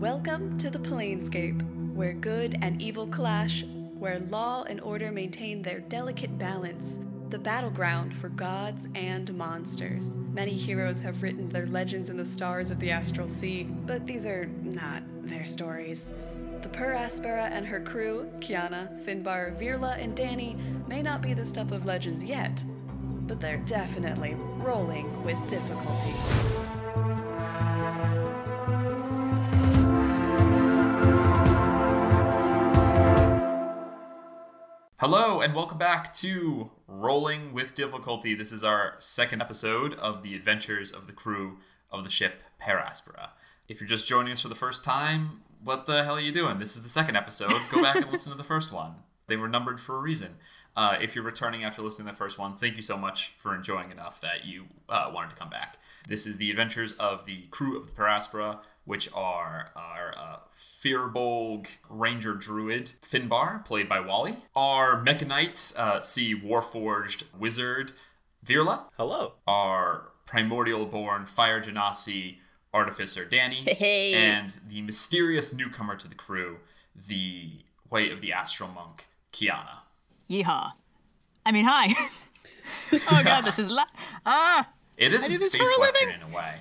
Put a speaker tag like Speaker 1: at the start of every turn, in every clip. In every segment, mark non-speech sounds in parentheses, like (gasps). Speaker 1: Welcome to the Planescape, where good and evil clash, where law and order maintain their delicate balance, the battleground for gods and monsters. Many heroes have written their legends in the stars of the astral sea, but these are not their stories. The Per Aspera and her crew, Kiana, Finbar, Virla, and Danny, may not be the stuff of legends yet, but they're definitely rolling with difficulty.
Speaker 2: Hello, and welcome back to Rolling with Difficulty. This is our second episode of the adventures of the crew of the ship Paraspera. If you're just joining us for the first time, what the hell are you doing? This is the second episode. Go back and listen to the first one. They were numbered for a reason. Uh, if you're returning after listening to the first one, thank you so much for enjoying enough that you uh, wanted to come back. This is the adventures of the crew of the Paraspera, which are our uh, Firbolg Ranger Druid Finbar, played by Wally, our Mechanite, uh, see Warforged Wizard Virla,
Speaker 3: Hello.
Speaker 2: our primordial born fire genasi artificer danny
Speaker 4: Hey.
Speaker 2: and the mysterious newcomer to the crew the white of the astral monk kiana
Speaker 5: Yeehaw. I mean, hi. (laughs) oh god, this is la- ah.
Speaker 2: it is a
Speaker 5: do this
Speaker 2: space
Speaker 5: for a
Speaker 2: western
Speaker 5: living.
Speaker 2: in a way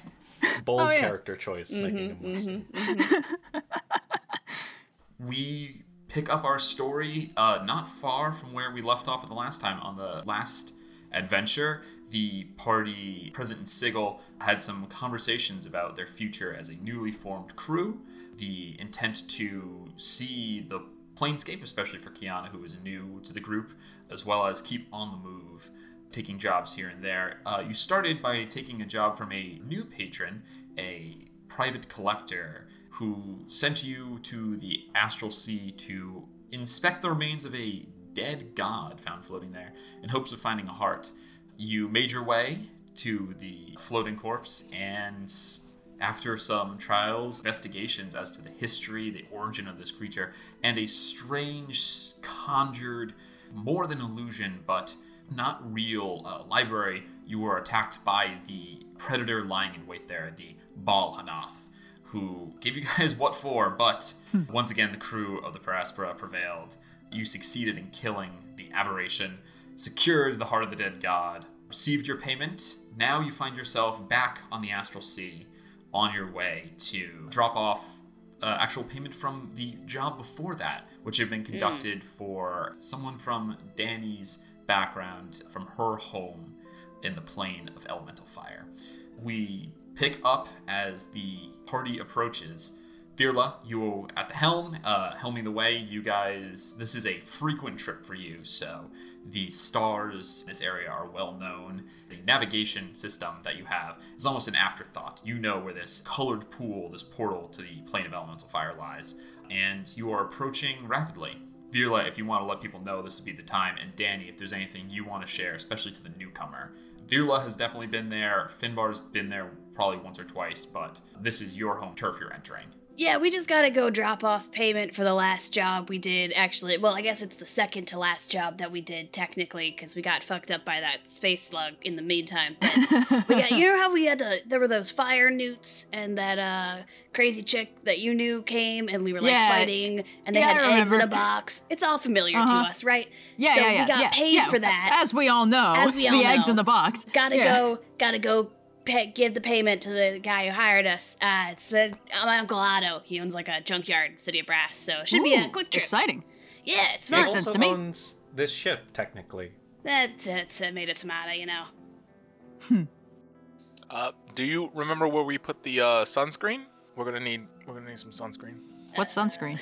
Speaker 3: Bold
Speaker 5: yeah.
Speaker 3: character choice. making a Western.
Speaker 2: we pick up our story uh, not far from where we left off at the last time on the last adventure the party president sigil had some conversations about their future as a newly formed crew the intent to see the planescape especially for kiana who is new to the group as well as keep on the move taking jobs here and there uh, you started by taking a job from a new patron a private collector who sent you to the astral sea to inspect the remains of a dead god found floating there in hopes of finding a heart. You made your way to the floating corpse and after some trials, investigations as to the history, the origin of this creature, and a strange, conjured, more than illusion, but not real uh, library, you were attacked by the predator lying in wait there, the Baal Hanath, who gave you guys (laughs) what for, but once again, the crew of the Paraspora prevailed. You succeeded in killing the aberration, secured the heart of the dead god, received your payment. Now you find yourself back on the Astral Sea on your way to drop off uh, actual payment from the job before that, which had been conducted for someone from Danny's background, from her home in the plane of elemental fire. We pick up as the party approaches. Virla, you at the helm, uh, helming the way. You guys, this is a frequent trip for you, so the stars in this area are well known. The navigation system that you have is almost an afterthought. You know where this colored pool, this portal to the plane of elemental fire lies, and you are approaching rapidly. Virla, if you want to let people know, this would be the time. And Danny, if there's anything you want to share, especially to the newcomer. Virla has definitely been there. Finbar's been there probably once or twice, but this is your home turf you're entering.
Speaker 4: Yeah, we just gotta go drop off payment for the last job we did. Actually, well, I guess it's the second to last job that we did technically, because we got fucked up by that space slug in the meantime.
Speaker 5: (laughs)
Speaker 4: But we got, you know how we had to? There were those fire newts, and that uh crazy chick that you knew came, and we were like
Speaker 5: Yeah.
Speaker 4: fighting, and they
Speaker 5: Yeah, I
Speaker 4: had eggs in
Speaker 5: remember. (laughs)
Speaker 4: a box. It's all familiar to
Speaker 5: Uh-huh.
Speaker 4: us, right?
Speaker 5: Yeah,
Speaker 4: so
Speaker 5: yeah, yeah.
Speaker 4: we got
Speaker 5: yeah,
Speaker 4: paid
Speaker 5: yeah.
Speaker 4: for that.
Speaker 5: As we all know,
Speaker 4: As we all
Speaker 5: the eggs
Speaker 4: know.
Speaker 5: in the box.
Speaker 4: gotta
Speaker 5: Yeah.
Speaker 4: go gotta go pay, give the payment to the guy who hired us uh it's uh, my uncle otto he owns like a junkyard in city of brass so it should be a
Speaker 5: Ooh,
Speaker 4: quick trip
Speaker 5: Exciting.
Speaker 4: yeah it's
Speaker 5: Makes
Speaker 4: fun
Speaker 5: sense
Speaker 3: Also
Speaker 5: to me.
Speaker 3: owns this ship technically.
Speaker 4: that's it's a made of tomato you know (laughs)
Speaker 6: Uh, do you remember where we put the uh, sunscreen? We're gonna need we're gonna need some sunscreen.
Speaker 5: What
Speaker 4: Uh,
Speaker 5: sunscreen?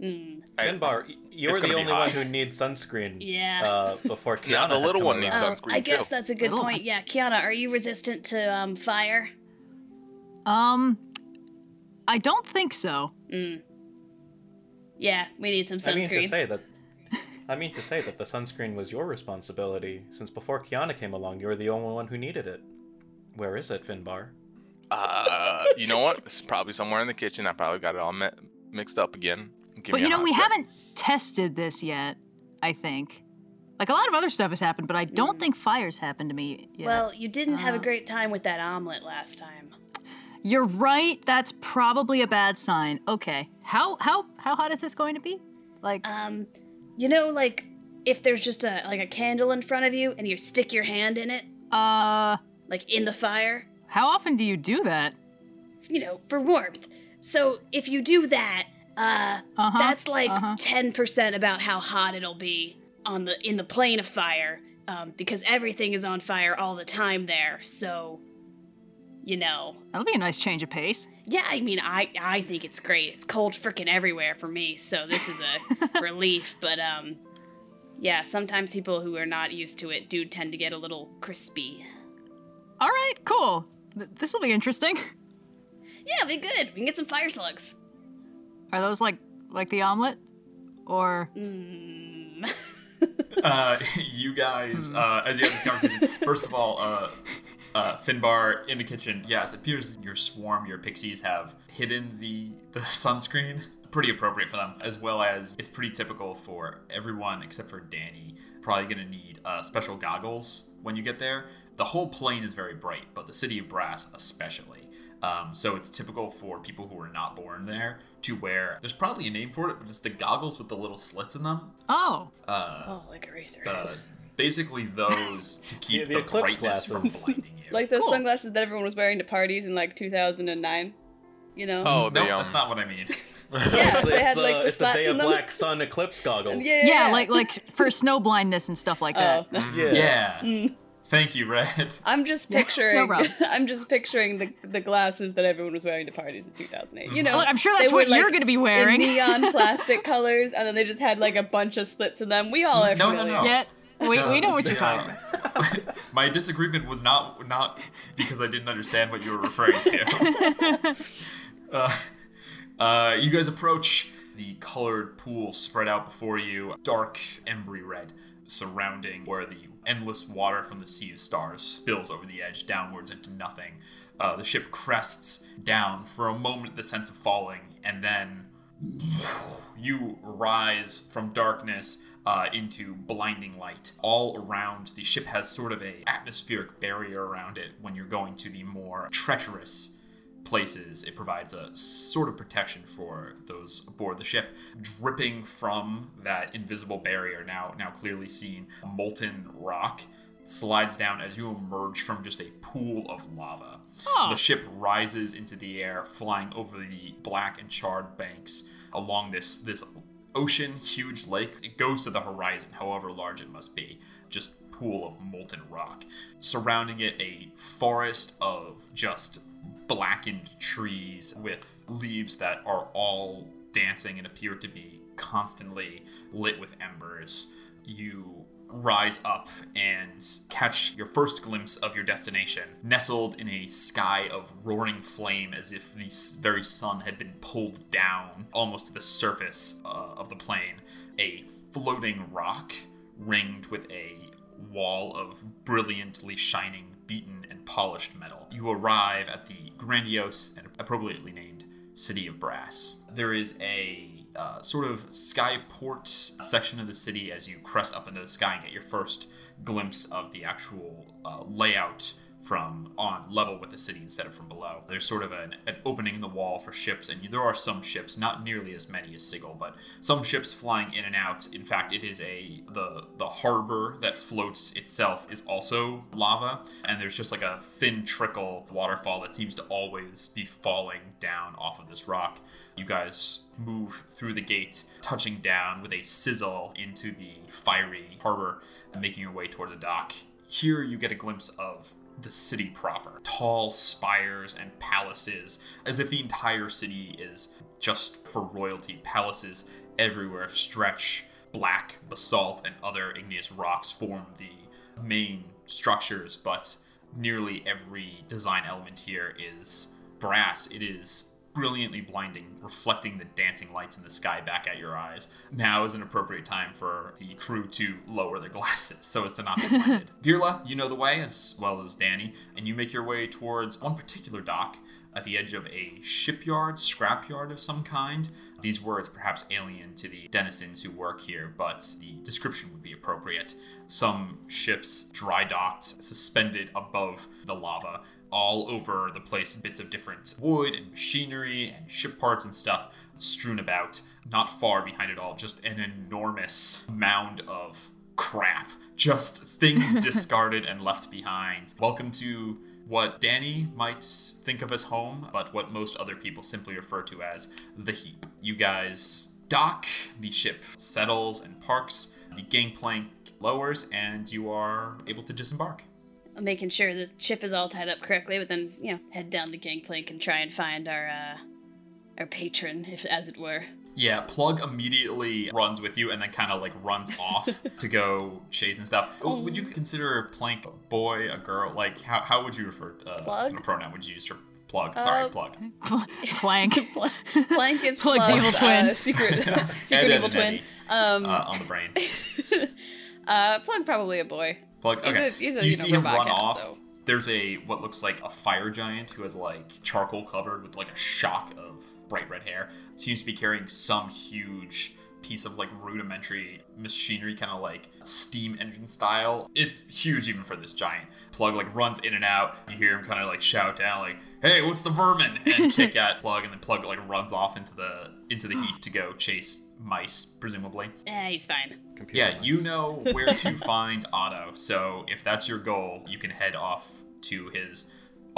Speaker 4: mm.
Speaker 6: I-
Speaker 3: Finbar, y- you're
Speaker 6: it's
Speaker 3: the
Speaker 6: gonna be
Speaker 3: only
Speaker 6: hot.
Speaker 3: one who needs sunscreen.
Speaker 4: Yeah.
Speaker 3: Uh,
Speaker 6: (laughs)
Speaker 3: before Kiana.
Speaker 6: the
Speaker 3: had
Speaker 6: little
Speaker 3: come
Speaker 6: one
Speaker 3: around.
Speaker 6: needs
Speaker 4: oh,
Speaker 6: sunscreen
Speaker 4: i guess
Speaker 6: too.
Speaker 4: that's a good
Speaker 5: Little
Speaker 4: point
Speaker 5: one.
Speaker 4: yeah kiana are you resistant to um fire
Speaker 5: Um, I don't think so.
Speaker 4: yeah we need some
Speaker 3: I mean to
Speaker 4: sunscreen
Speaker 3: say that. I mean to say that the sunscreen was your responsibility, since before Kiana came along, you were the only one who needed it. Where is it,
Speaker 6: (laughs)
Speaker 3: Finbar?
Speaker 6: Uh, you know what? It's probably somewhere in the kitchen. I probably got it all mi- mixed up again. Give
Speaker 5: but
Speaker 6: me
Speaker 5: you
Speaker 6: a
Speaker 5: know,
Speaker 6: hot
Speaker 5: we
Speaker 6: sec.
Speaker 5: haven't tested this yet. I think, like a lot of other stuff has happened, but I don't think fires happened to me yet.
Speaker 4: well you didn't have a
Speaker 5: Uh.
Speaker 4: great time with that omelet last time
Speaker 5: You're right. That's probably a bad sign. Okay. How how how hot is this going to be? Like
Speaker 4: Um, you know, like if there's just a like a candle in front of you and you stick your hand in it,
Speaker 5: uh
Speaker 4: like in the fire,
Speaker 5: how often do you do that?
Speaker 4: you know, for warmth. So if you do that, uh,
Speaker 5: Uh-huh,
Speaker 4: that's like
Speaker 5: uh-huh.
Speaker 4: 10% about how hot it'll be on the in the plane of fire um, because everything is on fire all the time there. So you know.
Speaker 5: That'll be a nice change of pace.
Speaker 4: Yeah, I mean I I think it's great. It's cold freaking everywhere for me, so this is
Speaker 5: (laughs)
Speaker 4: a relief, but um yeah, sometimes people who are not used to it do tend to get a little crispy.
Speaker 5: All right, cool. Th- this'll be interesting. (laughs)
Speaker 4: Yeah, be good. We can get some fire slugs.
Speaker 5: Are those like like the omelet or
Speaker 4: Mm.
Speaker 2: uh, (laughs) you guys, uh, as you have this conversation, first of all, uh, uh, Finbar in the kitchen. Yes, it appears your swarm, your pixies, have hidden the the (laughs) sunscreen. Pretty appropriate for them, as well as it's pretty typical for everyone except for Danny. Probably gonna need uh, special goggles when you get there. The whole plane is very bright, but the city of brass especially. Um, so it's typical for people who are not born there to wear. There's probably a name for it, but it's the goggles with the little slits in them.
Speaker 5: Oh,
Speaker 2: Uh,
Speaker 4: Oh, like eraser.
Speaker 2: uh, basically those to keep
Speaker 3: Yeah, the
Speaker 2: the,
Speaker 3: eclipse
Speaker 2: brightness from
Speaker 3: glasses.
Speaker 2: blinding you.
Speaker 1: Like those
Speaker 5: Cool.
Speaker 1: sunglasses that everyone was wearing to parties in like 2009. You know?
Speaker 6: Oh,
Speaker 2: no,
Speaker 6: the, um,
Speaker 2: that's not what I
Speaker 1: Yeah,
Speaker 2: mean.
Speaker 3: it's,
Speaker 1: they
Speaker 3: it's
Speaker 1: had,
Speaker 3: the,
Speaker 1: like, the
Speaker 3: it's the
Speaker 1: slats
Speaker 3: day
Speaker 1: in
Speaker 3: of
Speaker 1: them.
Speaker 3: black sun eclipse goggle.
Speaker 1: yeah,
Speaker 5: yeah, like like for snow blindness and stuff like
Speaker 1: Oh,
Speaker 5: that.
Speaker 1: no.
Speaker 3: (laughs) Yeah.
Speaker 2: yeah.
Speaker 1: Mm.
Speaker 2: Thank you, Red.
Speaker 1: I'm just
Speaker 5: Yeah, no
Speaker 1: picturing.
Speaker 4: (laughs)
Speaker 5: problem.
Speaker 1: I'm just picturing the the glasses that everyone was wearing to parties in 2008. You know,
Speaker 5: Well, I'm sure
Speaker 1: they
Speaker 5: that's
Speaker 1: were,
Speaker 5: what you're
Speaker 1: like,
Speaker 5: going to be
Speaker 1: in
Speaker 5: wearing.
Speaker 1: neon
Speaker 5: (laughs)
Speaker 1: plastic colors, and then they just had like a bunch of slits in them. We all are
Speaker 2: No, no,
Speaker 1: familiar.
Speaker 4: Oh.
Speaker 2: no.
Speaker 5: yeah, we, we know what you're
Speaker 2: Uh,
Speaker 5: talking about.
Speaker 2: My disagreement was not not because I didn't understand what you were referring to.
Speaker 5: (laughs)
Speaker 2: (laughs) uh, uh, you guys approach the colored pool spread out before you, dark embry red, surrounding where the endless water from the sea of stars spills over the edge downwards into nothing. Uh, the ship crests down for a moment, the sense of falling, and then you rise from darkness uh, into blinding light. All around the ship has sort of a atmospheric barrier around it. When you're going to the more treacherous places, it provides a sort of protection for those aboard the ship. Dripping from that invisible barrier, now now clearly seen, molten rock slides down as you emerge from just a pool of lava. The ship rises into the air, flying over the black and charred banks along this this ocean huge lake. It goes to the horizon, however large it must be. Just pool of molten rock. Surrounding it a forest of just blackened trees with leaves that are all dancing and appear to be constantly lit with embers. You rise up and catch your first glimpse of your destination, nestled in a sky of roaring flame as if the s- very sun had been pulled down almost to the surface uh, of the plain. A floating rock ringed with a wall of brilliantly shining, beaten, and polished metal. You arrive at the grandiose and appropriately named City of Brass. There is a uh, sort of skyport section of the city as you crest up into the sky and get your first glimpse of the actual uh, layout from on level with the city instead of from below. There's sort of an, an opening in the wall for ships, and there are some ships, not nearly as many as Sigil, but some ships flying in and out. In fact, it is a the the harbor that floats itself is also lava, and there's just like a thin trickle waterfall that seems to always be falling down off of this rock. You guys move through the gate, touching down with a sizzle into the fiery harbor, and making your way toward the dock. Here you get a glimpse of the city proper tall spires and palaces, as if the entire city is just for royalty. Palaces everywhere stretch, black basalt and other igneous rocks form the main structures, but nearly every design element here is brass. It is brilliantly blinding, reflecting the dancing lights in the sky back at your eyes. Now is an appropriate time for the crew to lower their glasses (laughs) so as to not be blinded. Virla, you know the way as well as Danny, and you make your way towards one particular dock at the edge of a shipyard, scrapyard of some kind. These words perhaps alien to the denizens who work here, but the description would be appropriate. Some ships dry docked, suspended above the lava, all over the place bits of different wood and machinery and ship parts and stuff strewn about. Not far behind it all, just an enormous mound of crap. Just things discarded and left behind. Welcome to what Danny might think of as home, but what most other people simply refer to as the heap. You guys dock, the ship settles and parks, the gangplank lowers, and you are able to disembark.
Speaker 4: making sure the ship is all tied up correctly, but then you know head down the gangplank and try and find our uh, our patron, if as it were. (laughs)
Speaker 2: Yeah, Plug immediately runs with you and then kind of like
Speaker 4: (laughs)
Speaker 2: runs off to go chase and stuff. Oh, Would
Speaker 4: Um,
Speaker 2: you consider Plank a boy, a girl? Like, how, how would you refer to uh,
Speaker 4: Plug?
Speaker 2: what pronoun would you use for Plug? Sorry,
Speaker 4: Uh,
Speaker 2: Plug.
Speaker 5: Plank. (laughs)
Speaker 4: Plank is
Speaker 5: Plug's evil twin.
Speaker 4: uh, secret (laughs)
Speaker 2: Ed, Ed,
Speaker 4: secret evil
Speaker 2: and
Speaker 4: twin.
Speaker 2: Eddie,
Speaker 4: Um,
Speaker 2: uh, on the brain.
Speaker 4: uh, Plug probably a boy.
Speaker 2: Plug.
Speaker 4: He's
Speaker 2: Okay.
Speaker 4: a- he's a,
Speaker 2: you
Speaker 4: you
Speaker 2: see
Speaker 4: know,
Speaker 2: him run
Speaker 4: Ravaka,
Speaker 2: off.
Speaker 4: so-
Speaker 2: There's a what looks like a fire giant who has like charcoal covered with like a shock of bright red hair. Seems to be carrying some huge piece of like rudimentary machinery, kind of like steam engine style. It's huge even for this giant. Plug like runs in and out. You hear him kind of like shout down like, "Hey, what's the
Speaker 4: (laughs)
Speaker 2: vermin?" and kick at Plug, and then Plug like runs off into the into the heat to go chase mice, presumably.
Speaker 4: Eh, he's fine.
Speaker 3: Computer
Speaker 2: Yeah,
Speaker 3: lines.
Speaker 2: you know where to (laughs) find Otto. So if that's your goal, you can head off to his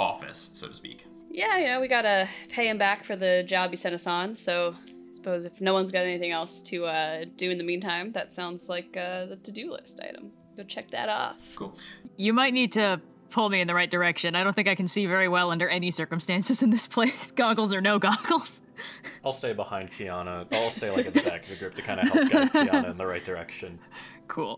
Speaker 2: office, so to speak.
Speaker 4: Yeah, you know we gotta pay him back for the job he sent us on. So I suppose if no one's got anything else to uh, do in the meantime, that sounds like uh, the to-do list item. Go check that off.
Speaker 2: Cool.
Speaker 5: You might need to pull me in the right direction. I don't think I can see very well under any circumstances in this place, (laughs) goggles or no goggles. (laughs)
Speaker 3: I'll stay behind Kiana. I'll stay like at the back of the group to kind of help guide Kiana in the right direction.
Speaker 5: Cool.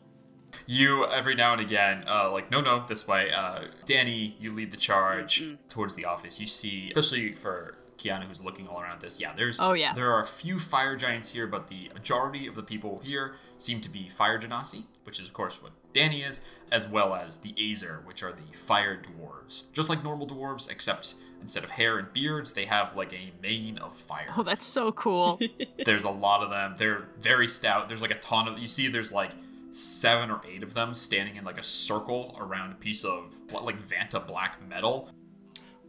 Speaker 2: You every now and again, uh, like no, no, this way. Uh, Danny, you lead the charge
Speaker 5: Mm-hmm.
Speaker 2: towards the office. You see, especially for Kiana, who's looking all around this. Yeah, there's.
Speaker 5: Oh, yeah.
Speaker 2: There are a few fire giants here, but the majority of the people here seem to be fire genasi, which is of course what Danny is, as well as the Azer, which are the fire dwarves. Just like normal dwarves, except instead of hair and beards, they have like a mane of fire
Speaker 5: Oh, that's so cool.
Speaker 2: there's a lot of them. They're very stout. There's like a ton of you see there's like seven or eight of them standing in like a circle around a piece of like Vanta black metal.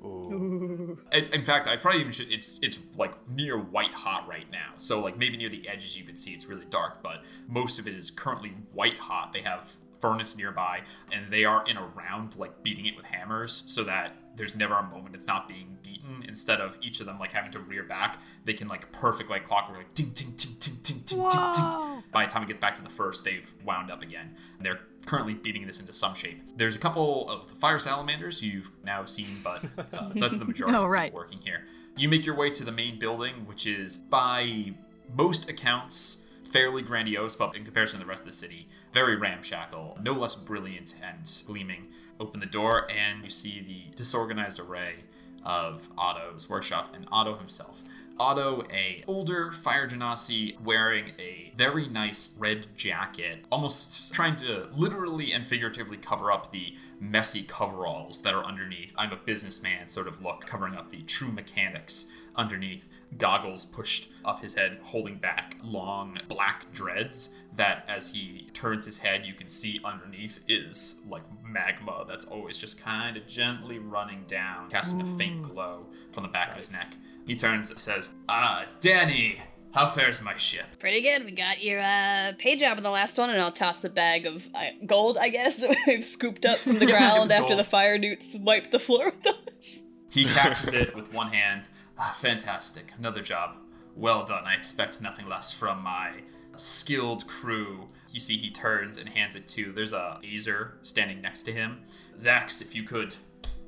Speaker 3: Ooh.
Speaker 2: In in fact, I probably even should it's it's like near white hot right now. So like maybe near the edges you can see it's really dark, but most of it is currently white hot. They have furnace nearby and they are in a round like beating it with hammers so that there's never a moment it's not being beaten instead of each of them like having to rear back they can like perfect like clockwork like ting ting ting ting ting ting ting ting
Speaker 5: Whoa.
Speaker 2: by the time it gets back to the first, they've wound up again. They're currently beating this into some shape. There's a couple of the fire salamanders you've now seen, but
Speaker 5: (laughs)
Speaker 2: uh, that's the majority
Speaker 5: Oh,
Speaker 2: of
Speaker 5: right.
Speaker 2: people working here. You make your way to the main building, which is by most accounts fairly grandiose, but in comparison to the rest of the city, very ramshackle, no less brilliant and gleaming. Open the door, and you see the disorganized array of Otto's workshop and Otto himself. Otto, a older fire genasi wearing a very nice red jacket, almost trying to literally and figuratively cover up the messy coveralls that are underneath. I'm a businessman sort of look, covering up the true mechanics underneath. Goggles pushed up his head, holding back long black dreads that as he turns his head you can see underneath is like magma that's always just kind of gently running down casting a faint glow from the back of his neck he turns and says ah danny how fares my ship
Speaker 4: Pretty good. We got your uh, pay job in the last one, and I'll toss the bag of uh, gold, I guess, (laughs) that we've scooped up from
Speaker 2: (laughs) Yeah,
Speaker 4: the
Speaker 2: it was
Speaker 4: ground after
Speaker 2: gold.
Speaker 4: the fire newts wiped the floor with us.
Speaker 2: he catches it with one hand ah, fantastic another job well done i expect nothing less from my skilled crew you see he turns and hands it to there's a azer standing next to him zax if you could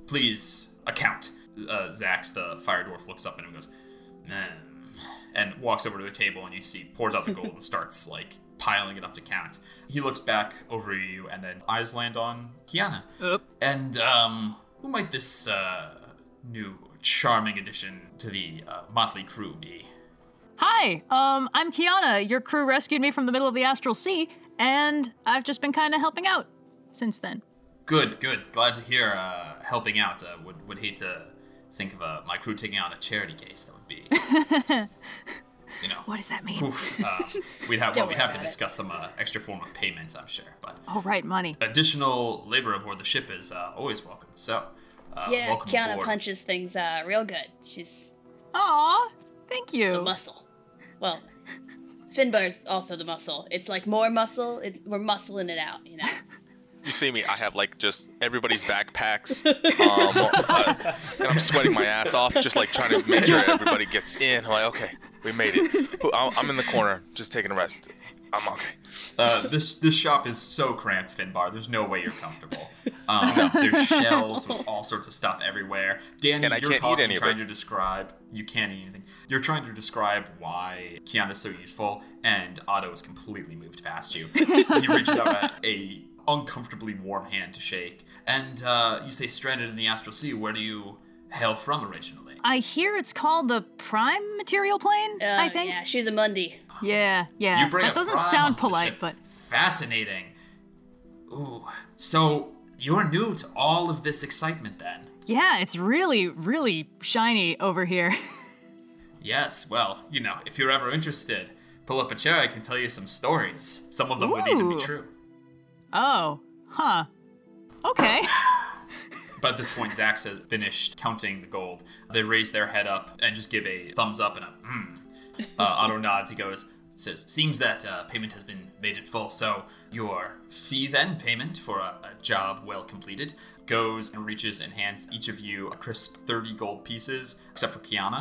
Speaker 2: please account. Uh, Zax, the fire dwarf, looks up at him and goes, "Mm," and walks over to a table, and you see pours out the gold and starts like piling it up to count. He looks back over at you, and then eyes land on Kiana.
Speaker 5: Oop.
Speaker 2: And um, who might this uh, new charming addition to the uh, motley crew be?
Speaker 5: Hi, um, I'm Kiana. Your crew rescued me from the middle of the Astral Sea, and I've just been kind of helping out since then.
Speaker 2: Good, good. Glad to hear uh, helping out. Uh, would would hate to think of uh, my crew taking on a charity case. That would be, you know,
Speaker 5: What does that mean?
Speaker 2: Oof, uh, we'd have well, we'd
Speaker 4: Don't worry
Speaker 2: have to
Speaker 4: about it.
Speaker 2: discuss some uh, extra form of payment, I'm sure. But
Speaker 5: Oh, right, money.
Speaker 2: additional labor aboard the ship is uh, always welcome. So, Uh,
Speaker 4: yeah,
Speaker 2: welcome
Speaker 4: Kiana
Speaker 2: aboard.
Speaker 4: punches things uh, real good. She's
Speaker 5: Aw, thank
Speaker 4: the
Speaker 5: you.
Speaker 4: muscle. Well, Finbar's also the muscle. It's like more muscle. It's, we're muscling it out, you know.
Speaker 6: You see me? I have like just
Speaker 2: (laughs)
Speaker 6: everybody's backpacks, um, uh, and I'm sweating my ass off, just like trying to make sure everybody gets in. I'm like, okay, we made it. Who- I'm I'm in the corner, just taking a rest. I'm okay.
Speaker 2: Uh, this this shop is so cramped, Finbar. There's no way you're comfortable. Um, there's shelves with all sorts of stuff everywhere. Danny,
Speaker 6: And I
Speaker 2: you're
Speaker 6: can't eat
Speaker 2: talking,
Speaker 6: any of
Speaker 2: trying
Speaker 6: it.
Speaker 2: to describe. You can't eat anything. You're trying to describe why Kiana's so useful, and Otto is completely moved past you. he reaches out a, a uncomfortably warm hand to shake, and uh, you say, "Stranded in the astral sea. Where do you hail from originally?"
Speaker 5: I hear it's called the prime material plane,
Speaker 4: Uh,
Speaker 5: I think.
Speaker 4: Yeah, she's a Mundi.
Speaker 5: Yeah, yeah.
Speaker 2: You bring
Speaker 5: That
Speaker 2: up
Speaker 5: doesn't
Speaker 2: crime
Speaker 5: sound
Speaker 2: onto the
Speaker 5: polite,
Speaker 2: ship.
Speaker 5: but
Speaker 2: fascinating. Ooh, so you're new to all of this excitement, then?
Speaker 5: yeah, it's really, really shiny over here. (laughs)
Speaker 2: Yes. Well, you know, if you're ever interested, pull up a chair. I can tell you some stories. Some of them would even be
Speaker 5: Ooh.
Speaker 2: true.
Speaker 5: Oh, huh. Okay.
Speaker 2: But at this point, Zax has finished counting the gold. They raise their head up and just give a thumbs up and a hmm.
Speaker 5: (laughs)
Speaker 2: Uh, Otto nods. He goes, says, "Seems that uh, payment has been made in full. So your fee then payment for a, a job well completed." Goes and reaches and hands each of you a crisp 30 gold pieces, except for
Speaker 5: (laughs)
Speaker 2: Kiana.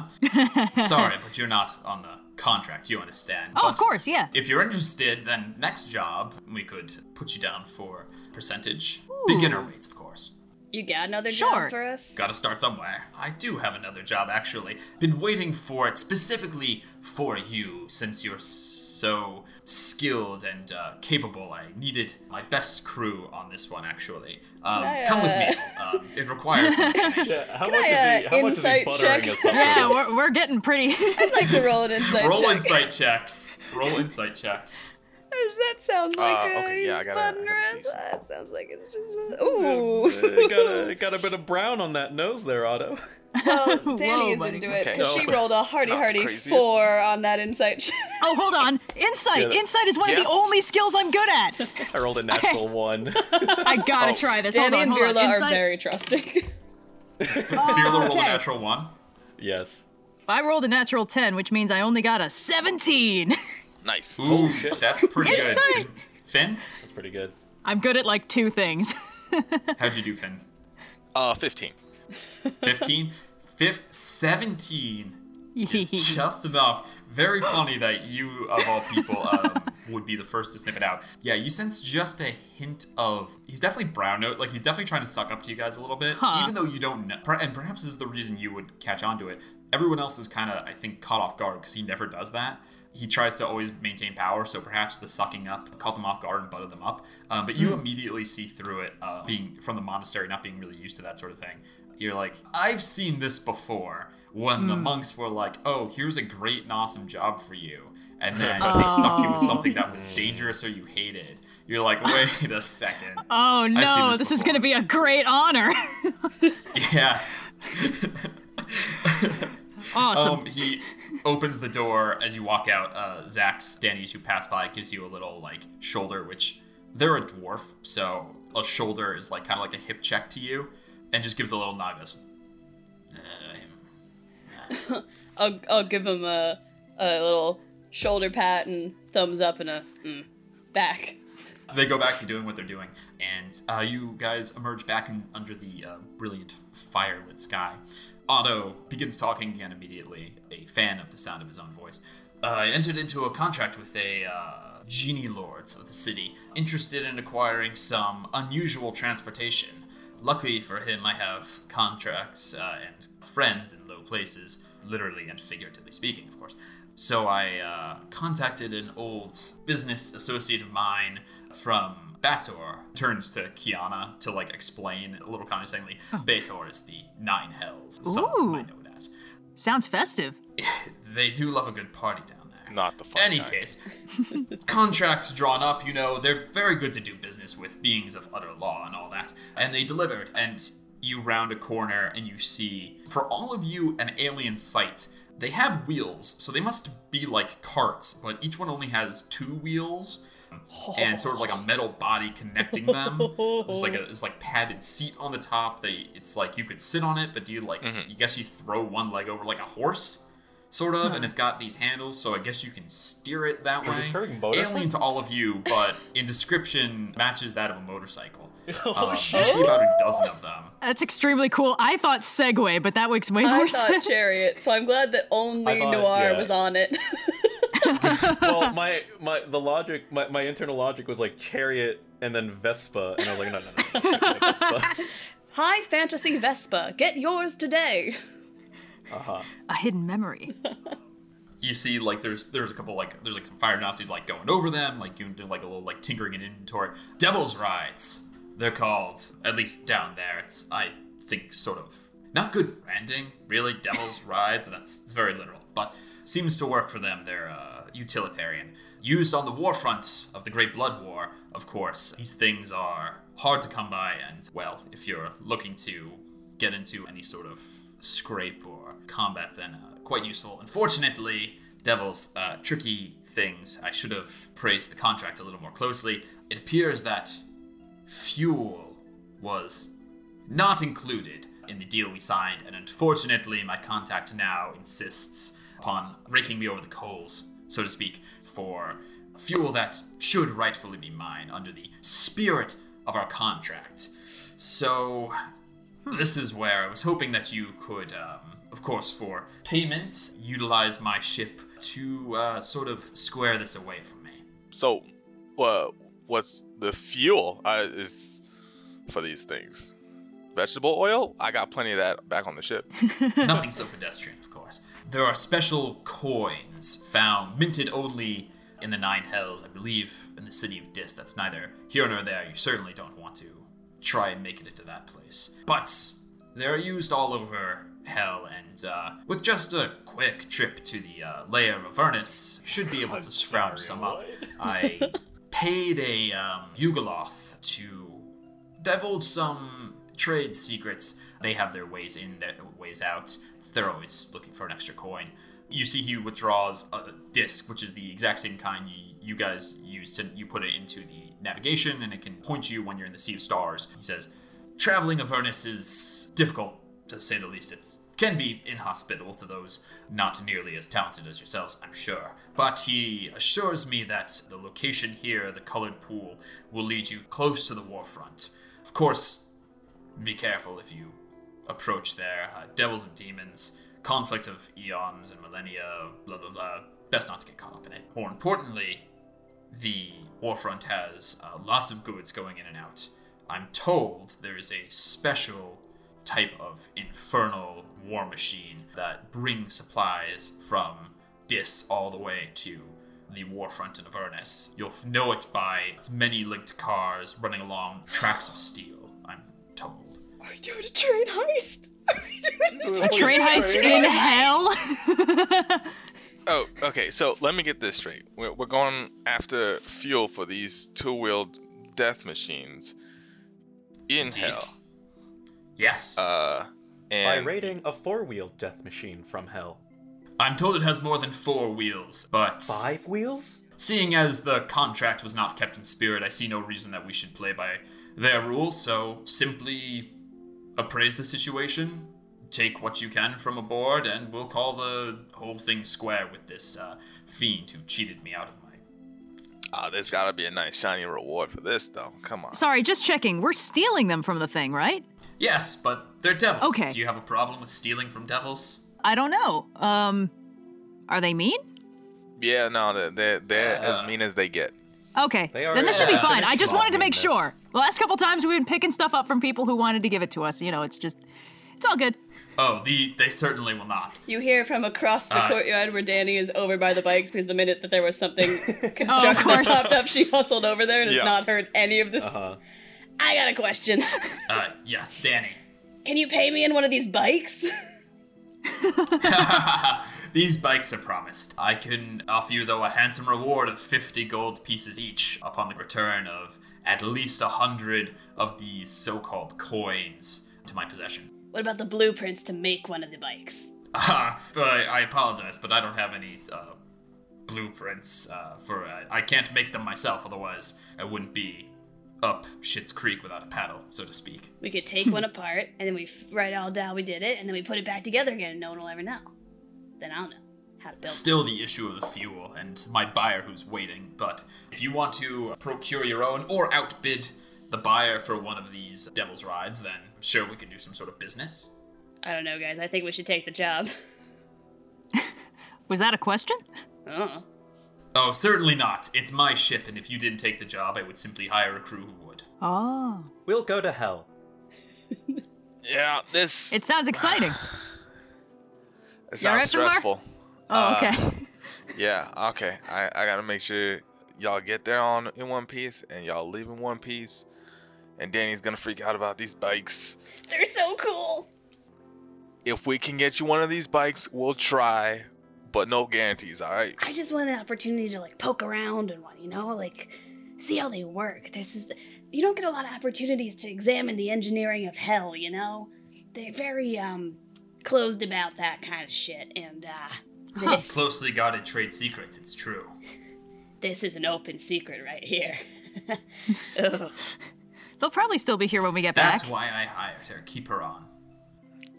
Speaker 2: Sorry, but you're not on the contract, you understand.
Speaker 5: Oh, of
Speaker 2: But
Speaker 5: course, yeah.
Speaker 2: If you're interested, then next job, we could put you down for percentage. Beginner rates, of course.
Speaker 4: You got another
Speaker 5: Sure.
Speaker 4: job for us? (laughs)
Speaker 2: Gotta start somewhere. I do have another job, actually. Been waiting for it specifically for you, since you're so skilled and uh, capable. I needed my best crew on this one, actually. Um, Come with me. Um, it requires
Speaker 5: (laughs)
Speaker 2: some time.
Speaker 3: Yeah, how
Speaker 4: I,
Speaker 3: much is he? How much is
Speaker 4: uh,
Speaker 3: he
Speaker 4: insight
Speaker 3: buttering
Speaker 4: check?
Speaker 3: us up?
Speaker 5: Yeah,
Speaker 3: with?
Speaker 5: we're, we're getting pretty. (laughs)
Speaker 4: I'd like to roll
Speaker 2: (laughs)
Speaker 4: an insight
Speaker 2: Roll
Speaker 4: check.
Speaker 2: insight checks. Roll insight checks.
Speaker 4: Does that sound like
Speaker 6: Uh,
Speaker 4: a
Speaker 6: okay, yeah, I gotta- I
Speaker 4: fun
Speaker 6: gotta
Speaker 4: dress?
Speaker 6: decent.
Speaker 4: That sounds like it's just a... Ooh.
Speaker 3: Uh, got a got a bit of brown on that nose there, Otto.
Speaker 4: Well,
Speaker 5: Whoa,
Speaker 4: Danny is
Speaker 5: buddy.
Speaker 4: into it
Speaker 6: Okay.
Speaker 4: because she
Speaker 6: No.
Speaker 4: rolled a hearty,
Speaker 6: Not the
Speaker 4: hearty
Speaker 6: craziest.
Speaker 4: four on that insight (laughs) check.
Speaker 5: oh, hold on. Insight.
Speaker 3: Yeah.
Speaker 5: Insight is one of
Speaker 6: Yeah.
Speaker 5: the only skills I'm good at.
Speaker 3: (laughs) I rolled a natural (laughs) one.
Speaker 5: I gotta
Speaker 6: Oh.
Speaker 5: try this. Hold
Speaker 4: Danny
Speaker 5: on,
Speaker 4: and
Speaker 5: hold on.
Speaker 4: Virla are
Speaker 5: Insight.
Speaker 4: very trusting. (laughs)
Speaker 5: Oh,
Speaker 2: Fearler roll a
Speaker 5: okay.
Speaker 2: natural one.
Speaker 3: yes.
Speaker 5: I rolled a natural 10, which means I only got a (laughs) 17.
Speaker 6: Nice.
Speaker 2: Ooh,
Speaker 3: shit.
Speaker 2: that's pretty good.
Speaker 5: Insight.
Speaker 2: Finn,
Speaker 3: That's pretty good.
Speaker 5: I'm good at like two things.
Speaker 2: how'd you do,
Speaker 5: (laughs)
Speaker 2: Finn?
Speaker 6: Uh, 15.
Speaker 2: 15? Fifth, 17 is
Speaker 5: (laughs)
Speaker 2: just enough. Very funny that you, of all people, um, would be the first to sniff it out. Yeah, you sense just a hint of. He's definitely brown note. Like, he's definitely trying to suck up to you guys a little bit.
Speaker 5: Huh.
Speaker 2: Even though you don't know. per- And perhaps this is the reason you would catch on to it. Everyone else is kind of, I think, caught off guard because he never does that. He tries to always maintain power, so perhaps the sucking up caught them off guard and butted them up. Um, but you immediately see through it, uh, being from the monastery, not being really used to that sort of thing. You're like, I've seen this before when the monks were like, oh, here's a great and awesome job for you. And then they stuck you with something that was dangerous or you hated. You're like, wait a second.
Speaker 5: oh no,
Speaker 2: this
Speaker 5: this, is
Speaker 2: before.
Speaker 5: going to be a great honor. (laughs)
Speaker 2: Yes.
Speaker 5: awesome.
Speaker 2: Um, he opens the door as you walk out. Uh, Zach's Danny's who pass by gives you a little like shoulder, which they're a dwarf, so a shoulder is like kind of like a hip check to you, and just gives a little nod. Goes, "Eh,
Speaker 4: I'll, I'll give him a, a little shoulder pat and thumbs up and a mm, back.
Speaker 2: they go back to doing what they're doing, and uh, you guys emerge back in, under the uh, brilliant firelit sky. Otto begins talking again immediately, a fan of the sound of his own voice. Uh, I entered into a contract with a uh, genie lords of the city, interested in acquiring some unusual transportation. Luckily for him, I have contracts uh, and friends in low places, literally and figuratively speaking, of course. So I uh, contacted an old business associate of mine from Bator. Turns to Kiana to like explain a little condescendingly. Bator is the Nine Hells. Some
Speaker 5: Ooh.
Speaker 2: might know it as.
Speaker 5: Sounds festive.
Speaker 2: They do love a good party down there.
Speaker 6: Not the fun
Speaker 2: Any
Speaker 6: kind.
Speaker 2: case, (laughs) contracts drawn up, you know, they're very good to do business with beings of utter law and all that. And they delivered, and you round a corner and you see, for all of you, an alien sight. They have wheels, so they must be like carts, but each one only has two wheels. and sort of like a metal body connecting them. There's like a there's like padded seat on the top. They it's like you could sit on it, but do you like
Speaker 3: Mm-hmm.
Speaker 2: you guess you throw one leg over like a horse, sort of, and it's got these handles, so I guess you can steer it that
Speaker 3: Are we
Speaker 2: way.
Speaker 3: hearing
Speaker 2: Alien
Speaker 3: motorcycles?
Speaker 2: to all of you, but in description matches that of a motorcycle.
Speaker 3: (laughs) Oh,
Speaker 2: Um,
Speaker 3: shit.
Speaker 2: You see about a dozen of them.
Speaker 5: That's extremely cool. I thought Segway, but that makes way more
Speaker 1: I thought
Speaker 5: (laughs) sense.
Speaker 1: Chariot, so I'm glad that only
Speaker 3: I thought,
Speaker 1: Noir
Speaker 3: yeah.
Speaker 1: was on
Speaker 4: (laughs)
Speaker 1: it.
Speaker 3: well, my my the logic, my, my internal logic was like chariot and then Vespa, and I was like, no, no, no, no, no (laughs) Vespa.
Speaker 1: High Fantasy Vespa, get yours today.
Speaker 3: Uh-huh.
Speaker 5: A
Speaker 1: (laughs)
Speaker 5: hidden memory.
Speaker 2: you see like there's there's a couple like there's like some fire nazis like going over them like doing doing, like a little like tinkering in inventory devil's rides they're called at least down there it's i think sort of not good branding really devil's rides that's very literal but seems to work for them they're uh, utilitarian used on the war front of the great blood war of course these things are hard to come by and well if you're looking to get into any sort of scrape or combat, then uh, quite useful. Unfortunately, Devil's uh, tricky things, I should have praised the contract a little more closely. It appears that fuel was not included in the deal we signed, and unfortunately, my contact now insists upon raking me over the coals, so to speak, for fuel that should rightfully be mine under the spirit of our contract. So, hmm, this is where I was hoping that you could, um, of course, for payments, utilize my ship to uh, sort of square this away from me.
Speaker 6: So, uh, what's the fuel uh, is for these things? Vegetable oil? I got plenty of that back on the ship.
Speaker 5: (laughs)
Speaker 2: Nothing so pedestrian, of course. There are special coins found, minted only in the Nine Hells, I believe, in the city of Dis. That's neither here nor there. You certainly don't want to try and make it into that place. But they're used all over Hell, and uh, with just a quick trip to the uh, layer of Avernus, you should be able to scrounge some up. I paid a um, Yugoloth to divulge some trade secrets. They have their ways in, their ways out. It's, they're always looking for an extra coin. You see, he withdraws a disc, which is the exact same kind you, you guys use to you put it into the navigation, and it can point you when you're in the sea of stars. He says, "Traveling Avernus is difficult, to say the least. It's can be inhospitable to those not nearly as talented as yourselves, I'm sure. But he assures me that the location here, the colored pool, will lead you close to the war front. Of course, be careful if you approach there. Uh, devils and demons, conflict of eons and millennia, blah blah blah. Best not to get caught up in it. More importantly, the warfront has uh, lots of goods going in and out. I'm told there is a special type of infernal war machine that brings supplies from Dis all the way to the warfront in Avernus. You'll f- know it by its many linked cars running along tracks of steel, I'm told.
Speaker 1: Are we doing a train heist? Are we doing a
Speaker 5: A train heist in hell.
Speaker 1: (laughs)
Speaker 6: Oh, okay. So let me get this straight. We're, we're going after fuel for these two-wheeled death machines in
Speaker 2: Indeed.
Speaker 6: hell.
Speaker 2: Yes.
Speaker 6: Uh,
Speaker 3: By
Speaker 6: and
Speaker 3: raiding a four-wheeled death machine from hell.
Speaker 2: I'm told it has more than four wheels, but
Speaker 3: Five wheels?
Speaker 2: seeing as the contract was not kept in spirit, I see no reason that we should play by their rules, so simply appraise the situation, take what you can from aboard, and we'll call the whole thing square with this uh, fiend who cheated me out of my.
Speaker 6: ah, there's gotta be a nice shiny reward for this, though. Come
Speaker 5: (laughs)
Speaker 6: on.
Speaker 5: Sorry, just checking. We're stealing them from the thing, right?
Speaker 2: Yes, but they're devils.
Speaker 5: Okay.
Speaker 2: Do you have a problem with stealing from devils?
Speaker 5: I don't know. Um, are they mean?
Speaker 6: yeah, no, they're they're, they're
Speaker 5: Uh.
Speaker 6: as mean as they get.
Speaker 5: Okay,
Speaker 3: They are
Speaker 5: then this should be
Speaker 3: yeah,
Speaker 5: fine.
Speaker 3: finished
Speaker 5: I just wanted to
Speaker 3: waffling
Speaker 5: make
Speaker 3: this.
Speaker 5: sure. The last couple times we've been picking stuff up from people who wanted to give it to us. You know, it's just, it's all good.
Speaker 2: Oh, the they certainly will not.
Speaker 1: You hear from across the
Speaker 2: Uh,
Speaker 1: courtyard where Danny is over by the bikes because the minute that there was something constructed that
Speaker 5: course.
Speaker 1: popped up, she hustled over there and
Speaker 6: Yeah.
Speaker 1: has not heard any of this.
Speaker 3: Uh-huh.
Speaker 1: I got a
Speaker 4: (laughs)
Speaker 1: question.
Speaker 2: Uh, yes, Danny.
Speaker 1: Can you pay me in one of these bikes?
Speaker 2: (laughs) These bikes are promised. I can offer you, though, a handsome reward of 50 gold pieces each upon the return of at least a 100 of these so called coins to my possession.
Speaker 4: (laughs)
Speaker 2: (laughs)
Speaker 4: What about the blueprints to make one of the bikes?
Speaker 2: Ah, but I apologize, but I don't have any uh, blueprints uh, for. Uh, I can't make them myself, otherwise I wouldn't be up Shit's Creek without a paddle, so to speak.
Speaker 4: We could take one apart, and then we f- write it all down we did it, and then we put it back together again, and no one will ever know. Then I'll know how to build it.
Speaker 2: Still the issue of the fuel and my buyer who's waiting, but if you want to procure your own or outbid the buyer for one of these devil's rides, then sure we could do some sort of business.
Speaker 4: I don't know, guys. I think we should take the job. (laughs)
Speaker 5: Was that a question?
Speaker 4: Oh,
Speaker 2: Oh, certainly not. It's my ship, and if you didn't take the job, I would simply hire a crew who would.
Speaker 5: Oh.
Speaker 3: We'll go to hell.
Speaker 6: Yeah, this
Speaker 5: It sounds
Speaker 6: (sighs)
Speaker 5: exciting.
Speaker 6: Uh, it sounds
Speaker 5: right, Kumar?
Speaker 6: stressful.
Speaker 5: Oh,
Speaker 6: Uh,
Speaker 5: okay. (laughs)
Speaker 6: Yeah, okay. I, I gotta make sure y'all get there on in one piece and y'all leave in one piece. And Danny's gonna freak out about these bikes.
Speaker 4: they're so cool.
Speaker 6: If we can get you one of these bikes, we'll try, but no guarantees, alright?
Speaker 4: I just want an opportunity to like poke around and what you know, like see how they work. This is you don't get a lot of opportunities to examine the engineering of hell. You know, they're very um closed about that kind of shit. And uh, this
Speaker 2: Closely guarded trade secrets, it's true.
Speaker 4: this is an open secret right here. (laughs) Ugh.
Speaker 5: They'll probably still be here when we get
Speaker 2: That's
Speaker 5: back.
Speaker 2: why I hired her. Keep her on.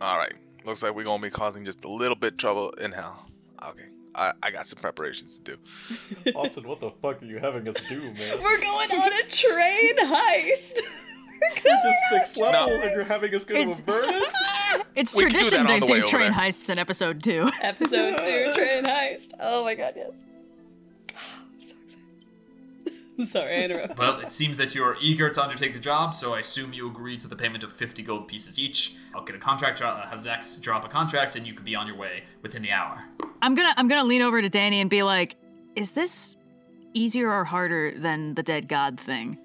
Speaker 6: Alright. Looks like we're gonna be causing just a little bit trouble in hell. Okay. I, I got some preparations to do.
Speaker 3: (laughs) Austin, what the fuck are you having us do, man?
Speaker 4: We're going on a train heist. (laughs)
Speaker 3: We're just sixth level
Speaker 6: No.
Speaker 3: and you're having us go to
Speaker 5: It's-
Speaker 3: a furnace?
Speaker 5: It's
Speaker 6: We can do
Speaker 5: tradition
Speaker 6: that
Speaker 5: to
Speaker 6: on the way
Speaker 5: do
Speaker 6: over
Speaker 5: train
Speaker 6: there.
Speaker 5: heists in episode
Speaker 6: (laughs)
Speaker 5: two. (laughs)
Speaker 4: Episode two, train heist. Oh my god, yes. (sighs) I'm so excited. (laughs) I'm sorry,
Speaker 2: (laughs)
Speaker 4: I interrupted.
Speaker 2: Well, it seems that you are eager to undertake the job, so I assume you agree to the payment of 50 gold pieces each. I'll get a contract, dra- uh, have Zax drop a contract, and you could be on your way within the hour.
Speaker 5: I'm gonna I'm gonna lean over to Danny and be like, is this easier or harder than the dead god thing?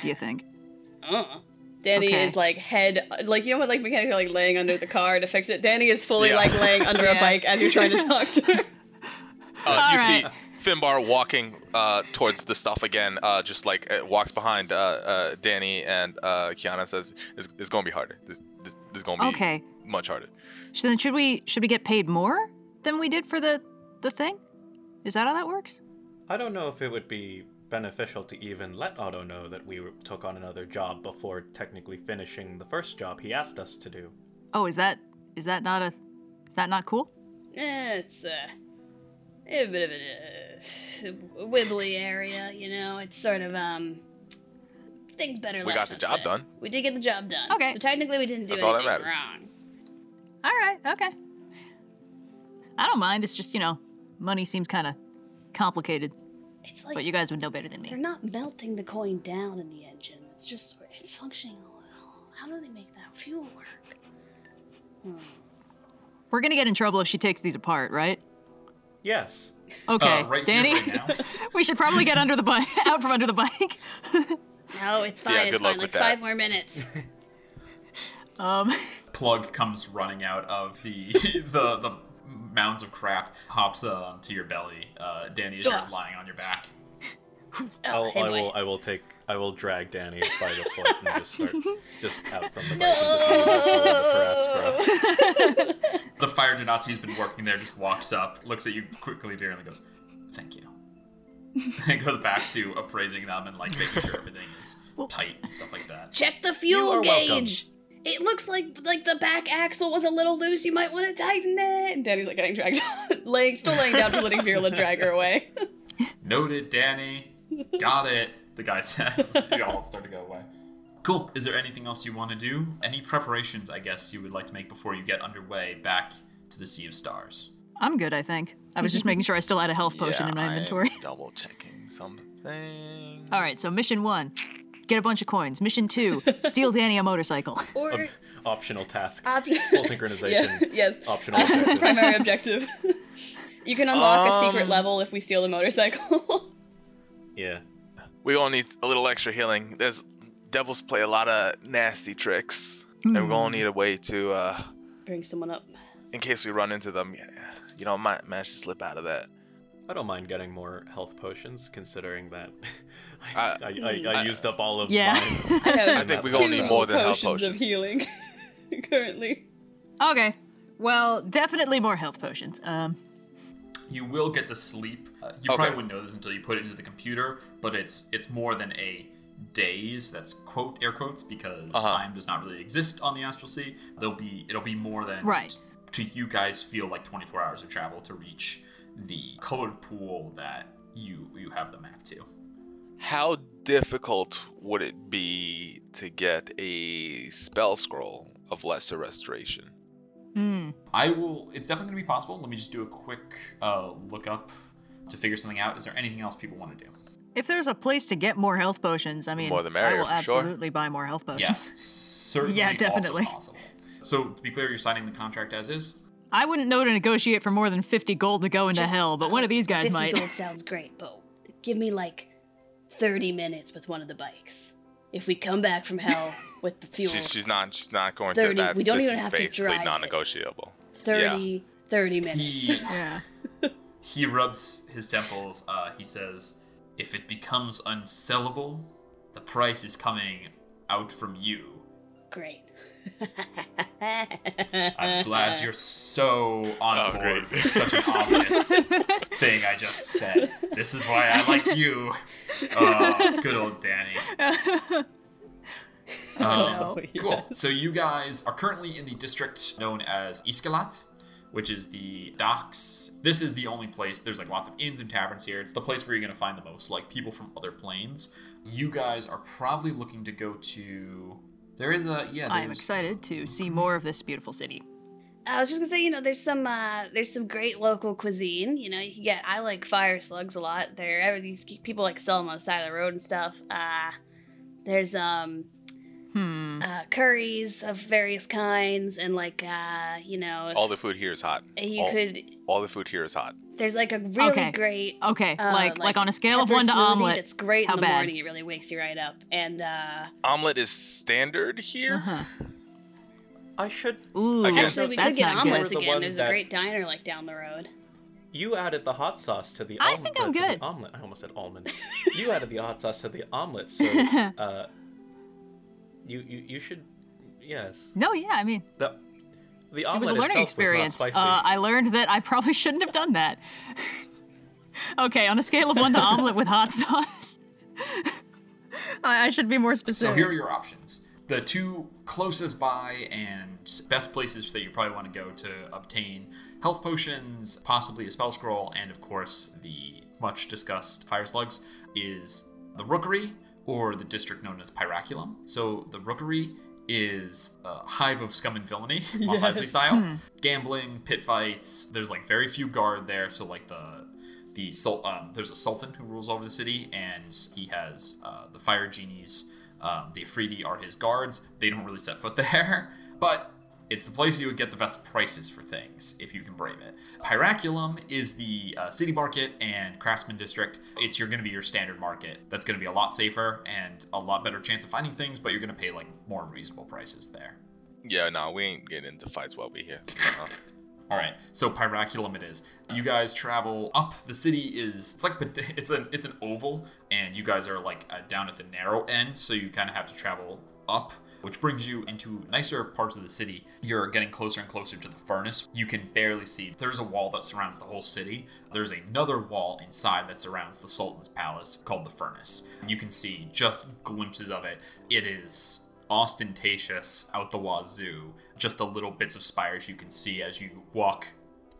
Speaker 5: Do you think?
Speaker 4: Uh, Danny
Speaker 5: Okay.
Speaker 4: is like head, like you know what, like mechanics are like laying under the car to fix it. Danny is fully
Speaker 6: Yeah. (laughs)
Speaker 4: like laying under a
Speaker 5: Yeah.
Speaker 4: bike as you're trying to talk to her.
Speaker 6: Uh, you
Speaker 5: Alright.
Speaker 6: see Finbar walking uh, towards the stuff again, uh, just like uh, walks behind uh, uh, Danny and uh, Kiana and says, it's, it's gonna be harder. This, this, this is gonna be
Speaker 5: Okay.
Speaker 6: much harder.
Speaker 5: So then should we should we get paid more than we did for the the thing? Is that how that works?
Speaker 3: I don't know if it would be beneficial to even let Otto know that we took on another job before technically finishing the first job he asked us to do.
Speaker 5: Oh, is that is that not a is that not cool?
Speaker 4: Eh, it's uh, a bit of a uh, wibbly area, you know. It's sort of um, things better.
Speaker 6: We
Speaker 4: left
Speaker 6: got the job
Speaker 4: unsaid.
Speaker 6: done.
Speaker 4: We did get the job done.
Speaker 5: Okay.
Speaker 4: So technically, we didn't do
Speaker 6: That's all that
Speaker 4: anything
Speaker 6: matters.
Speaker 4: wrong.
Speaker 5: All right, okay. I don't mind. It's just you know, money seems kind of complicated,
Speaker 4: It's
Speaker 5: but
Speaker 4: like
Speaker 5: you guys would know better than
Speaker 4: They're
Speaker 5: me.
Speaker 4: not melting the coin down in the engine. It's just sort- it's functioning a little. How do they make that fuel work?
Speaker 5: We're gonna get in trouble if she takes these apart, right?
Speaker 3: Yes.
Speaker 5: Okay,
Speaker 2: Uh, right
Speaker 5: Danny.
Speaker 2: here, right
Speaker 5: (laughs)
Speaker 2: now.
Speaker 5: we should probably get under the bike, (laughs) out from under the
Speaker 6: (laughs)
Speaker 5: bike.
Speaker 4: No, it's fine.
Speaker 6: (laughs) Yeah,
Speaker 4: it's
Speaker 6: good luck
Speaker 4: fine.
Speaker 6: with
Speaker 4: like five
Speaker 6: that.
Speaker 4: more minutes.
Speaker 5: Um,
Speaker 2: Plug comes running out of the (laughs) the, the mounds of crap, hops uh, onto your belly. Uh, Danny, as you're
Speaker 4: Ugh.
Speaker 2: lying on your back.
Speaker 4: Oh,
Speaker 3: I'll,
Speaker 4: hey
Speaker 3: I
Speaker 4: boy.
Speaker 3: will. I will take. I will drag Danny by the foot and just
Speaker 4: (laughs)
Speaker 3: start just out from the bike. and just leave her for Aspra.
Speaker 2: The fire genasi who's been working there just walks up, looks at you quickly, dear, and goes, "Thank you." (laughs) and goes back to appraising them and like making sure everything is tight and stuff like that.
Speaker 4: Check the
Speaker 3: are
Speaker 4: fuel
Speaker 3: welcome.
Speaker 4: gauge. It looks like like the back axle was a little loose. You might want to tighten it. And Danny's like getting dragged, (laughs) laying still laying down, just letting Virla drag her away.
Speaker 2: Noted, Danny. Got it. The guy says. (laughs) you all start to go away. Cool. Is there anything else you want to do? Any preparations, I guess, you would like to make before you get underway back to the Sea of Stars?
Speaker 5: I'm good, I think. I was just making sure I still had a health potion
Speaker 6: Yeah,
Speaker 5: in my
Speaker 6: I'm
Speaker 5: inventory. (laughs) Oh.
Speaker 6: Double checking something.
Speaker 5: All right, so mission one, get a bunch of coins. Mission
Speaker 6: (laughs)
Speaker 5: two, steal Danny a motorcycle.
Speaker 4: (laughs)
Speaker 5: (laughs)
Speaker 4: Or
Speaker 3: Optional task.
Speaker 4: (laughs) Op-
Speaker 3: Full synchronization.
Speaker 4: yeah, (laughs) yes,
Speaker 3: Optional. objective.
Speaker 4: primary objective. (laughs) you can unlock a secret
Speaker 6: Um,
Speaker 4: level if we steal the motorcycle. (laughs)
Speaker 3: yeah.
Speaker 6: We all need a little extra healing. There's devils play a lot of nasty tricks, and we're
Speaker 5: Mm.
Speaker 6: gonna need a way to, uh,
Speaker 4: Bring someone up.
Speaker 6: in case we run into them, yeah, you know, might manage to slip out of that.
Speaker 3: I don't mind getting more health potions, considering that (laughs) I,
Speaker 6: Uh,
Speaker 3: I, I, I used up all of
Speaker 5: Yeah.
Speaker 4: (laughs)
Speaker 3: mine.
Speaker 4: I have
Speaker 6: I think we
Speaker 3: Two
Speaker 6: gonna need more than health
Speaker 4: potions of
Speaker 6: potions.
Speaker 4: healing (laughs) currently.
Speaker 5: Okay, well, definitely more health potions. Um,
Speaker 2: You will get to sleep. Uh, you
Speaker 6: Okay.
Speaker 2: probably wouldn't know this until you put it into the computer, but it's it's more than a days. That's quote air quotes because
Speaker 6: Uh-huh.
Speaker 2: time does not really exist on the astral sea. There'll be it'll be more than
Speaker 5: Right.
Speaker 2: to you guys feel like 24 hours of travel to reach the colored pool that you you have the map to.
Speaker 6: How difficult would it be to get a spell scroll of lesser restoration?
Speaker 5: Hmm.
Speaker 2: I will. It's definitely going to be possible. Let me just do a quick uh, look up to figure something out. Is there anything else people want to do?
Speaker 5: If there's a place to get more health potions, I mean,
Speaker 6: More the
Speaker 5: I
Speaker 6: merrier,
Speaker 5: will
Speaker 6: for sure.
Speaker 5: absolutely buy more health potions.
Speaker 2: Yes, certainly.
Speaker 5: Yeah,
Speaker 2: also
Speaker 5: definitely.
Speaker 2: possible. So to be clear, you're signing the contract as is.
Speaker 5: I wouldn't know to negotiate for more than 50 gold to go into hell, but one of these guys
Speaker 4: 50
Speaker 5: might.
Speaker 4: gold sounds great, but give me like 30 minutes with one of the bikes. If we come back from hell (laughs) with the fuel,
Speaker 6: She's, she's not she's not going through
Speaker 4: 30.
Speaker 6: that.
Speaker 4: We don't
Speaker 6: this
Speaker 4: even
Speaker 6: is
Speaker 4: have to
Speaker 6: basically
Speaker 4: drive it.
Speaker 6: non-negotiable.
Speaker 4: 30, 30 minutes. (laughs)
Speaker 2: He
Speaker 5: (laughs) (laughs) Yeah.
Speaker 2: he rubs his temples. Uh, he says, "If it becomes unsellable, the price is coming out from you."
Speaker 4: Great.
Speaker 2: I'm glad you're so on
Speaker 6: Oh,
Speaker 2: board
Speaker 6: great.
Speaker 2: with such an
Speaker 6: (laughs)
Speaker 2: obvious thing I just said. This is why I like you. Oh, good old
Speaker 6: (laughs)
Speaker 2: Danny. Um,
Speaker 6: Oh,
Speaker 2: Cool. So you guys are currently in the district known as Iskalat, which is the docks. This is the only place. There's like lots of inns and taverns here. It's the place where you're gonna find the most like people from other planes. You guys are probably looking to go to. There is a yeah.
Speaker 5: I'm
Speaker 2: there's-
Speaker 5: excited to see more of this beautiful city.
Speaker 4: I was just gonna say, you know, there's some uh, there's some great local cuisine. You know, you can get. I like fire slugs a lot. There, ever these people like sell them on the side of the road and stuff. Uh, there's um
Speaker 5: Hmm.
Speaker 4: uh, curries of various kinds and like uh, you know,
Speaker 6: All the food here is hot.
Speaker 4: you
Speaker 6: all,
Speaker 4: could.
Speaker 6: all the food here is hot.
Speaker 4: There's like a really
Speaker 5: Okay.
Speaker 4: great.
Speaker 5: Okay,
Speaker 4: uh,
Speaker 5: like, like on a scale of
Speaker 4: pepper
Speaker 5: one to
Speaker 4: smoothie
Speaker 5: omelet.
Speaker 4: That's great
Speaker 5: how
Speaker 4: in the
Speaker 5: bad?
Speaker 4: morning. It really wakes you right up. And uh,
Speaker 6: Omelet is standard here.
Speaker 5: Uh-huh.
Speaker 3: I should.
Speaker 5: Ooh,
Speaker 6: Again.
Speaker 5: that's
Speaker 4: actually, we could
Speaker 5: that's
Speaker 4: get
Speaker 5: not good.
Speaker 4: omelets
Speaker 3: We're the
Speaker 4: again.
Speaker 3: one
Speaker 4: There's a
Speaker 3: that-
Speaker 4: great diner like down the road.
Speaker 3: You added the hot sauce to the.
Speaker 5: I
Speaker 3: omelet,
Speaker 5: think I'm
Speaker 3: to the
Speaker 5: good.
Speaker 3: omelet. I almost said
Speaker 5: (laughs)
Speaker 3: almond. you added the hot sauce to the omelet, so uh, you, you you should. Yes.
Speaker 5: No, yeah, I mean,
Speaker 3: The the
Speaker 5: it
Speaker 3: omelet
Speaker 5: was a learning
Speaker 3: itself
Speaker 5: experience.
Speaker 3: Was not
Speaker 5: uh,
Speaker 3: spicy.
Speaker 5: I learned that I probably (laughs) shouldn't have done that. okay, on a scale of one to omelet with hot sauce, (laughs) I, I should be more
Speaker 2: So
Speaker 5: specific.
Speaker 2: here are your options. The two closest by and best places that you probably want to go to obtain health potions, possibly a spell scroll, and of course the much discussed fire slugs is the rookery or the district known as Pyraculum. So the rookery is a hive of scum and villainy, (laughs) Mos Eisley style. Gambling, pit fights. There's like very few guard there, so like the the sul- um, there's a sultan who rules over the city, and he has uh, the fire genies. Um, the Afridi are his guards. They don't really set foot (laughs) there, but it's the place you would get the best prices for things if you can brave it. Pyraculum is the uh, city market and craftsman district. It's you're going to be your standard market. That's going to be a lot safer and a lot better chance of finding things, but you're going to pay like more reasonable prices there.
Speaker 6: Yeah, no, we ain't getting into fights while we here. Uh-huh.
Speaker 2: All right, so Pyraculum it is. You guys travel up. The city is it's like pot- it's an it's an oval, and you guys are like uh, down at the narrow end, so you kind of have to travel up, which brings you into nicer parts of the city. You're getting closer and closer to the furnace. You can barely see. There's a wall that surrounds the whole city. There's another wall inside that surrounds the Sultan's palace called the furnace. You can see just glimpses of it. It is ostentatious out the wazoo. Just the little bits of spires you can see as you walk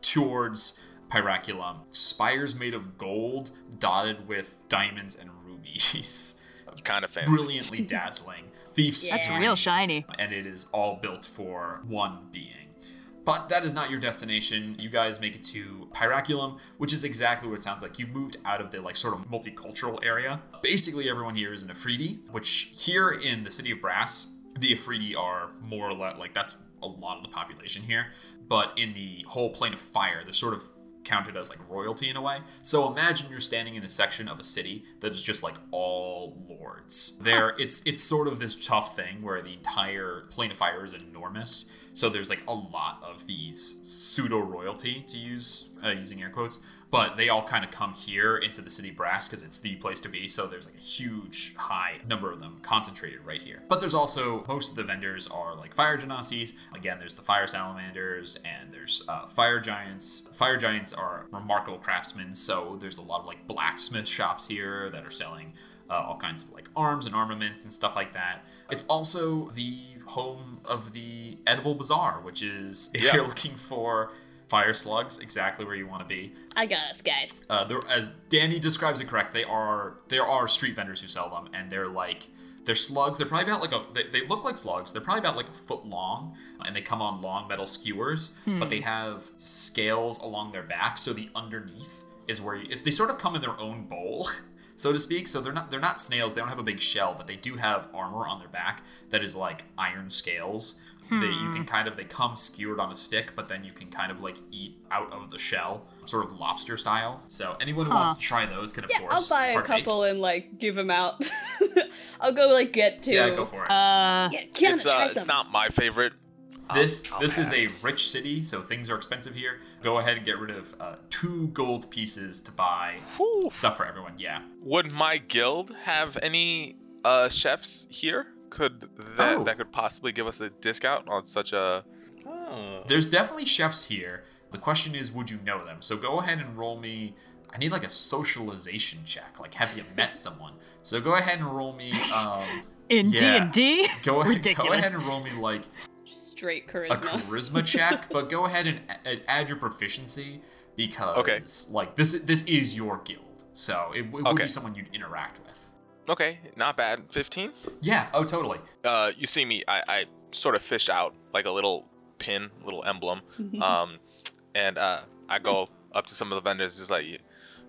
Speaker 2: towards Pyraculum. Spires made of gold, dotted with diamonds and rubies.
Speaker 6: kind of fancy.
Speaker 2: Brilliantly dazzling. Thief's
Speaker 5: That's
Speaker 2: wine
Speaker 5: real shiny.
Speaker 2: and it is all built for one being. But that is not your destination. You guys make it to Pyraculum, which is exactly what it sounds like. You moved out of the like sort of multicultural area. Basically, everyone here is an Afridi, which here in the city of Brass, the Afridi are more or less like that's a lot of the population here. But in the whole plane of fire, they're sort of counted as like royalty in a way. So imagine you're standing in a section of a city that is just like all lords. There it's it's sort of this tough thing where the entire plane of fire is enormous. So there's like a lot of these pseudo royalty to use uh, using air quotes, but they all kind of come here into the city brass because it's the place to be. So there's like a huge high number of them concentrated right here. But there's also most of the vendors are like fire genasis. Again, there's the fire salamanders and there's uh, fire giants. Fire giants are remarkable craftsmen, so there's a lot of like blacksmith shops here that are selling uh, all kinds of like arms and armaments and stuff like that. It's also the home of the edible bazaar, which is if
Speaker 6: Yeah.
Speaker 2: you're looking for fire slugs, exactly where you want to be.
Speaker 4: I got us, guys.
Speaker 2: Uh, there, as Danny describes it correct, they are there are street vendors who sell them, and they're like they're slugs. They're probably about like a they, they look like slugs. They're probably about like a foot long, and they come on long metal skewers, but they have scales along their back, so the underneath is where you, they sort of come in their own bowl. (laughs) So to speak, so they're not they're not snails. They don't have a big shell, but they do have armor on their back that is like iron scales that you
Speaker 1: Hmm.
Speaker 2: can kind of they come skewered on a stick, but then you can kind of like eat out of the shell, sort of lobster style. So anyone who wants
Speaker 5: Huh.
Speaker 2: to try those can of
Speaker 1: Yeah, I'll
Speaker 2: course
Speaker 1: buy a
Speaker 2: partake.
Speaker 1: couple and like give them out. (laughs) I'll go like get two.
Speaker 2: Yeah, go for it.
Speaker 5: Uh,
Speaker 4: Yeah, Kiana,
Speaker 6: it's,
Speaker 4: try
Speaker 6: uh,
Speaker 4: some.
Speaker 6: it's not my favorite. I'll-
Speaker 2: this
Speaker 6: I'll
Speaker 2: this is
Speaker 6: pass.
Speaker 2: a rich city, so things are expensive here. Go ahead and get rid of uh, two gold pieces to buy
Speaker 6: Whew.
Speaker 2: stuff for everyone. Yeah.
Speaker 6: Would my guild have any uh, chefs here? Could that
Speaker 2: Oh.
Speaker 6: that could possibly give us a discount on such a?
Speaker 3: Oh.
Speaker 2: There's definitely chefs here. The question is, would you know them? So go ahead and roll me. I need like a socialization check. Like, have you met someone? So go ahead and roll me. Um,
Speaker 5: in D
Speaker 2: Yeah.
Speaker 5: and D.
Speaker 2: go ahead. Go
Speaker 5: Ridiculous.
Speaker 2: ahead and roll me like
Speaker 1: Straight
Speaker 2: a
Speaker 1: charisma.
Speaker 2: charisma check, but go ahead and, a- and add your proficiency because
Speaker 6: Okay.
Speaker 2: like this i- this is your guild, so it, w- it would
Speaker 6: Okay.
Speaker 2: be someone you'd interact with.
Speaker 6: Okay, not bad. Fifteen.
Speaker 2: Yeah. Oh, totally.
Speaker 6: Uh, you see me? I, I sort of fish out like a little pin, little emblem. Um, and uh, I go up to some of the vendors, just like, "Y-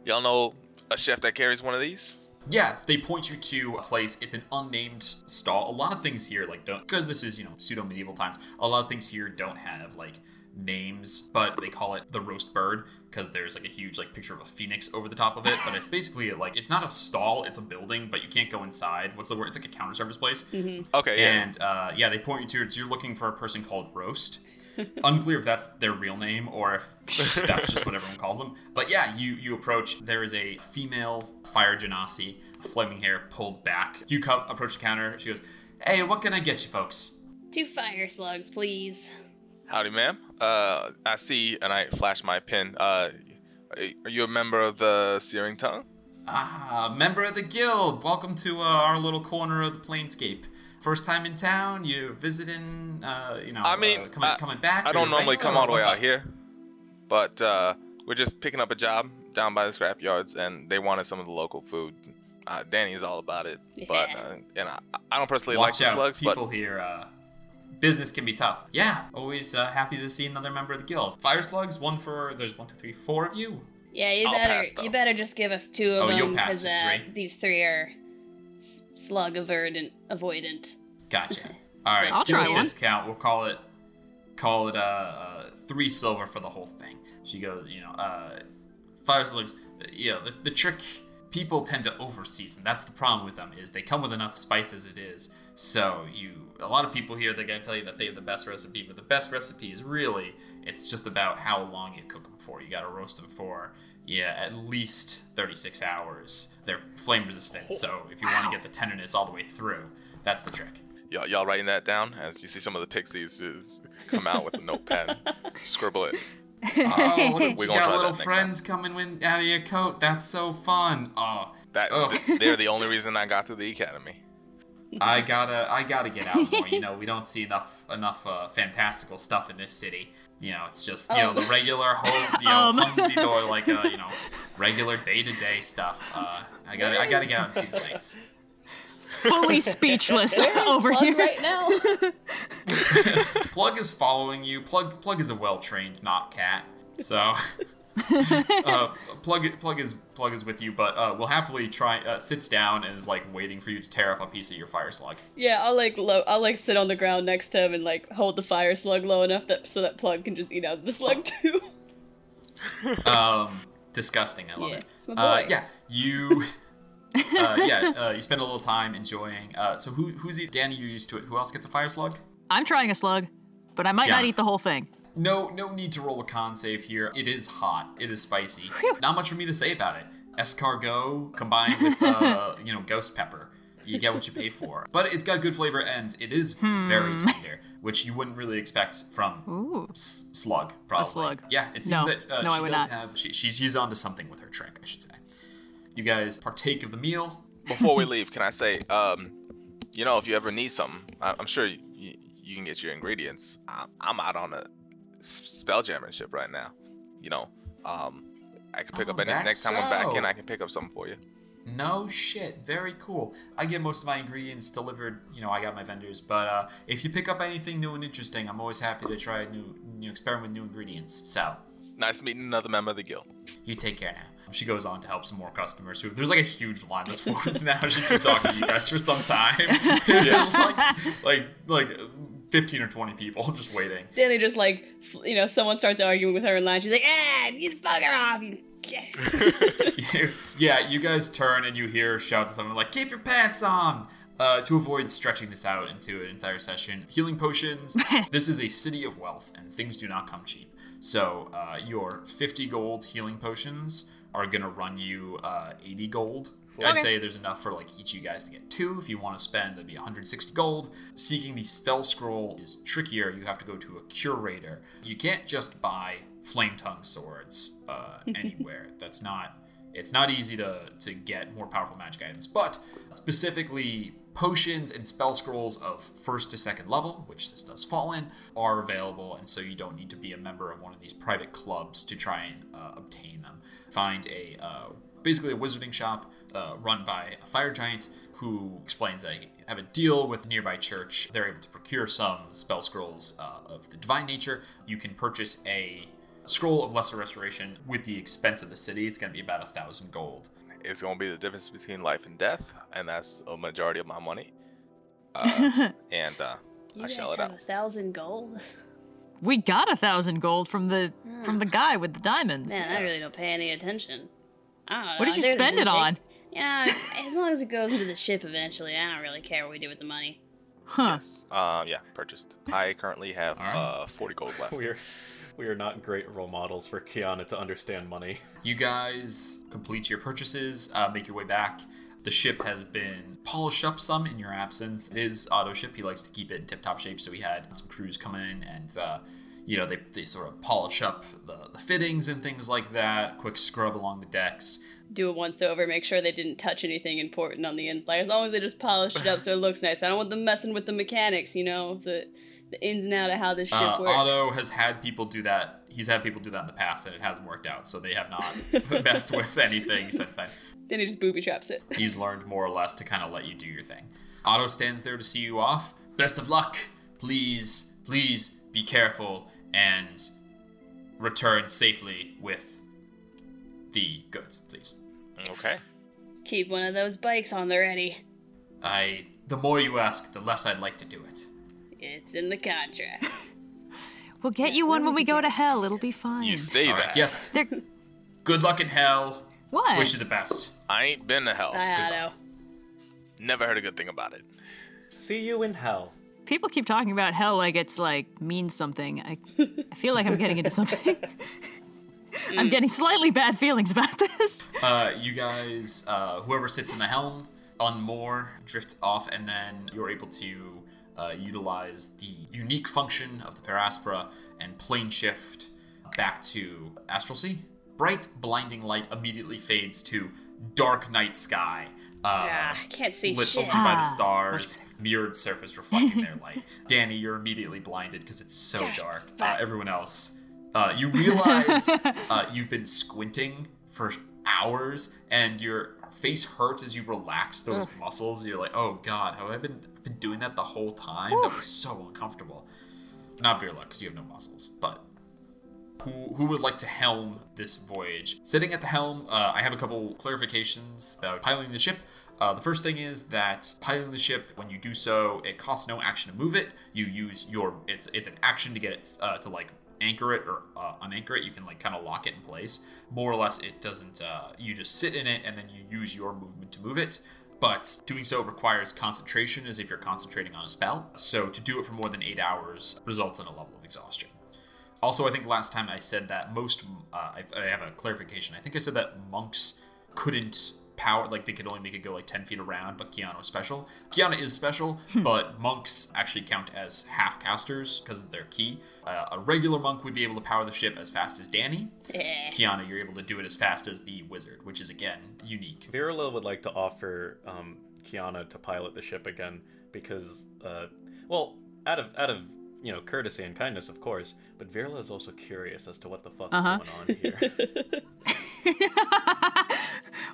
Speaker 6: y'all know a chef that carries one of these?
Speaker 2: Yes, they point you to a place. It's an unnamed stall. A lot of things here, like don't, because this is you know pseudo medieval times. A lot of things here don't have like names, but they call it the roast bird because there's like a huge like picture of a phoenix over the top of it. But it's basically like it's not a stall. It's a building, but you can't go inside. What's the word? It's like a counter service place.
Speaker 6: Okay, yeah.
Speaker 2: And uh, yeah, they point you to it's you're looking for a person called Roast. Unclear if that's their real name or if that's just what everyone calls them. But yeah, you you approach. There is a female fire genasi, flaming hair pulled back. You come approach the counter. She goes, "Hey, what can I get you, folks?"
Speaker 4: Two fire slugs, please.
Speaker 6: Howdy, ma'am. Uh, I see, and I flash my pin. Uh, are you a member of the Searing Tongue?
Speaker 2: Ah, member of the guild. Welcome to uh, our little corner of the planescape. First time in town. You're visiting. Uh, you know,
Speaker 6: I mean,
Speaker 2: uh, coming,
Speaker 6: I-
Speaker 2: coming back.
Speaker 6: I
Speaker 2: or
Speaker 6: don't
Speaker 2: you're
Speaker 6: normally
Speaker 2: regular,
Speaker 6: come all the
Speaker 2: or
Speaker 6: way
Speaker 2: what's
Speaker 6: out
Speaker 2: up?
Speaker 6: here, but uh, we're just picking up a job down by the scrap yards, and they wanted some of the local food. Uh, Danny's all about it, but
Speaker 4: Yeah.
Speaker 6: uh, and I, I don't personally
Speaker 2: Watch
Speaker 6: like the
Speaker 2: out,
Speaker 6: slugs,
Speaker 2: people here. Uh, business can be tough. Yeah, always uh, happy to see another member of the guild. Fire slugs, one for there's one, two, three, four of you.
Speaker 4: Yeah, you
Speaker 6: I'll
Speaker 4: better
Speaker 6: pass, though.
Speaker 4: you better just give us two of
Speaker 2: Oh,
Speaker 4: them
Speaker 2: you'll pass just
Speaker 4: uh,
Speaker 2: three?
Speaker 4: these three are s- slug avoidant. Avoidant.
Speaker 2: Gotcha. All right,
Speaker 5: I'll
Speaker 2: do
Speaker 5: try
Speaker 2: a
Speaker 5: one.
Speaker 2: discount. We'll call it call it uh, uh three silver for the whole thing. She goes, you know, uh, fire slugs. You know, the, the trick people tend to overseason. That's the problem with them is they come with enough spice as it is. So you, a lot of people here, they're gonna tell you that they have the best recipe, but the best recipe is really it's just about how long you cook them for. You gotta roast them for. Yeah, at least 36 hours. They're flame
Speaker 5: Oh,
Speaker 2: resistant, so if you want to get the tenderness all the way through, that's the trick.
Speaker 6: but y'all, y'all writing that down as you see some of the pixies just come out with a notepad, scribble it.
Speaker 2: Oh, look at
Speaker 6: We
Speaker 2: you
Speaker 6: gonna try
Speaker 2: got
Speaker 6: that
Speaker 2: little
Speaker 6: next
Speaker 2: friends coming in out of your coat. That's so fun. Oh,
Speaker 6: That
Speaker 2: Oh.
Speaker 6: th- they're the only reason I got through the academy.
Speaker 2: I gotta, I gotta get out more. You know, we don't see enough, enough uh, fantastical stuff in this city. You know, it's just you know the regular home, you know,
Speaker 5: Um.
Speaker 2: humdy door like uh, you know, regular day to day stuff. Uh, I gotta, I gotta get out and see the sights.
Speaker 5: Fully speechless over
Speaker 1: Plug
Speaker 5: here.
Speaker 1: right
Speaker 5: (laughs)
Speaker 1: now.
Speaker 2: Plug is following you. Plug, plug is a well trained not cat.
Speaker 1: (laughs)
Speaker 2: So. uh, plug plug is plug is with you, but uh, will happily try uh, sits down and is like waiting for you to tear off a piece of your fire slug.
Speaker 1: yeah, I'll like low. I'll like sit on the ground next to him and like hold the fire slug low enough that so that plug can just eat out of the
Speaker 2: Oh.
Speaker 1: slug too. (laughs)
Speaker 2: um, disgusting. I love
Speaker 1: Yeah,
Speaker 2: it.
Speaker 1: it's my
Speaker 2: Uh,
Speaker 1: boy.
Speaker 2: yeah,
Speaker 1: (laughs)
Speaker 2: you. uh, yeah, uh, you spend a little time enjoying. Uh, so who who's the Danny? You're used to it. Who else gets a fire slug?
Speaker 5: I'm trying a slug. but I might not
Speaker 2: Yeah.
Speaker 5: eat the whole thing.
Speaker 2: No, no need to roll a con save here. It is hot. It is spicy. Not much for me to say about it. Escargot combined with
Speaker 5: (laughs)
Speaker 2: uh, you know ghost pepper. You get what you pay for. But it's got good flavor and it is very tender, which you wouldn't really expect from
Speaker 5: Hmm. Ooh.
Speaker 2: s- slug. Probably.
Speaker 5: slug.
Speaker 2: Yeah. It seems
Speaker 5: No.
Speaker 2: that uh,
Speaker 5: No, I
Speaker 2: she
Speaker 5: would
Speaker 2: does
Speaker 5: not.
Speaker 2: have. She, she, she's onto something with her trick, I should say. You guys partake of the meal.
Speaker 6: Before we leave, can I say, um, you know, if you ever need something, I- I'm sure you, you can get your ingredients. I'm, I'm out on a s- spell jamming ship right now. You know, um, I can pick
Speaker 2: Oh,
Speaker 6: up any
Speaker 2: that's
Speaker 6: next time I'm back
Speaker 2: so.
Speaker 6: in. I can pick up something for you.
Speaker 2: No shit, very cool. I get most of my ingredients delivered. You know, I got my vendors, but uh, if you pick up anything new and interesting, I'm always happy to try new, new experiment with new ingredients. So
Speaker 6: Nice meeting another member of the guild.
Speaker 2: you take care now. She goes on to help some more customers. Who there's like a huge line that's formed now. She's been talking to you guys for some time. There's (laughs) like, like like fifteen or twenty people just waiting.
Speaker 4: Danny just like, f- you know, someone starts arguing with her in line. She's like, ah, you bugger off. You
Speaker 2: You- yeah, you guys turn and you hear her shout to someone like, "Keep your pants on!" Uh, to avoid stretching this out into an entire session. Healing potions. this is a city of wealth, and things do not come cheap. So uh, your 50 gold healing potions are gonna run you uh, 80 gold. I'd
Speaker 5: Okay.
Speaker 2: say there's enough for like each of you guys to get two. If you want to spend, that'd be 160 gold. Seeking the spell scroll is trickier. You have to go to a curator. You can't just buy flame tongue swords uh, anywhere. That's not. It's not easy to to get more powerful magic items, but specifically potions and spell scrolls of first to second level, which this does fall in, are available, and so you don't need to be a member of one of these private clubs to try and uh, obtain them. Find a uh, basically a wizarding shop uh, run by a fire giant who explains that they have a deal with a nearby church. They're able to procure some spell scrolls uh, of the divine nature. You can purchase a scroll of lesser restoration with the expense of the city. It's going to be about a thousand gold.
Speaker 6: It's gonna be the difference between life and death, and that's a majority of my money. Uh, and uh, I shell it out.
Speaker 4: a thousand gold? (laughs)
Speaker 5: We got a thousand gold from the from the guy with the diamonds.
Speaker 4: Man, uh, I really don't pay any attention. I don't know.
Speaker 5: What did you
Speaker 4: I do
Speaker 5: spend it
Speaker 4: take-
Speaker 5: on?
Speaker 4: Yeah, as long as it goes into the ship eventually, I don't really care what we do with the money.
Speaker 5: Huh.
Speaker 6: Yes. Uh, yeah, purchased. I currently have
Speaker 2: Alright.
Speaker 6: uh 40 gold
Speaker 3: (laughs)
Speaker 6: left.
Speaker 3: We are, we are not great role models for Kiana to understand money.
Speaker 2: You guys complete your purchases, uh, make your way back. The ship has been polished up some in your absence. It is auto ship. He likes to keep it in tip top shape, so we had some crews come in and, uh, you know, they, they sort of polish up the, the fittings and things like that. Quick scrub along the decks.
Speaker 4: Do a once over, make sure they didn't touch anything important on the inside. As long as they just polish it up so it looks nice. I don't want them messing with the mechanics, you know, the the ins and out of how this ship
Speaker 2: Uh,
Speaker 4: works.
Speaker 2: Otto has had people do that. He's had people do that in the past, and it hasn't worked out. So they have not (laughs) messed with anything since then.
Speaker 4: Then he just booby traps it.
Speaker 2: he's learned more or less to kind of let you do your thing. Otto stands there to see you off. Best of luck. Please, please be careful and return safely with the goods, please.
Speaker 6: Okay.
Speaker 4: Keep one of those bikes on the ready.
Speaker 2: I the more you ask, the less I'd like to do it.
Speaker 4: It's in the contract.
Speaker 5: We'll get you one when we go to hell. It'll be fine.
Speaker 6: You say
Speaker 2: All right,
Speaker 6: that.
Speaker 2: Yes.
Speaker 5: They're-
Speaker 2: Good luck in hell.
Speaker 5: What?
Speaker 2: Wish you the best.
Speaker 6: I ain't been to hell.
Speaker 4: Bye, Otto.
Speaker 6: Never heard a good thing about it.
Speaker 3: (laughs) See you in hell.
Speaker 5: People keep talking about hell like it's like means something. I, I feel like I'm getting into something. I'm getting slightly bad feelings about this. (laughs)
Speaker 2: Uh, you guys, uh, whoever sits in the helm, unmoor, drift off, and then you're able to uh, utilize the unique function of the Paraspora and plane shift back to Astral Sea. Bright, blinding light immediately fades to dark night sky. Uh,
Speaker 4: Ah, I can't see
Speaker 2: Lit
Speaker 4: shit.
Speaker 2: only by
Speaker 5: Ah.
Speaker 2: the stars, mirrored surface reflecting their light. Danny, you're immediately blinded because it's so dark. Uh, everyone else, uh, you realize uh, you've been squinting for hours and your face hurts as you relax those muscles. You're like, oh god, have I been, I've been doing that the whole time? That was so uncomfortable. Not for your luck because you have no muscles, but who, who would like to helm this voyage? Sitting at the helm, uh, I have a couple clarifications about piloting the ship. Uh, the first thing is that piloting the ship, when you do so, it costs no action to move it. You use your it's it's an action to get it uh, to like anchor it or uh, unanchor it. You can like kind of lock it in place. More or less, it doesn't. Uh, you just sit in it and then you use your movement to move it. but doing so requires concentration as if you're concentrating on a spell. So to do it for more than eight hours results in a level of exhaustion. Also, I think last time I said that most, uh, I, I have a clarification. I think I said that monks couldn't power, like they could only make it go like 10 feet around, but Kiana was special. Kiana is special, but monks actually count as half casters because of their key. Uh, a regular monk would be able to power the ship as fast as Danny.
Speaker 5: (laughs)
Speaker 4: Eh.
Speaker 2: Kiana, you're able to do it as fast as the wizard, which is again
Speaker 3: (laughs)
Speaker 2: unique.
Speaker 3: Virla would like to offer um, Kiana to pilot the ship again because, uh, well, out of out of you know courtesy and kindness, of course, but Virla is also curious as to what the fuck's
Speaker 5: Uh-huh.
Speaker 3: going on
Speaker 5: (laughs)
Speaker 3: here.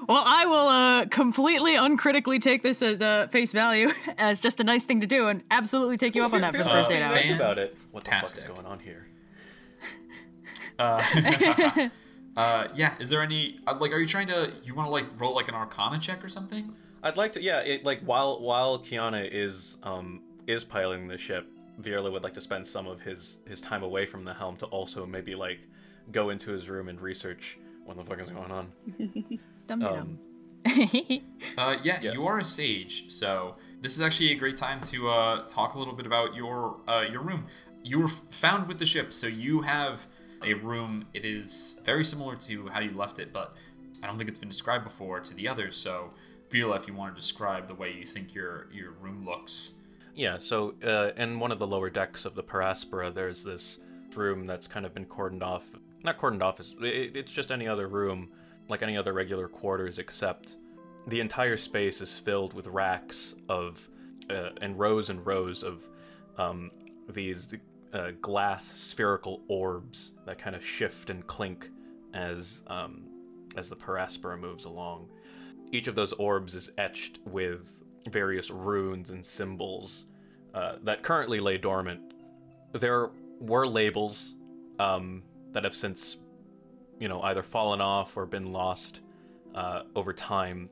Speaker 5: well, I will uh, completely uncritically take this as the face value (laughs) as just a nice thing to do and absolutely take you up on that for the
Speaker 2: Uh,
Speaker 3: (laughs)
Speaker 5: first eight
Speaker 2: fan-
Speaker 5: hours.
Speaker 3: Nice about it. What the fuck's
Speaker 2: Fantastic.
Speaker 3: going on here?
Speaker 2: Uh, (laughs) uh, yeah, is there any, uh, like, are you trying to, you want to, like, roll, like, an arcana check or something?
Speaker 3: I'd like to, yeah, it, like while while Kiana is um is piloting the ship, Vierla would like to spend some of his his time away from the helm to also maybe like go into his room and research what the fuck is going
Speaker 5: (laughs)
Speaker 3: on. Um,
Speaker 5: Dum dum.
Speaker 2: Uh, yeah, you are a sage, so this is actually a great time to uh, talk a little bit about your uh, your room. You were found with the ship, so you have a room. It is very similar to how you left it, but I don't think it's been described before to the others. So, Vila, if you want to describe the way you think your your room looks,
Speaker 3: Yeah, so uh, in one of the lower decks of the Paraspora, there's this room that's kind of been cordoned off. Not cordoned off, it's, it, it's just any other room, like any other regular quarters, except the entire space is filled with racks of, uh, and rows and rows of um, these uh, glass spherical orbs that kind of shift and clink as, um, as the Paraspora moves along each of those orbs is etched with various runes and symbols uh, that currently lay dormant. There were labels um, that have since, you know, either fallen off or been lost uh, over time,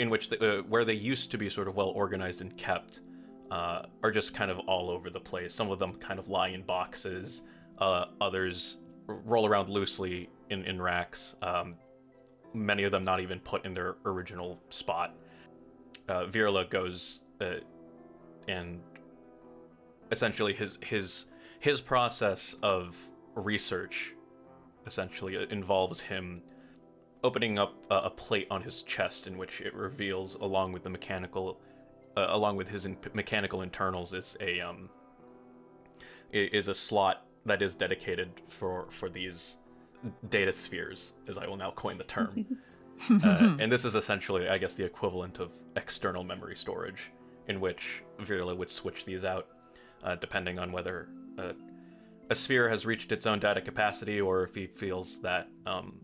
Speaker 3: in which the, uh, where they used to be sort of well organized and kept uh, are just kind of all over the place. Some of them kind of lie in boxes, uh, others r- roll around loosely in, in racks. Um, many of them not even put in their original spot. Uh, Virla goes uh, and essentially his his his process of research essentially involves him opening up a, a plate on his chest in which it reveals along with the mechanical uh, along with his in- mechanical internals is a um i- is a slot that is dedicated for for these data spheres, as I will now coin the term. uh, and this is essentially, I guess, the equivalent of external memory storage, in which Virla would switch these out uh, depending on whether uh, a sphere has reached its own data capacity or if he feels that um,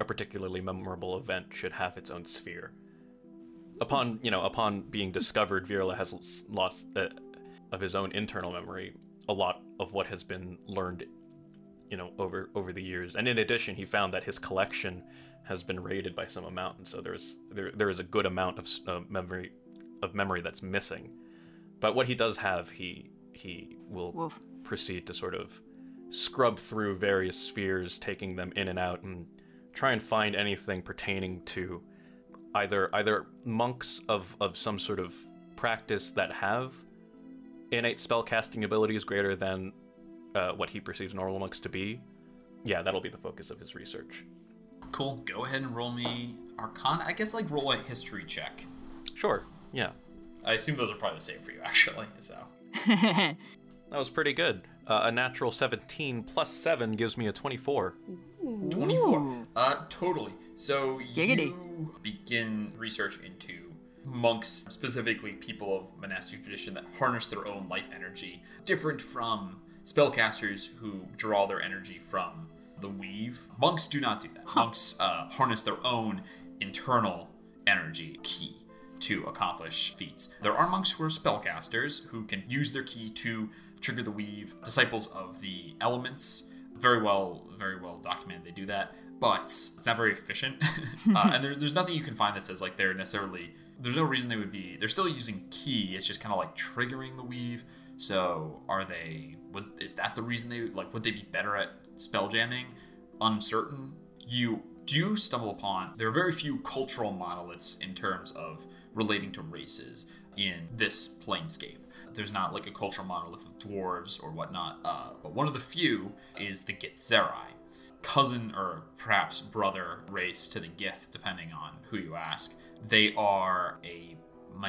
Speaker 3: a particularly memorable event should have its own sphere. Upon you know, upon being discovered, Virla has l- lost uh, of his own internal memory a lot of what has been learned you know over over the years and in addition he found that his collection has been raided by some amount and so there's there there is a good amount of s- uh, memory of memory that's missing but what he does have he he will
Speaker 5: Woof.
Speaker 3: proceed to sort of scrub through various spheres taking them in and out and try and find anything pertaining to either either monks of of some sort of practice that have innate spell casting abilities greater than uh, what he perceives normal monks to be. Yeah, that'll be the focus of his research.
Speaker 2: cool. Go ahead and roll me arcana. I guess like roll a history check.
Speaker 3: Sure. Yeah,
Speaker 2: I assume those are probably the same for you actually. So.
Speaker 3: that was pretty good. Uh, a natural 17 plus 7 gives me a 24.
Speaker 2: 24.
Speaker 5: Ooh.
Speaker 2: Uh, totally. So
Speaker 5: Giggity.
Speaker 2: you begin research into monks, specifically people of monastic tradition that harness their own life energy, different from spellcasters who draw their energy from the weave. Monks do not do that. Monks uh, harness their own internal energy key to accomplish feats. There are monks who are spellcasters who can use their key to trigger the weave. Disciples of the elements, very well, very well documented. They do that, but it's not very efficient. (laughs) uh, and there, there's nothing you can find that says like they're necessarily. There's no reason they would be. They're still using key. It's just kind of like triggering the weave. So are they? Would is that the reason they like? Would they be better at spell jamming? Uncertain. You do stumble upon, there are very few cultural monoliths in terms of relating to races in this planescape. There's not like a cultural monolith of dwarves or whatnot, uh, but one of the few is the Githzerai, cousin or perhaps brother race to the Gith, depending on who you ask. They are a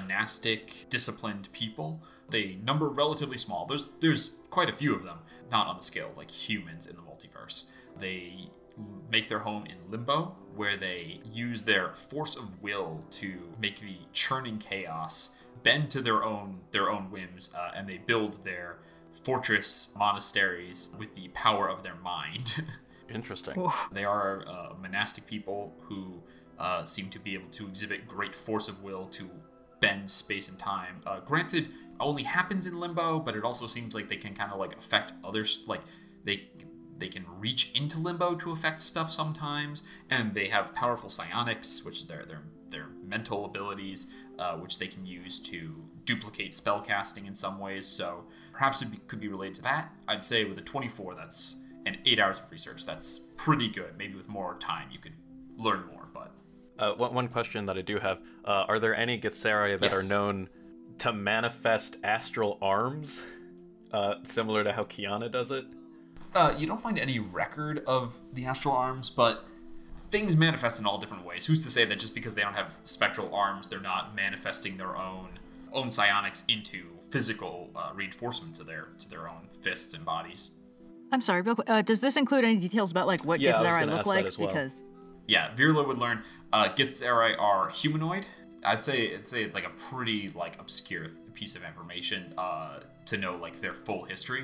Speaker 2: monastic, disciplined people. They number relatively small. There's there's quite a few of them, not on the scale of, like humans in the multiverse. They make their home in limbo, where they use their force of will to make the churning chaos bend to their own their own whims, uh, and they build their fortress monasteries with the power of their mind. (laughs)
Speaker 3: Interesting.
Speaker 2: They are uh, monastic people who uh, seem to be able to exhibit great force of will to bend space and time. Uh, granted, only happens in limbo, but it also seems like they can kind of like affect others. Like they they can reach into limbo to affect stuff sometimes, and they have powerful psionics, which is their their their mental abilities, uh, which they can use to duplicate spell casting in some ways. So perhaps it be, could be related to that. I'd say with a 24, that's and eight hours of research. That's pretty good. Maybe with more time, you could learn more. But
Speaker 3: Uh, one, one question that I do have: uh, Are there any Githzerai that
Speaker 2: Yes.
Speaker 3: are known to manifest astral arms, uh, similar to how Kiana does it?
Speaker 2: uh, you don't find any record of the astral arms, but things manifest in all different ways. Who's to say that just because they don't have spectral arms, they're not manifesting their own own psionics into physical uh, reinforcement to their to their own fists and bodies?
Speaker 5: (laughs) I'm sorry, real quick. Uh, does this include any details about like what
Speaker 3: Yeah, I
Speaker 5: Githzerai
Speaker 3: was gonna
Speaker 5: look
Speaker 3: ask that
Speaker 5: like?
Speaker 3: as well.
Speaker 5: Because
Speaker 2: Yeah, Virla would learn. Uh, Githzerai are humanoid. I'd say I'd say it's like a pretty like obscure piece of information uh, to know like their full history.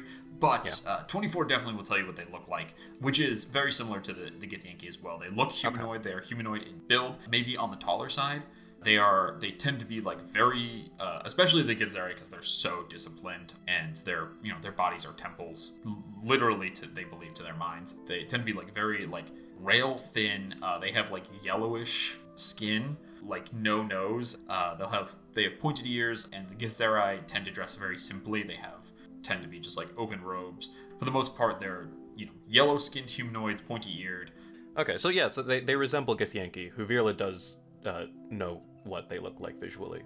Speaker 2: But uh, 24 definitely will tell you what they look like, which is very similar to the, the Githyanki as well. They look humanoid. They are humanoid in build, maybe on the taller side. They are. They tend to be like very, uh, especially the Githzerai, because they're so disciplined and their you know their bodies are temples, l- literally to they believe to their minds. They tend to be like very like rail thin. Uh, they have like yellowish skin, like no nose. Uh, they'll have they have pointed ears, and the Githzerai tend to dress very simply. They have tend to be just like open robes. For the most part, they're you know yellow skinned humanoids, pointy eared.
Speaker 3: Okay, so yeah, so they, they resemble Githyanki, who Virla does uh, know what they look like visually.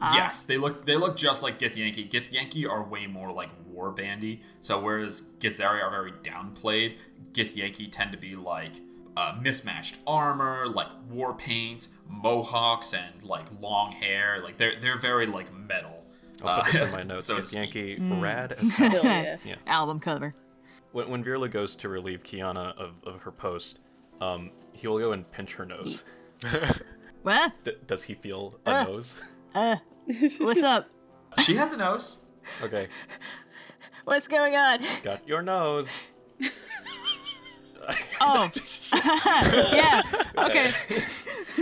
Speaker 3: Uh,
Speaker 2: Yes, they look they look just like Githyanki. Githyanki are way more like war bandy. So whereas Githzari are very downplayed, Githyanki tend to be like uh, mismatched armor, like war paint, mohawks, and like long hair. Like they're they're very like metal.
Speaker 3: I'll put
Speaker 2: uh, (laughs)
Speaker 3: this in my notes.
Speaker 2: so Hmm. to speak.
Speaker 3: Githyanki, rad as hell.
Speaker 4: Hell yeah.
Speaker 3: Yeah.
Speaker 5: album cover.
Speaker 3: when, when Virla goes to relieve Kiana of, of her post, um, he will go and pinch her nose.
Speaker 5: What?
Speaker 3: D- does he feel a
Speaker 5: Ah. (laughs)
Speaker 3: nose?
Speaker 5: Uh, what's up?
Speaker 2: She has a nose.
Speaker 3: Okay,
Speaker 5: What's going on?
Speaker 3: got your nose.
Speaker 5: Oh, (laughs) yeah. Okay.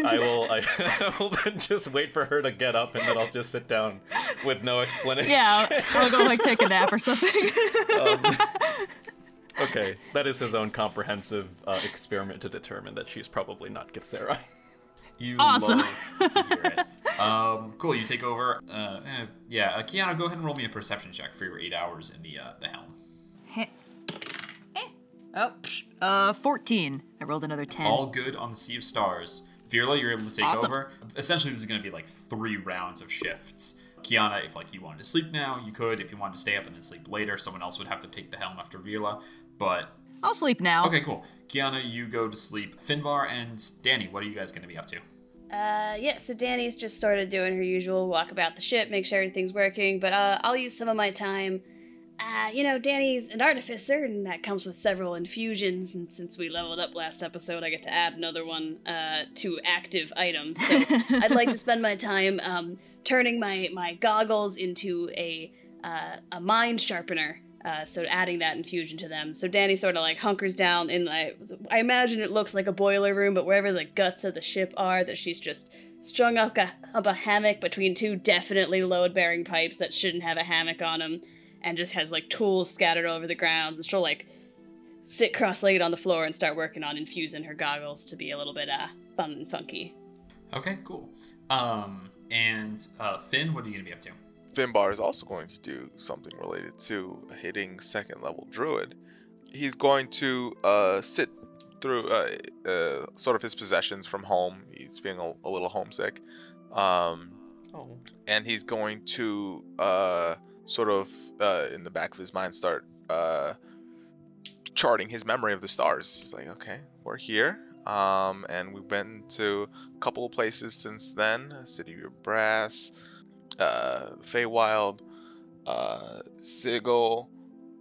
Speaker 3: I will. I, I (laughs) will then just wait for her to get up, and then I'll just sit down with no explanation.
Speaker 5: Yeah, I'll, I'll go like take a nap or (laughs) something.
Speaker 3: Um, Okay, that is his own comprehensive uh, experiment to determine that she's probably not Githzerai.
Speaker 2: You
Speaker 5: Awesome.
Speaker 2: love to hear it. Um, cool. You take over. Uh, eh, yeah, uh, Keanu, go ahead and roll me a perception check for your eight hours in the uh, the helm.
Speaker 5: oh, psh, uh, 14. I rolled another 10.
Speaker 2: all good on the Sea of Stars. Virla, you're able to take
Speaker 5: Awesome.
Speaker 2: over. Essentially, this is going to be like three rounds of shifts. Kiana, if like you wanted to sleep now, you could. If you wanted to stay up and then sleep later, someone else would have to take the helm after Virla. But
Speaker 5: I'll sleep now.
Speaker 2: okay, cool. Kiana, you go to sleep. Finbar and Danny, what are you guys going to be up to?
Speaker 4: Uh, yeah, so Danny's just sort of doing her usual walk about the ship, make sure everything's working, but uh, I'll use some of my time. Uh, you know, Danny's an artificer, and that comes with several infusions, and since we leveled up last episode, I get to add another one uh, to active items. So I'd like to spend my time um, turning my, my goggles into a, uh, a mind sharpener. Uh, so adding that infusion to them. So Danny sort of like hunkers down in I, I imagine it looks like a boiler room, but wherever the guts of the ship are, that she's just strung up a, up a hammock between two definitely load bearing pipes that shouldn't have a hammock on them, and just has like tools scattered over the grounds. And she'll like sit cross legged on the floor and start working on infusing her goggles to be a little bit uh fun and funky.
Speaker 2: Okay, cool. Um, and uh, Finn, what are you going to be up to?
Speaker 6: Finbar is also going to do something related to hitting second level druid. He's going to uh, sit through uh, uh, sort of his possessions from home. He's being a, a little homesick, um,
Speaker 3: Oh.
Speaker 6: and he's going to uh, sort of uh, in the back of his mind start uh, charting his memory of the stars. He's like, okay, we're here, um, and we've been to a couple of places since then: City of Brass, uh, Feywild, uh, Sigil,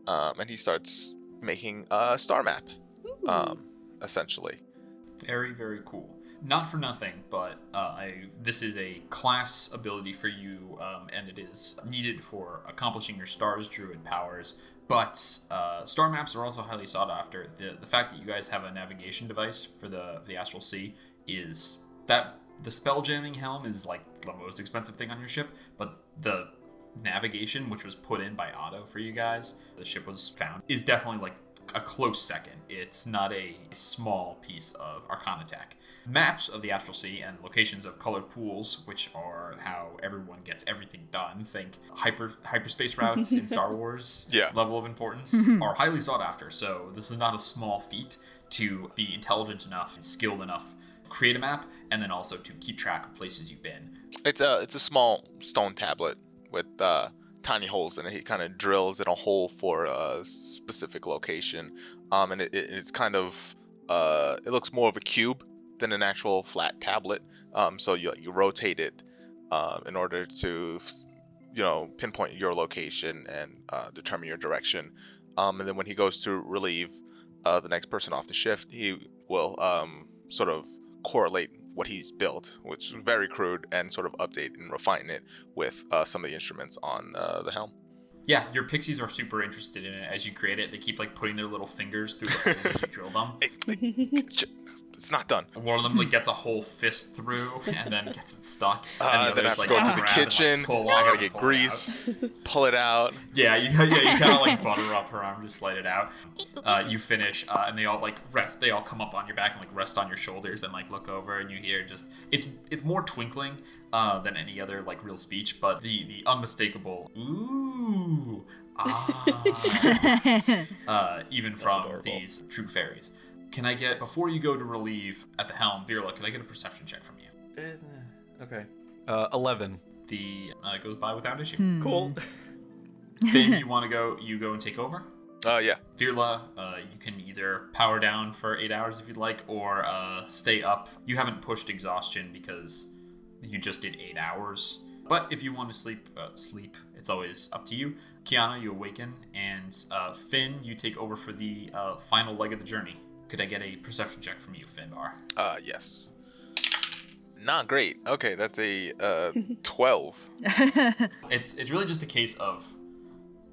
Speaker 6: um, and he starts making a star map um, essentially.
Speaker 2: Very, very cool. Not for nothing, but uh, I, this is a class ability for you, um, and it is needed for accomplishing your stars druid powers. But uh, star maps are also highly sought after. The, the fact that you guys have a navigation device for the the astral sea is that the spell jamming helm is like the most expensive thing on your ship, but the navigation, which was put in by Otto for you guys, the ship was found, is definitely like a close second. It's not a small piece of Arcana tech. Maps of the Astral Sea and locations of colored pools, which are how everyone gets everything done. Think hyper hyperspace routes in Star Wars
Speaker 6: Yeah.
Speaker 2: level of importance are highly sought after. So this is not a small feat to be intelligent enough, and skilled enough, create a map, and then also to keep track of places you've been.
Speaker 6: It's a it's a small stone tablet with uh, tiny holes in it. He kind of drills in a hole for a specific location, um, and it, it, it's kind of uh, it looks more of a cube than an actual flat tablet. Um, so you you rotate it um, in order to you know pinpoint your location and uh, determine your direction. Um, and then when he goes to relieve uh, the next person off the shift, he will um, sort of correlate what he's built, which is very crude, and sort of update and refine it with uh, some of the instruments on uh, the helm.
Speaker 2: Yeah, your pixies are super interested in it as you create it. They keep like putting their little fingers through the holes as you drill
Speaker 6: (laughs)
Speaker 2: them.
Speaker 6: It- it- ch- it's not done.
Speaker 2: And One of them like gets a whole fist through and then gets it stuck. and
Speaker 6: Uh, then I have
Speaker 2: other's,
Speaker 6: to go to
Speaker 2: grab
Speaker 6: the
Speaker 2: and, like,
Speaker 6: kitchen.
Speaker 2: pull
Speaker 6: I
Speaker 2: on
Speaker 6: gotta
Speaker 2: and
Speaker 6: get
Speaker 2: pull it
Speaker 6: grease,
Speaker 2: out.
Speaker 6: pull it out.
Speaker 2: Yeah, you, (laughs) yeah, you kind of like butter up her arm, just slide it out. Uh, you finish, uh, and they all like rest. They all come up on your back and like rest on your shoulders and like look over, and you hear just it's it's more twinkling uh, than any other like real speech, but the the unmistakable ooh
Speaker 5: (laughs)
Speaker 2: ah uh, even from
Speaker 3: adorable.
Speaker 2: these true fairies. Can I get before you go to relieve at the helm, Virla? Can I get a perception check from you?
Speaker 3: Okay. Uh, 11.
Speaker 2: The uh, goes by without issue.
Speaker 5: Hmm. (laughs)
Speaker 3: Cool.
Speaker 2: Finn, you want to go? You go and take over.
Speaker 6: Uh, yeah.
Speaker 2: Virla, uh, you can either power down for eight hours if you'd like, or uh, stay up. You haven't pushed exhaustion because you just did eight hours. But if you want to sleep, uh, sleep. It's always up to you. Kiana, you awaken, and uh, Finn, you take over for the uh, final leg of the journey. Could I get a perception check from you, Finbar?
Speaker 6: Uh, yes. Not great. Okay, that's a uh, 12.
Speaker 2: It's it's really just a case of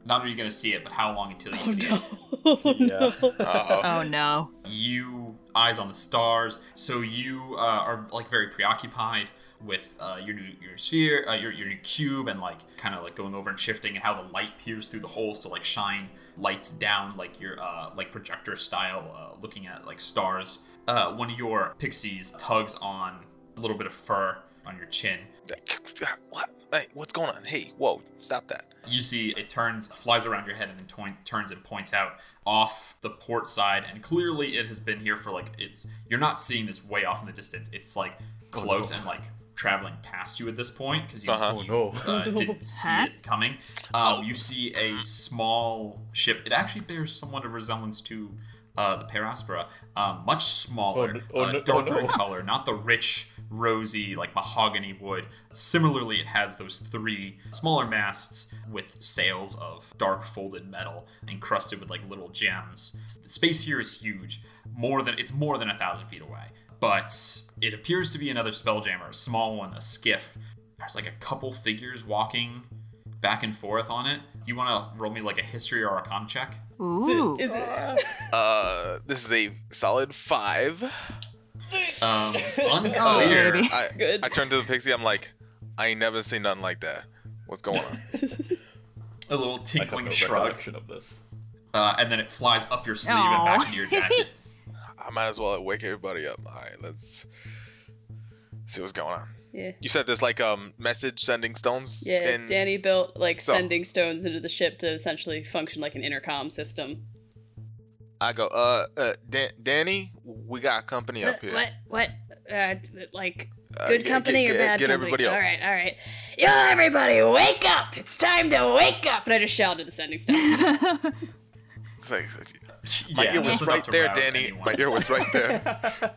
Speaker 2: not are you going to see it, but how long until you see it.
Speaker 3: Yeah.
Speaker 6: Uh,
Speaker 5: oh no.
Speaker 2: you eyes on the stars so you uh, are like very preoccupied with uh, your new your sphere uh, your, your new cube and like kind of like going over and shifting and how the light peers through the holes to like shine lights down like your uh, like projector style uh, looking at like stars uh, one of your pixies tugs on a little bit of fur on your chin
Speaker 6: (laughs) what? Hey, what's going on? Hey, whoa, stop that.
Speaker 2: you see it turns flies around your head and then toin- turns and points out off the port side and clearly it has been here for like it's you're not seeing this way off in the distance it's like close and like traveling past you at this point because you,
Speaker 6: Uh-huh.
Speaker 2: you,
Speaker 3: Oh,
Speaker 2: uh, didn't see
Speaker 5: Huh?
Speaker 2: it coming um, you see a small ship it actually bears somewhat of resemblance to uh, the Paraspora, um, much smaller,
Speaker 3: Oh, no- oh,
Speaker 2: uh,
Speaker 3: no- oh,
Speaker 2: darker in
Speaker 3: no.
Speaker 2: color, not the rich, rosy, like mahogany wood. Similarly, it has those three smaller masts with sails of dark folded metal encrusted with like little gems. The space here is huge, more than it's more than a thousand feet away. But it appears to be another spelljammer, a small one, a skiff. There's like a couple figures walking back and forth on it. You want to roll me like a history or a con check?
Speaker 5: Ooh.
Speaker 7: Is it?
Speaker 6: Uh, this is a solid five.
Speaker 2: Um,
Speaker 6: Oh,
Speaker 2: unclear.
Speaker 5: baby.
Speaker 4: (laughs)
Speaker 6: I,
Speaker 7: Good.
Speaker 6: I turned to the pixie. I'm like, I ain't never seen nothing like that. What's
Speaker 4: (laughs)
Speaker 6: going on?
Speaker 2: a little
Speaker 3: I have
Speaker 2: tinkling
Speaker 3: no
Speaker 2: shrug,
Speaker 3: recollection of this.
Speaker 2: uh, and then it flies up your sleeve and back
Speaker 5: Aw.
Speaker 2: into your
Speaker 5: (laughs)
Speaker 2: jacket.
Speaker 6: I might as well wake everybody up. All right, let's see what's going on.
Speaker 7: Yeah.
Speaker 6: You said there's like um message sending stones.
Speaker 7: Yeah,
Speaker 6: in-
Speaker 7: Danny built like
Speaker 6: So-
Speaker 7: sending stones into the ship to essentially function like an intercom system.
Speaker 6: I go, uh, uh Dan- Danny, we got company up here.
Speaker 4: What? What? Uh, like
Speaker 6: Uh,
Speaker 4: good
Speaker 6: get-
Speaker 4: company
Speaker 6: get-
Speaker 4: or
Speaker 6: get-
Speaker 4: bad
Speaker 6: Get
Speaker 4: company?
Speaker 6: everybody up.
Speaker 4: All right, all right. Yo, everybody, wake up! It's time to wake up! And I just shouted the sending stuff. (laughs)
Speaker 6: It's like-
Speaker 2: Yeah,
Speaker 6: my ear was
Speaker 2: that's enough
Speaker 6: right
Speaker 2: to
Speaker 6: there,
Speaker 2: rouse
Speaker 6: Danny.
Speaker 2: anyone.
Speaker 6: My ear was right
Speaker 4: (laughs)
Speaker 6: there.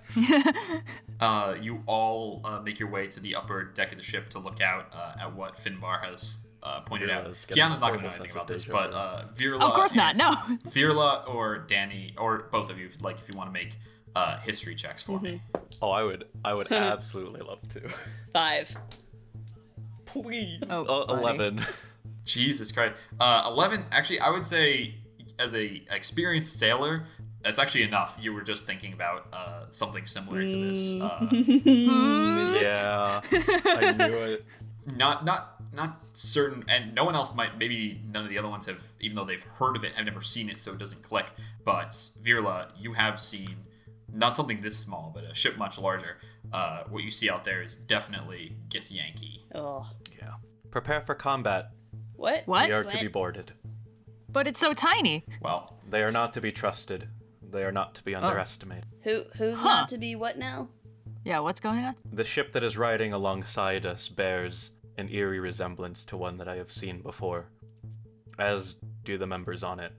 Speaker 2: Uh, you all uh, make your way to the upper deck of the ship to look out uh, at what Finbar has uh, pointed out.
Speaker 3: Virla is getting
Speaker 2: Kiana's
Speaker 3: a
Speaker 2: not going to
Speaker 3: horrible
Speaker 2: know anything
Speaker 3: sense
Speaker 2: about
Speaker 3: of
Speaker 2: this,
Speaker 3: deja
Speaker 2: but
Speaker 3: vu.
Speaker 2: uh, Virla.
Speaker 5: Of course not.
Speaker 2: and- (laughs)
Speaker 5: No.
Speaker 2: Virla or Danny or both of you, if- like if you want to make uh, history checks for
Speaker 5: Mm-hmm.
Speaker 2: me.
Speaker 3: Oh, I would, I
Speaker 5: (laughs)
Speaker 3: would absolutely love to.
Speaker 4: Five.
Speaker 3: Please,
Speaker 5: Oh,
Speaker 3: Uh,
Speaker 5: buddy. (laughs)
Speaker 3: eleven.
Speaker 2: Jesus Christ, uh, eleven. Actually, I would say as a experienced sailor, that's actually enough. You were just thinking about uh, something similar to this. Uh,
Speaker 5: Hmm,
Speaker 3: yeah, I knew it.
Speaker 2: not not not certain and no one else might maybe none of the other ones have even though they've heard of it have never seen it so it doesn't click but virla you have seen not something this small but a ship much larger uh, what you see out there is definitely githyanki
Speaker 4: Oh.
Speaker 3: Yeah. Prepare for combat.
Speaker 4: What?
Speaker 5: What?
Speaker 3: They are to
Speaker 4: What?
Speaker 3: be boarded.
Speaker 5: But it's so tiny.
Speaker 2: well
Speaker 3: They are not to be trusted. They are not to
Speaker 5: Oh.
Speaker 3: be underestimated.
Speaker 4: Who? Who's
Speaker 5: Huh.
Speaker 4: not to be what now?
Speaker 5: Yeah, what's going on?
Speaker 3: The ship that is riding alongside us bears an eerie resemblance to one that I have seen before, as do the members on it.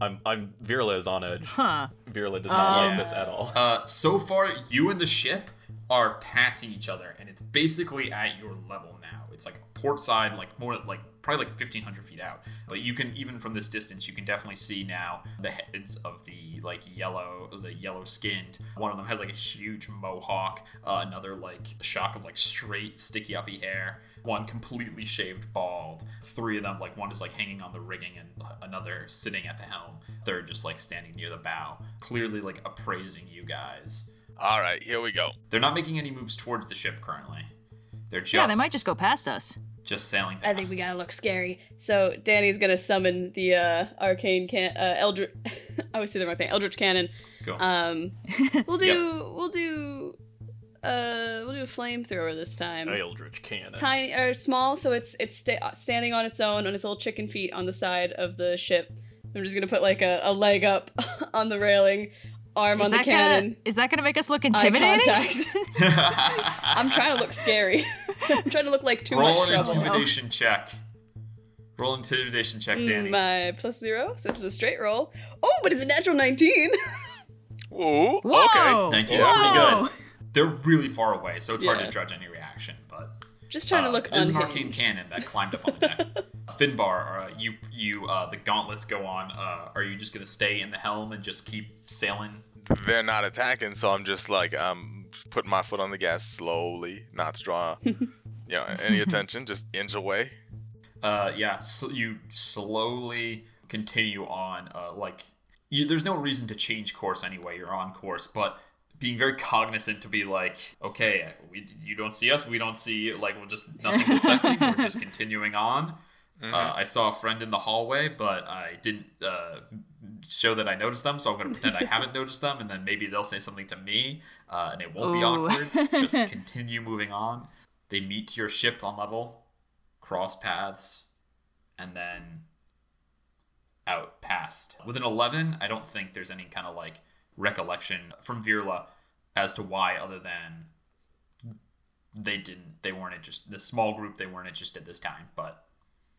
Speaker 3: I'm, I'm. Virla is on edge.
Speaker 5: Huh.
Speaker 3: Virla does not
Speaker 2: Oh.
Speaker 3: like this at all.
Speaker 2: uh, so far you and the ship are passing each other and it's basically at your level now it's like port side like more like probably like 1500 feet out but you can even from this distance you can definitely see now the heads of the like yellow the yellow skinned one of them has like a huge mohawk uh, another like shock of like straight sticky uppy hair one completely shaved bald three of them like one is like hanging on the rigging and another sitting at the helm third just like standing near the bow clearly like appraising you guys
Speaker 6: All right, here we go.
Speaker 2: they're not making any moves towards the ship currently. They're just
Speaker 5: Yeah, they might just go past us.
Speaker 2: just sailing past.
Speaker 4: I think we gotta look scary. So Danny's gonna summon the uh, arcane can- uh, eldritch. (laughs) I always say the right thing. Eldritch cannon.
Speaker 2: Go.
Speaker 5: (laughs)
Speaker 4: Um, we'll do. We'll do. Uh, we'll do a flamethrower this time.
Speaker 3: Eldritch cannon. (laughs)
Speaker 4: Tiny or small, so it's it's sta- standing on its own on its little chicken feet on the side of the ship. I'm just gonna put like a, a leg up (laughs) on the railing, arm
Speaker 5: Is
Speaker 4: on the
Speaker 5: that, gonna,
Speaker 4: cannon.
Speaker 5: is that gonna make us look
Speaker 4: eye
Speaker 5: intimidating?
Speaker 4: contact. (laughs) I'm
Speaker 2: (laughs)
Speaker 4: trying to look
Speaker 5: (laughs)
Speaker 4: scary. I'm trying to look like too
Speaker 2: Roll
Speaker 4: much
Speaker 2: an
Speaker 4: trouble.
Speaker 2: intimidation check. Roll intimidation check, Danny.
Speaker 4: Mm, My plus zero, so this is a straight roll. Oh, but it's a natural 19.
Speaker 6: Ooh,
Speaker 5: Whoa!
Speaker 6: okay.
Speaker 2: Thank
Speaker 5: oh.
Speaker 2: you.
Speaker 5: Whoa!
Speaker 2: That's They're really far away, so it's hard
Speaker 4: Yeah.
Speaker 2: to judge any reaction. But
Speaker 4: (laughs) Just trying to
Speaker 2: uh,
Speaker 4: look
Speaker 2: It is an
Speaker 4: unhinged.
Speaker 2: arcane cannon that climbed up on the
Speaker 4: (laughs)
Speaker 2: deck. Finbar, uh, you you uh, the gauntlets go on. Uh, are you just gonna stay in the helm and just keep sailing?
Speaker 6: They're not attacking, so I'm just like I'm putting my foot on the gas slowly, not to
Speaker 5: (laughs)
Speaker 6: draw, you know, any attention. Just inch away.
Speaker 2: uh yeah so you slowly continue on uh like you, there's no reason to change course anyway you're on course but being very cognizant to be like okay we you don't see us we don't see you like we're just nothing's affecting we're just continuing on uh, i saw a friend in the hallway but i didn't uh show that i noticed them so i'm gonna pretend i haven't noticed them and then maybe they'll say something to me uh, and it won't be
Speaker 5: Ooh.
Speaker 2: awkward just continue moving on they meet your ship on level cross paths, and then out past. With an 11, I don't think there's any kind of like recollection from Virla as to why, other than they didn't, they weren't just the small group, they weren't interested this time. But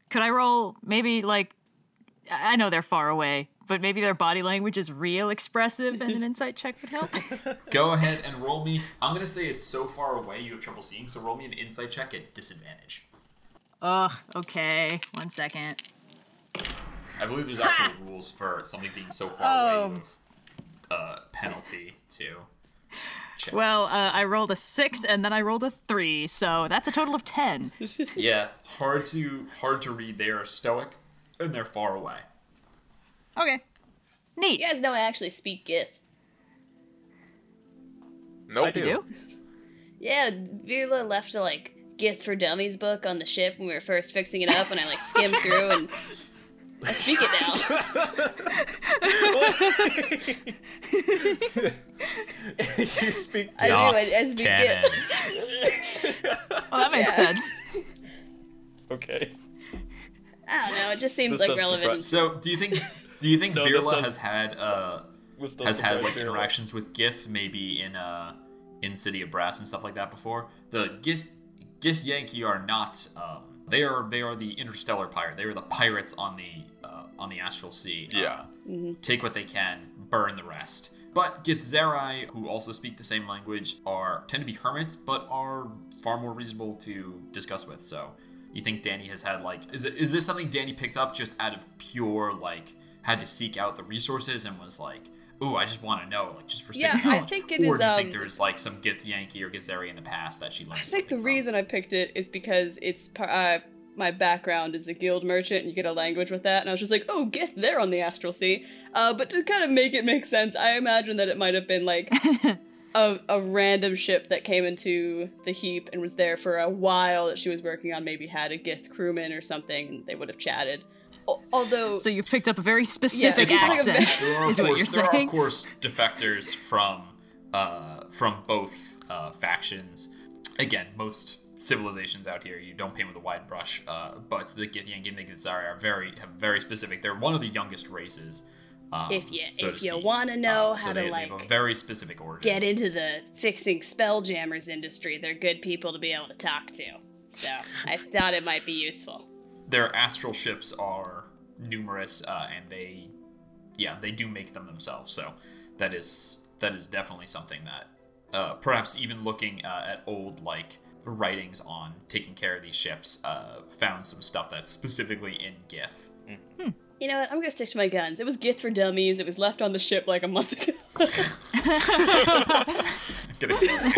Speaker 5: Could I roll maybe like I I know they're far away, but maybe their body language is real expressive and an insight check would help?
Speaker 2: go ahead and roll me. I'm going to say it's so far away you have trouble seeing, so roll me an insight check at disadvantage.
Speaker 5: Ugh, okay. One second.
Speaker 2: I believe there's actually rules for something being so far away you have uh, penalty to checks.
Speaker 5: Well, uh, I rolled a six and then I rolled a three, so that's a total of ten.
Speaker 2: Yeah, hard to hard to read. They are stoic and they're far away.
Speaker 5: Okay. Neat.
Speaker 4: You guys know I actually speak Gith.
Speaker 6: Nope.
Speaker 3: I do.
Speaker 5: You?
Speaker 4: Yeah, Virla left a like Gith for Dummies book on the ship when we were first fixing it up, and I
Speaker 2: (laughs)
Speaker 4: like skimmed through and I speak it now.
Speaker 3: you speak.
Speaker 4: I do. I, I speak Gith.
Speaker 5: Well, that makes sense.
Speaker 3: Okay.
Speaker 4: I don't know. It just seems
Speaker 3: This does
Speaker 4: like relevant.
Speaker 2: So, do you think do you think
Speaker 3: (laughs) No, this
Speaker 2: Virla
Speaker 3: does-
Speaker 2: has had uh,
Speaker 3: was still
Speaker 2: has had
Speaker 3: surprised
Speaker 2: like
Speaker 3: to hear that.
Speaker 2: interactions with Gith maybe in uh in City of Brass and stuff like that before. The Gith Gith Yankee are not um they are they are the interstellar pirate. They are the pirates on the uh, on the astral sea.
Speaker 6: Yeah.
Speaker 2: Uh,
Speaker 3: Mm-hmm.
Speaker 2: Take what they can, burn the rest. But Gith Zerai, who also speak the same language, are tend to be hermits, but are far more reasonable to discuss with. So you think Danny has had like is it, is this something Danny picked up just out of pure like had to seek out the resources and was like, ooh, I just want to know like just for
Speaker 1: Yeah,
Speaker 2: sake of
Speaker 1: I
Speaker 2: knowledge?"
Speaker 1: think it
Speaker 2: or
Speaker 1: is,
Speaker 2: do you
Speaker 1: um,
Speaker 2: think there's like some Gith Yankee or Githzeri in the past that she learned?
Speaker 1: I think the
Speaker 2: something from?
Speaker 1: reason I picked it is because it's par- uh, my background is a guild merchant, and you get a language with that. And I was just like, oh, get there on the astral sea. Uh, but to kind of make it make sense, I imagine that it might have been like a, a random ship that came into the heap and was there for a while that she was working on. Maybe had a Gith crewman or something, and they would have chatted. Al- Although,
Speaker 5: so you picked up a very specific
Speaker 1: Yeah, it's like a
Speaker 2: (laughs)
Speaker 5: accent.
Speaker 2: There are, of
Speaker 5: is what
Speaker 2: course,
Speaker 5: you're
Speaker 2: there are of
Speaker 5: saying.
Speaker 2: course defectors from uh, from both uh, factions. Again, most civilizations out here you don't paint with a wide brush, uh, but the Githyanki and the Githzari are very have very specific. They're one of the youngest races. Um,
Speaker 4: If you-
Speaker 2: so
Speaker 4: if
Speaker 2: to speak.
Speaker 4: you
Speaker 2: Uh, Um,
Speaker 4: wanna know
Speaker 2: so
Speaker 4: how to,
Speaker 2: they, they have a
Speaker 4: like,
Speaker 2: very specific origin.
Speaker 4: Get into the fixing spell jammers industry. They're good people to be able to talk to. So I thought it might be useful.
Speaker 2: Their astral ships are numerous, uh, and they, yeah, they do make them themselves. So that is that is definitely something that, uh, perhaps even looking uh, at old like writings on taking care of these ships, uh, found some stuff that's specifically in GIF.
Speaker 1: you know what? I'm gonna stick to my guns. It was Gith for Dummies. It was left on the ship like a month ago.
Speaker 4: (laughs)
Speaker 2: Gonna
Speaker 5: (laughs)
Speaker 2: kill, gonna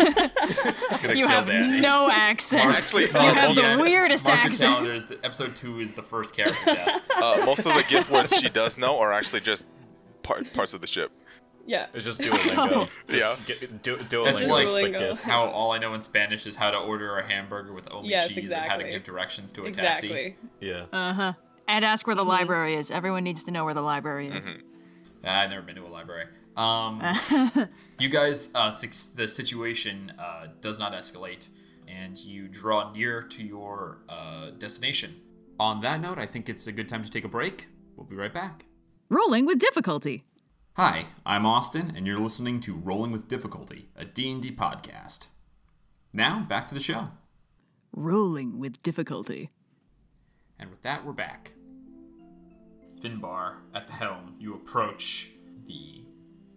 Speaker 2: kill
Speaker 5: You have
Speaker 2: that.
Speaker 5: no accent.
Speaker 6: Actually,
Speaker 5: You
Speaker 6: uh,
Speaker 5: have
Speaker 6: most,
Speaker 5: the weirdest
Speaker 2: mark your
Speaker 5: accent.
Speaker 2: calendars, the- episode two is the first character death.
Speaker 6: uh, most of the gift words she does know are actually just part, parts of the ship.
Speaker 1: Yeah.
Speaker 3: It's just Duolingo.
Speaker 6: Yeah.
Speaker 3: Get, du- Duolingo.
Speaker 2: That's like-
Speaker 3: click
Speaker 1: Duolingo.
Speaker 3: it.
Speaker 2: How all I know in Spanish is how to order a hamburger with only
Speaker 1: Yes,
Speaker 2: cheese and how to
Speaker 1: exactly.
Speaker 2: give directions to a taxi.
Speaker 1: Exactly.
Speaker 3: Yeah.
Speaker 5: Uh huh. And ask where the library is. Everyone needs to know where the library is.
Speaker 2: Ah, I've never been to a library. Um, you guys, uh, six, the situation uh, does not escalate, and you draw near to your uh, destination. On that note, I think it's a good time to take a break. We'll be right back.
Speaker 5: Rolling with difficulty.
Speaker 2: Hi, I'm Austin, and you're listening to Rolling with Difficulty, a D&D podcast. Now, back to the show.
Speaker 5: Rolling with difficulty.
Speaker 2: And with that, we're back. Finbar at the helm, you approach the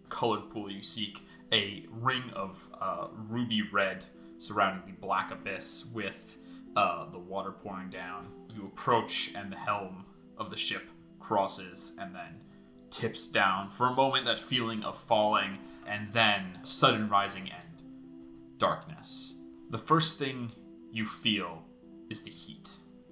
Speaker 2: colored pool you seek, a ring of uh, ruby red surrounding the black abyss with uh, the water pouring down. You approach, and the helm of the ship crosses and then tips down. For a moment, that feeling of falling, and then sudden rising and darkness. The first thing you feel is the heat.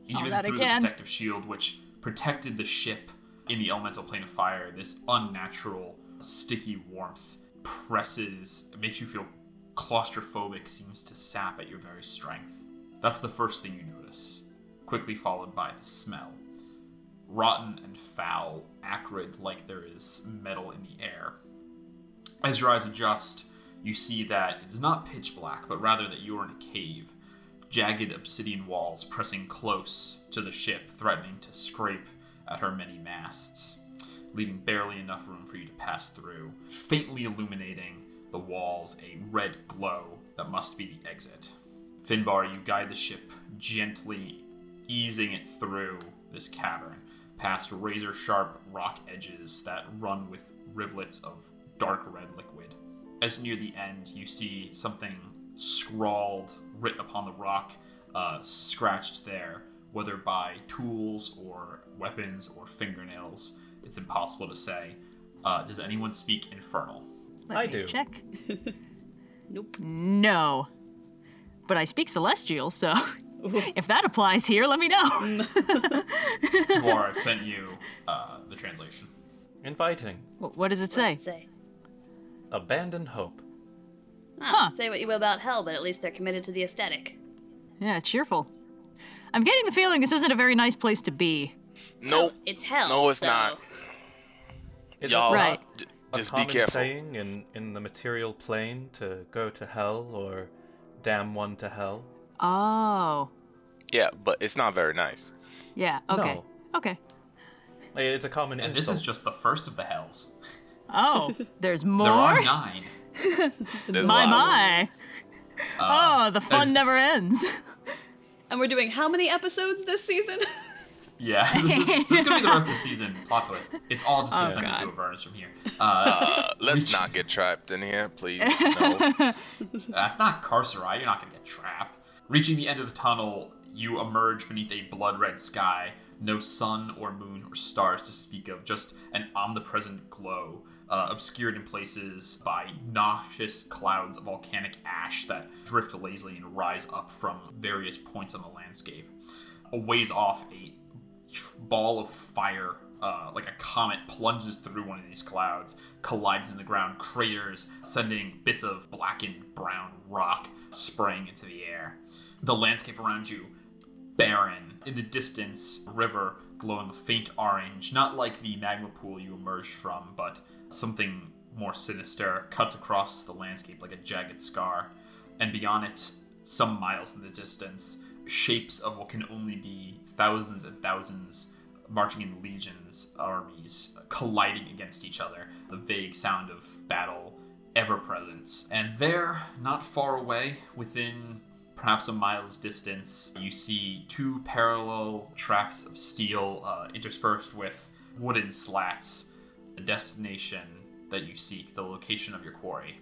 Speaker 2: Even
Speaker 5: that
Speaker 2: through
Speaker 5: again.
Speaker 2: the protective shield, which protected the ship in the elemental plane of fire, this unnatural, sticky warmth presses, makes you feel claustrophobic, seems to sap at your very strength. That's the first thing you notice, quickly followed by the smell rotten and foul, acrid, like there is metal in the air. As your eyes adjust, you see that it is not pitch black, but rather that you are in a cave. Jagged obsidian walls pressing close to the ship, threatening to scrape at her many masts, leaving barely enough room for you to pass through, faintly illuminating the walls a red glow that must be the exit. Finbar, you guide the ship gently, easing it through this cavern, past razor sharp rock edges that run with rivulets of dark red liquid. As near the end, you see something scrawled, writ upon the rock, uh, scratched there, whether by tools or weapons or fingernails. It's impossible to say. Uh, does anyone speak
Speaker 5: (laughs)
Speaker 2: Infernal?
Speaker 5: Let
Speaker 3: I
Speaker 5: me
Speaker 3: do.
Speaker 5: Check.
Speaker 4: Nope.
Speaker 5: No. But I speak celestial, so (laughs) if that applies here, let me know.
Speaker 2: Or I've sent you uh, the translation.
Speaker 3: Inviting.
Speaker 5: Wh- what does it say?
Speaker 4: Say.
Speaker 3: Abandon hope.
Speaker 4: Ah, Say what you will about hell, but at least they're committed to the aesthetic.
Speaker 5: Yeah, cheerful. I'm getting the feeling this isn't a very nice place to be.
Speaker 6: Nope.
Speaker 5: Oh,
Speaker 4: It's hell.
Speaker 6: No, it's
Speaker 4: so-
Speaker 6: not.
Speaker 3: Is it
Speaker 6: Y'all,
Speaker 5: Right.
Speaker 6: j-
Speaker 3: a
Speaker 6: just be
Speaker 3: common
Speaker 6: careful.
Speaker 3: saying in, in the material plane to go to hell or damn one to hell?
Speaker 5: Oh.
Speaker 6: Yeah, but it's not very nice.
Speaker 5: Yeah, okay.
Speaker 3: No.
Speaker 5: Okay.
Speaker 3: Like, it's a common
Speaker 2: And
Speaker 3: insult.
Speaker 2: this is just the first of the hells.
Speaker 5: Oh, there's more.
Speaker 2: There are nine.
Speaker 6: There's a
Speaker 5: my
Speaker 6: lot of-
Speaker 5: my.
Speaker 2: Uh,
Speaker 5: oh, the fun
Speaker 2: there's-
Speaker 5: never ends.
Speaker 1: And we're doing how many episodes this
Speaker 4: (laughs)
Speaker 1: season?
Speaker 2: Yeah, (laughs) this is, this is gonna be the rest of the season. Plot twist. It's all just descending
Speaker 5: God.
Speaker 2: to a furnace from here. Uh, (laughs)
Speaker 6: Uh,
Speaker 3: (laughs)
Speaker 6: let's not get trapped in here,
Speaker 5: (laughs)
Speaker 6: please. No.
Speaker 2: That's not Carcerai. You're not going to get trapped. Reaching the end of the tunnel, you emerge beneath a blood red sky. No sun or moon or stars to speak of, just an omnipresent glow, uh, obscured in places by noxious clouds of volcanic ash that drift lazily and rise up from various points on the landscape. A ways off, a ball of fire, uh, like a comet, plunges through one of these clouds, collides in the ground, craters, sending bits of blackened brown rock spraying into the air. The landscape around you, barren. In the distance, a river glowing a faint orange, not like the magma pool you emerged from, but something more sinister, cuts across the landscape like a jagged scar. And beyond it, some miles in the distance, shapes of what can only be thousands and thousands marching in legions, armies colliding against each other, the vague sound of battle ever present. And there, not far away, within perhaps a mile's distance, you see two parallel tracks of steel uh, interspersed with wooden slats, the destination that you seek, the location of your quarry.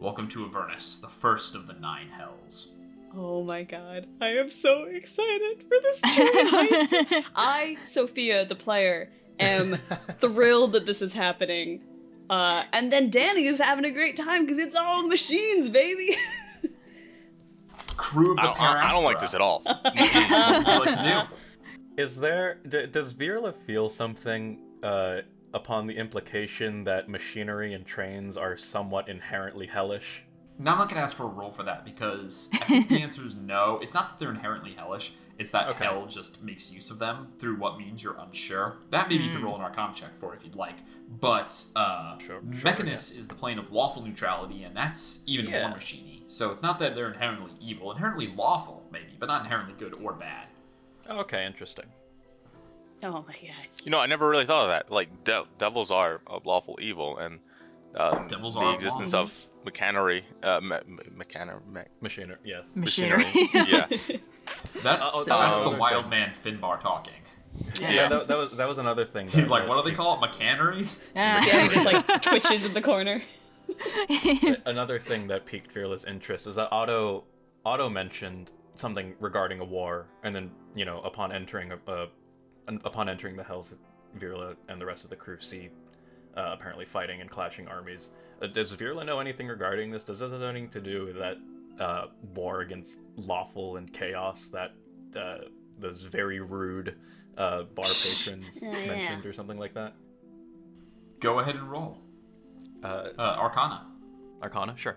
Speaker 2: Welcome to Avernus, the first of the nine hells.
Speaker 1: Oh my god. I am so excited for this
Speaker 5: (laughs)
Speaker 1: chariot heist. I, Sophia, the player, am
Speaker 5: (laughs)
Speaker 1: thrilled that this is happening. Uh, and then Danny is having a great time because it's all machines, baby. (laughs)
Speaker 2: Crew of the
Speaker 6: I, don't- I- I don't like
Speaker 2: Paraspora.
Speaker 6: this at
Speaker 2: (laughs)
Speaker 6: all.
Speaker 2: what would you like to do?
Speaker 3: Is there d- does Virla feel something uh, upon the implication that machinery and trains are somewhat inherently hellish?
Speaker 2: Now I'm not gonna ask for a roll for that because I think
Speaker 6: (laughs)
Speaker 2: the answer is no. It's not that they're inherently hellish. It's that
Speaker 3: Okay.
Speaker 2: hell just makes use of them through what means you're unsure. That maybe
Speaker 6: Hmm.
Speaker 2: you can roll an Arcana check for if you'd like. But uh,
Speaker 3: Sure- sure,
Speaker 2: Mechanus is the plane of lawful neutrality, and that's even
Speaker 3: Yeah.
Speaker 2: more machiny. So it's not that they're inherently evil, inherently lawful maybe, but not inherently good or bad.
Speaker 3: Okay, interesting.
Speaker 4: Oh my god.
Speaker 6: You know, I never really thought of that. Like, de- devils are of lawful evil, and um,
Speaker 2: Devils
Speaker 6: the
Speaker 2: are
Speaker 6: existence
Speaker 2: lawful.
Speaker 6: of mechanery, uh, me- me- mechana- me-
Speaker 3: Machinery, yes.
Speaker 5: Machinery.
Speaker 6: (laughs) yeah,
Speaker 2: That's
Speaker 3: Uh-oh,
Speaker 2: that's
Speaker 6: uh,
Speaker 2: the
Speaker 3: okay.
Speaker 2: wild man Finbar talking.
Speaker 6: yeah.
Speaker 3: Yeah, that, that was that was another thing.
Speaker 2: He's
Speaker 3: that-
Speaker 2: like,
Speaker 3: that
Speaker 2: what do they call it? Mechanery?
Speaker 5: Yeah.
Speaker 1: Danny just like twitches in the corner.
Speaker 3: piqued- another thing that piqued Virla's interest is that Otto Otto mentioned something regarding a war, and then you know, upon entering a, a un- upon entering the Hells, Virla and the rest of the crew see uh, apparently fighting and clashing armies. Uh, does Virla know anything regarding this? Does this have anything to do with that uh, war against lawful and chaos that uh, those very rude uh, bar patrons
Speaker 4: (laughs) Yeah, yeah.
Speaker 3: mentioned, or something like that?
Speaker 2: Go ahead and roll.
Speaker 3: Uh,
Speaker 2: Uh, Arcana.
Speaker 3: Arcana, sure.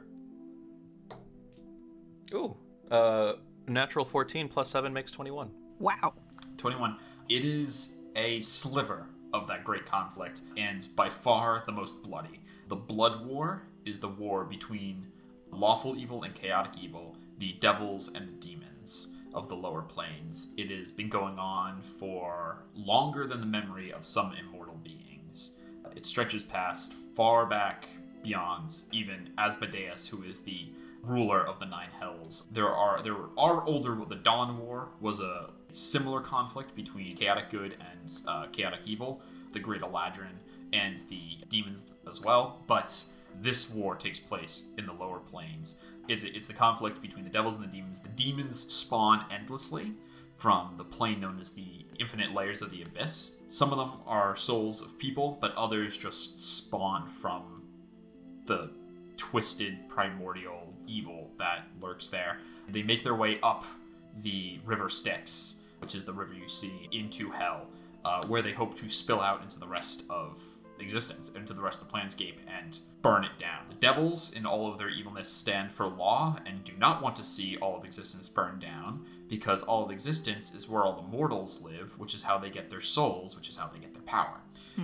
Speaker 3: Ooh, uh, natural 14 plus 7 makes 21.
Speaker 5: wow.
Speaker 2: 21. It is a sliver of that great conflict, and by far the most bloody. The Blood War is the war between lawful evil and chaotic evil, the devils and the demons of the lower planes. It has been going on for longer than the memory of some immortal beings. It stretches past far back beyond even Asmodeus, who is the ruler of the Nine Hells. There are there are older. The Dawn War was a similar conflict between chaotic good and uh, chaotic evil, the Great Eladrin and the demons as well. But this war takes place in the lower planes. It's it's the conflict between the devils and the demons. The demons spawn endlessly from the plane known as the infinite layers of the abyss. Some of them are souls of people, but others just spawn from the twisted primordial evil that lurks there. They make their way up the river Styx, which is the river you see, into hell, uh, where they hope to spill out into the rest of existence, into the rest of the planscape, and burn it down. The devils, in all of their evilness, stand for law and do not want to see all of existence burned down, because all of existence is where all the mortals live, which is how they get their souls, which is how they get their power.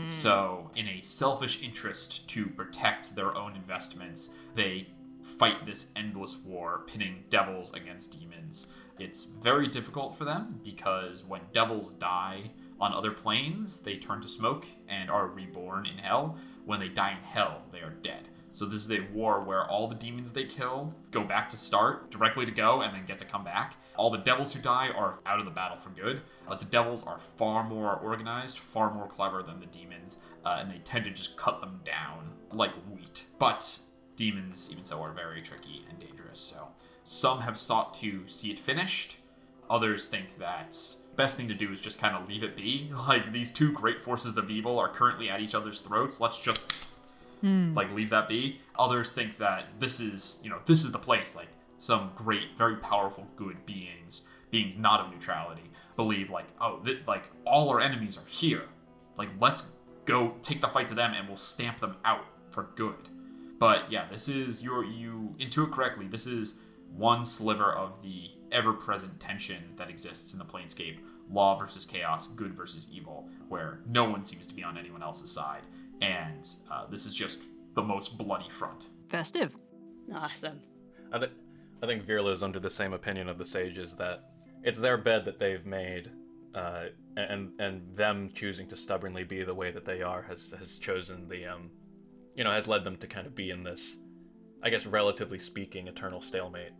Speaker 2: So, in a selfish interest to protect their own investments, they fight this endless war, pitting devils against demons. It's very difficult for them because when devils die, On other planes, they turn to smoke and are reborn in hell. When they die in hell, they are dead. So this is a war where all the demons they kill go back to start, directly to go, and then get to come back. All the devils who die are out of the battle for good, but the devils are far more organized, far more clever than the demons, uh, and they tend to just cut them down like wheat. But demons, even so, are very tricky and dangerous. So some have sought to see it finished. Others think that best thing to do is just kind of leave it be. (laughs) Like these two great forces of evil are currently at each other's throats. Let's just like leave that be others think that this is you know this is the place like some great very powerful good beings beings not of neutrality believe like oh th- like all our enemies are here like let's go take the fight to them and we'll stamp them out for good but yeah this is your you intuit correctly this is one sliver of the ever-present tension that exists in the planescape law versus chaos good versus evil where no one seems to be on anyone else's side and uh, this is just the most bloody front.
Speaker 5: (laughs) Festive.
Speaker 4: Awesome.
Speaker 3: I, th- I think Virla is under the same opinion of the sages that it's their bed that they've made, uh, and and them choosing to stubbornly be the way that they are has has chosen the um, you know, has led them to kind of be in this, I guess, relatively speaking, eternal stalemate.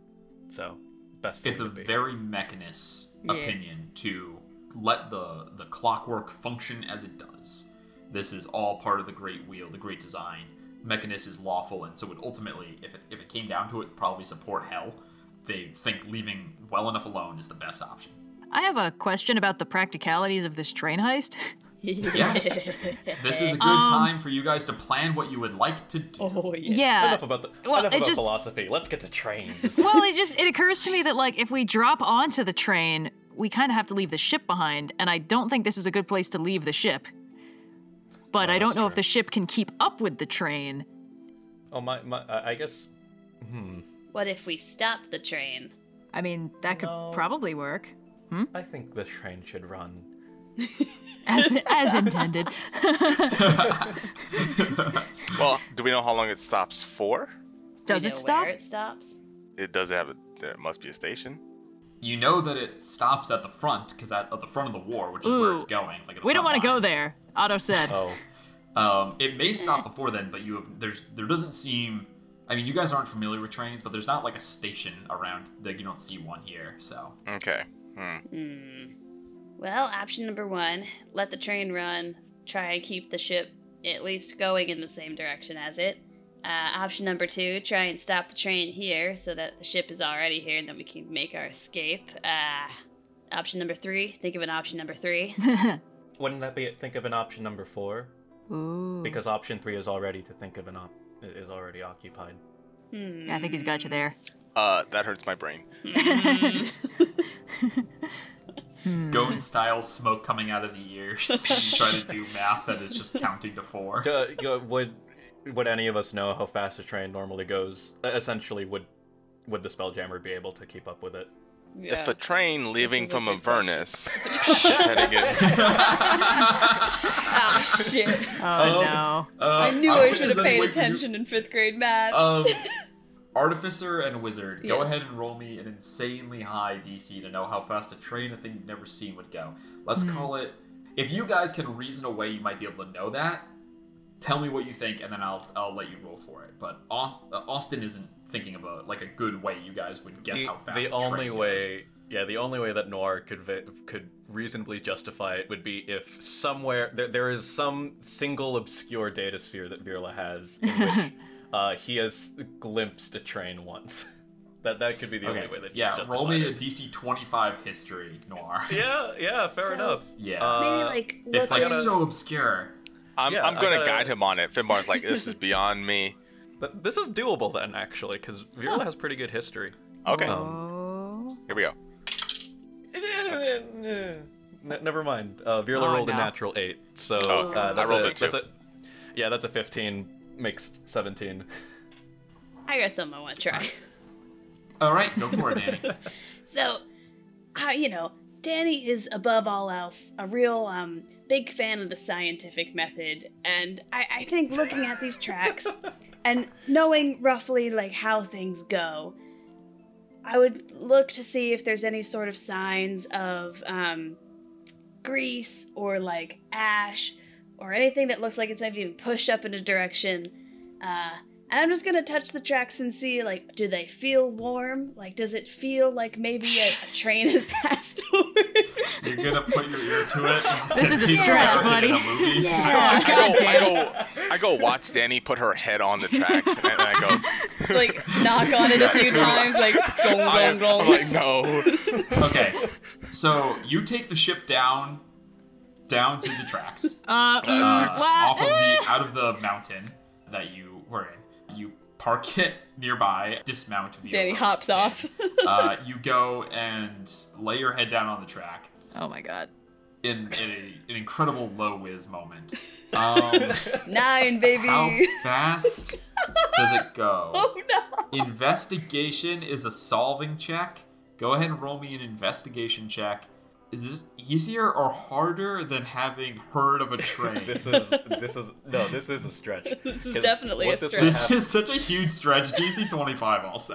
Speaker 3: So, best thing
Speaker 2: It's
Speaker 3: to
Speaker 2: a
Speaker 3: be.
Speaker 2: very Mechanist opinion to let the the clockwork function as it does. This is all part of the great wheel, the great design. Mechanist is lawful, and so would ultimately, if it, if it came down to it, probably support hell. They think leaving well enough alone is the best option.
Speaker 5: I have a question about the practicalities of this train heist.
Speaker 1: (laughs)
Speaker 5: (laughs)
Speaker 2: Yes, this is a good
Speaker 5: Um,
Speaker 2: time for you guys to plan what you would like to do.
Speaker 5: Oh.
Speaker 1: Oh,
Speaker 5: Yeah.
Speaker 3: enough about the
Speaker 5: Uh, Well,
Speaker 3: enough
Speaker 5: it
Speaker 3: about
Speaker 5: just-
Speaker 3: philosophy. Let's get to trains.
Speaker 5: well, it just it occurs to me that like if we drop onto the train, we kind of have to leave the ship behind, and I don't think this is a good place to leave the ship. But I don't know if the ship can keep up with the train.
Speaker 3: (laughs) oh my, my I I guess hmm.
Speaker 4: What if we stop the train?
Speaker 5: I mean, that could
Speaker 3: No.
Speaker 5: probably work
Speaker 3: I think the train should run.
Speaker 5: as as intended.
Speaker 6: Well, do we know how long it stops for?
Speaker 4: Do we
Speaker 5: Does
Speaker 4: know
Speaker 5: it stop?
Speaker 4: Where it stops.
Speaker 6: It does have a. There must be a station.
Speaker 2: You know that it stops at the front because at, at the front of the war, which is where
Speaker 5: Ooh.
Speaker 2: it's going. Like at the
Speaker 5: We don't
Speaker 2: front
Speaker 5: want to go
Speaker 2: lines.
Speaker 5: there. Otto said.
Speaker 3: Oh,
Speaker 2: Um, it
Speaker 4: Mm-hmm.
Speaker 2: may stop before then, but you have there's there doesn't seem. I mean, you guys aren't familiar with trains, but there's not like a station around. Like you don't see one here, so
Speaker 6: Okay. Hmm.
Speaker 4: Well, option number one: let the train run. Try and keep the ship at least going in the same direction as it. Uh, option number two: try and stop the train here so that the ship is already here and then we can make our escape. Uh, option number three: think of an option number three.
Speaker 3: wouldn't that be? Think of an option number four
Speaker 5: (laughs) Ooh.
Speaker 3: because option three is already to think of an op is already occupied.
Speaker 4: Hmm.
Speaker 5: Yeah, I think he's got you there.
Speaker 6: Uh, that hurts my brain.
Speaker 4: Hmm.
Speaker 5: Hmm.
Speaker 4: Mm-hmm.
Speaker 2: go in style, smoke coming out of the
Speaker 4: (laughs)
Speaker 2: ears. and try to do math that is just counting to four. (laughs)
Speaker 3: Uh, you- would would any of us know how fast a train normally goes? Uh, Essentially, would would the spelljammer be able to keep up with it?
Speaker 6: If a train leaving from Avernus, heading it-
Speaker 4: Ah, shit.
Speaker 5: Oh no.
Speaker 2: I
Speaker 4: knew I should have paid attention in fifth grade math.
Speaker 2: Um, artificer and wizard, go
Speaker 4: Yes.
Speaker 2: ahead and roll me an insanely high DC to know how fast a train, a thing you've never seen, would go. Let's call it. If you guys can reason a way you might be able to know that, tell me what you think, and then I'll I'll let you roll for it. But Aus- uh, Austin isn't thinking of a like a good way you guys would guess
Speaker 3: the,
Speaker 2: how fast.
Speaker 3: the
Speaker 2: a train
Speaker 3: only
Speaker 2: goes.
Speaker 3: way yeah the only way that noir could vi- could reasonably justify it would be if somewhere there, there is some single obscure data sphere that virla has in
Speaker 4: (laughs)
Speaker 3: which uh, he has glimpsed a train once (laughs) that that could be the
Speaker 2: Okay.
Speaker 3: only way that
Speaker 2: yeah,
Speaker 3: justify
Speaker 2: roll me a
Speaker 3: it.
Speaker 2: DC twenty five history noir.
Speaker 3: (laughs) yeah yeah fair
Speaker 4: So-
Speaker 3: enough
Speaker 2: Yeah.
Speaker 4: Maybe
Speaker 3: Uh,
Speaker 4: like look
Speaker 2: It's like
Speaker 3: gotta-
Speaker 2: so obscure.
Speaker 6: I'm,
Speaker 3: Yeah,
Speaker 6: I'm
Speaker 3: I
Speaker 6: gonna
Speaker 3: gotta-
Speaker 6: guide him on it. Finbar's like, this is beyond me.
Speaker 3: but this is doable then actually because virla has pretty good history
Speaker 6: Okay,
Speaker 3: um,
Speaker 5: Oh.
Speaker 6: here we go.
Speaker 3: (laughs) Ne- never mind. Uh, Virla
Speaker 5: Oh,
Speaker 3: rolled a
Speaker 5: no.
Speaker 3: natural eight, so
Speaker 6: Oh,
Speaker 3: uh, that's
Speaker 6: I rolled
Speaker 3: a,
Speaker 6: a two.
Speaker 3: that's a yeah, that's a fifteen makes seventeen.
Speaker 4: I got something I want to try.
Speaker 2: All right, go for it, Danny.
Speaker 4: So, uh, you know, Danny is above all else a real um, big fan of the scientific method, and I, I think looking at these tracks and knowing roughly like how things go, I would look to see if there's any sort of signs of um, grease or like ash or anything that looks like it's maybe been pushed up in a direction. Uh, and I'm just gonna touch the tracks and see like, do they feel warm? Like, does it feel like maybe a, a train has (laughs) passed over?
Speaker 2: You're gonna put your ear to it.
Speaker 5: (laughs) This is a
Speaker 2: People
Speaker 5: stretch,
Speaker 2: watching it in a
Speaker 5: buddy.
Speaker 2: movie.
Speaker 5: Oh,
Speaker 6: I go, I
Speaker 5: goddamn.
Speaker 6: go, I go watch Danny put her head on the tracks, and I go.
Speaker 4: like, knock on it a few times, like, gong,
Speaker 6: I
Speaker 4: gong,
Speaker 6: am, I'm
Speaker 4: gong. (laughs)
Speaker 6: like, no.
Speaker 2: Okay, so you take the ship down, down to the tracks.
Speaker 5: (laughs) Uh, mm,
Speaker 2: uh,
Speaker 5: well,
Speaker 2: off of
Speaker 5: eh.
Speaker 2: the out of the mountain that you were in. You park it nearby, dismount via
Speaker 4: Danny
Speaker 2: rope.
Speaker 4: hops off.
Speaker 2: (laughs) Uh, you go and lay your head down on the track
Speaker 5: Oh my god.
Speaker 2: in, in a, an incredible low whiz
Speaker 5: (laughs)
Speaker 2: moment. Um,
Speaker 4: Nine, baby.
Speaker 2: how fast does it go?
Speaker 4: (laughs) Oh no.
Speaker 2: Investigation is a solving check. Go ahead and roll me an investigation check. Is this easier or harder than having heard of a
Speaker 6: (laughs)
Speaker 2: train?
Speaker 3: This is this is no, this is a stretch.
Speaker 4: (laughs) This is
Speaker 3: 'Cause
Speaker 4: definitely
Speaker 3: what
Speaker 4: a
Speaker 3: this would
Speaker 4: stretch.
Speaker 2: This is such a huge stretch. DC 25 also.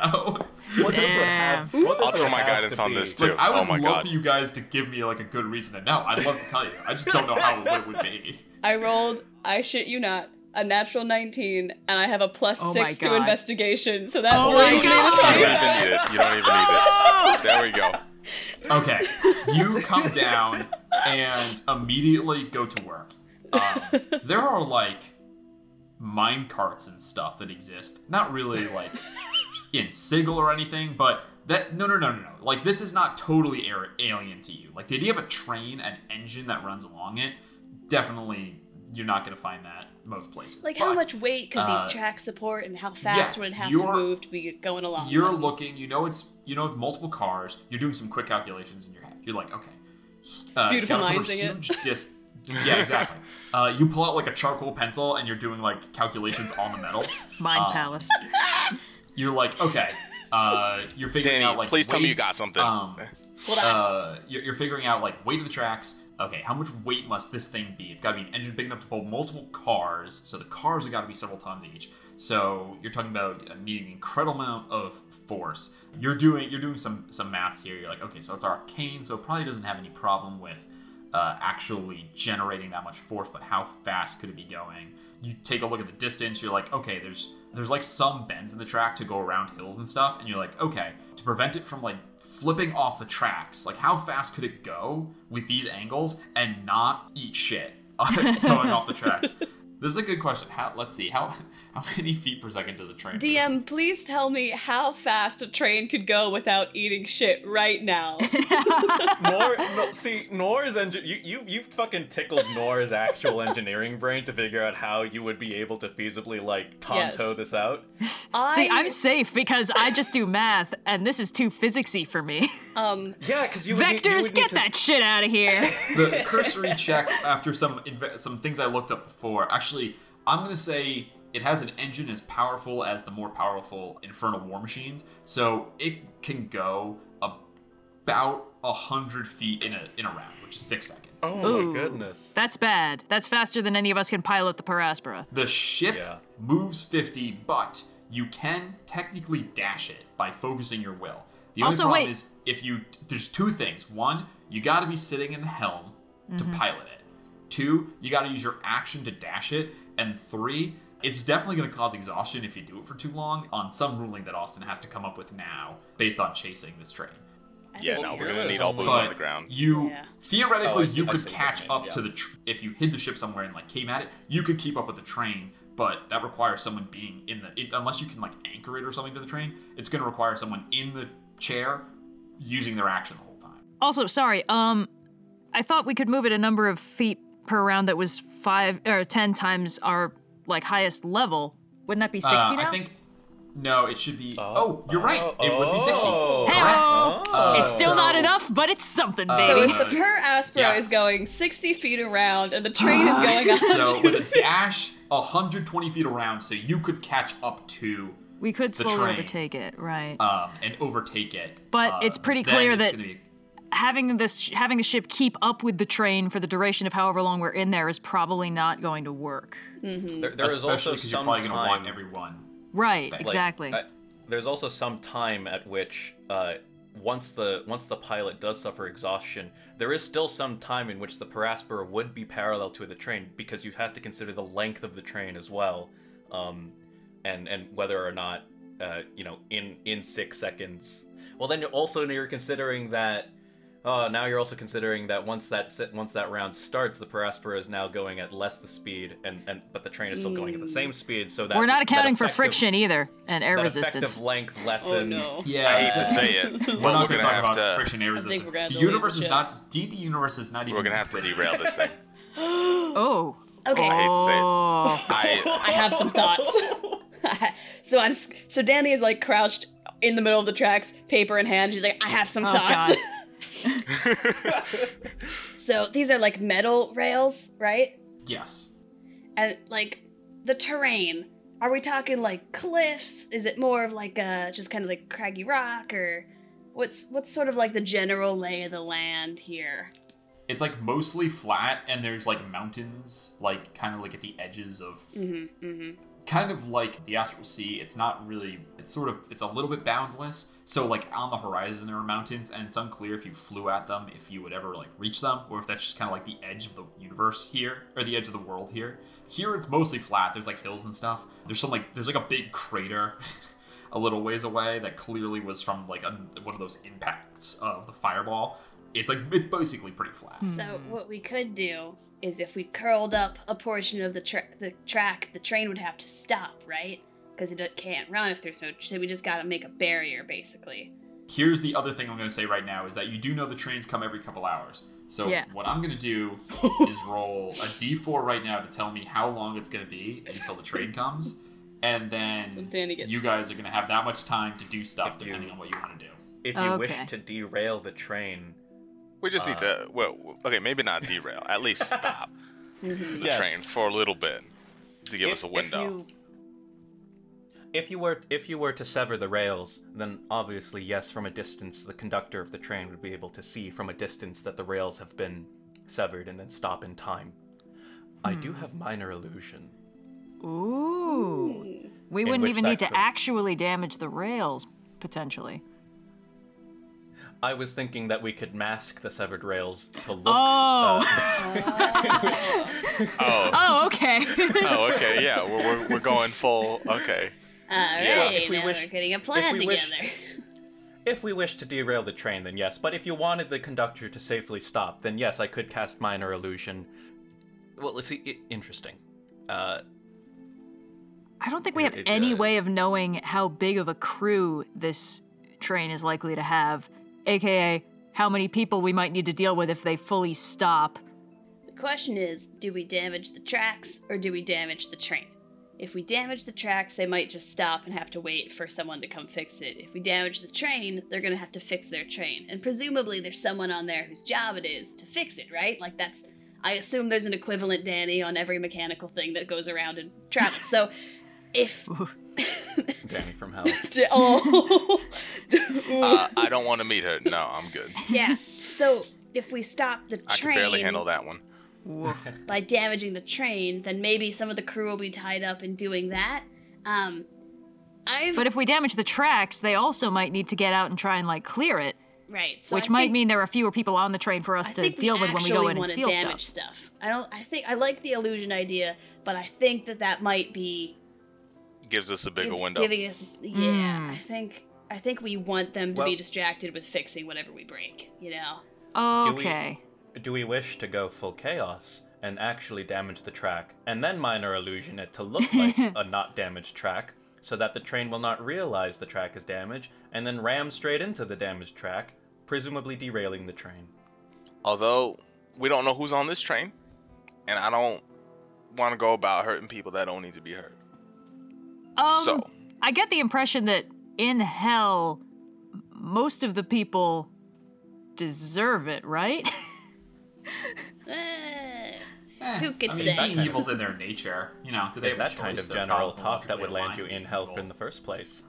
Speaker 2: (laughs)
Speaker 7: What this would have, what this
Speaker 6: I'll throw
Speaker 7: would
Speaker 6: my
Speaker 7: have
Speaker 6: guidance
Speaker 7: to
Speaker 6: on
Speaker 7: be-
Speaker 6: this, too.
Speaker 2: Like, I
Speaker 6: Oh
Speaker 2: would
Speaker 6: my
Speaker 2: love
Speaker 6: God.
Speaker 2: for you guys to give me like a good reason to know. I'd love to tell you. I just don't know how it would be.
Speaker 4: I rolled, I shit you not, a natural 19, and I have a plus
Speaker 5: Oh my
Speaker 4: six to
Speaker 5: God.
Speaker 4: investigation, so that
Speaker 5: Oh
Speaker 4: already
Speaker 5: my
Speaker 4: gave me the
Speaker 5: God.
Speaker 6: You
Speaker 4: 25.
Speaker 6: don't even need it. You don't even
Speaker 2: (laughs)
Speaker 6: need it. There we go.
Speaker 2: Okay, you come down and immediately go to work. Um, there are like mine carts and stuff that exist. Not really like in Sigil or anything, but that no no no no no. Like this is not totally air, alien to you. Like the idea of a train, an engine that runs along it, definitely you're not gonna find that most places.
Speaker 4: Like, how
Speaker 2: But-
Speaker 4: much weight could
Speaker 2: uh,
Speaker 4: these tracks support, and how fast
Speaker 2: yeah,
Speaker 4: would it have to
Speaker 2: you're-
Speaker 4: move to be going along?
Speaker 2: You're looking. You know it's. You know it's multiple cars. You're doing some quick calculations in your head. You're like, okay. Uh,
Speaker 4: Beautiful
Speaker 2: gotta cover
Speaker 4: minds, ain't it?
Speaker 2: huge dis-
Speaker 4: (laughs)
Speaker 2: yeah, exactly. Uh, you pull out like a charcoal pencil and you're doing like calculations on the metal.
Speaker 5: Mind
Speaker 2: Uh,
Speaker 5: palace.
Speaker 2: You're like, okay. Uh, you're figuring
Speaker 6: Danny,
Speaker 2: out like.
Speaker 6: please tell me you
Speaker 2: weight,
Speaker 6: got something.
Speaker 2: Um,
Speaker 4: Hold on.
Speaker 2: uh, you're, you're figuring out like weight of the tracks. Okay, how much weight must this thing be? It's got to be an engine big enough to pull multiple cars, so the cars have got to be several tons each. So you're talking about uh, needing an incredible amount of force. You're doing you're doing some some maths here. You're like, okay, so it's arcane, so it probably doesn't have any problem with uh, actually generating that much force. But how fast could it be going? You take a look at the distance. You're like, okay, there's there's like some bends in the track to go around hills and stuff, and you're like, okay, to prevent it from like flipping off the tracks, like how fast could it go with these angles and not eat shit (laughs) going off the tracks? This is a good question. How, let's see how (laughs) how many feet per second does a train? move?
Speaker 4: DM, please tell me how fast a train could go without eating shit right now.
Speaker 3: (laughs) Nor, no, see, Nor's engine. You, you, you fucking tickled Nor's
Speaker 4: (laughs)
Speaker 3: actual engineering brain to figure out how you would be able to feasibly like tonto
Speaker 4: Yes.
Speaker 3: this out.
Speaker 5: (laughs)
Speaker 4: I,
Speaker 5: See, I'm safe because I just do math, and this is too physicsy for me.
Speaker 4: um,
Speaker 3: Yeah, because (laughs) you would need- you
Speaker 5: Vectors,
Speaker 3: would need
Speaker 5: get
Speaker 3: to-
Speaker 5: that shit out
Speaker 3: (laughs)
Speaker 5: of here.
Speaker 2: the cursory check after some inve- some things I looked up before. Actually, I'm gonna say it has an engine as powerful as the more powerful Infernal War machines, so it can go about a hundred feet in a in a round, which is six seconds.
Speaker 3: Oh
Speaker 5: Ooh.
Speaker 3: my goodness.
Speaker 5: That's bad. That's faster than any of us can pilot the Paraspora.
Speaker 2: The ship
Speaker 3: Yeah.
Speaker 2: moves 50, but you can technically dash it by focusing your will. The only
Speaker 5: Also,
Speaker 2: problem
Speaker 5: wait.
Speaker 2: is if you there's two things. One, you got to be sitting in the helm
Speaker 5: Mm-hmm.
Speaker 2: to pilot it. Two, you got to use your action to dash it, and three, it's definitely going to cause exhaustion if you do it for too long on some ruling that Austin has to come up with now based on chasing this train.
Speaker 6: Yeah,
Speaker 3: Well,
Speaker 6: no, we're
Speaker 3: yours
Speaker 6: gonna
Speaker 3: is
Speaker 6: need all
Speaker 3: only-
Speaker 6: boots on the ground.
Speaker 2: You
Speaker 4: Yeah.
Speaker 2: theoretically
Speaker 3: Oh, I see-
Speaker 2: you
Speaker 3: I
Speaker 2: could
Speaker 3: see what you
Speaker 2: catch
Speaker 3: mean,
Speaker 2: up
Speaker 3: yeah.
Speaker 2: to the tr- if you hid the ship somewhere and like came at it, you could keep up with the train, but that requires someone being in the it, unless you can like anchor it or something to the train. It's going to require someone in the chair using their action the whole time.
Speaker 5: Also, sorry. Um, I thought we could move it a number of feet per round that was five or ten times our like highest level. Wouldn't that be sixty
Speaker 2: Uh,
Speaker 5: now?
Speaker 2: I think no, it should be. Oh, you're right. It would be sixty.
Speaker 3: Oh.
Speaker 5: Hey-o.
Speaker 2: Correct. Uh,
Speaker 5: it's still
Speaker 2: so- Uh, (laughs)
Speaker 5: not enough, but it's something,
Speaker 4: so
Speaker 5: baby.
Speaker 4: if the per aspera
Speaker 2: yes. Uh-huh.
Speaker 4: is going 60 feet around and the train is
Speaker 5: Oh
Speaker 4: going 100
Speaker 2: So with a dash, 120 feet around, so you could catch up to
Speaker 5: we could
Speaker 2: the
Speaker 5: slowly
Speaker 2: train.
Speaker 5: overtake it, right?
Speaker 2: um, and overtake it.
Speaker 5: But
Speaker 2: Uh,
Speaker 5: it's pretty
Speaker 2: then
Speaker 5: clear
Speaker 2: it's
Speaker 5: that-
Speaker 2: gonna be-
Speaker 5: having this having the ship keep up with the train for the duration of however long we're in there is probably not going to work.
Speaker 4: Mm-hmm.
Speaker 3: There, there is also
Speaker 2: especially because you're
Speaker 3: some
Speaker 2: probably going to
Speaker 3: time.
Speaker 2: want everyone.
Speaker 5: Right,
Speaker 2: Like,
Speaker 5: exactly.
Speaker 3: I- there's also some time at which uh, once the once the pilot does suffer exhaustion, there is still some time in which the Paraspora would be parallel to the train because you have to consider the length of the train as well, um, and and whether or not uh, you know in in six seconds. Well, then you're also you're considering that. Uh, now you're also considering that once that se- once that round starts, the Paraspora is now going at less the speed, and, and but the train is still going at the same speed. So that
Speaker 5: Mm. We're not
Speaker 3: that
Speaker 5: accounting for
Speaker 3: effective-
Speaker 5: friction either and air
Speaker 3: that
Speaker 5: resistance.
Speaker 3: effective length lessens.
Speaker 8: no.
Speaker 2: Yeah,
Speaker 6: I hate to say it. but
Speaker 2: (laughs) We're not
Speaker 6: we're
Speaker 2: going
Speaker 6: gonna
Speaker 2: to talk
Speaker 6: have
Speaker 2: about
Speaker 6: to-
Speaker 2: friction air
Speaker 8: think
Speaker 2: resistance.
Speaker 8: we're gonna have
Speaker 2: The
Speaker 8: to leave
Speaker 2: universe
Speaker 8: the
Speaker 2: is
Speaker 8: chat.
Speaker 2: not. DD universe is not even.
Speaker 6: We're gonna have to
Speaker 2: friction.
Speaker 6: derail this
Speaker 2: (laughs)
Speaker 6: thing.
Speaker 5: Oh.
Speaker 4: Okay.
Speaker 6: I hate to say it.
Speaker 5: Oh.
Speaker 6: I
Speaker 8: I have some
Speaker 4: (laughs)
Speaker 8: thoughts. so I'm s- so Danny is like crouched in the middle of the tracks, paper in hand. She's like, I have some
Speaker 5: Oh,
Speaker 8: thoughts.
Speaker 5: God.
Speaker 4: (laughs) So these are like metal rails, right?
Speaker 2: Yes.
Speaker 4: And like the terrain. Are we talking like cliffs? Is it more of like a just kind of like craggy rock or what's what's sort of like the general lay of the land here?
Speaker 2: It's like mostly flat, and there's like mountains, like kind of like at the edges of,
Speaker 4: Mm-hmm. Mm-hmm.
Speaker 2: kind of like the astral sea. It's not really. It's sort of. It's a little bit boundless. So like on the horizon there are mountains, and it's unclear if you flew at them, if you would ever like reach them, or if that's just kind of like the edge of the universe here, or the edge of the world here. Here it's mostly flat. There's like hills and stuff. There's some like there's like a big crater. (laughs) A little ways away, that clearly was from like a, one of those impacts of the fireball. It's like it's basically pretty flat.
Speaker 4: So
Speaker 3: Hmm.
Speaker 4: what we could do is if we curled up a portion of the tra- the track, the train would have to stop, right? Because it can't run if there's no. So we just got to make a barrier, basically.
Speaker 2: Here's the other thing I'm going to say right now is that you do know the trains come every couple hours. So
Speaker 5: Yeah.
Speaker 2: what I'm going to
Speaker 3: (laughs)
Speaker 2: do is roll a d4 right now to tell me how long it's going to be until the train comes,
Speaker 8: When
Speaker 2: and then
Speaker 8: Danny gets
Speaker 2: you guys are going to have that much time to do stuff
Speaker 3: If you-
Speaker 2: depending on what you want to do.
Speaker 3: If you
Speaker 5: Oh, Okay.
Speaker 3: wish to derail the train,
Speaker 6: we just need
Speaker 3: Uh,
Speaker 6: to. Well, w- okay, maybe not derail.
Speaker 2: (laughs)
Speaker 6: At least stop the
Speaker 3: Yes.
Speaker 6: train for a little bit to give us a
Speaker 3: (laughs)
Speaker 6: window.
Speaker 3: you, if you were if you were to sever the rails, then obviously yes, from a distance the conductor of the train would be able to see from a distance that the rails have been severed and then stop in time. I do
Speaker 5: Hmm.
Speaker 3: have minor illusion.
Speaker 5: Ooh. We
Speaker 3: In
Speaker 5: wouldn't
Speaker 3: which
Speaker 5: even
Speaker 3: that
Speaker 5: need to
Speaker 3: could-
Speaker 5: actually damage the rails, potentially.
Speaker 3: I was thinking that we could mask the severed rails to look. uh,
Speaker 5: Oh.
Speaker 3: (laughs)
Speaker 5: (laughs)
Speaker 6: Oh,
Speaker 5: Oh, okay.
Speaker 6: oh, okay, yeah, we're, we're, we're going full.
Speaker 2: (laughs)
Speaker 6: Okay,
Speaker 4: All right,
Speaker 6: Yeah.
Speaker 3: If we
Speaker 4: now
Speaker 3: wish-
Speaker 4: we're getting a
Speaker 3: if
Speaker 4: plan
Speaker 3: we
Speaker 4: together.
Speaker 3: wished- If we wish to derail the train, then yes. But if you wanted the conductor to safely stop, then yes, I could cast minor illusion. Well, let's see. i interesting. Uh,
Speaker 5: I don't think we
Speaker 3: It-
Speaker 5: have
Speaker 3: it,
Speaker 5: any
Speaker 3: uh,
Speaker 5: way of knowing how big of a crew this train is likely to have, aka how many people we might need to deal with if they fully stop.
Speaker 4: The question is, do we damage the tracks or do we damage the train? If we damage the tracks, they might just stop and have to wait for someone to come fix it. If we damage the train, they're gonna have to fix their train, and presumably there's someone on there whose job it is to fix it, right? Like that's. I assume there's an equivalent Danny on every mechanical thing that goes around and travels. So, if
Speaker 3: Danny from Hell.
Speaker 8: oh.
Speaker 6: uh, I don't want to meet her. No, I'm good.
Speaker 4: (laughs) yeah, so if we stop the
Speaker 6: I
Speaker 4: train,
Speaker 6: can barely handle that one.
Speaker 4: by damaging the train, then maybe some of the crew will be tied up in doing that. Um, I've
Speaker 5: But if we damage the tracks, they also might need to get out and try and like clear it,
Speaker 4: right, so
Speaker 5: which
Speaker 4: I
Speaker 5: might
Speaker 4: think-
Speaker 5: mean there are fewer people on the train for us
Speaker 4: I
Speaker 5: to
Speaker 4: think
Speaker 5: deal with when we go
Speaker 4: actually
Speaker 5: in and
Speaker 4: wanna
Speaker 5: steal stuff.
Speaker 4: damage I don't. I think I like the illusion idea, but I think that that might be
Speaker 6: Gives us a bigger
Speaker 4: giv-
Speaker 6: window.
Speaker 4: giving us. Yeah,
Speaker 5: Mm.
Speaker 4: I think I think we want them to
Speaker 3: Well-
Speaker 4: be distracted with fixing whatever we break. You know.
Speaker 3: we-
Speaker 5: Okay.
Speaker 3: Do we wish to go full chaos and actually damage the track, and then minor illusion it to look like a not damaged track, so that the train will not realize the track is damaged, and then ram straight into the damaged track, presumably derailing the train?
Speaker 6: Although we don't know who's on this train, and I don't want to go about hurting people that don't need to be hurt.
Speaker 5: Um,
Speaker 6: so
Speaker 5: I get the impression that in hell, most of the people deserve it, right? (laughs)
Speaker 4: Eh,
Speaker 2: Eh,
Speaker 4: Who could
Speaker 2: I mean,
Speaker 4: say?
Speaker 2: being evil's in their nature. You know, do they
Speaker 3: Is
Speaker 2: have a
Speaker 3: that kind
Speaker 2: choice?
Speaker 3: of
Speaker 2: They're
Speaker 3: general talk that would
Speaker 2: cosmologically
Speaker 3: land you in
Speaker 2: aligned
Speaker 3: hell in
Speaker 2: evils.
Speaker 3: the first place?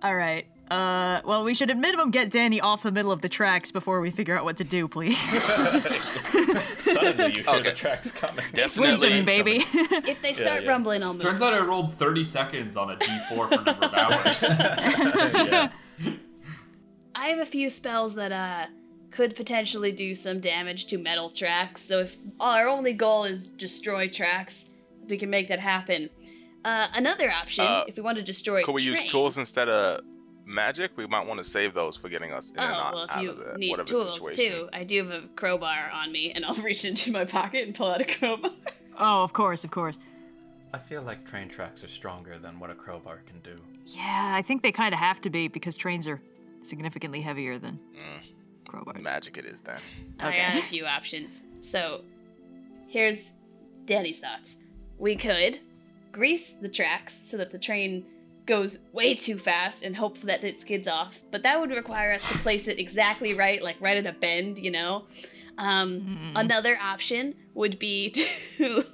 Speaker 5: All right. Uh, well, we should at minimum get Danny off the middle of the tracks before we figure out what to do, please.
Speaker 3: (laughs)
Speaker 7: Suddenly you hear
Speaker 6: Okay.
Speaker 7: the tracks coming.
Speaker 5: (laughs)
Speaker 6: Definitely.
Speaker 5: Wisdom, baby.
Speaker 4: If they start
Speaker 7: yeah.
Speaker 4: rumbling, I'll move.
Speaker 2: Turns out I rolled 30 seconds on a d4 for number of
Speaker 3: (laughs)
Speaker 2: hours.
Speaker 7: yeah.
Speaker 4: I have a few spells that uh could potentially do some damage to metal tracks. So if our only goal is destroy tracks, if we can make that happen. Uh, another option,
Speaker 6: Uh,
Speaker 4: if we want to destroy,
Speaker 6: Could we use
Speaker 4: train-
Speaker 6: tools instead of magic? We might want to save those for getting us in
Speaker 4: Oh
Speaker 6: and out,
Speaker 4: well,
Speaker 6: out
Speaker 4: if you
Speaker 6: of the,
Speaker 4: need
Speaker 6: whatever
Speaker 4: tools
Speaker 6: situation.
Speaker 4: too, I do have a crowbar on me, and I'll (laughs) reach into my pocket and pull out a crowbar.
Speaker 5: (laughs) oh, of course, of course.
Speaker 3: I feel like train tracks are stronger than what a crowbar can do.
Speaker 5: Yeah, I think they kind of have to be because trains are significantly heavier than
Speaker 6: Mm,
Speaker 5: crowbars.
Speaker 6: magic it is then.
Speaker 5: Okay.
Speaker 4: I got a few options. So here's Danny's thoughts. We could grease the tracks so that the train goes way too fast and hope that it skids off, but that would require us to place it exactly right, like right at a bend, you know? Um,
Speaker 5: Hmm.
Speaker 4: Another option would be (laughs) to.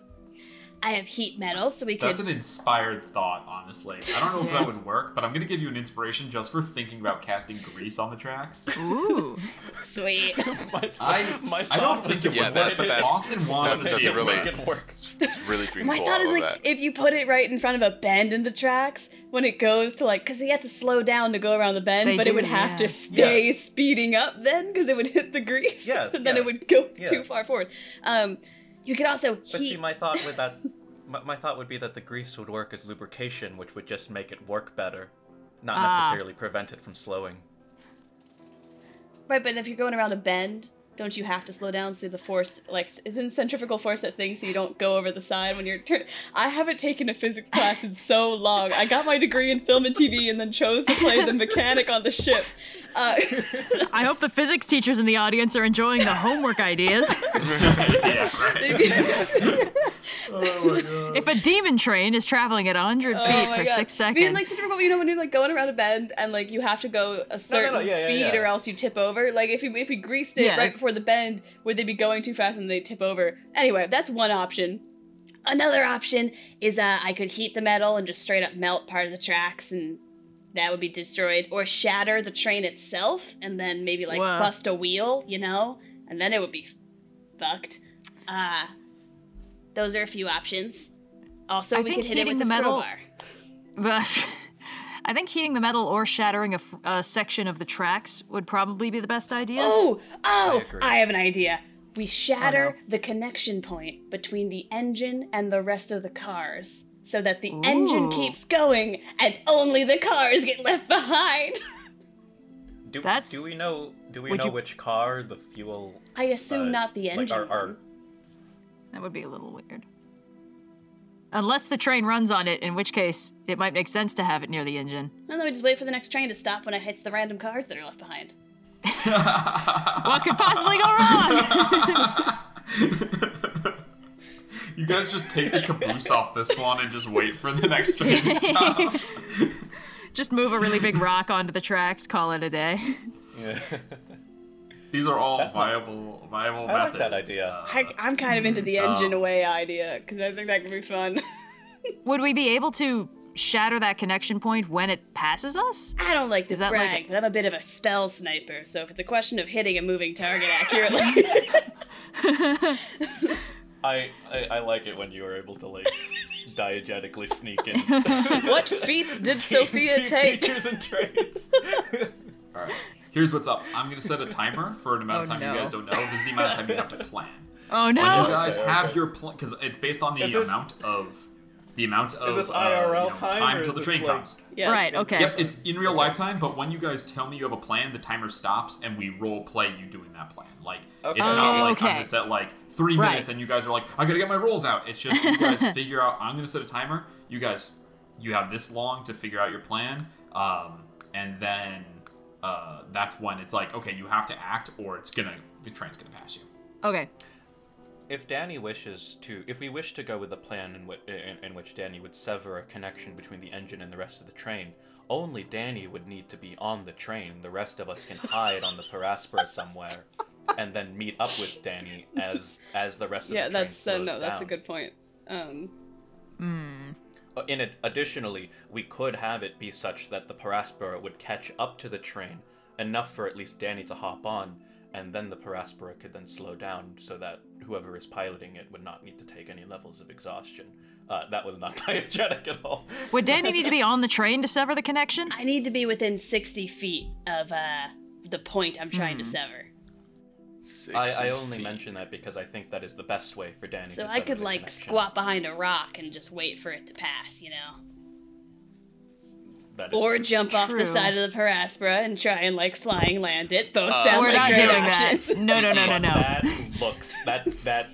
Speaker 4: I have heat metal, so we could.
Speaker 2: That's an inspired thought, honestly. I don't know if
Speaker 5: Yeah.
Speaker 2: that would work, but I'm going to give you an inspiration just for thinking about casting grease on the tracks.
Speaker 5: Ooh.
Speaker 4: Sweet.
Speaker 7: My,
Speaker 2: I-
Speaker 7: my
Speaker 2: I don't
Speaker 7: thought
Speaker 2: think
Speaker 7: was
Speaker 2: it
Speaker 6: Yeah,
Speaker 7: that
Speaker 2: would work,
Speaker 6: that's
Speaker 7: it
Speaker 2: but
Speaker 6: bad.
Speaker 2: Austin wants
Speaker 6: That's
Speaker 2: to see it
Speaker 7: Make
Speaker 6: doesn't
Speaker 2: work.
Speaker 6: (laughs) really-
Speaker 7: it work.
Speaker 6: It's really green.
Speaker 4: Oh My
Speaker 6: cool,
Speaker 4: thought
Speaker 6: I
Speaker 4: is
Speaker 6: love
Speaker 4: like
Speaker 6: that.
Speaker 4: if you put it right in front of a bend in the tracks, when it goes to like, because you have to slow down to go around the bend,
Speaker 5: They
Speaker 4: but it
Speaker 5: do,
Speaker 4: would have
Speaker 5: yeah.
Speaker 4: to stay
Speaker 7: Yes.
Speaker 4: speeding up then because it would hit the grease.
Speaker 7: Yes,
Speaker 4: (laughs) and then
Speaker 7: yeah.
Speaker 4: it would go
Speaker 7: Yeah.
Speaker 4: too far forward. Um, you could also
Speaker 3: But see,
Speaker 4: heat.
Speaker 3: my thought with
Speaker 4: (laughs)
Speaker 3: that, my, my thought would be that the grease would work as lubrication, which would just make it work better, not
Speaker 5: Ah.
Speaker 3: necessarily prevent it from slowing.
Speaker 4: right, but if you're going around a bend, don't you have to slow down so the force, like, isn't centrifugal force that thing so you don't go over the side when you're turning? I haven't taken a physics class in so long. I got my degree in film and TV and then chose to play the mechanic on the ship. Uh, (laughs)
Speaker 5: I hope the physics teachers in the audience are enjoying the homework
Speaker 4: (laughs)
Speaker 5: ideas.
Speaker 2: (laughs) yeah, right. oh my god.
Speaker 5: if a demon train is traveling at 100 feet
Speaker 4: Oh my
Speaker 5: for
Speaker 4: God.
Speaker 5: six
Speaker 4: I
Speaker 5: seconds,
Speaker 4: mean, like centrifugal, you know, when you're like going around a bend and like you have to go a certain
Speaker 3: yeah, yeah,
Speaker 4: speed
Speaker 3: yeah.
Speaker 4: or else you tip over. Like if you if we greased it right
Speaker 5: Yes.
Speaker 4: before the bend, would they be going too fast and they tip over? Anyway, that's one option. Another option is uh, I could heat the metal and just straight up melt part of the tracks and that would be destroyed or shatter the train itself and then maybe like
Speaker 5: Whoa.
Speaker 4: bust a wheel, you know, and then it would be fucked. Uh, those are a few options. Also,
Speaker 5: I
Speaker 4: we
Speaker 5: think
Speaker 4: could hit it
Speaker 5: heating
Speaker 4: with
Speaker 5: the
Speaker 4: the
Speaker 5: metal-
Speaker 4: crowbar.
Speaker 5: (laughs) But I think heating the metal or shattering a, f- a section of the tracks would probably be the best idea.
Speaker 4: (laughs) Oh, oh,
Speaker 3: agree.
Speaker 4: I, have an idea. We shatter
Speaker 8: Oh,
Speaker 4: the connection point between the engine and the rest of the cars so that the engine
Speaker 5: Ooh.
Speaker 4: keeps going and only the cars get left behind. (laughs)
Speaker 3: Do,
Speaker 5: That's-
Speaker 3: do we know? Do we
Speaker 5: would
Speaker 3: know
Speaker 5: you-
Speaker 3: which car the fuel?
Speaker 4: I assume
Speaker 3: uh,
Speaker 4: not the engine.
Speaker 3: Like our, our,
Speaker 4: one.
Speaker 5: That would be a little weird. Unless the train runs on it, in which case it might make sense to have it near the engine.
Speaker 4: And then we just wait for the next train to stop when it hits the random cars that are left behind.
Speaker 5: What could possibly go wrong?
Speaker 2: You guys just take the caboose off this one and just wait for the next train
Speaker 5: (laughs)
Speaker 2: to come.
Speaker 5: Just move a really big rock onto the tracks, call it a day. (laughs)
Speaker 3: yeah.
Speaker 2: These are all
Speaker 3: That's not-
Speaker 2: viable, viable
Speaker 3: I like
Speaker 2: methods.
Speaker 3: that idea.
Speaker 2: Uh,
Speaker 8: I, I'm kind of into the engine
Speaker 2: Oh.
Speaker 8: away idea because I think that could be fun. (laughs)
Speaker 5: Would we be able to shatter that connection point when it passes us?
Speaker 4: I don't like to
Speaker 5: Is that like
Speaker 4: brag, but I'm a bit of a spell sniper, so if it's a question of hitting a
Speaker 8: (laughs)
Speaker 4: moving target accurately,
Speaker 3: (laughs) I, I I like it when you are able to
Speaker 4: (laughs)
Speaker 3: like diegetically sneak in.
Speaker 8: what feat did
Speaker 3: (laughs)
Speaker 8: Sophia take?
Speaker 3: Features and
Speaker 4: (laughs)
Speaker 3: traits.
Speaker 2: all right. Here's what's up. I'm gonna set a timer for an amount of
Speaker 5: Oh,
Speaker 2: time
Speaker 5: no.
Speaker 2: you guys don't know. This is the amount of time you have to plan.
Speaker 5: Oh
Speaker 2: When you
Speaker 5: no!
Speaker 2: guys
Speaker 3: Okay,
Speaker 2: have
Speaker 3: okay.
Speaker 2: your plan, because it's based on the
Speaker 3: Is this-
Speaker 2: amount of the amount of
Speaker 3: this
Speaker 2: uh,
Speaker 3: IRL
Speaker 2: you know,
Speaker 3: time, or
Speaker 2: time
Speaker 3: is
Speaker 2: till the
Speaker 3: this
Speaker 2: train
Speaker 3: like-
Speaker 2: comes.
Speaker 8: Yes.
Speaker 5: Right, okay.
Speaker 2: Yep, it's in real lifetime, but when you guys tell me you have a plan, the timer stops and we role play you doing that plan. Like
Speaker 3: Okay.
Speaker 2: it's not
Speaker 5: Oh,
Speaker 2: like I'm
Speaker 5: okay.
Speaker 2: gonna set like three
Speaker 5: Right.
Speaker 2: minutes and you guys are like, I gotta get my rolls out. It's just you
Speaker 5: (laughs)
Speaker 2: guys figure out I'm gonna set a timer. You guys you have this long to figure out your plan. Um and then uh that's when it's like, okay, you have to act or it's gonna the train's gonna pass you.
Speaker 5: Okay.
Speaker 3: If Danny wishes to, if we wish to go with the plan in, whi- in, in which Danny would sever a connection between the engine and the rest of the train, only Danny would need to be on the train. The rest of us can hide on the Paraspora somewhere, and then meet up with Danny as as the rest of
Speaker 8: Yeah,
Speaker 3: the train
Speaker 8: that's uh,
Speaker 3: slows
Speaker 8: no, that's a
Speaker 3: down.
Speaker 8: good point. Um,
Speaker 3: Uh, In ad- additionally, we could have it be such that the Paraspora would catch up to the train enough for at least Danny to hop on, and then the Paraspora could then slow down so that whoever is piloting it would not need to take any levels of exhaustion. Uh, that was not (laughs) diegetic at all.
Speaker 5: Would Danny need to be on the train to sever the connection?
Speaker 4: I need to be within 60 feet of uh, the point I'm trying to sever.
Speaker 3: I,
Speaker 6: 60
Speaker 3: I only
Speaker 6: feet.
Speaker 3: mention that because I think that is the best way for Danny.
Speaker 4: So
Speaker 3: to
Speaker 4: I
Speaker 3: sever
Speaker 4: could
Speaker 3: the
Speaker 4: like
Speaker 3: connection.
Speaker 4: squat behind a rock and just wait for it to pass, you know?
Speaker 3: That is
Speaker 4: Or jump off the
Speaker 5: True.
Speaker 4: side of the paraspora and try and like flying land it. Both
Speaker 6: Uh,
Speaker 4: sound
Speaker 5: We're
Speaker 4: like
Speaker 5: not
Speaker 4: great
Speaker 5: doing
Speaker 4: options.
Speaker 5: that. No, no, no, no,
Speaker 3: But
Speaker 5: no.
Speaker 3: That looks that
Speaker 4: (laughs)
Speaker 3: that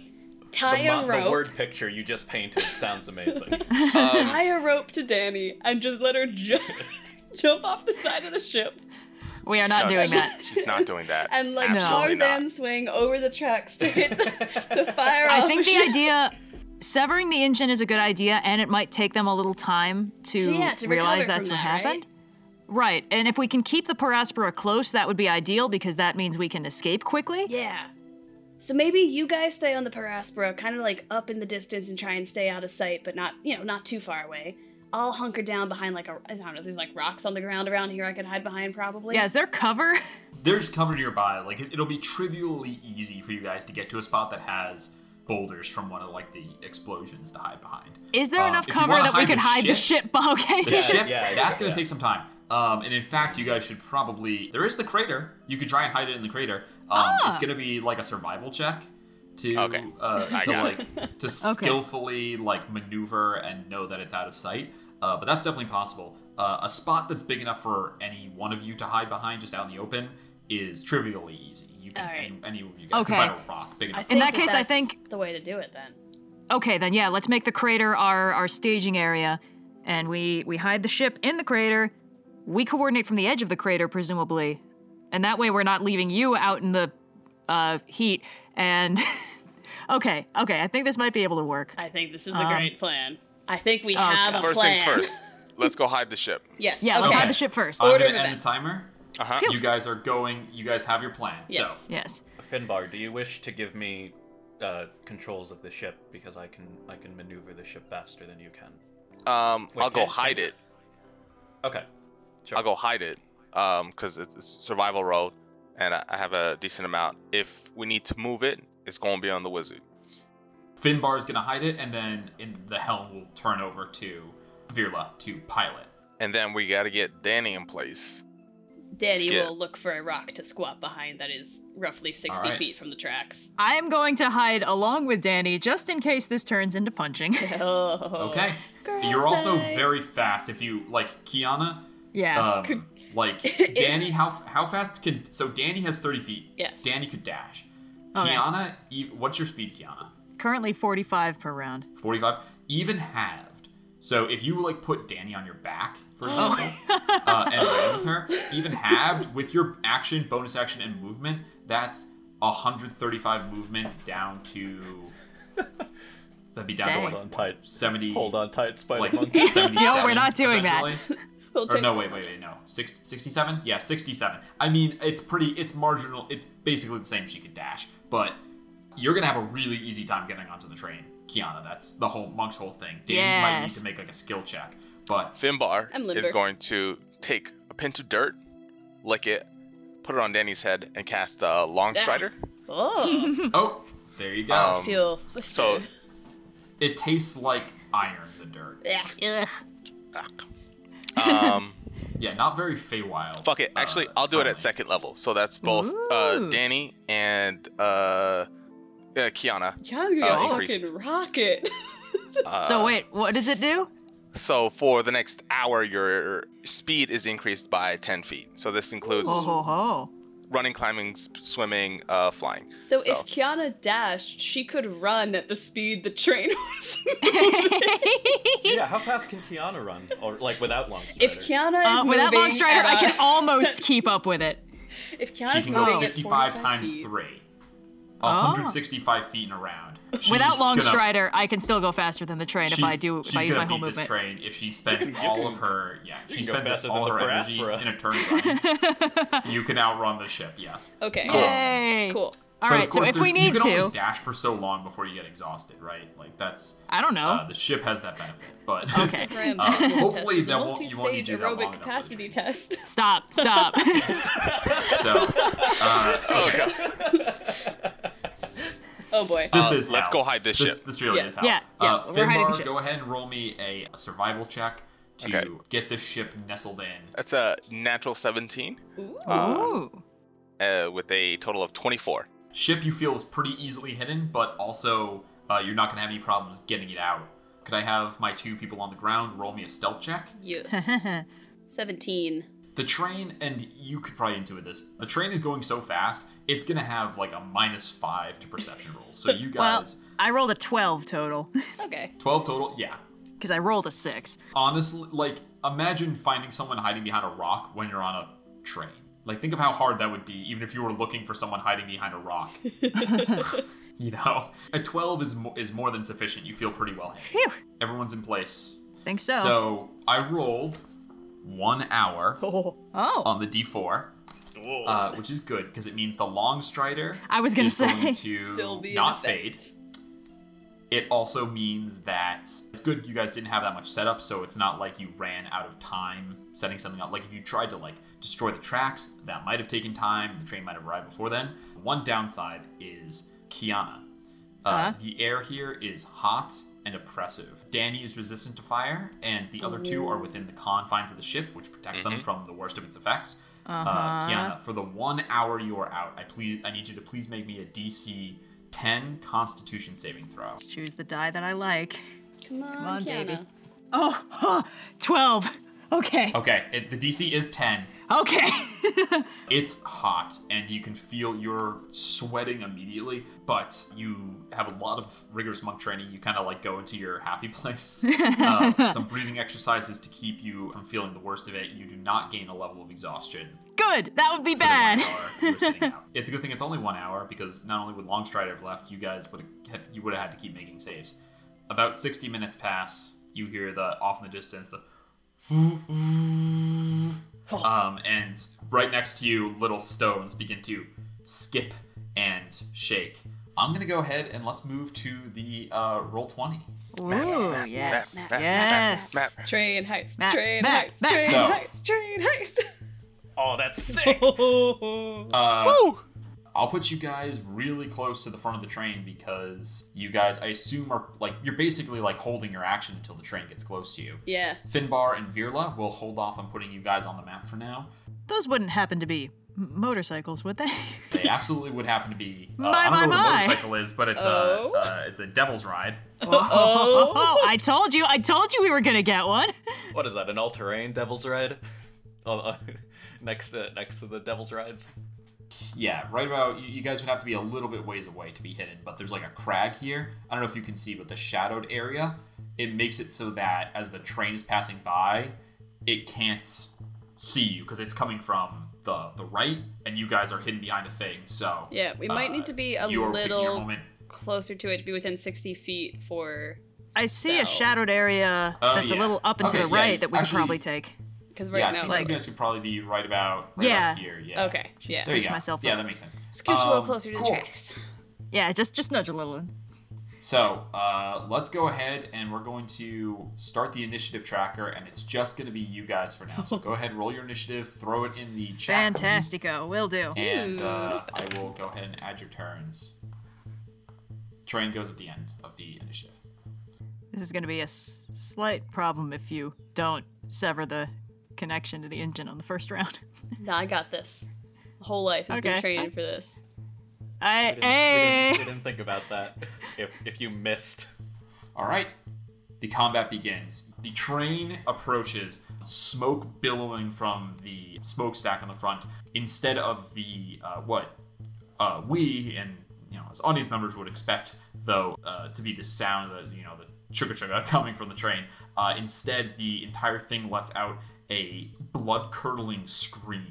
Speaker 4: Tie
Speaker 3: the, mo-
Speaker 4: a
Speaker 3: the
Speaker 4: rope.
Speaker 3: word picture you just painted sounds amazing.
Speaker 6: Um,
Speaker 8: Tie a rope to Danny and just let her
Speaker 4: (laughs)
Speaker 8: jump, jump off the side of the ship
Speaker 5: We are not
Speaker 6: no,
Speaker 5: doing
Speaker 6: she's-
Speaker 5: that.
Speaker 6: She's not
Speaker 4: (laughs)
Speaker 6: doing that.
Speaker 8: and like
Speaker 5: No.
Speaker 8: Tarzan
Speaker 6: Absolutely not.
Speaker 8: swing over the tracks to hit the, to (laughs) fire
Speaker 5: I
Speaker 4: Oh,
Speaker 8: off
Speaker 5: think
Speaker 8: the
Speaker 5: the idea severing the engine is a good idea, and it might take them a little time to,
Speaker 4: So, yeah, to
Speaker 5: realize
Speaker 4: recover
Speaker 5: that's
Speaker 4: from
Speaker 5: what
Speaker 4: that, right?
Speaker 5: happened. Right, and if we can keep the Paraspora close, that would be ideal because that means we can escape quickly.
Speaker 4: Yeah. So maybe you guys stay on the Paraspora, kind of like up in the distance and try and stay out of sight, but not, you know, not too far away. I'll hunker down behind like a, I don't know, there's like rocks on the ground around here I could hide behind probably.
Speaker 5: Yeah, is there cover? (laughs)
Speaker 2: There's cover nearby. Like it- it'll be trivially easy for you guys to get to a spot that has boulders from one of like the explosions to hide behind.
Speaker 5: Is there
Speaker 2: Um,
Speaker 5: enough
Speaker 2: if you
Speaker 5: cover
Speaker 2: wanna
Speaker 5: that we
Speaker 2: hide
Speaker 5: could
Speaker 2: the
Speaker 5: hide the
Speaker 2: ship-
Speaker 5: ship? but (laughs) Okay.
Speaker 2: The
Speaker 3: Yeah,
Speaker 2: ship
Speaker 3: yeah, yeah,
Speaker 2: that's gonna
Speaker 3: yeah.
Speaker 2: take some time. Um, and in fact, you guys should probably there is the crater. You could try and hide it in the crater. Um, It's gonna be like a survival check to
Speaker 6: Okay.
Speaker 2: uh,
Speaker 6: I
Speaker 2: to
Speaker 6: got
Speaker 2: like to skillfully like maneuver and know that it's out of sight. Uh, but that's definitely possible. Uh, a spot that's big enough for any one of you to hide behind, just out in the open, is trivially easy. You can
Speaker 4: All right.
Speaker 2: any, any of you guys
Speaker 5: Okay.
Speaker 2: can find a rock big
Speaker 4: I
Speaker 2: enough.
Speaker 4: think
Speaker 5: that case, I
Speaker 4: that's
Speaker 5: think-
Speaker 4: the way to do it then.
Speaker 5: Okay, then yeah, let's make the crater our our staging area, and we we hide the ship in the crater. We coordinate from the edge of the crater, presumably, and that way we're not leaving you out in the uh, heat. And (laughs) okay, okay, I think this might be able to work.
Speaker 4: I think this is a
Speaker 5: Um,
Speaker 4: great plan. I think we
Speaker 5: oh,
Speaker 4: have a
Speaker 6: First
Speaker 4: plan.
Speaker 6: things first. Let's go hide the ship.
Speaker 8: Yes.
Speaker 5: Yeah, let's
Speaker 2: Okay.
Speaker 5: hide the ship first.
Speaker 2: I'm
Speaker 8: order
Speaker 2: gonna
Speaker 8: of
Speaker 2: end the
Speaker 8: events.
Speaker 2: timer.
Speaker 6: Uh huh.
Speaker 2: You guys are going. You guys have your plan. So
Speaker 8: Yes.
Speaker 5: yes.
Speaker 3: Finbar, do you wish to give me uh, controls of the ship because I can I can maneuver the ship faster than you can?
Speaker 6: Um,
Speaker 3: Wait,
Speaker 6: I'll go
Speaker 3: can-
Speaker 6: hide
Speaker 3: can-
Speaker 6: it.
Speaker 3: Okay. Sure.
Speaker 6: I'll go hide it. Um, because it's it's survival road, and I I have a decent amount. If we need to move it, it's going to be on the wizard.
Speaker 2: Finbar is gonna hide it, and then in the helm will turn over to Virla to pilot.
Speaker 6: And then we got to get Danny in place.
Speaker 4: Danny
Speaker 6: Let's get-
Speaker 4: will look for a rock to squat behind that is roughly 60
Speaker 2: Alright.
Speaker 4: feet from
Speaker 5: (laughs)
Speaker 4: the tracks.
Speaker 5: I am going to hide along with Danny just in case this turns into punching. (laughs)
Speaker 4: Oh.
Speaker 2: Okay. You're also very fast. If you like Kiana,
Speaker 5: yeah.
Speaker 2: um, like Danny, how how fast can so Danny has thirty feet.
Speaker 4: Yes.
Speaker 2: Danny could dash.
Speaker 5: Okay.
Speaker 2: Kiana, e- what's your speed, Kiana?
Speaker 5: Currently 45 per round.
Speaker 2: Forty five, even halved. So if you like put Danny on your back, for example, uh, and ran with her, even halved with your action, bonus action, and movement, that's hundred thirty five movement down to. That'd be down
Speaker 5: Dang.
Speaker 2: to
Speaker 3: Hold on
Speaker 2: like
Speaker 3: tight.
Speaker 2: seventy.
Speaker 3: Hold on tight, Spider
Speaker 2: like
Speaker 5: (laughs)
Speaker 3: Monkey.
Speaker 2: 77,
Speaker 5: No, we're not doing that. (laughs)
Speaker 2: essentially.
Speaker 8: We'll
Speaker 2: Or
Speaker 8: take-
Speaker 2: no, wait, wait, wait, no. Six, 67? Yeah, 67. I mean, it's pretty, it's marginal, it's basically the same she could dash, but you're gonna have a really easy time getting onto the train, Kiana. That's the whole monk's whole thing. Danny might need
Speaker 5: Yes.
Speaker 2: to make like a skill check,
Speaker 5: (laughs)
Speaker 2: but
Speaker 6: Finbar
Speaker 8: I'm
Speaker 6: is
Speaker 8: limber.
Speaker 6: going to take a pinch of dirt, lick it, put it on Danny's head, and cast a long strider.
Speaker 8: Oh,
Speaker 5: Hmm.
Speaker 2: oh, there you go.
Speaker 6: Um,
Speaker 8: feel swift.
Speaker 6: so,
Speaker 2: it tastes like iron, the dirt.
Speaker 8: yeah.
Speaker 6: ah,
Speaker 8: (laughs)
Speaker 6: um,
Speaker 2: Yeah, not very Feywild.
Speaker 6: fuck it.
Speaker 2: uh,
Speaker 6: Actually, I'll do it at
Speaker 2: friendly.
Speaker 6: second level. So that's both uh,
Speaker 5: Ooh.
Speaker 6: Danny and uh, uh, Kiana.
Speaker 8: Kiana's
Speaker 6: Uh,
Speaker 8: gonna get
Speaker 6: increased.
Speaker 8: fucking
Speaker 5: (laughs)
Speaker 8: rocket.
Speaker 6: Uh,
Speaker 5: so wait, what does it do?
Speaker 6: So for the next hour, your speed is increased by 10 feet. So this includes
Speaker 5: Oh ho ho.
Speaker 6: running, climbing, sp- swimming, uh, flying.
Speaker 8: So,
Speaker 6: So-
Speaker 8: if Kiana dashed, she could run at the speed the train (laughs) was.
Speaker 3: (laughs) yeah, how fast can Kiana run? Or like without long
Speaker 8: if
Speaker 3: strider?
Speaker 8: Kiana is
Speaker 5: Uh, with that long
Speaker 8: moving
Speaker 5: strider,
Speaker 8: at
Speaker 5: I
Speaker 8: a-
Speaker 5: can almost keep up with it.
Speaker 8: If
Speaker 2: She
Speaker 8: Kiana's
Speaker 2: can
Speaker 8: moving
Speaker 2: go
Speaker 8: at
Speaker 2: 55 times
Speaker 8: feet-
Speaker 2: 3. 165 feet in a round.
Speaker 5: Oh. Without
Speaker 2: She's
Speaker 5: long
Speaker 2: gonna-
Speaker 5: strider, I can still go faster than the train if
Speaker 2: she's-
Speaker 5: I do
Speaker 2: she's
Speaker 5: if I use
Speaker 2: gonna
Speaker 5: my whole
Speaker 2: beat this
Speaker 5: movement.
Speaker 2: train if
Speaker 5: (laughs)
Speaker 2: she spends
Speaker 7: can- you
Speaker 2: all
Speaker 7: can-
Speaker 2: of her yeah if she
Speaker 7: can go
Speaker 2: spends
Speaker 7: faster than
Speaker 2: all
Speaker 7: the
Speaker 2: her energy
Speaker 7: Paraspora.
Speaker 2: in a turn
Speaker 5: (laughs)
Speaker 2: run, you can outrun the ship yes
Speaker 8: Okay.
Speaker 5: Yay!
Speaker 8: Cool.
Speaker 2: But
Speaker 5: All right,
Speaker 2: of
Speaker 5: so
Speaker 2: course,
Speaker 5: if we
Speaker 2: there's-
Speaker 5: need
Speaker 2: you can
Speaker 5: to,
Speaker 2: only dash for so long before you get exhausted, right? Like that's
Speaker 5: I don't know.
Speaker 2: uh, the ship has that benefit, but
Speaker 5: Oh. Okay.
Speaker 8: Grim.
Speaker 2: Uh,
Speaker 8: (laughs) This
Speaker 2: hopefully
Speaker 8: test is a
Speaker 2: that won't- you won't
Speaker 8: multi-stage
Speaker 2: need to do that long
Speaker 8: aerobic
Speaker 2: enough for
Speaker 8: capacity
Speaker 2: the train.
Speaker 8: test.
Speaker 5: stop, stop.
Speaker 2: (laughs) so uh, okay.
Speaker 8: Oh
Speaker 2: (laughs)
Speaker 8: boy.
Speaker 2: this
Speaker 6: Uh,
Speaker 2: is
Speaker 6: let's
Speaker 2: how.
Speaker 6: go hide this
Speaker 2: This,
Speaker 6: ship.
Speaker 2: this really
Speaker 8: Yeah.
Speaker 2: is how.
Speaker 5: Yeah,
Speaker 2: Uh,
Speaker 5: yeah, we're hiding the
Speaker 2: Finbar,
Speaker 5: ship.
Speaker 2: go ahead and roll me a, a survival check to
Speaker 6: Okay.
Speaker 2: get this ship nestled in.
Speaker 6: That's a natural 17
Speaker 5: Ooh.
Speaker 6: uh, with a total of 24.
Speaker 2: Ship you feel is pretty easily hidden, but also uh, you're not gonna have any problems getting it out. Could I have my two people on the ground roll me a stealth check?
Speaker 5: (laughs)
Speaker 8: Yes.
Speaker 4: Seventeen.
Speaker 2: The train, and you could probably intuit this. The train is going so fast, it's gonna have like a minus five to perception rolls. So you
Speaker 5: Well,
Speaker 2: guys,
Speaker 5: I rolled a 12 total
Speaker 8: okay.
Speaker 2: twelve total. Yeah,
Speaker 5: because I rolled a 6.
Speaker 2: honestly, like imagine finding someone hiding behind a rock when you're on a train. Like think of how hard that would be, even if you were looking for someone hiding behind a rock. (laughs) you know, a twelve is mo- is more than sufficient. You feel pretty well. handled.
Speaker 5: Phew.
Speaker 2: Everyone's in place.
Speaker 5: Think so.
Speaker 2: So I rolled one hour
Speaker 5: oh.
Speaker 2: on the d4, uh, which is good because it means the long strider
Speaker 5: I was gonna
Speaker 2: is going
Speaker 5: say.
Speaker 2: to
Speaker 8: Still be in
Speaker 2: not
Speaker 8: effect.
Speaker 2: fade. It also means that it's good you guys didn't have that much setup, so it's not like you ran out of time setting something up. Like if you tried to like destroy the tracks, that might have taken time. The train might have arrived before then. One downside is Kiana. Uh,
Speaker 5: Huh?
Speaker 2: The air here is hot and oppressive. Danny is resistant to fire, and the other two are within the confines of the ship, which protect them from the worst of its effects. uh Kiana, for the one hour you are out, I please I need you to please make me a DC 10 Constitution saving throw.
Speaker 5: Let's choose the die that I like.
Speaker 4: Come on,
Speaker 5: on,
Speaker 4: Kiana.
Speaker 5: baby. Oh, huh, 12. Okay.
Speaker 2: Okay, it, the DC is 10.
Speaker 5: Okay.
Speaker 2: It's hot, and you can feel you're sweating immediately, but you have a lot of rigorous monk training. You kind of like go into your happy (laughs) place. uh, some breathing exercises to keep you from feeling the worst of it. You do not gain a level of exhaustion.
Speaker 5: Good. That would be
Speaker 2: for the one
Speaker 5: bad.
Speaker 2: hour you're sitting out. it's a good thing it's only one hour because not only would Longstride have left, you guys would have you would have had to keep making saves. About 60 minutes pass, you hear the off in the distance the um, and right next to you, little stones begin to skip and shake. I'm gonna go ahead and let's move to the uh, roll 20.
Speaker 5: Ooh, yes.
Speaker 6: Map, map,
Speaker 5: Yes.
Speaker 6: map.
Speaker 8: Train heist.
Speaker 5: Matt,
Speaker 8: train
Speaker 5: Matt,
Speaker 8: heist.
Speaker 5: Matt.
Speaker 8: Train
Speaker 2: So-
Speaker 8: heist. Train
Speaker 5: (laughs)
Speaker 8: heist.
Speaker 7: Oh, that's sick.
Speaker 2: Uh, I'll put you guys really close to the front of the train because you guys, I assume, are like you're basically like holding your action until the train gets close to you.
Speaker 8: (laughs) yeah.
Speaker 2: Finbar and Virla will hold off on putting you guys on the map for now.
Speaker 5: Those wouldn't happen to be m- motorcycles,
Speaker 2: (laughs)
Speaker 5: would they?
Speaker 2: They absolutely would happen to be. Uh,
Speaker 5: My,
Speaker 2: I don't know
Speaker 5: my,
Speaker 2: what
Speaker 5: my.
Speaker 2: a motorcycle is, but it's
Speaker 8: Oh.
Speaker 2: a uh, it's a devil's ride.
Speaker 5: Oh, I told you. I told you we were going to
Speaker 2: (laughs)
Speaker 5: get one.
Speaker 3: What is that? An all-terrain Devil's Ride? Oh, uh, (laughs) next to next to the Devil's Rides.
Speaker 2: Yeah, right about you, you guys would have to be a little bit ways away to be hidden, but there's like a crag here. I don't know if you can see, but the shadowed area it makes it so that as the train is passing by, it can't see you because it's coming from the the right, and you guys are hidden behind a thing. So
Speaker 8: Yeah. We might
Speaker 2: uh,
Speaker 8: need to be a
Speaker 2: you are picking your
Speaker 8: little
Speaker 2: moment.
Speaker 8: closer to it to be within 60 feet for.
Speaker 5: I see a shadowed area
Speaker 2: Oh,
Speaker 5: that's
Speaker 2: yeah.
Speaker 5: a little up and
Speaker 2: Okay,
Speaker 5: to the
Speaker 2: yeah,
Speaker 5: right that we
Speaker 2: actually-
Speaker 5: could probably take.
Speaker 8: Because right
Speaker 2: yeah, I
Speaker 8: now,
Speaker 2: think
Speaker 8: like.
Speaker 2: you guys could probably be right about right
Speaker 5: Yeah.
Speaker 2: about here. Yeah.
Speaker 8: Okay. Yeah.
Speaker 2: There you
Speaker 5: Scooch
Speaker 2: go.
Speaker 5: myself
Speaker 2: yeah,
Speaker 5: up.
Speaker 2: that makes sense.
Speaker 8: Scooch a little
Speaker 2: Um,
Speaker 8: closer to
Speaker 2: cool.
Speaker 8: the tracks. (laughs)
Speaker 5: Yeah, just just nudge a little.
Speaker 2: So uh, let's go ahead and we're going to start the initiative tracker, and it's just going to be you guys for now. So go ahead, roll your initiative, throw it in the chat, for me,
Speaker 5: Fantastico, will do.
Speaker 2: and uh, I will go ahead and add your turns. Train goes at the end of the initiative.
Speaker 5: This is going to be a s- slight problem if you don't sever the connection to the engine on the first round. (laughs)
Speaker 8: Nah, I got this. My whole life I've been
Speaker 5: Okay.
Speaker 8: training for this.
Speaker 5: I
Speaker 3: We didn't- we didn't, we
Speaker 5: hey.
Speaker 3: didn't think about that. If if you missed,
Speaker 2: All right. The combat begins. The train approaches, smoke billowing from the smokestack on the front. Instead of the uh, what uh, we and you know as audience members would expect, though, uh, to be the sound of the, you know the chugga chugga (laughs) coming from the train. Uh, instead, the entire thing lets out a blood curdling scream,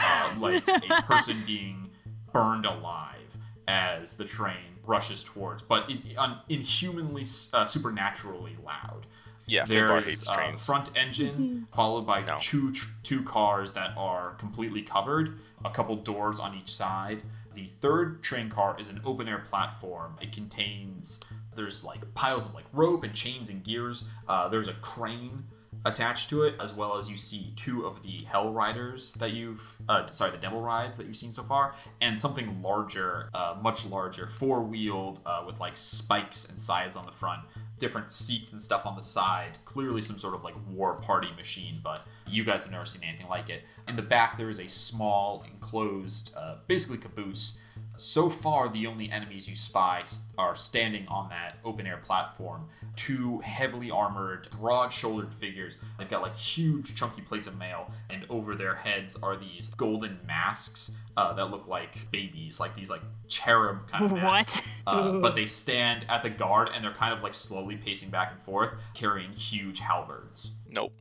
Speaker 2: uh, like a person being burned alive as the train rushes towards, but in, un, inhumanly, uh, supernaturally loud.
Speaker 6: Yeah, Figbar
Speaker 2: There
Speaker 6: hates
Speaker 2: is a
Speaker 6: trains.
Speaker 2: front engine followed by
Speaker 6: No.
Speaker 2: two two cars that are completely covered, a couple doors on each side. The third train car is an open air platform. It contains there's like piles of like rope and chains and gears. Uh, there's a crane attached to it, as well as you see two of the Hell Riders that you've uh, sorry the Devil Rides that you've seen so far, and something larger, uh, much larger, four wheeled uh, with like spikes and sides on the front different seats and stuff on the side. Clearly, some sort of like war party machine, but you guys have never seen anything like it. In the back, there is a small enclosed, uh, basically caboose. So far, the only enemies you spy s- are standing on that open air platform. Two heavily armored, broad shouldered figures. They've got like huge, chunky plates of mail, and over their heads are these golden masks uh, that look like babies, like these like cherub kind of masks.
Speaker 5: What?
Speaker 2: Uh, but they stand at the guard and they're kind of like slowly pacing back and forth, carrying huge halberds.
Speaker 6: Nope.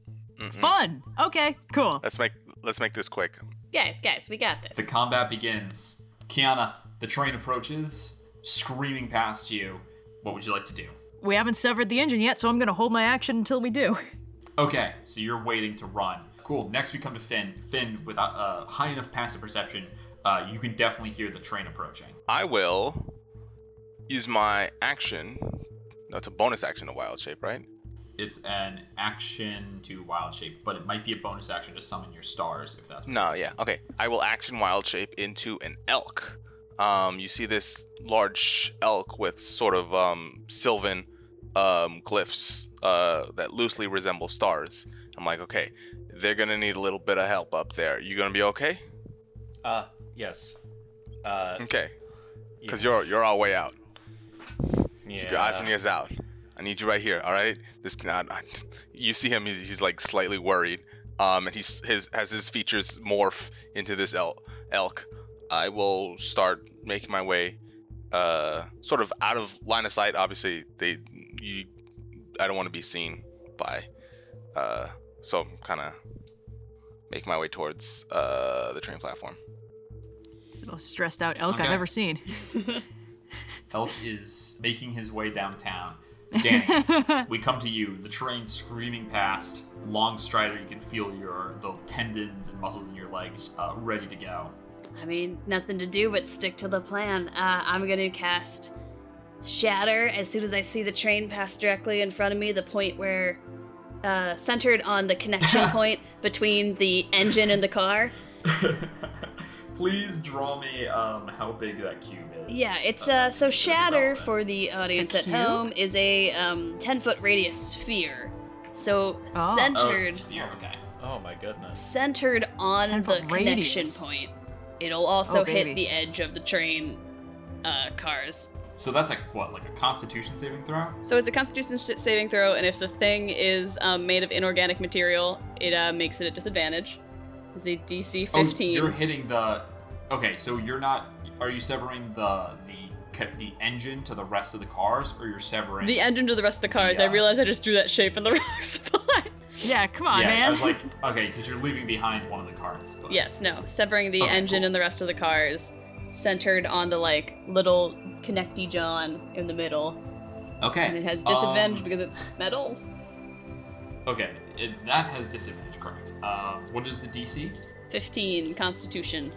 Speaker 6: Mm-mm.
Speaker 5: Fun. Okay, cool.
Speaker 6: Let's make let's make this quick.
Speaker 4: Guys, guys, we got
Speaker 2: The
Speaker 4: this.
Speaker 2: combat begins. Kiana, the train approaches, screaming past you. What would you like to do?
Speaker 5: We haven't severed the engine yet, so I'm gonna hold my action until we do. (laughs)
Speaker 2: Okay, so you're waiting to run. Cool. Next, we come to Finn. Finn, with a uh, high enough passive perception, uh, you can definitely hear the train approaching.
Speaker 6: I will use my action. No, it's a bonus action to wild shape, right?
Speaker 2: It's an action to wild shape, but it might be a bonus action to summon your stars if that's. what
Speaker 6: No,
Speaker 2: it is.
Speaker 6: yeah. Okay. I will action wild shape into an elk. Um, you see this large elk with sort of um sylvan um glyphs uh that loosely resemble stars. I'm like, okay, they're gonna need a little bit of help up there. You gonna be okay?
Speaker 3: Uh, yes.
Speaker 6: (laughs)
Speaker 3: Uh,
Speaker 6: Okay.
Speaker 3: yes.
Speaker 6: Because you're you're all way out.
Speaker 3: yeah.
Speaker 6: Keep your eyes and ears out. I need you right here. All right. This cannot. I, you see him. He's, he's like slightly worried. Um, and he's his has his features morph into this el- elk. I will start making my way, uh, sort of out of line of sight. Obviously, they you. I don't want to be seen by. Uh, so I'm kind of making my way towards uh the train platform.
Speaker 5: It's the most stressed out elk I've
Speaker 2: Okay.
Speaker 5: ever seen.
Speaker 2: Elf is making his way
Speaker 4: (laughs)
Speaker 2: downtown. Danny, we come to you. The train screaming past. Long strider, you can feel your the tendons and muscles in your legs uh, ready to go.
Speaker 4: I mean, nothing to do but stick to the plan. Uh, I'm gonna cast Shatter as soon as I see the train pass directly in front of me, the point where, uh, centered on the connection point between the engine and the car.
Speaker 2: (laughs) Please draw me um, how big that cube is.
Speaker 4: Yeah, it's uh, so
Speaker 2: it's
Speaker 4: shatter
Speaker 2: irrelevant.
Speaker 4: for the audience at
Speaker 5: cube?
Speaker 4: home is a um, ten foot radius sphere. So
Speaker 5: Oh.
Speaker 2: Oh, it's a
Speaker 4: centered,
Speaker 2: sphere, okay.
Speaker 3: Oh my goodness.
Speaker 4: centered on
Speaker 5: 10
Speaker 4: the
Speaker 5: foot
Speaker 4: connection
Speaker 5: radius.
Speaker 4: point. It'll also
Speaker 5: Oh,
Speaker 4: hit
Speaker 5: baby.
Speaker 4: the edge of the train uh, cars.
Speaker 2: So that's like what, like a Constitution saving throw?
Speaker 8: So it's a Constitution sa- saving throw, and if the thing is um, made of inorganic material, it uh, makes it a disadvantage. It's a DC
Speaker 2: Oh,
Speaker 8: 15.
Speaker 2: you're hitting the. Okay, so you're not. Are you severing the the ca- the engine to the rest of the cars, or you're severing
Speaker 8: the engine to the rest of the cars. I
Speaker 2: Yeah.
Speaker 8: realize I just drew that shape in the (laughs) wrong spot.
Speaker 5: yeah, come on,
Speaker 2: yeah, I
Speaker 5: man.
Speaker 2: was like, okay, because you're leaving behind one of the carts. But...
Speaker 8: yes, no. Severing the
Speaker 2: Okay,
Speaker 8: engine
Speaker 2: Oh, cool.
Speaker 8: and the rest of the cars, centered on the like little connecty John in the middle,
Speaker 2: Okay.
Speaker 8: and it has disadvantage
Speaker 2: um,
Speaker 8: because it's metal.
Speaker 2: Okay, it, that has disadvantage, correct. Um, what is the DC?
Speaker 8: 15 Constitution.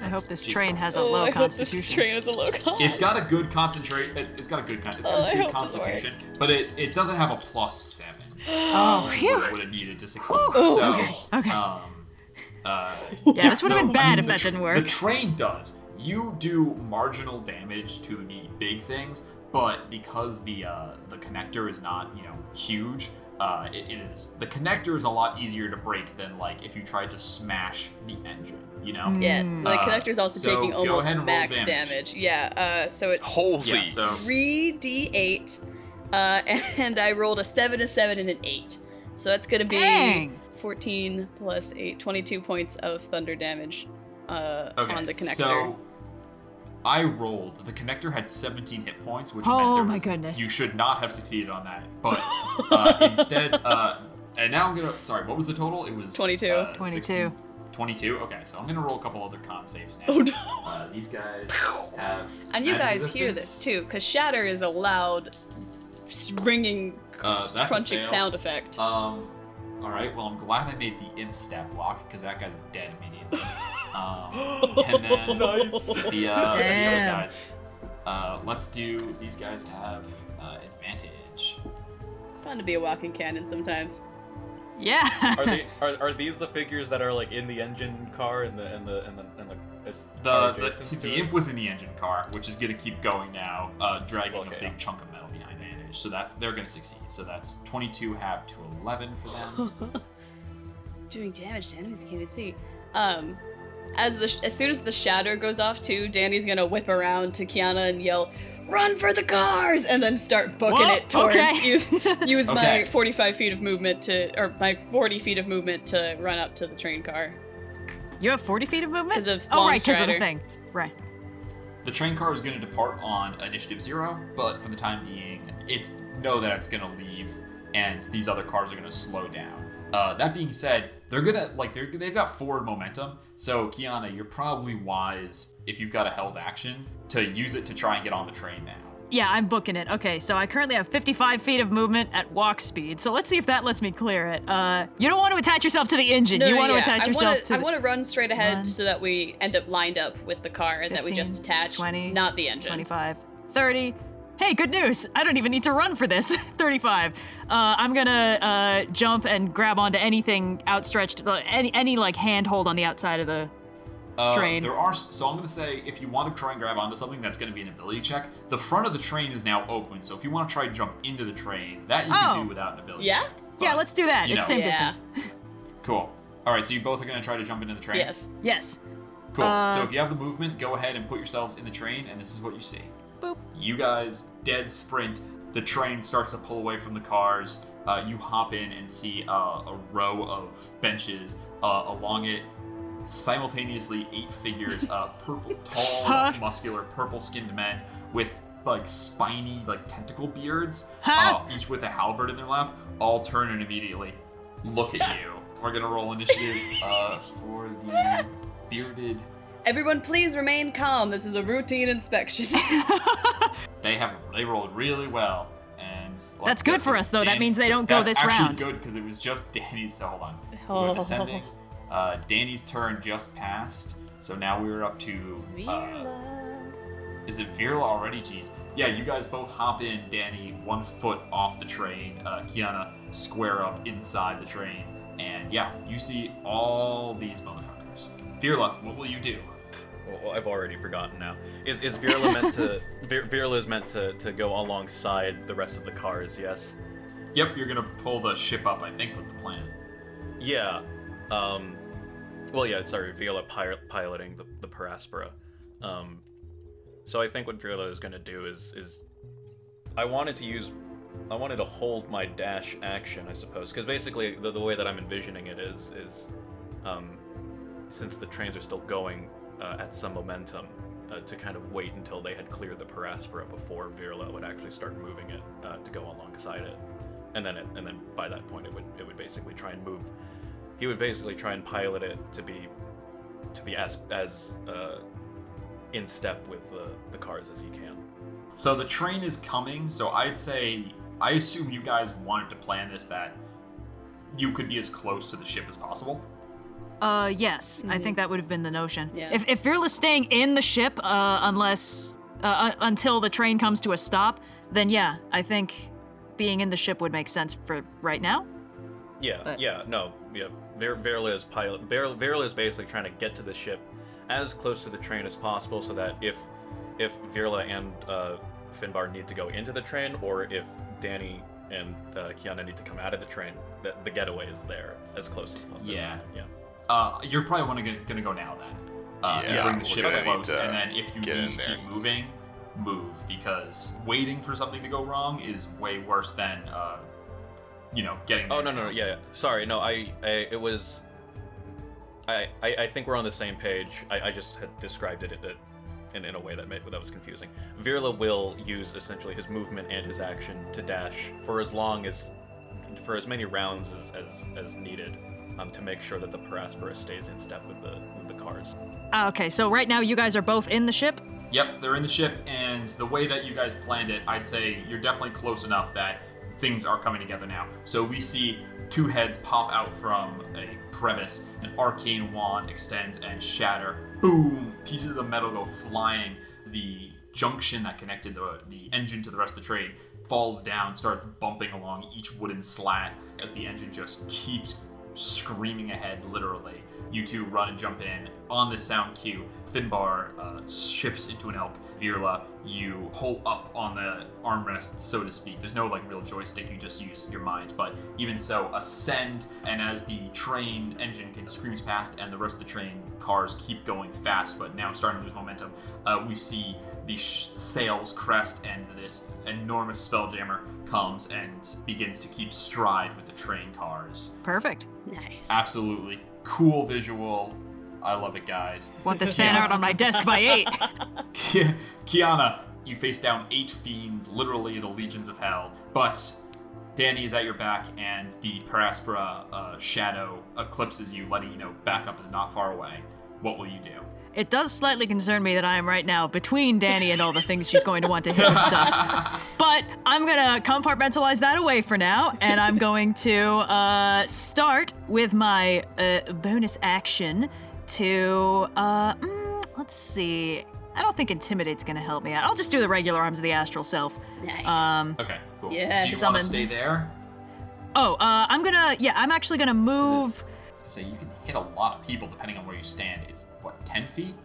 Speaker 5: I hope this
Speaker 2: cheap.
Speaker 5: train has a
Speaker 8: Oh,
Speaker 5: low
Speaker 8: I hope
Speaker 5: constitution.
Speaker 8: this train is a low con.
Speaker 2: It's got a good concentrate. It, it's got a good. con- It's got
Speaker 8: Oh, I
Speaker 2: a good
Speaker 8: hope this
Speaker 2: constitution, but it, it doesn't have a plus seven.
Speaker 8: (laughs)
Speaker 5: Oh,
Speaker 2: which
Speaker 5: phew.
Speaker 2: would have needed to succeed.
Speaker 5: Ooh,
Speaker 2: so,
Speaker 5: okay, okay.
Speaker 2: Um, uh,
Speaker 5: Yeah, this would have
Speaker 2: so,
Speaker 5: been bad
Speaker 2: I mean,
Speaker 5: if
Speaker 2: the
Speaker 5: that
Speaker 2: tr-
Speaker 5: didn't
Speaker 2: The
Speaker 5: work.
Speaker 2: train does. You do marginal damage to the big things, but because the uh, the connector is not you know huge, uh, it- it is the connector is a lot easier to break than like if you tried to smash the engine. You
Speaker 5: Mm,
Speaker 2: know.
Speaker 8: Yeah,
Speaker 5: Hmm.
Speaker 8: the
Speaker 2: Uh,
Speaker 8: connector's also
Speaker 2: so
Speaker 8: taking
Speaker 2: go
Speaker 8: almost
Speaker 2: ahead and roll
Speaker 8: max damage.
Speaker 2: damage.
Speaker 8: Yeah, uh, so it's
Speaker 6: Holy.
Speaker 2: Yeah, so
Speaker 8: 3d8, uh, (laughs) and I rolled a 7, a 7, and an 8. So that's going to be
Speaker 5: Dang.
Speaker 8: 14 plus 8, 22 points of thunder damage uh,
Speaker 2: okay.
Speaker 8: on the connector.
Speaker 2: So I rolled. The connector had 17 hit points, which
Speaker 5: Oh
Speaker 2: meant there
Speaker 5: my
Speaker 2: was-
Speaker 5: goodness.
Speaker 2: you should not have succeeded on that.
Speaker 5: (laughs)
Speaker 2: But uh, instead, uh, and now I'm gonna. Sorry, what was the total? It was
Speaker 8: 22.
Speaker 2: uh,
Speaker 5: 22.
Speaker 2: 16, 22? Okay, so I'm going to roll a couple other con saves now. Oh, no. Uh, these guys have.
Speaker 8: (laughs) And you
Speaker 2: magic
Speaker 8: guys hear this
Speaker 2: resistance.
Speaker 8: too, because shatter is a loud, s- ringing,
Speaker 2: Uh,
Speaker 8: s-
Speaker 2: that's a
Speaker 8: crunching
Speaker 2: fail.
Speaker 8: sound effect.
Speaker 2: Um, all right. Well, I'm glad I made the imp stat block because that guy's dead
Speaker 3: (laughs)
Speaker 2: immediately. Um, and then the, uh, the other
Speaker 5: Damn.
Speaker 2: guys. Uh, let's do. These guys have uh, advantage.
Speaker 8: it's fun to be a walking cannon sometimes.
Speaker 5: Yeah. (laughs)
Speaker 3: Are they are, are these the figures that are like in the engine car and the and the and the and the,
Speaker 2: The
Speaker 3: are
Speaker 2: the,
Speaker 3: adjacent
Speaker 2: see,
Speaker 3: to
Speaker 2: the
Speaker 3: it?
Speaker 2: imp was in the engine car, which is gonna keep going now, uh, dragging
Speaker 3: Okay.
Speaker 2: a big chunk of metal behind advantage. So that's they're gonna succeed. So that's 22 half to 11 for them.
Speaker 8: (laughs) Doing damage to enemies you can't even see. Um, as the sh- as soon as the shatter goes off too, Danny's gonna whip around to Kiana and yell, "Run for the cars!" and then start booking
Speaker 5: Whoa,
Speaker 8: it towards. (laughs)
Speaker 5: okay.
Speaker 8: Use, use my
Speaker 2: Okay.
Speaker 8: 45 feet of movement to, or my 40 feet of movement to run up to the train car.
Speaker 5: (laughs) You have 40 feet of movement?
Speaker 8: 'Cause of
Speaker 5: oh,
Speaker 8: long
Speaker 5: right, because of the
Speaker 8: strider.
Speaker 5: thing. Right.
Speaker 2: The train car is going to depart on initiative zero, but for the time being, it's know that it's going to leave, and these other cars are going to slow down. Uh, that being said, they're gonna like they're they've got forward momentum. So Kiana, you're probably wise if you've got a held action to use it to try and get on the train now.
Speaker 5: Yeah, I'm booking it. Okay, so I currently have 55 feet of movement at walk speed. So let's see if that lets me clear it. Uh, you don't want to attach yourself to the engine. you want to attach
Speaker 8: I
Speaker 5: yourself
Speaker 8: wanna,
Speaker 5: to.
Speaker 8: I want to run straight ahead
Speaker 5: One.
Speaker 8: so that we end up lined up with the car that we
Speaker 5: 15,
Speaker 8: just attached,
Speaker 5: 20,
Speaker 8: not the
Speaker 5: the
Speaker 8: engine.
Speaker 5: 25, 30. Hey, good news! I don't even need to run for this. (laughs) 35. Uh, I'm gonna uh, jump and grab onto anything outstretched, uh, any any like handhold on the outside of the.
Speaker 2: Uh,
Speaker 5: Train.
Speaker 2: There are s- so I'm gonna say if you want to try and grab onto something, that's gonna be an ability check. The front of the train is now open, so if you want to try and jump into the train, that you
Speaker 5: Oh.
Speaker 2: can do without an ability
Speaker 8: Yeah?
Speaker 2: check.
Speaker 5: Yeah,
Speaker 2: But-
Speaker 5: let's do that.
Speaker 2: you
Speaker 5: It's
Speaker 2: know.
Speaker 5: same
Speaker 8: Yeah.
Speaker 5: distance.
Speaker 2: Cool. All right, so you both are gonna try to jump into the train.
Speaker 8: Yes.
Speaker 5: Yes.
Speaker 2: Cool.
Speaker 5: Uh,
Speaker 2: so if you have the movement, go ahead and put yourselves in the train, and this is what you see.
Speaker 5: Boop.
Speaker 2: You guys dead sprint. The train starts to pull away from the cars. Uh, you hop in and see uh, a row of benches uh, along it. Simultaneously, eight figures,
Speaker 5: (laughs)
Speaker 2: uh, purple, tall,
Speaker 5: Fuck.
Speaker 2: muscular, purple-skinned men with like spiny, like tentacle beards,
Speaker 5: Huh?
Speaker 2: uh, each with a halberd in their lap, all turn and immediately look at you. We're gonna roll initiative uh, for the bearded
Speaker 8: Everyone, please remain calm. This is a routine inspection.
Speaker 5: (laughs)
Speaker 2: they have they rolled really well and let's
Speaker 5: That's
Speaker 2: go
Speaker 5: good
Speaker 2: to
Speaker 5: for us, though. That
Speaker 2: Danny's-
Speaker 5: means they don't go
Speaker 2: that's
Speaker 5: this
Speaker 2: actually
Speaker 5: round.
Speaker 2: good because it was just (laughs) Danny's so hold on
Speaker 4: Oh.
Speaker 2: we're
Speaker 5: (laughs)
Speaker 2: descending uh, Danny's turn just passed so now we're up to uh, is it Virla already jeez yeah you guys both hop in Danny one foot off the train uh, Kiana square up inside the train and yeah you see all these motherfuckers Virla what will you do
Speaker 3: Well, I've already forgotten now. Is is Virla meant to Vir- Virla is meant to to go alongside the rest of the cars? Yes.
Speaker 2: yep you're gonna pull the ship up I think was the plan
Speaker 3: Yeah. Um. Well, yeah. Sorry, Viola pir- piloting the the Paraspora. Um. So I think what Viola is gonna do is is I wanted to use I wanted to hold my dash action, I suppose, because basically the, the way that I'm envisioning it is is um, since the trains are still going uh, at some momentum. Uh, to kind of wait until they had cleared the Paraspora before Virla would actually start moving it uh, to go alongside it, and then it, and then by that point it would it would basically try and move he would basically try and pilot it to be to be as as uh, in step with the, the cars as he can.
Speaker 2: So the train is coming. So I'd say I assume you guys wanted to plan this that you could be as close to the ship as possible.
Speaker 5: Uh, yes. I think that would have been the notion.
Speaker 8: Yeah.
Speaker 5: If if Fearless staying in the ship, uh, unless uh, uh, until the train comes to a stop, then yeah, I think being in the ship would make sense for right now.
Speaker 3: Yeah,
Speaker 5: But-
Speaker 3: yeah, no, yeah. Ver- Verla is pilot. Ver- Verla is basically trying to get to the ship as close to the train as possible, so that if if Verla and uh, Finbar need to go into the train, or if Danny and uh, Kiana need to come out of the train, the, the getaway is there as close as possible.
Speaker 2: Yeah.
Speaker 3: yeah.
Speaker 2: Uh, you're probably wanna get, gonna go now then. Uh, and
Speaker 6: Yeah,
Speaker 2: bring the
Speaker 6: we're
Speaker 2: ship
Speaker 6: gonna need
Speaker 2: close,
Speaker 6: to
Speaker 2: and then if you
Speaker 6: get in
Speaker 2: need to
Speaker 6: there.
Speaker 2: keep moving, move because waiting for something to go wrong is way worse than uh, you know getting.
Speaker 3: Oh
Speaker 2: there
Speaker 3: no no
Speaker 2: now.
Speaker 3: no yeah yeah. sorry no I, I it was I, I I think we're on the same page I, I just had described it in a, in, in a way that made that was confusing Virla will use essentially his movement and his action to dash for as long as for as many rounds as as, as needed um, to make sure that the Paraspora stays in step with the with the cars.
Speaker 5: Ah, okay, so right now you guys are both in the ship.
Speaker 2: Yep, they're in the ship, and the way that you guys planned it, I'd say you're definitely close enough that things are coming together now. So we see two heads pop out from a crevice, an arcane wand extends and shatter. Boom! Pieces of metal go flying. The junction that connected the, the engine to the rest of the train falls down, starts bumping along each wooden slat as the engine just keeps screaming ahead, literally. You two run and jump in on the sound cue. Finbar uh, shifts into an elk. Virla, you pull up on the armrest, so to speak. There's no like real joystick, you just use your mind. But even so, ascend, and as the train engine can, screams past, and the rest of the train cars keep going fast, but now starting to lose momentum, uh, we see the sh- sails crest and this enormous spelljammer comes and begins to keep stride with the train cars.
Speaker 5: Perfect.
Speaker 4: Nice.
Speaker 5: Uh,
Speaker 2: Absolutely. Cool visual. I love it, guys.
Speaker 5: Want this fan art on my desk by eight.
Speaker 2: Ki- Kiana, you face down eight fiends, literally the legions of hell. But Danny is at your back, and the Paraspora uh, shadow eclipses you, letting you know backup is not far away. What will you do?
Speaker 5: It does slightly concern me that I am right now between Danny and all the things she's going to want to hit and
Speaker 2: (laughs)
Speaker 5: stuff. But I'm going to compartmentalize that away for now, and I'm going to uh, start with my uh, bonus action to. Uh, mm, let's see. I don't think Intimidate's going to help me out. I'll just do the regular Arms of the Astral Self.
Speaker 4: Nice.
Speaker 5: Um,
Speaker 2: Okay, cool.
Speaker 8: Yes.
Speaker 2: Do you want
Speaker 5: Summon.
Speaker 2: to stay there?
Speaker 5: oh, uh, I'm going to. Yeah, I'm actually going to
Speaker 2: 'Cause
Speaker 5: move.
Speaker 2: it's- Say you can hit a lot of people depending on where you stand. It's what ten feet?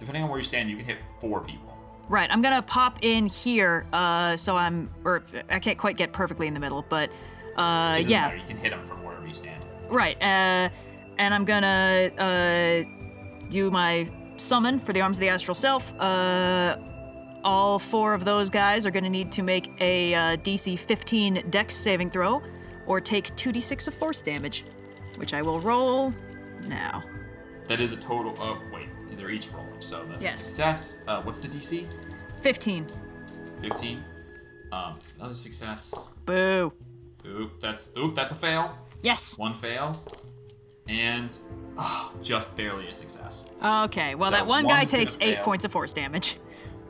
Speaker 2: Depending on where you stand, you can hit four people.
Speaker 5: Right, I'm gonna pop in here, uh, so I'm, or I can't quite get perfectly in the middle, but, uh,
Speaker 2: It doesn't
Speaker 5: yeah,
Speaker 2: matter, You can hit them from wherever you stand.
Speaker 5: right, uh, and I'm gonna, uh, do my summon for the Arms of the Astral Self. Uh, all four of those guys are gonna need to make a uh, DC 15 Dex saving throw, or take 2d6 of force damage, which I will roll now.
Speaker 2: That is a total. Oh wait, they're each rolling, so that's
Speaker 5: Yes.
Speaker 2: a success. Uh, what's the DC?
Speaker 5: 15.
Speaker 2: Fifteen. Um, another success.
Speaker 5: Boo.
Speaker 2: Oop, that's oop, that's a fail.
Speaker 5: Yes.
Speaker 2: One fail, and ah, just barely a success.
Speaker 5: Okay, well,
Speaker 2: So
Speaker 5: that one
Speaker 2: one
Speaker 5: guy
Speaker 2: is gonna
Speaker 5: takes eight
Speaker 2: fail.
Speaker 5: points of force damage.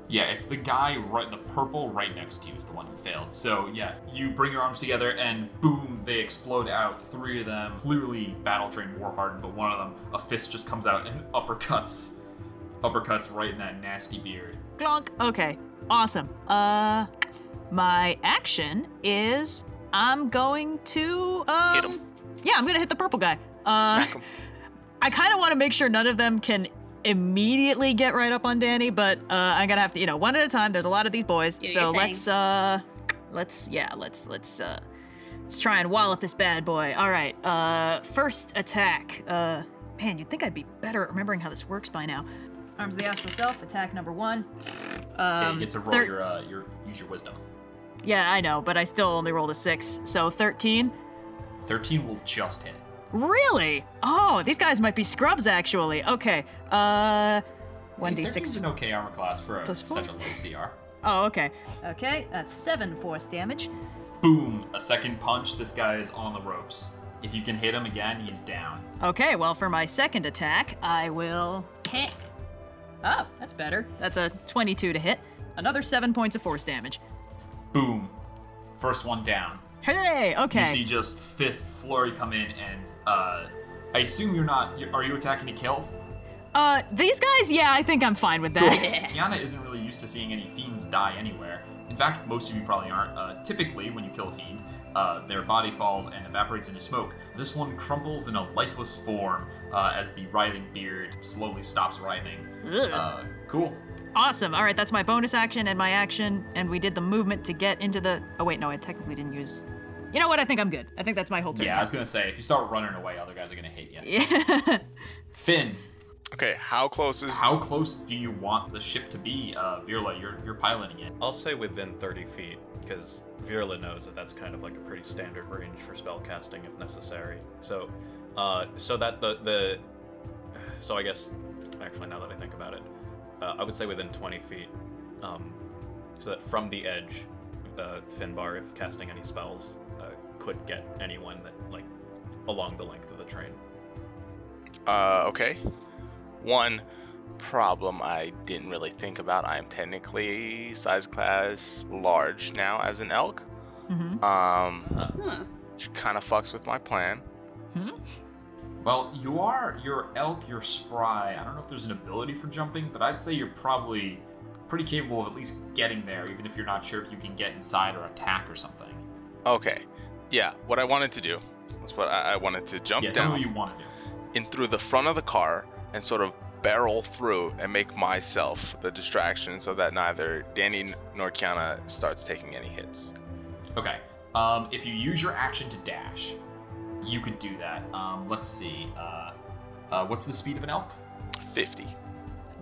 Speaker 2: Yeah, it's the guy right, the purple right next to you is the one who failed. So yeah, you bring your arms together and boom, they explode out. Three of them clearly battle trained, war hardened, but one of them, a fist just comes out and uppercuts, uppercuts right in that nasty beard.
Speaker 5: Glonk. Okay. Awesome. Uh, my action is I'm going to um,
Speaker 6: Hit 'em.
Speaker 5: Yeah, I'm gonna hit the purple guy. Uh,
Speaker 6: Smack 'em.
Speaker 5: I kind of want to make sure none of them can immediately get right up on Danny, but uh, I'm gonna have to, you know, one at a time. There's a lot of these boys,
Speaker 4: Do
Speaker 5: so
Speaker 4: your thing.
Speaker 5: let's uh, let's yeah, let's let's uh, let's try and wallop this bad boy. All right. Uh, first attack. Uh, man, you'd think I'd be better at remembering how this works by now. Arms of the astral self. Attack number one.
Speaker 2: yeah, you get to roll
Speaker 5: Um, thir-
Speaker 2: your uh, your use your wisdom.
Speaker 5: Yeah, I know, but I still only rolled a six, so 13.
Speaker 2: Thirteen will just hit.
Speaker 5: Really? Oh, these guys might be scrubs, actually. Okay. Uh,
Speaker 2: It's
Speaker 5: 1d6.
Speaker 2: an okay armor class for a,
Speaker 5: Plus four.
Speaker 2: such a low CR.
Speaker 5: Oh, okay. Okay, that's seven force damage.
Speaker 2: Boom! A second punch. This guy is on the ropes. If you can hit him again, he's down.
Speaker 5: Okay, well, for my second attack, I will hit. Oh, that's better. That's a 22 to hit. Another seven points of force damage.
Speaker 2: Boom! First one down.
Speaker 5: Hey, okay.
Speaker 2: You see just fist flurry come in, and uh, I assume you're not. you are you attacking to kill?
Speaker 5: Uh, these guys, yeah, I think I'm fine with (laughs) that.
Speaker 2: (laughs) Kiana isn't really used to seeing any fiends die anywhere. In fact, most of you probably aren't. Uh, typically, when you kill a fiend, uh, their body falls and evaporates into smoke. This one crumples in a lifeless form uh, as the writhing beard slowly stops writhing. Uh, cool.
Speaker 5: Awesome. All right, that's my bonus action and my action, and we did the movement to get into the. Oh wait, no, I technically didn't use. You know what? I think I'm good. I think that's my whole turn.
Speaker 2: Yeah, I was gonna say if you start running away, other guys are gonna hit you.
Speaker 5: Yeah.
Speaker 2: Finn,
Speaker 6: Okay, how close is
Speaker 2: how close do you want the ship to be? Uh, Virla, you're you're piloting it.
Speaker 3: I'll say within 30 feet, because Virla knows that that's kind of like a pretty standard range for spellcasting if necessary. So, uh, so that the the, so I guess, actually now that I think about it, uh, I would say within 20 feet, um, so that from the edge, uh, Finbar, if casting any spells, uh, could get anyone that like along the length of the
Speaker 2: train.
Speaker 6: Uh, okay. One problem I didn't really think about. I am technically size class large now as an elk.
Speaker 5: (laughs) Mm-hmm.
Speaker 6: Um,
Speaker 8: Huh.
Speaker 6: which kind of fucks with my plan.
Speaker 2: Well, you are your elk, your spry. I don't know if there's an ability for jumping, but I'd say you're probably pretty capable of at least getting there, even if you're not sure if you can get inside or attack or something.
Speaker 6: Okay. Yeah, what I wanted to do was what I, I wanted to jump
Speaker 2: yeah, tell
Speaker 6: down
Speaker 2: me what you want to do.
Speaker 6: in through the front of the car and sort of barrel through and make myself the distraction so that neither Danny nor Kiana starts taking any hits.
Speaker 2: Okay. Um, if you use your action to dash, you could do that. Um, let's see. Uh, uh, what's the speed of an elk?
Speaker 6: 50.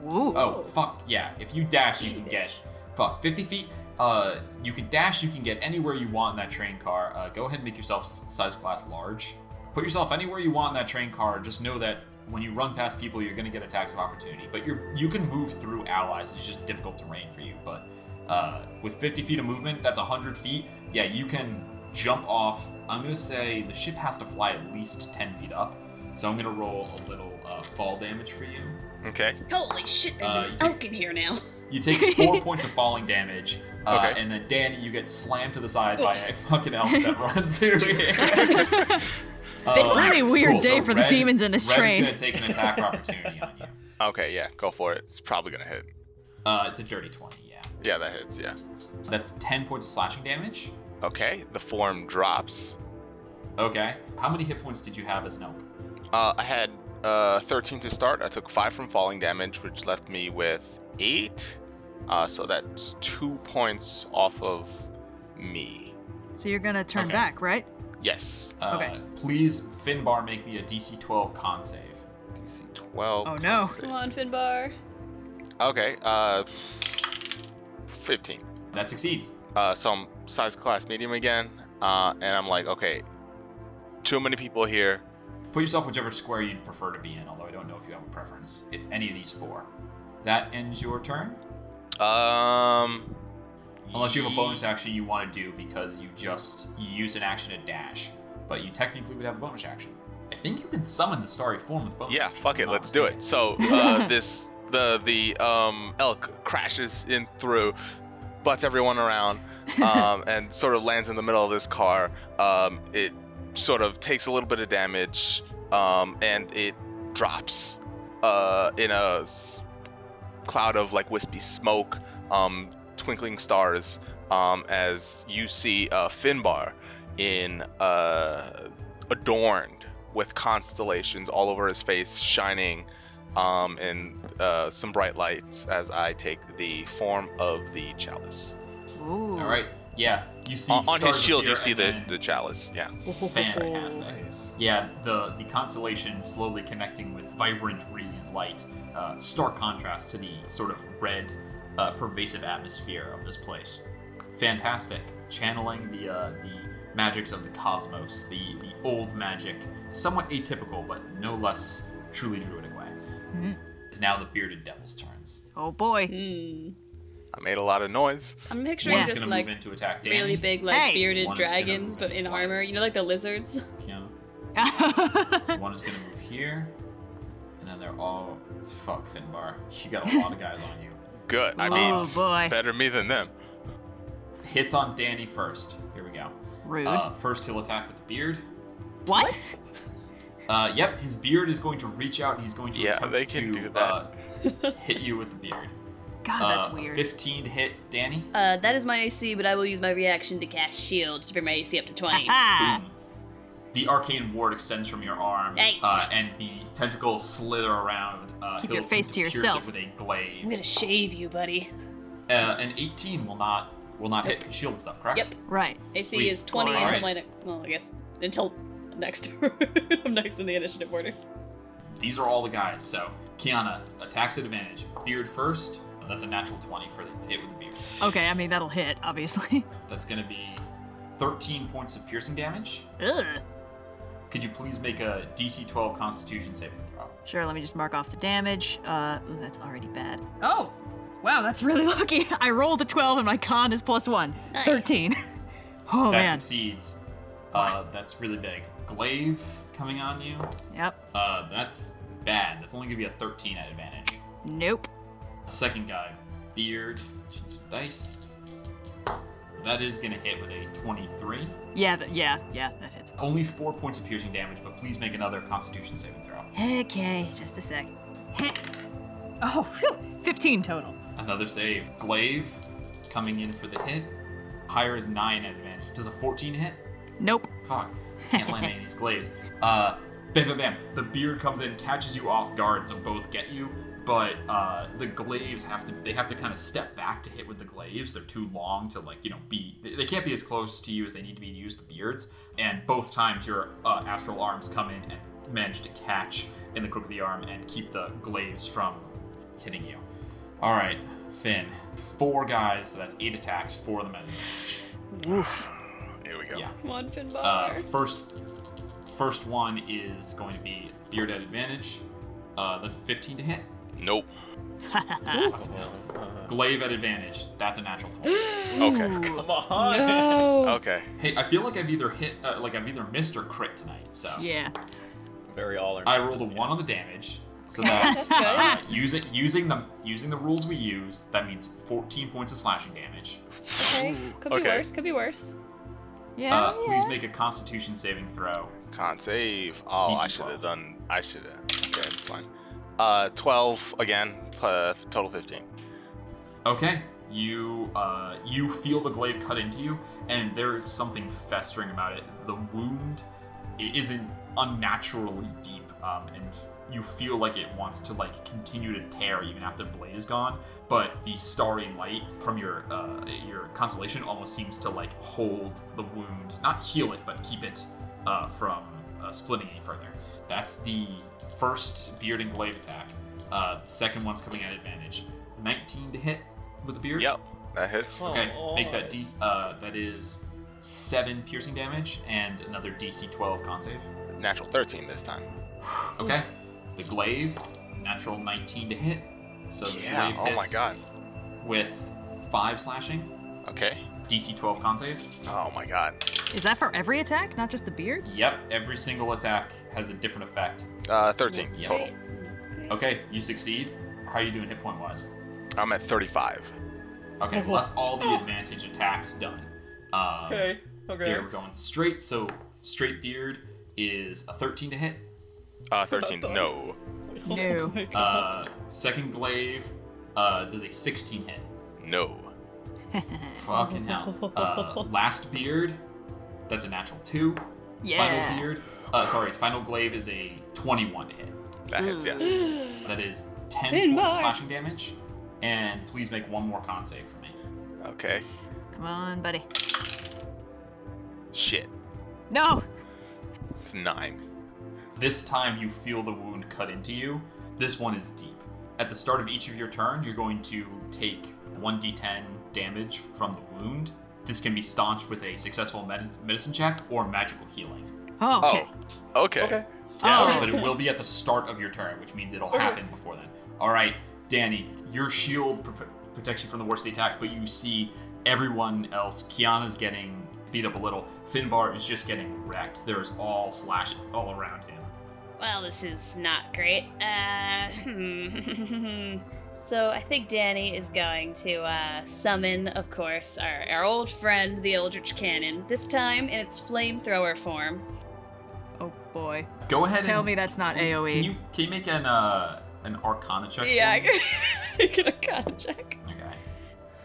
Speaker 5: Woo.
Speaker 2: Oh, fuck yeah! If you dash, you can get fuck 50 feet. Uh, you can dash. You can get anywhere you want in that train car. Uh, go ahead and make yourself s- size class large. Put yourself anywhere you want in that train car. Just know that when you run past people, you're gonna get attacks of opportunity. But you're you can move through allies. It's just difficult terrain for you. But uh, with 50 feet of movement, that's 100 feet. Yeah, you can jump off. I'm gonna say the ship has to fly at least 10 feet up. So I'm gonna roll a little uh, fall damage for you.
Speaker 6: Okay.
Speaker 4: Holy shit, there's
Speaker 2: Uh, you
Speaker 4: an
Speaker 2: take-
Speaker 4: elk in
Speaker 2: (laughs)
Speaker 4: here now.
Speaker 2: You take
Speaker 5: (laughs)
Speaker 2: four points of falling damage, uh,
Speaker 6: Okay.
Speaker 2: and then Dan, you get slammed to the side by
Speaker 5: (laughs)
Speaker 2: a fucking elf that runs through (laughs) here.
Speaker 5: Been really weird day for the
Speaker 2: Red is-
Speaker 5: demons in this
Speaker 2: Red
Speaker 5: train.
Speaker 2: is
Speaker 5: (laughs)
Speaker 2: gonna take an attack of opportunity on you.
Speaker 6: Okay, yeah, go for it. It's probably gonna hit.
Speaker 2: Uh, it's a dirty twenty. Yeah,
Speaker 6: Yeah, that hits, yeah.
Speaker 2: that's ten points of slashing damage.
Speaker 6: Okay, the form drops.
Speaker 2: Okay. How many hit points did you have as an elk?
Speaker 6: Uh, I had uh, 13 to start. I took 5 from falling damage, which left me with 8. Uh, so that's 2 points off of me.
Speaker 5: So you're gonna turn
Speaker 2: Okay.
Speaker 5: back, right?
Speaker 6: Yes.
Speaker 2: Uh,
Speaker 5: Okay.
Speaker 2: Please, Finbar, make me a DC twelve con save.
Speaker 6: DC 12.
Speaker 5: Oh, no.
Speaker 6: plus
Speaker 8: Come on, Finbar.
Speaker 6: Okay, uh, 15.
Speaker 2: That succeeds.
Speaker 6: Uh, so I'm size class medium again, uh, and I'm like, okay, too many people here.
Speaker 2: Put yourself whichever square you'd prefer to be in. Although I don't know if you have a preference. It's any of these four. That ends your turn.
Speaker 6: Um,
Speaker 2: Unless you have a bonus action you want to do because you just you used an action to dash, but you technically would have a bonus action. I think you can summon the starry form with bonus.
Speaker 6: yeah,
Speaker 2: action,
Speaker 6: fuck
Speaker 2: if
Speaker 6: it,
Speaker 2: I'm not
Speaker 6: let's do
Speaker 2: mistaken.
Speaker 6: it. So uh, this the the um, elk crashes in through, butts everyone around, um, and sort of lands in the middle of this car. Um, it sort of takes a little bit of damage, um, and it drops uh, in a s- cloud of like wispy smoke, um, twinkling stars, um, as you see uh, Finbar in uh, adorned with constellations all over his face, shining um, in uh, some bright lights as I take the form of the chalice.
Speaker 5: Ooh.
Speaker 2: All right. Yeah, you see
Speaker 6: on on his
Speaker 2: stars
Speaker 6: shield, you
Speaker 2: appear
Speaker 6: see
Speaker 2: and
Speaker 6: the,
Speaker 2: then-
Speaker 6: the chalice. Yeah.
Speaker 2: fantastic. Yeah, the the constellation slowly connecting with vibrant radiant light, uh, stark contrast to the sort of red, uh, pervasive atmosphere of this place. Fantastic, channeling the uh, the magics of the cosmos, the the old magic, somewhat atypical but no less truly druidic way.
Speaker 8: Mm-hmm.
Speaker 2: It's now the bearded devil's turns.
Speaker 5: Oh boy. (laughs)
Speaker 8: Hmm.
Speaker 6: I made a lot of noise.
Speaker 8: I'm picturing
Speaker 2: One's
Speaker 8: just
Speaker 2: gonna
Speaker 8: like
Speaker 2: move in to attack Danny.
Speaker 8: really big, like
Speaker 5: Hey.
Speaker 8: bearded
Speaker 2: One is gonna
Speaker 8: dragons, but in
Speaker 2: fly.
Speaker 8: armor. You know, like the lizards.
Speaker 2: Yeah. One is gonna move here, and then they're all fuck Finbar. (laughs) You got a lot of guys on you.
Speaker 6: Good. I
Speaker 5: Oh,
Speaker 6: mean,
Speaker 5: boy.
Speaker 6: better me than them.
Speaker 2: Hits on Danny first. Here we go.
Speaker 5: Rude.
Speaker 2: Uh, first, he'll attack with the beard.
Speaker 5: what?
Speaker 2: Uh, yep, his beard is going to reach out. and He's going to
Speaker 6: Yeah,
Speaker 2: attempt
Speaker 6: they can
Speaker 2: to
Speaker 6: do
Speaker 2: Uh, hit you with the
Speaker 5: (laughs)
Speaker 2: beard.
Speaker 5: God, Oh, that's
Speaker 2: Uh, a
Speaker 5: weird. (laughs)
Speaker 2: 15 to hit Danny.
Speaker 4: Uh, that is my AC, but I will use my reaction to cast shield to bring my AC up to
Speaker 5: (laughs)
Speaker 4: 20.
Speaker 5: Ah.
Speaker 2: Boom. The arcane ward extends from your arm,
Speaker 4: Hey.
Speaker 2: uh, and the tentacles slither around. Uh,
Speaker 5: Keep
Speaker 2: he'll
Speaker 5: your face
Speaker 2: attempt
Speaker 5: to
Speaker 2: pierce
Speaker 5: yourself.
Speaker 2: It with a
Speaker 4: I'm
Speaker 2: glaive.
Speaker 4: gonna shave you, buddy.
Speaker 2: Uh, an 18 will not will not hit 'cause shield and stuff, correct?
Speaker 8: Yep.
Speaker 5: Right.
Speaker 8: AC
Speaker 2: Sweet.
Speaker 8: is 20
Speaker 5: Alright.
Speaker 8: until my ne- well, I guess until next. (laughs) I'm next in the initiative order.
Speaker 2: These are all the guys. So Kiana attacks at advantage. Beard first. Oh, That's a natural 20 for the to hit with the beard.
Speaker 5: Okay, I mean that'll hit, obviously. (laughs)
Speaker 2: That's going to be 13 points of piercing damage.
Speaker 5: Ugh.
Speaker 2: Could you please make a DC 12 Constitution saving throw?
Speaker 5: Sure, let me just mark off the damage. Uh, ooh, that's already bad. Oh, wow, that's really (laughs) lucky. I rolled a 12 and my con is plus one. 13. (laughs) Oh,
Speaker 2: that
Speaker 5: man.
Speaker 2: succeeds. Uh, that's really big. glaive coming on you.
Speaker 5: Yep.
Speaker 2: Uh, that's bad. That's only gonna be a 13 at advantage.
Speaker 5: Nope.
Speaker 2: The second guy, beard, just some dice. That is gonna hit with a 23.
Speaker 5: Yeah, th- yeah, yeah, that hits.
Speaker 2: Only four points of piercing damage, but please make another Constitution saving throw.
Speaker 5: Okay, just a sec. Heh. Oh, phew, 15 total.
Speaker 2: Another save. Glaive coming in for the hit. Higher is nine at advantage. Does a 14 hit?
Speaker 5: Nope.
Speaker 2: Fuck. Can't land any of these glaives. Uh, bam, bam, bam. The beard comes in, catches you off guard, so both get you. But uh, the glaives have to, they have to kind of step back to hit with the glaives. They're too long to, like, you know, be, they they can't be as close to you as they need to be to use the beards. And both times your uh, astral arms come in and manage to catch in the crook of the arm and keep the glaives from hitting you. All right, Finn. Four guys, so that's eight attacks, four of them at advantage.
Speaker 6: Here we go.
Speaker 2: Yeah.
Speaker 8: Come on, Finbar.
Speaker 2: Uh, first, first one is going to be beard at advantage. Uh, that's a 15 to hit.
Speaker 6: Nope.
Speaker 2: Glaive at advantage. That's a natural
Speaker 5: (gasps)
Speaker 2: 20.
Speaker 6: Okay.
Speaker 3: Come on.
Speaker 2: Uh.
Speaker 6: Okay.
Speaker 2: hey, I feel like I've either hit, uh, like I've either missed or crit tonight. So
Speaker 5: Yeah.
Speaker 3: (laughs) Very all or
Speaker 2: I rolled a one on the damage.
Speaker 5: (laughs)
Speaker 2: So that's uh, using using the using the rules we use. That means 14 points of slashing damage.
Speaker 8: (laughs)
Speaker 2: (laughs)
Speaker 8: okay. Could be
Speaker 6: Okay.
Speaker 8: worse. Could be worse.
Speaker 5: Yeah.
Speaker 2: Uh,
Speaker 5: yeah.
Speaker 2: please make a Constitution saving throw.
Speaker 6: Con save. Oh, I
Speaker 2: DC
Speaker 6: should have
Speaker 2: 12.
Speaker 6: done. I should have. Okay, it's fine. Uh, 12 again. Uh, total 15.
Speaker 2: Okay. You uh, you feel the glaive cut into you, and there is something festering about it. The wound i- isn't unnaturally deep, um, and f- you feel like it wants to like continue to tear even after the blade is gone. But the starry light from your uh, your constellation almost seems to like hold the wound, not heal it, but keep it uh, from uh, splitting any further. That's the first beard and glaive attack. Uh, the second one's coming at advantage. 19 to hit with the beard.
Speaker 6: Yep, that hits.
Speaker 2: Okay,
Speaker 3: Oh,
Speaker 2: make that
Speaker 3: alright.
Speaker 2: D. Uh, that is seven piercing damage and another DC 12 con save.
Speaker 6: Natural 13 this time.
Speaker 2: Okay, the glaive, natural 19 to hit. So the
Speaker 6: yeah.
Speaker 2: glaive
Speaker 6: Oh my
Speaker 2: hits
Speaker 6: god.
Speaker 2: with five slashing,
Speaker 6: Okay.
Speaker 2: DC 12 con save.
Speaker 6: Oh my god.
Speaker 5: Is that for every attack, not just the beard?
Speaker 2: (laughs) Yep, every single attack has a different effect.
Speaker 6: Uh, 13
Speaker 2: Yeah.
Speaker 6: total.
Speaker 5: Oh,
Speaker 2: Okay, you succeed. How are you doing hit point wise?
Speaker 6: I'm at 35.
Speaker 2: Okay, well that's all the advantage attacks done. Um,
Speaker 3: Okay. Okay.
Speaker 2: Here we're going straight. So straight beard is a 13 to hit.
Speaker 6: Uh,
Speaker 5: (laughs)
Speaker 6: 13. No.
Speaker 5: No.
Speaker 2: Uh, second glaive uh, does a 16 hit.
Speaker 6: No.
Speaker 2: Fucking hell. Uh, last beard, that's a natural two.
Speaker 5: Yeah.
Speaker 2: Final beard, uh, sorry, final glaive is a 21 to hit.
Speaker 6: That hits.
Speaker 5: Mm.
Speaker 6: Yes.
Speaker 2: That is 10
Speaker 8: Ten
Speaker 2: points of
Speaker 8: more.
Speaker 2: slashing damage. And please make one more con save for me.
Speaker 6: Okay.
Speaker 5: Come on, buddy.
Speaker 6: Shit.
Speaker 5: No.
Speaker 6: It's nine.
Speaker 2: This time you feel the wound cut into you. This one is deep. At the start of each of your turn, you're going to take 1d10 damage from the wound. This can be staunched with a successful med- medicine check or magical healing.
Speaker 5: Oh, okay.
Speaker 6: Oh. Okay.
Speaker 3: Okay.
Speaker 2: Yeah,
Speaker 5: Oh.
Speaker 2: but it will be at the start of your turn, which means it'll happen before then. All right, Danny, your shield pr- protects you from the worst of the attack, but you see everyone else. Kiana's getting beat up a little. Finbar is just getting wrecked. There's all slash all around him.
Speaker 4: Well, this is not great. Uh, (laughs) hmm. so I think Danny is going to uh, summon, of course, our, our old friend, the Eldritch Cannon, this time in its flamethrower form.
Speaker 5: Oh boy.
Speaker 2: Go ahead.
Speaker 5: Tell
Speaker 2: and
Speaker 5: me that's not E.
Speaker 2: can-
Speaker 5: AOE.
Speaker 2: Can you can you make an uh an Arcana check? for
Speaker 8: Yeah, I
Speaker 2: me?
Speaker 8: can, (laughs) I can arcana check.
Speaker 2: Okay.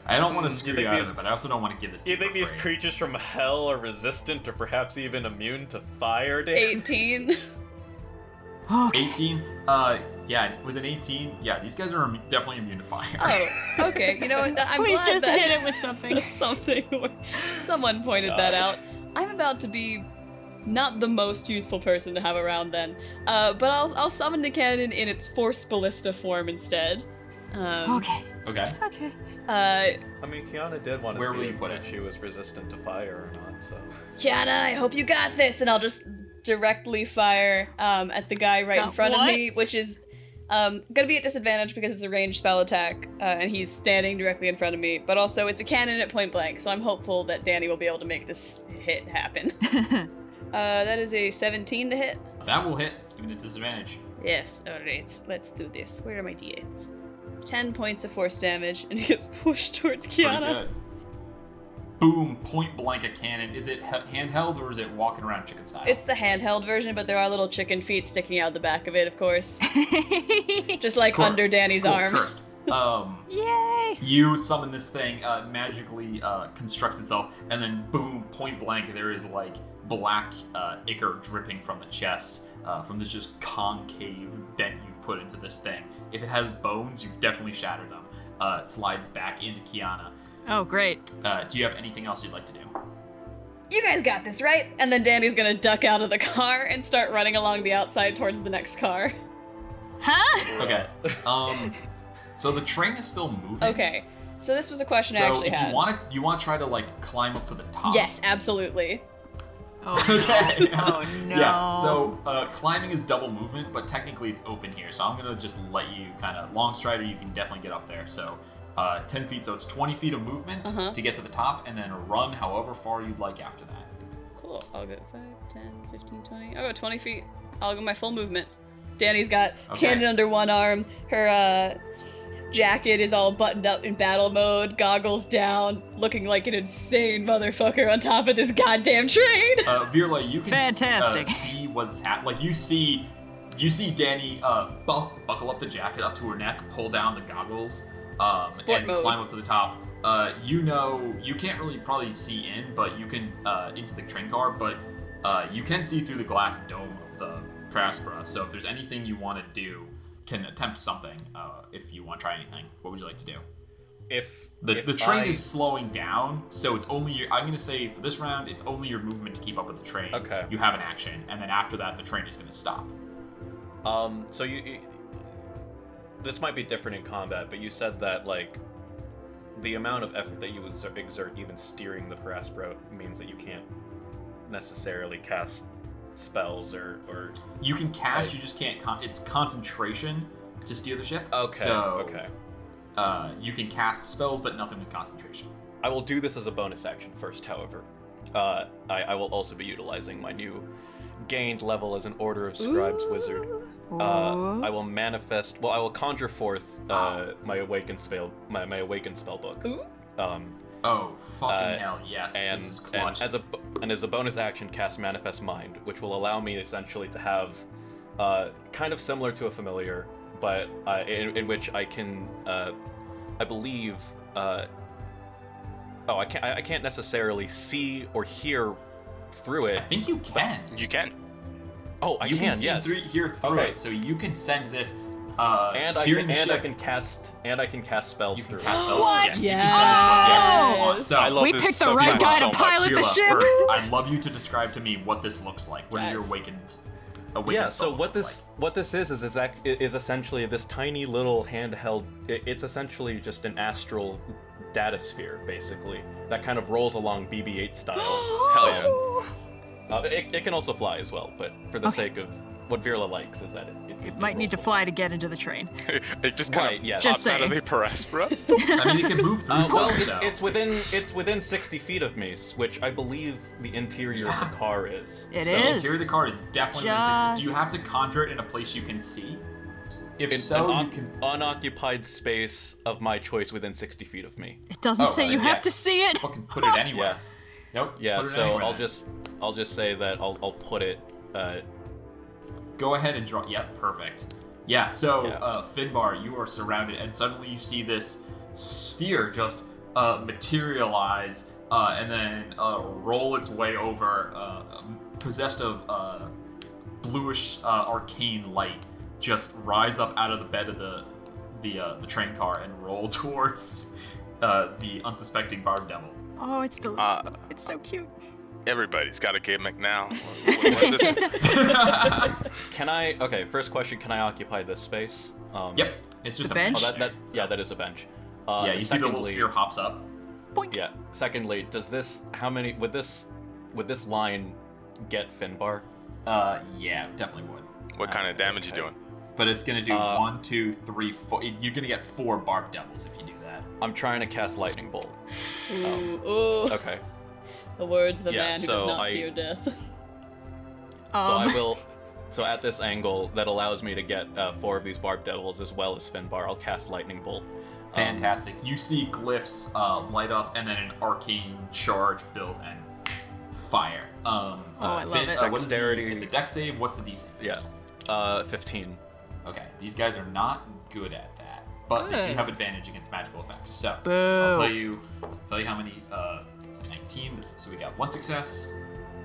Speaker 2: I don't want
Speaker 3: Hmm,
Speaker 2: to screw
Speaker 3: you
Speaker 2: you
Speaker 3: think
Speaker 2: out of
Speaker 3: these-
Speaker 2: it, but I also don't want to give this.
Speaker 3: Do you
Speaker 2: to you
Speaker 3: think
Speaker 2: for
Speaker 3: these
Speaker 2: free.
Speaker 3: creatures from hell are resistant or perhaps even immune to fire damage?
Speaker 8: 18.
Speaker 5: Okay.
Speaker 2: 18? Uh, yeah, with an 18, yeah, these guys are immu- definitely immune to fire.
Speaker 8: (laughs) Oh, okay. You know what? I'm
Speaker 5: Please
Speaker 8: glad
Speaker 5: just
Speaker 8: that
Speaker 5: hit it with something.
Speaker 8: (laughs) something. Or someone pointed that out. I'm about to be not the most useful person to have around then, uh, but I'll, I'll summon the cannon in its force ballista form instead. Um,
Speaker 5: Okay.
Speaker 2: Okay.
Speaker 5: Okay.
Speaker 8: Uh,
Speaker 3: I mean, Kiana did want to
Speaker 2: Where
Speaker 3: see
Speaker 2: will you
Speaker 3: if-
Speaker 2: put
Speaker 3: if
Speaker 2: it?
Speaker 3: she was resistant to fire or not. So
Speaker 8: Kiana, I hope you got this, and I'll just directly fire um, at the guy right in
Speaker 5: Got
Speaker 8: front
Speaker 5: what?
Speaker 8: of me, which is um, gonna be at disadvantage because it's a ranged spell attack, uh, and he's standing directly in front of me. But also, it's a cannon at point blank, so I'm hopeful that Danny will be able to make this hit happen. (laughs) Uh, that is a 17 to hit.
Speaker 2: That will hit, even at disadvantage.
Speaker 8: Yes, alright, let's do this. Where are my d8s? 10 points of force damage, and he gets (laughs) pushed towards
Speaker 2: Pretty
Speaker 8: Kiana.
Speaker 2: good. Boom! Point blank a cannon. Is it he- handheld or is it walking around chicken style?
Speaker 8: It's the handheld version, but there are little chicken feet sticking out the back of it, of (laughs) course. Just like
Speaker 2: Cool.
Speaker 8: under Danny's
Speaker 2: Cool,
Speaker 8: arm.
Speaker 2: Cursed. Um,
Speaker 5: Yay!
Speaker 2: you summon this thing, uh, magically uh, constructs itself, and then boom! Point blank, there is like black uh, ichor dripping from the chest, uh, from this just concave dent you've put into this thing. If it has bones, you've definitely shattered them. Uh, it slides back into Kiana.
Speaker 5: (laughs) Oh, great.
Speaker 2: Uh, do you have anything else you'd like to do?
Speaker 8: You guys got this, right? And then Danny's gonna duck out of the car and start running along the outside towards the next
Speaker 2: (laughs)
Speaker 8: car.
Speaker 5: Huh?
Speaker 2: Okay. Um. So the train is still moving.
Speaker 8: Okay, so this was a question I
Speaker 2: So
Speaker 8: actually
Speaker 2: if
Speaker 8: had.
Speaker 2: you want uh, to, you want to try to like climb up to the top.
Speaker 8: yes, absolutely.
Speaker 5: Oh,
Speaker 2: Okay.
Speaker 5: (laughs) Oh, no.
Speaker 2: Yeah. So uh, climbing is double movement, but technically it's open here. So I'm gonna just let you kind of long strider. You can definitely get up there. So uh, ten feet. So it's twenty feet of movement
Speaker 8: Uh-huh.
Speaker 2: to get to the top, and then run however far you'd like after that.
Speaker 8: Cool. I'll go 5, 10, 15, 20. I'll go 20 feet. I'll go my full movement. Danny's got
Speaker 2: Okay.
Speaker 8: cannon under one arm. Her uh, jacket is all buttoned up in battle mode, goggles down, looking like an insane motherfucker on top of this goddamn
Speaker 4: (laughs)
Speaker 8: train.
Speaker 2: Uh, Virla, you can s- uh,
Speaker 5: Fantastic.
Speaker 2: see what's happening. Like you see, you see Danny uh, bu- buckle up the jacket up to her neck, pull down the goggles, um,
Speaker 8: Sport
Speaker 2: and
Speaker 8: mode.
Speaker 2: climb up to the top. Uh, you know, you can't really probably see in, but you can uh, into the train car, but uh, you can see through the glass dome of the Praspera. So if there's anything you want to do, can attempt something. Uh, if you want to try anything, what would you like to do?
Speaker 3: If
Speaker 2: The,
Speaker 3: if
Speaker 2: the train
Speaker 3: I-
Speaker 2: is slowing down, so it's only your. I'm gonna say for this round, it's only your movement to keep up with the train.
Speaker 3: Okay.
Speaker 2: You have an action, and then after that, the train is gonna stop.
Speaker 3: Um, so you, you. This might be different in combat, but you said that, like, the amount of effort that you exer- exert even steering the Paraspro means that you can't necessarily cast spells or. or...
Speaker 2: You can cast,
Speaker 3: Right.
Speaker 2: you just can't. Con- it's concentration to steer the ship. So,
Speaker 3: So, okay.
Speaker 2: Uh, you can cast spells, but nothing with concentration.
Speaker 3: I will do this as a bonus action first, however. Uh, I, I will also be utilizing my new gained level as an Order of Scribes Wizard. Uh, I will manifest. Well, I will conjure forth uh, my awakened spell, my, my awakened spell book.
Speaker 8: Ooh.
Speaker 3: Um,
Speaker 2: Oh fucking
Speaker 3: Uh,
Speaker 2: hell! Yes,
Speaker 3: and,
Speaker 2: this is
Speaker 3: and
Speaker 2: clutch.
Speaker 3: as a bo- and as a bonus action, cast Manifest Mind, which will allow me essentially to have, uh, kind of similar to a familiar, but uh, in, in which I can, uh, I believe, uh, oh, I can't, I, I can't necessarily see or hear through it.
Speaker 2: I think you can.
Speaker 6: You can.
Speaker 3: Oh, I
Speaker 2: you
Speaker 3: can,
Speaker 2: see
Speaker 3: yes.
Speaker 2: through, here through
Speaker 3: Okay.
Speaker 2: it, so you can send this. Uh,
Speaker 3: and I
Speaker 2: steering
Speaker 3: can,
Speaker 2: the
Speaker 3: and
Speaker 2: ship.
Speaker 3: I can cast, and I can cast spells
Speaker 2: you can
Speaker 3: through it.
Speaker 2: cast spells.
Speaker 5: What?
Speaker 2: Yes, you can
Speaker 8: Yes.
Speaker 2: send spells. Yeah.
Speaker 5: Oh.
Speaker 2: So
Speaker 6: I love
Speaker 5: we
Speaker 6: this
Speaker 5: picked the
Speaker 6: so
Speaker 5: right
Speaker 6: much.
Speaker 5: guy
Speaker 6: So
Speaker 5: to
Speaker 6: much.
Speaker 5: pilot the
Speaker 2: Kira,
Speaker 5: ship.
Speaker 2: First, I'd love you to describe to me what this looks like. What is your
Speaker 8: Yes.
Speaker 2: awakened? awakened
Speaker 3: yeah so
Speaker 2: spell
Speaker 3: what
Speaker 2: look
Speaker 3: this what this is is is, ac- is essentially this tiny little handheld i- it's essentially just an astral data sphere basically that kind of rolls along bb8 style
Speaker 6: Hell yeah.
Speaker 3: uh, it, it can also fly as well but for the
Speaker 5: Okay.
Speaker 3: sake of what virla likes is that it, it, it-
Speaker 5: It
Speaker 3: it
Speaker 5: might need to
Speaker 3: rolls
Speaker 5: fly to get into the train.
Speaker 6: (laughs) it just kind
Speaker 3: Right,
Speaker 6: of
Speaker 3: yes.
Speaker 5: Just
Speaker 6: pops out of
Speaker 5: saying.
Speaker 6: the paraspora.
Speaker 5: (laughs)
Speaker 2: like? I mean, it can move (laughs) through
Speaker 3: along. uh, well
Speaker 2: stuff,
Speaker 3: it's,
Speaker 2: so.
Speaker 3: it's within it's within 60 feet of me s- which i believe the interior of the car is
Speaker 5: It
Speaker 2: so
Speaker 5: is.
Speaker 2: interior of the card is definitely within 60. Do you
Speaker 5: Just-
Speaker 2: have to conjure it in a place you can see? If
Speaker 3: In
Speaker 2: so,
Speaker 3: an
Speaker 2: you
Speaker 3: oc-
Speaker 2: can
Speaker 3: unoccupied space of my choice within 60 feet of me
Speaker 5: It doesn't
Speaker 2: Oh,
Speaker 5: say
Speaker 2: right,
Speaker 5: you
Speaker 2: yeah.
Speaker 5: have to see it.
Speaker 2: fucking put
Speaker 5: (laughs)
Speaker 2: it anywhere. Nope.
Speaker 3: Yeah,
Speaker 2: put it
Speaker 3: so
Speaker 2: anywhere
Speaker 3: I'll
Speaker 2: then.
Speaker 3: just I'll just say that I'll I'll put it uh
Speaker 2: go ahead and draw. Yep, perfect. Yeah, so
Speaker 3: Yeah.
Speaker 2: Uh, Finbar, you are surrounded, and suddenly you see this sphere just uh, materialize uh, and then uh, roll its way over, uh, um, possessed of uh, bluish uh, arcane light, just rise up out of the bed of the the, uh, the train car and roll (laughs) towards uh, the unsuspecting Barb Devil. (laughs)
Speaker 5: Oh, it's del-
Speaker 6: Uh,
Speaker 5: it's so cute.
Speaker 6: Everybody's got a Gabe
Speaker 5: (laughs)
Speaker 6: McNow. What- what- what is this?
Speaker 3: can I okay, first question, can I occupy this space? Um
Speaker 2: yep, it's just
Speaker 5: The
Speaker 2: a bench.
Speaker 3: Oh, that, that
Speaker 2: there, so-
Speaker 3: yeah, that is a bench. Uh,
Speaker 2: yeah, you see the
Speaker 3: secondly,
Speaker 2: little sphere hops up.
Speaker 5: Boink.
Speaker 3: Yeah. Secondly, does this how many would this would this line get Finbar?
Speaker 2: Uh, yeah, definitely would.
Speaker 6: What kind of damage you
Speaker 3: Okay.
Speaker 6: doing?
Speaker 2: But it's gonna do
Speaker 3: Uh,
Speaker 2: one, two, three, four. You're gonna get four barb devils if you do that.
Speaker 3: I'm trying to cast lightning bolt.
Speaker 8: Ooh, ooh.
Speaker 3: Okay.
Speaker 8: The words of a
Speaker 3: Yeah,
Speaker 8: man who
Speaker 3: so
Speaker 8: does not
Speaker 3: I-
Speaker 4: (laughs)
Speaker 8: fear death.
Speaker 3: So I
Speaker 5: (laughs) Um,
Speaker 3: will. So at this angle, that allows me to get uh, four of these barb devils as well as Finbar. I'll cast lightning bolt. Um,
Speaker 2: Fantastic. You see glyphs uh, light up and then an arcane charge build and fire. Um,
Speaker 5: Oh, I love it.
Speaker 2: Uh, what is the-
Speaker 3: Dexterity.
Speaker 2: it's a deck save. What's the DC?
Speaker 3: Yeah, uh, 15.
Speaker 2: Okay, these guys are not good at that, but they do
Speaker 5: Good.
Speaker 2: have advantage against magical effects. So
Speaker 5: Boo.
Speaker 2: I'll tell you, tell you how many. Uh, that's a 19. This- So we got one success,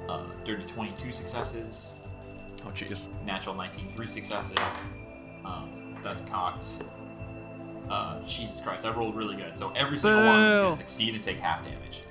Speaker 2: uh, dirty 22 successes,
Speaker 3: Oh jeez.
Speaker 2: natural 19, three successes. Um, that's cocked. Uh, Jesus Christ, I rolled really good. So every single one of them is going
Speaker 5: Boo.
Speaker 2: to succeed and take half damage.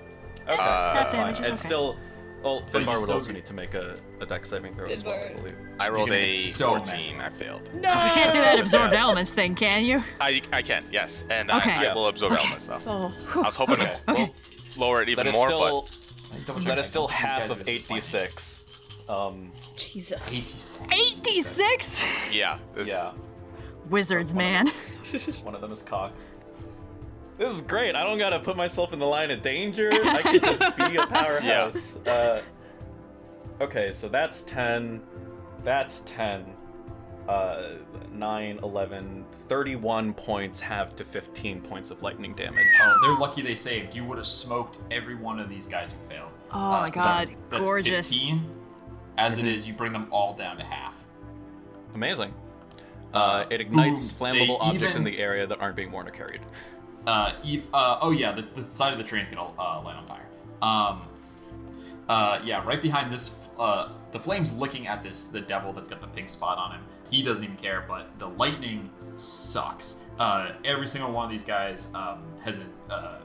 Speaker 3: Okay.
Speaker 6: Uh,
Speaker 3: that's
Speaker 6: Half
Speaker 3: fine.
Speaker 5: damage is
Speaker 3: It's
Speaker 5: okay.
Speaker 3: still. Well,
Speaker 2: But you
Speaker 3: Finbar would
Speaker 2: still
Speaker 3: also
Speaker 2: get-
Speaker 3: need to make a, a dex saving throw as well, I
Speaker 8: Finbar.
Speaker 3: believe.
Speaker 6: I rolled
Speaker 2: gonna get
Speaker 6: a
Speaker 2: so
Speaker 6: 14. I failed.
Speaker 5: You can't do that absorbed elements thing, can you?
Speaker 6: I, I can, yes. And
Speaker 5: Okay.
Speaker 6: I, I
Speaker 3: Yeah.
Speaker 6: will absorb
Speaker 5: Okay.
Speaker 6: elements, though.
Speaker 8: Oh.
Speaker 6: I was hoping to
Speaker 5: Okay.
Speaker 6: lower it even
Speaker 3: That is
Speaker 6: more,
Speaker 3: still
Speaker 2: I
Speaker 3: (laughs)
Speaker 2: double checked,
Speaker 3: that is
Speaker 2: I
Speaker 3: still
Speaker 2: confused
Speaker 3: half
Speaker 2: guys
Speaker 3: of
Speaker 2: with this line.
Speaker 3: 8d6. Um,
Speaker 8: Jesus.
Speaker 2: 86.
Speaker 5: 86?
Speaker 6: but yeah. this- (laughs)
Speaker 3: yeah,
Speaker 5: Wizards,
Speaker 3: One of
Speaker 5: man.
Speaker 3: one of them is cocked. This is great. I don't gotta put myself in the line of (laughs) danger. I can just be a powerhouse. Uh, okay, so that's 10. That's 10. Uh, 9, 11, 31 points have to 15 points of lightning damage.
Speaker 2: Oh, they're lucky they saved. You would have smoked every one of these guys who failed.
Speaker 5: Oh
Speaker 2: Uh,
Speaker 5: my
Speaker 2: so that's-
Speaker 5: god,
Speaker 2: that's
Speaker 5: gorgeous.
Speaker 2: 15. As it is, you bring them all down to half.
Speaker 3: Amazing. Uh, it
Speaker 2: Boom.
Speaker 3: ignites
Speaker 2: They
Speaker 3: flammable objects in
Speaker 2: even-
Speaker 3: the area that aren't being worn or carried.
Speaker 2: Uh, Eve, uh, oh yeah, the, the side of the train's gonna uh, light on fire. Um, uh, yeah, right behind this, uh, the flames licking at this the devil that's got the pink spot on him. He doesn't even care, but the lightning sucks. Uh, every single one of these guys um, has a, uh,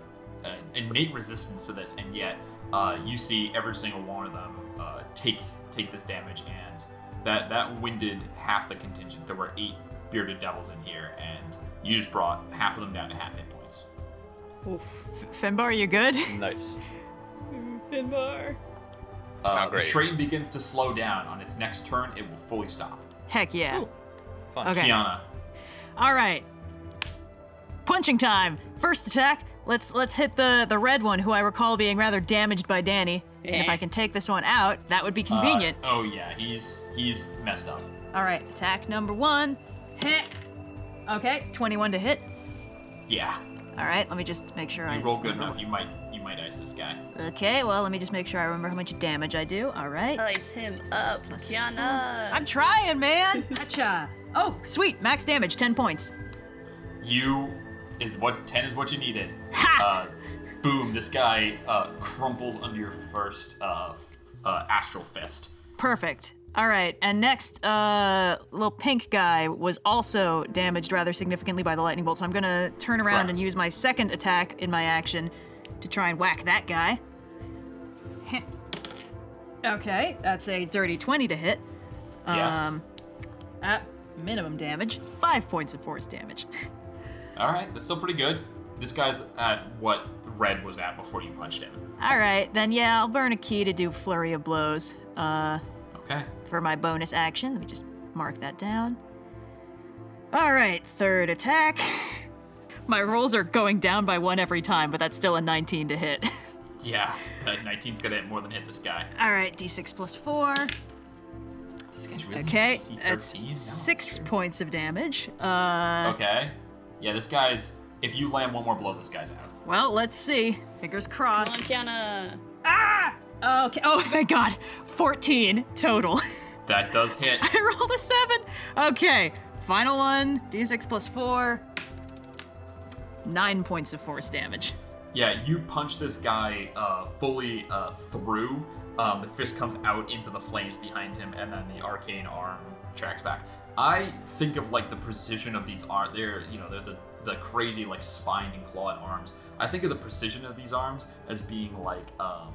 Speaker 2: an innate resistance to this, and yet uh, you see every single one of them uh, take take this damage, and that that winded half the contingent. There were eight bearded devils in here, and you just brought half of them down to half hit points.
Speaker 5: Finbar, you good?
Speaker 3: Nice.
Speaker 8: Finbar.
Speaker 2: Uh,
Speaker 6: Not
Speaker 2: the
Speaker 6: great.
Speaker 2: train begins to slow down. On its next turn, it will fully stop.
Speaker 5: Heck yeah.
Speaker 3: Ooh, Fun.
Speaker 5: Okay.
Speaker 2: Kiana,
Speaker 5: All right. Punching time. First attack. Let's let's hit the the red one, who I recall being rather damaged by Danny. And if I can take this one out, that would be
Speaker 2: Eh. uh,
Speaker 5: convenient.
Speaker 2: oh yeah, he's he's messed up.
Speaker 5: All right. Attack number one. Hit. Okay. 21 to hit.
Speaker 2: Yeah,
Speaker 5: All right. Let me just make sure I.
Speaker 2: you roll good enough. You might you might ice this guy.
Speaker 5: Okay. Well, let me just make sure I remember how much damage I do. All right.
Speaker 2: Uh,
Speaker 4: Slice him up,
Speaker 5: plus
Speaker 4: Kiana.
Speaker 5: I'm trying, man. Gotcha. Oh, sweet. Max damage, 10 points.
Speaker 2: You is what ten is what you needed. Ha! Uh, boom! This guy uh, crumples under your first uh, f- uh, astral fist.
Speaker 5: Perfect. All right, and next, uh, little pink guy was also damaged rather significantly by the lightning bolt, so I'm gonna turn around and
Speaker 2: Correct.
Speaker 5: use my second attack in my action to try and whack that guy. Heh. okay, that's a dirty 20 to hit.
Speaker 2: Yes.
Speaker 5: Um, At minimum damage, five points of force damage. (laughs)
Speaker 2: All right, that's still pretty good. This guy's at what red was at before you punched him.
Speaker 5: All right, then yeah, I'll burn a key to do flurry of blows. Uh,
Speaker 2: Okay.
Speaker 5: for my bonus action. Let me just mark that down. All right, third attack. (sighs) My rolls are going down by one every time, but that's still a 19 to hit. (laughs)
Speaker 2: Yeah, that 19's gonna hit more than hit this guy.
Speaker 5: All right, d6 plus four.
Speaker 2: This guy's really
Speaker 5: Okay,
Speaker 2: DC 13?
Speaker 5: that's
Speaker 2: No,
Speaker 5: six
Speaker 2: true.
Speaker 5: points of damage. Uh,
Speaker 2: Okay. Yeah, this guy's. If you land one more blow, this guy's out.
Speaker 5: well, let's see. Fingers
Speaker 8: Come on,
Speaker 5: crossed.
Speaker 8: Kiana.
Speaker 5: Ah! Okay. Oh, (laughs) thank God. 14 total. (laughs)
Speaker 2: That does hit.
Speaker 5: I rolled a seven. Okay, final one. D6 plus four. Nine points of force damage.
Speaker 2: Yeah, you punch this guy uh, fully uh, through. Um, the fist comes out into the flames behind him, and then the arcane arm tracks back. I think of like the precision of these arms. They're you know they're the the crazy like spined and clawed arms. I think of the precision of these arms as being like um,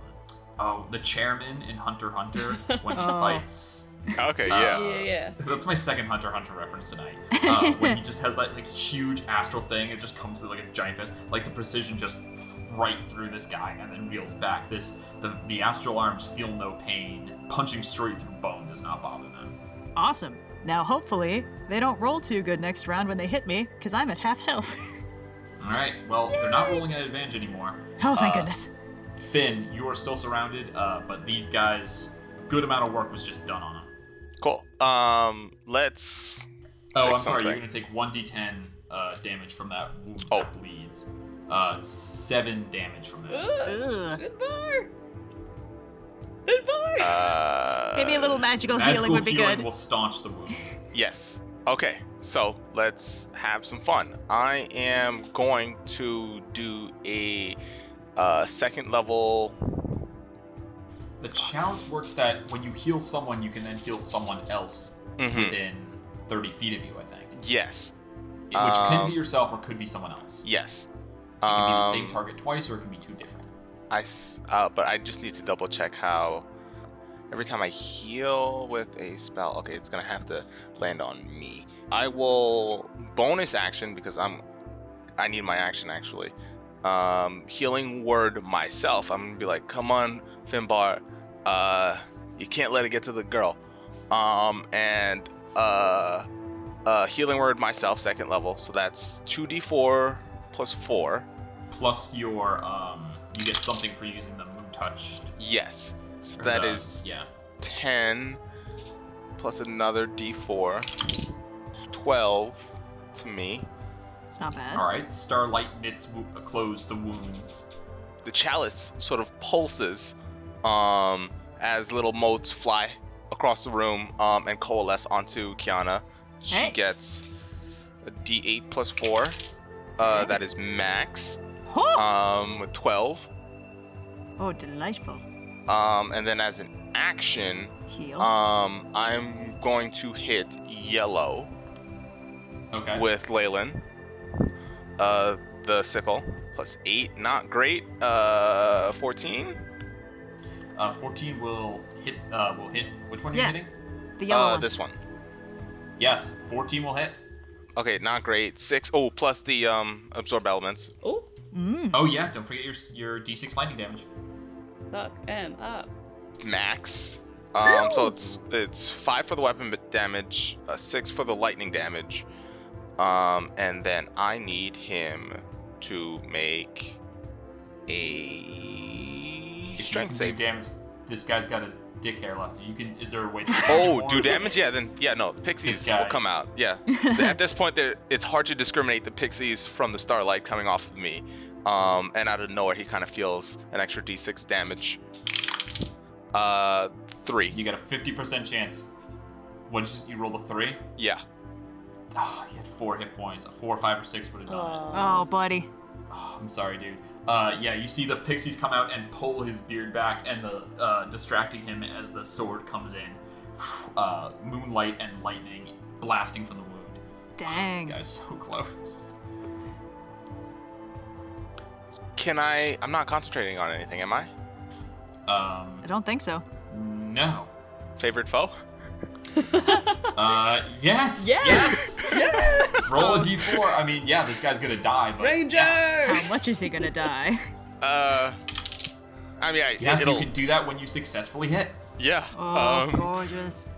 Speaker 2: oh the chairman in Hunter x Hunter when he
Speaker 5: Oh.
Speaker 2: fights.
Speaker 6: Okay,
Speaker 2: Uh,
Speaker 3: Um,
Speaker 6: yeah.
Speaker 8: Yeah, yeah.
Speaker 2: That's my second Hunter x Hunter reference tonight. Uh, when he just has that like huge astral thing, it just comes with like a giant fist, like the precision just right through this guy, and then reels back. This the the astral arms feel no pain. Punching straight through bone does not bother them.
Speaker 5: Awesome. Now, hopefully, they don't roll too good next round when they hit me, because I'm at half health. (laughs)
Speaker 2: All right, well they're not rolling at advantage anymore.
Speaker 5: oh, thank
Speaker 2: Uh,
Speaker 5: goodness.
Speaker 2: Finn, you are still surrounded, uh, but these guys, good amount of work was just done on them.
Speaker 6: Cool. Um, let's.
Speaker 2: Oh,
Speaker 6: Take
Speaker 2: I'm sorry. You're gonna
Speaker 6: something.
Speaker 2: take one d10 uh, damage from that wound
Speaker 6: Oh.
Speaker 2: that bleeds. Uh, seven damage from that.
Speaker 5: Ugh.
Speaker 8: Good bar. Good bar.
Speaker 6: Uh,
Speaker 5: Maybe a little magical,
Speaker 2: Magical
Speaker 5: healing would be
Speaker 2: healing
Speaker 5: good.
Speaker 2: will staunch the wound.
Speaker 6: Yes. Okay. So let's have some fun. I am going to do a uh, second level.
Speaker 2: The chalice works that when you heal someone, you can then heal someone else
Speaker 6: Mhm.
Speaker 2: within 30 feet of you. I think,
Speaker 6: Yes.
Speaker 2: which can
Speaker 6: Um,
Speaker 2: be yourself or could be someone else.
Speaker 6: Yes.
Speaker 2: It can be the same
Speaker 6: Um,
Speaker 2: target twice, or it can be two different.
Speaker 6: I s- uh, but I just need to double check how. Every time I heal with a spell, okay, it's gonna have to land on me. I will bonus action because I'm. I need my action actually. Um, healing word myself. I'm gonna be like, come on, Finbar. Uh, you can't let it get to the girl. Um, and uh, uh, healing word myself, second level. So that's two d4 plus four.
Speaker 2: Plus your um, you get something for using the moon touched.
Speaker 6: Yes. So
Speaker 2: or
Speaker 6: that
Speaker 2: the-
Speaker 6: is
Speaker 2: yeah.
Speaker 6: 10 plus another d4 12 to me
Speaker 5: It's not bad.
Speaker 2: All right. Starlight knits wo- uh, close the wounds.
Speaker 6: the chalice sort of pulses um, as little motes fly across the room um, and coalesce onto kiana she
Speaker 5: Hey.
Speaker 6: gets a d8 plus 4 uh, that is max
Speaker 5: Oh,
Speaker 6: um, 12
Speaker 5: oh, delightful.
Speaker 6: um, and then as an action
Speaker 5: Heal.
Speaker 6: um, i'm going to hit yellow
Speaker 2: Okay.
Speaker 6: with Leyland. Uh, the sickle plus eight, not great. Uh, fourteen.
Speaker 2: Uh, 14 will hit. Uh, will hit. Which one are
Speaker 5: Yeah.
Speaker 2: you hitting?
Speaker 5: the yellow
Speaker 6: Uh,
Speaker 5: one.
Speaker 6: this one.
Speaker 2: Yes, 14 will hit.
Speaker 6: Okay, not great. Six. Oh, plus the um absorb elements.
Speaker 8: oh,
Speaker 5: Mm.
Speaker 2: Oh yeah, don't forget your your d6 lightning damage.
Speaker 8: fuck em up.
Speaker 6: Max. Um, so it's it's five for the weapon b- damage, uh, six for the lightning damage, um, and then I need him to make a
Speaker 2: If you
Speaker 6: strength
Speaker 2: can
Speaker 6: save.
Speaker 2: Do damage. This guy's got a dick hair left. You can. Is there a way? To
Speaker 6: Oh,
Speaker 2: more?
Speaker 6: do damage? Yeah, then yeah, no, the pixies
Speaker 2: This guy.
Speaker 6: will come out. Yeah. At this point, they're- it's hard to discriminate the pixies from the starlight coming off of me. Um, and out of nowhere, he kind of feels an extra d6 damage. Uh, three.
Speaker 2: You got a 50% chance. What did you, you rolled a three?
Speaker 6: Yeah.
Speaker 2: Ah, you had four hit points. A four, five, or six would have done it.
Speaker 5: Oh, buddy.
Speaker 2: Oh, I'm sorry, dude. Uh, yeah, you see the pixies come out and pull his beard back, and the uh, distracting him as the sword comes in. (sighs) Uh, moonlight and lightning blasting from the wound. Ah, This
Speaker 5: Dang.
Speaker 2: guy's so (laughs) close.
Speaker 6: Can I? I'm not concentrating on anything, am I?
Speaker 2: Um,
Speaker 5: I don't think so.
Speaker 2: no.
Speaker 6: Favorite foe?
Speaker 2: Uh, yes.
Speaker 8: (laughs) Yes!
Speaker 2: Roll a d4. I mean, yeah, this guy's gonna die, but
Speaker 8: Ranger.
Speaker 5: How much is he gonna die?
Speaker 6: Uh, I mean, I,
Speaker 2: yes,
Speaker 6: it'll.
Speaker 2: you can do that when you successfully hit.
Speaker 6: Yeah.
Speaker 5: Oh,
Speaker 6: um.
Speaker 5: gorgeous.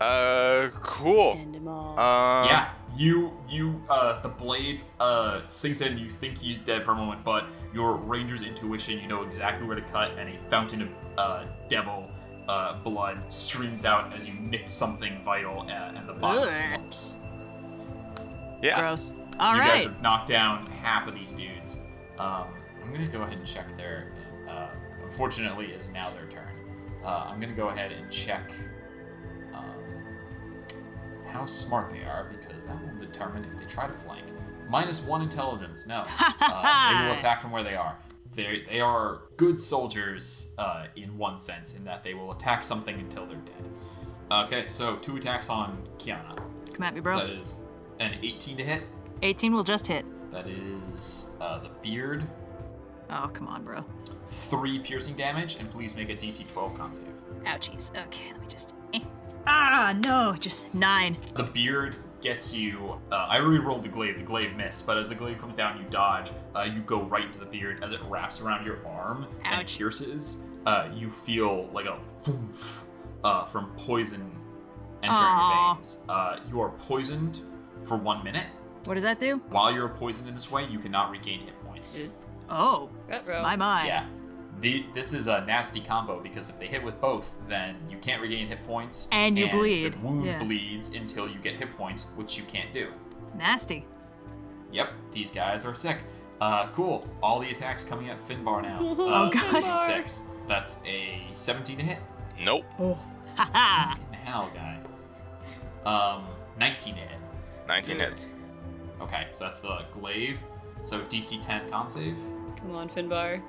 Speaker 6: Uh. Cool.
Speaker 4: End them all.
Speaker 6: Um.
Speaker 2: yeah, you you uh the blade uh sinks in. You think he's dead for a moment, but your ranger's intuition, you know exactly where to cut, and a fountain of uh devil uh blood streams out as you nick something vital, uh, and the body
Speaker 5: Ugh.
Speaker 2: slumps.
Speaker 6: Yeah.
Speaker 5: Gross. All
Speaker 2: you
Speaker 5: right.
Speaker 2: guys have knocked down half of these dudes. Um, I'm gonna go ahead and check their. Uh, unfortunately, it is now their turn. Uh, I'm gonna go ahead and check um, how smart they are because that will determine if they try to flank. Minus one intelligence.
Speaker 5: (laughs)
Speaker 2: No, uh, they will attack from where they are. They they are good soldiers uh, in one sense in that they will attack something until they're dead. Okay, so two attacks on Kiana.
Speaker 5: Come at me, bro.
Speaker 2: That is an 18 to hit.
Speaker 5: 18 will just hit.
Speaker 2: That is uh, the beard.
Speaker 5: Oh, come on, bro.
Speaker 2: Three piercing damage, and please make a DC 12 con save.
Speaker 5: Ouchies. Okay, let me just. eh. Ah, no, just nine.
Speaker 2: The beard gets you. Uh, I already rolled the glaive. The glaive missed, but as the glaive comes down, you dodge. Uh, you go right into the beard as it wraps around your arm and
Speaker 5: Ouch.
Speaker 2: pierces. Uh, you feel like a thoomph, uh, from poison entering your
Speaker 5: Aw.
Speaker 2: veins. Uh, you are poisoned for one minute.
Speaker 5: What does that do?
Speaker 2: While you're poisoned in this way, you cannot regain hit points.
Speaker 5: Oh,
Speaker 8: Retro.
Speaker 5: my my.
Speaker 2: Yeah. The, this is a nasty combo because if they hit with both, then you can't regain hit points,
Speaker 5: And you bleed,
Speaker 2: The wound
Speaker 5: yeah.
Speaker 2: bleeds until you get hit points, which you can't do.
Speaker 5: Nasty.
Speaker 2: Yep, these guys are sick. Uh, cool. All the attacks coming at Finbar
Speaker 5: (laughs)
Speaker 2: now. Uh,
Speaker 5: Oh, gosh.
Speaker 2: Six. That's a 17 to hit.
Speaker 6: Nope.
Speaker 5: Ha ha.
Speaker 2: Fucking hell, guy. Um, 19 to hit.
Speaker 6: 19 hits.
Speaker 2: Okay, so that's the glaive. So DC 10 con save.
Speaker 4: Come on, Finbar.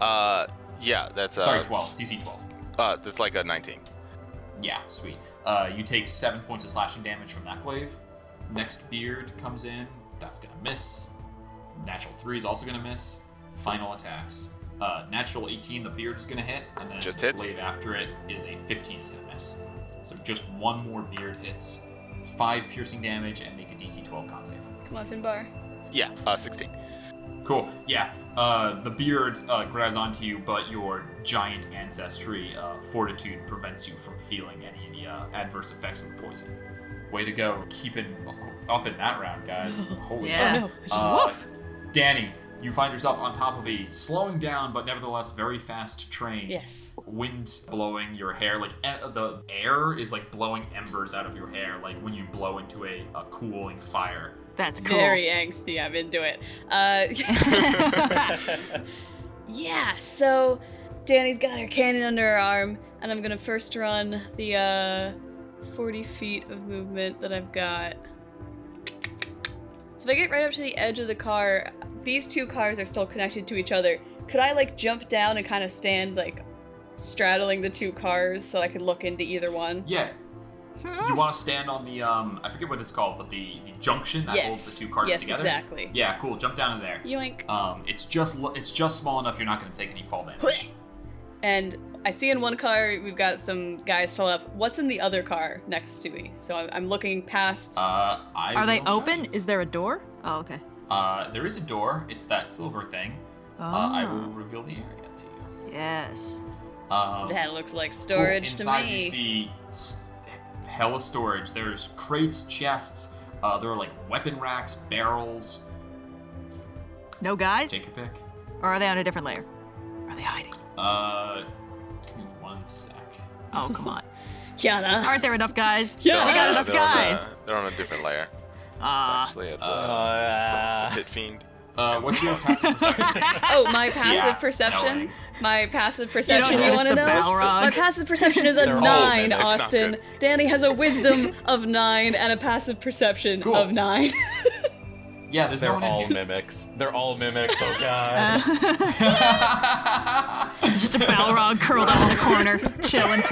Speaker 6: Uh, yeah, that's uh,
Speaker 2: Sorry, 12. DC 12.
Speaker 6: Uh, that's like a 19.
Speaker 2: Yeah, sweet. Uh, you take seven points of slashing damage from that glaive. Next beard comes in. That's gonna miss. Natural three is also gonna miss. Final attacks. Uh, natural 18, the beard is gonna hit, and then
Speaker 6: Just
Speaker 2: the
Speaker 6: hits?
Speaker 2: glaive after it is a 15 is gonna miss. So just one more beard hits. Five piercing damage and make a DC 12 con save.
Speaker 4: Come on, Finbar.
Speaker 6: Yeah, uh, 16.
Speaker 2: Cool. Yeah. Uh, the beard uh, grabs onto you, but your giant ancestry uh, fortitude prevents you from feeling any of the uh, adverse effects of the poison. Way to go, keeping up in that round, guys. Holy
Speaker 5: Yeah.
Speaker 2: cow.
Speaker 5: Just
Speaker 2: Uh,
Speaker 5: woof.
Speaker 2: Danny, you find yourself on top of a slowing down but nevertheless very fast train.
Speaker 4: Yes.
Speaker 2: Wind blowing your hair, like e- the air is like blowing embers out of your hair, like when you blow into a, a cooling fire.
Speaker 5: (laughs) That's cool.
Speaker 4: Very angsty. I'm into it.
Speaker 5: (laughs)
Speaker 4: Uh, (laughs) yeah. So, Danny's got her cannon under her arm, and I'm gonna first run the uh, 40 feet of movement that I've got. So if I get right up to the edge of the car, these two cars are still connected to each other. Could I like jump down and kind of stand like straddling the two cars so I could look into either one?
Speaker 2: Yeah. You want to stand on the um, I forget what it's called, but the, the junction that holds the two carts
Speaker 4: yes,
Speaker 2: together.
Speaker 4: exactly.
Speaker 2: Yeah, cool. Jump down in there.
Speaker 4: Yoink.
Speaker 2: Um, it's just l- it's just small enough you're not going to take any fall damage.
Speaker 4: And I see in one car we've got some guys still up. What's in the other car next to me? So I'm, I'm looking past.
Speaker 2: Uh, I
Speaker 5: Are they
Speaker 2: will say-
Speaker 5: open? Is there a door? Oh, okay.
Speaker 2: Uh, there is a door. It's that silver thing.
Speaker 5: Oh.
Speaker 2: Uh, I will reveal the area to you.
Speaker 5: Yes.
Speaker 2: Um,
Speaker 4: that looks like
Speaker 2: cool.
Speaker 4: storage to
Speaker 2: Inside you
Speaker 4: me.
Speaker 2: see s- hella storage. There's crates, chests. Uh, there are like weapon racks, barrels.
Speaker 5: No guys?
Speaker 2: Take a pick.
Speaker 5: Or are they on a different layer? Are they hiding?
Speaker 2: Uh, give me one sec.
Speaker 5: Oh,
Speaker 2: (laughs)
Speaker 5: come on.
Speaker 4: Kiana.
Speaker 5: (laughs) Aren't there enough guys?
Speaker 4: Yeah.
Speaker 5: we got
Speaker 6: Uh,
Speaker 5: enough
Speaker 6: they're on the-
Speaker 5: guys.
Speaker 6: they're on a different layer. It's
Speaker 5: Ah.
Speaker 6: actually
Speaker 3: (laughs)
Speaker 6: a,
Speaker 3: Uh,
Speaker 6: a pit fiend.
Speaker 2: Uh, what's your passive
Speaker 3: (laughs)
Speaker 2: perception?
Speaker 4: Oh, my passive
Speaker 2: Yes,
Speaker 4: perception.
Speaker 2: Ellen.
Speaker 4: My passive perception.
Speaker 5: You
Speaker 4: You,
Speaker 5: don't notice
Speaker 4: want to
Speaker 5: the
Speaker 4: know?
Speaker 5: Balrog.
Speaker 4: My
Speaker 2: (laughs)
Speaker 4: passive perception is a
Speaker 3: They're all
Speaker 4: nine,
Speaker 6: bad. It's not
Speaker 4: Austin.
Speaker 6: good.
Speaker 4: Danny has a wisdom of nine and a passive perception
Speaker 2: Cool.
Speaker 4: of nine.
Speaker 2: Yeah, there's no
Speaker 3: they're
Speaker 2: one in
Speaker 3: all (laughs)
Speaker 2: here.
Speaker 3: mimics. They're all mimics.
Speaker 2: (laughs)
Speaker 3: Oh
Speaker 5: Uh.
Speaker 3: god.
Speaker 5: (laughs) Just a Balrog curled up in
Speaker 2: (laughs)
Speaker 5: the corner, chilling.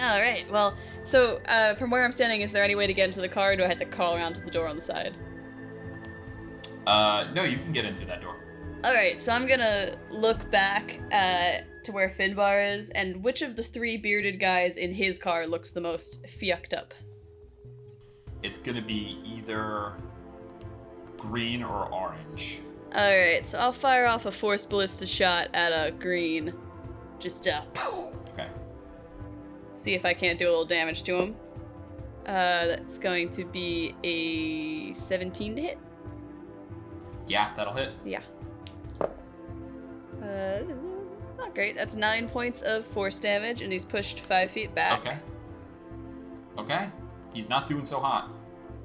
Speaker 4: All right. Well, so uh, from where I'm standing, is there any way to get into the car? Or do I have to call around to the door on the side?
Speaker 2: uh, no, you can get in through that door.
Speaker 4: All right, so I'm gonna look back uh, to where Finbar is, and which of the three bearded guys in his car looks the most fucked up?
Speaker 2: It's gonna be either green or orange.
Speaker 4: All right, so I'll fire off a force ballista shot at a green, just uh, pow,
Speaker 2: Okay.
Speaker 4: see if I can't do a little damage to him. Uh, that's going to be a 17 to hit.
Speaker 2: Yeah, that'll hit.
Speaker 4: Yeah. Uh, not great. That's nine points of force damage, and he's pushed five feet back.
Speaker 2: Okay. Okay. He's not doing so hot.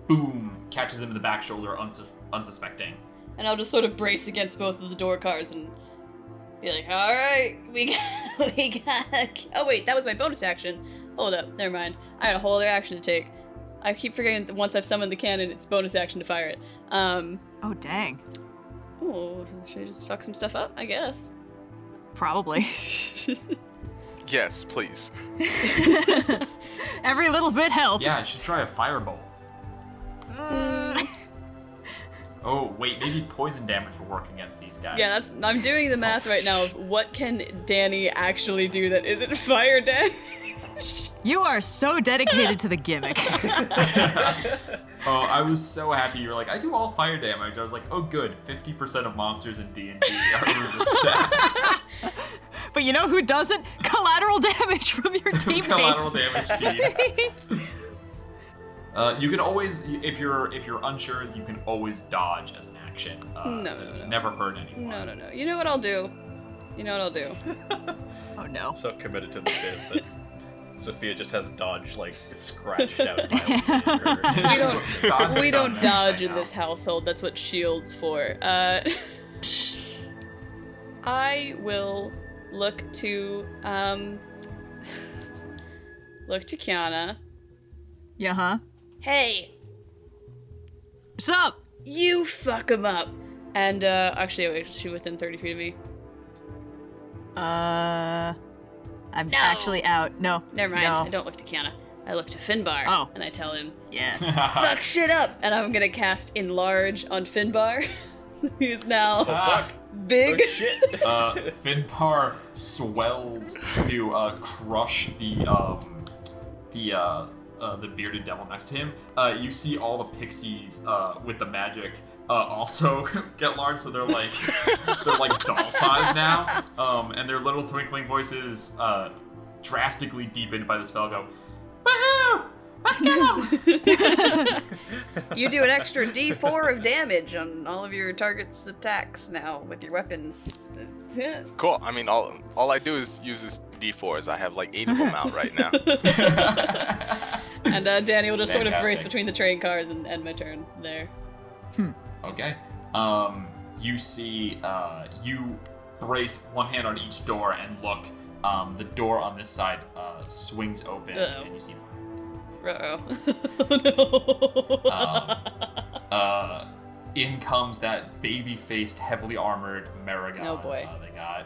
Speaker 2: Boom! Catches him in the back shoulder, unsus- unsuspecting.
Speaker 4: and I'll just sort of brace against both of the door cars and be like, "All right, we (laughs) got, we got." Oh wait, that was my bonus action. Hold up, never mind. I had a whole other action to take. I keep forgetting that once I've summoned the cannon, it's bonus action to fire it. Um,
Speaker 5: Oh, dang.
Speaker 4: oh, should I just fuck some stuff up? I guess. (laughs)
Speaker 2: (laughs)
Speaker 5: Probably.
Speaker 6: Yes, please.
Speaker 5: Every little bit helps.
Speaker 2: Yeah, I should try a firebolt.
Speaker 4: Mm.
Speaker 2: Oh wait, maybe poison damage will work against these guys.
Speaker 4: Yeah, that's. I'm doing the math right now of what can Danny actually do that isn't fire damage. (laughs)
Speaker 5: You are so dedicated to
Speaker 2: (laughs)
Speaker 5: the gimmick.
Speaker 2: Oh, I was so happy. You were like, I do all fire damage. I was like, oh, good. Fifty percent of monsters in D and
Speaker 4: (laughs)
Speaker 2: D are resistant (laughs) to
Speaker 5: but you know who doesn't? Collateral damage from your
Speaker 2: (laughs)
Speaker 5: teammates.
Speaker 2: collateral damage to you.
Speaker 4: (laughs)
Speaker 2: Uh, you can always, if you're if you're unsure, you can always dodge as an action. action. Uh,
Speaker 4: No,
Speaker 2: that
Speaker 4: no,
Speaker 2: has
Speaker 4: no.
Speaker 2: Never hurt anyone.
Speaker 4: No, no, no. You know what I'll do? You know what I'll do?
Speaker 5: Oh no.
Speaker 3: So committed to the bit that Sophia just has dodge like scratched out. violently in
Speaker 2: Dodge
Speaker 3: her- (laughs)
Speaker 4: We don't- (laughs) we
Speaker 2: is
Speaker 4: don't
Speaker 2: done
Speaker 4: dodge
Speaker 2: right
Speaker 4: in
Speaker 2: now. (laughs)
Speaker 4: this household. That's what shields for. Uh, (laughs) I will look to um, (laughs) look to Kiana.
Speaker 5: Yeah, huh?
Speaker 9: Hey,
Speaker 5: What's up?
Speaker 9: you fuck him up.
Speaker 4: And uh, actually, wait, is she within thirty feet of me?
Speaker 5: Uh, I'm actually out. No.
Speaker 4: Never mind.
Speaker 5: No.
Speaker 4: I don't look to Kiana. I look to Finbar.
Speaker 5: Oh.
Speaker 4: And I tell him, (laughs)
Speaker 5: Yes.
Speaker 9: Fuck shit up.
Speaker 4: and I'm gonna cast enlarge on Finbar. (laughs) he is now
Speaker 2: (laughs) Ah,
Speaker 4: big.
Speaker 3: Oh, Shit.
Speaker 2: uh, Finpar swells to uh, crush the um, the uh, uh, the bearded devil next to him. Uh, you see all the pixies uh, with the magic uh, also (laughs) get large, so they're like they're like doll size now, um, and their little twinkling voices uh, drastically deepened by the spell go. Woohoo! Let's get 'em!"
Speaker 4: You do an extra D4 of damage on all of your target's attacks now with your weapons. (laughs)
Speaker 6: Cool. I mean, all all I do is use this D4s. I have like eight of them out right
Speaker 5: (laughs)
Speaker 6: now.
Speaker 4: and uh, Danny will just sort of
Speaker 2: Fantastic.
Speaker 4: race between the train cars and end my turn there.
Speaker 2: Okay. Um, you see, uh, you brace one hand on each door and look. Um, the door on this side uh, swings open,
Speaker 4: Uh-oh.
Speaker 2: and you see.
Speaker 4: Uh (laughs) oh. no.
Speaker 2: Um,
Speaker 4: (laughs)
Speaker 2: uh, in comes that baby-faced, heavily armored Maragon.
Speaker 4: Oh, boy.
Speaker 2: Uh, they got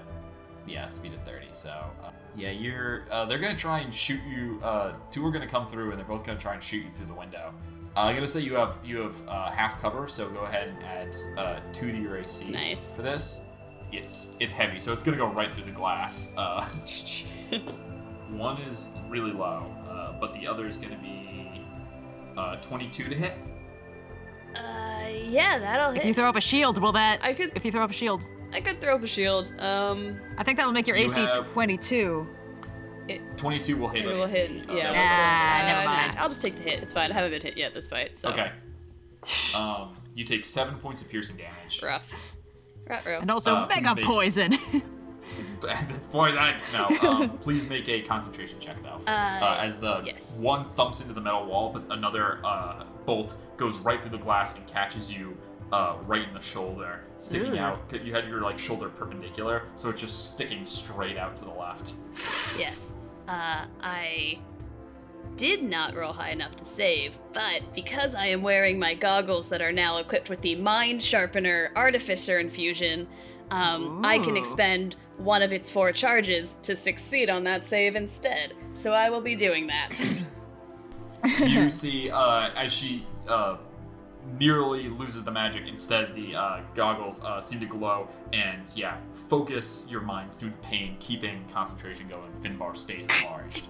Speaker 2: yeah, speed of thirty. So uh, yeah, you're. Uh, they're gonna try and shoot you. Uh, two are gonna come through, and they're both gonna try and shoot you through the window. Uh, I'm gonna say you have you have uh, half cover, so go ahead and add uh, two to your AC
Speaker 4: Nice.
Speaker 2: for this. It's it's heavy, so it's gonna go right through the glass. Uh, one is really low, uh, but the other is gonna be uh, 22 to hit.
Speaker 9: Uh, yeah, that'll
Speaker 5: If
Speaker 9: hit.
Speaker 5: you throw up a shield, will that?
Speaker 4: I could
Speaker 5: If you throw up a shield,
Speaker 4: I could throw up a shield. Um,
Speaker 5: I think that'll make your
Speaker 2: You
Speaker 5: AC
Speaker 2: have-
Speaker 5: 22.
Speaker 2: 22 will hit.
Speaker 4: it
Speaker 2: on
Speaker 4: will
Speaker 2: AC.
Speaker 4: hit.
Speaker 2: Uh,
Speaker 4: Yeah.
Speaker 2: that was-
Speaker 5: Nah, never
Speaker 4: uh,
Speaker 5: mind.
Speaker 4: I'll just take the hit. It's fine. I haven't been hit yet this fight, so
Speaker 2: Okay. Um, you take seven points of piercing damage.
Speaker 4: rough. Rough, rough.
Speaker 5: And also
Speaker 2: Uh,
Speaker 5: mega
Speaker 2: they-
Speaker 5: poison. (laughs)
Speaker 2: (laughs) That's poison. No. Um, please make a concentration check though. Uh, as the
Speaker 4: yes.
Speaker 2: one thumps into the metal wall, but another uh, bolt goes right through the glass and catches you uh, right in the shoulder, sticking out. You had your like shoulder perpendicular, so it's just sticking straight out to the left.
Speaker 4: Yes. Uh, I did not roll high enough to save, but because I am wearing my goggles that are now equipped with the Mind Sharpener Artificer Infusion, um, I can
Speaker 5: Ooh.
Speaker 4: expend one of its four charges to succeed on that save instead. So I will be doing that. (laughs)
Speaker 2: you see uh, as she uh, nearly loses the magic instead the uh, goggles uh, seem to glow and yeah focus your mind through the pain keeping concentration going finbar stays at large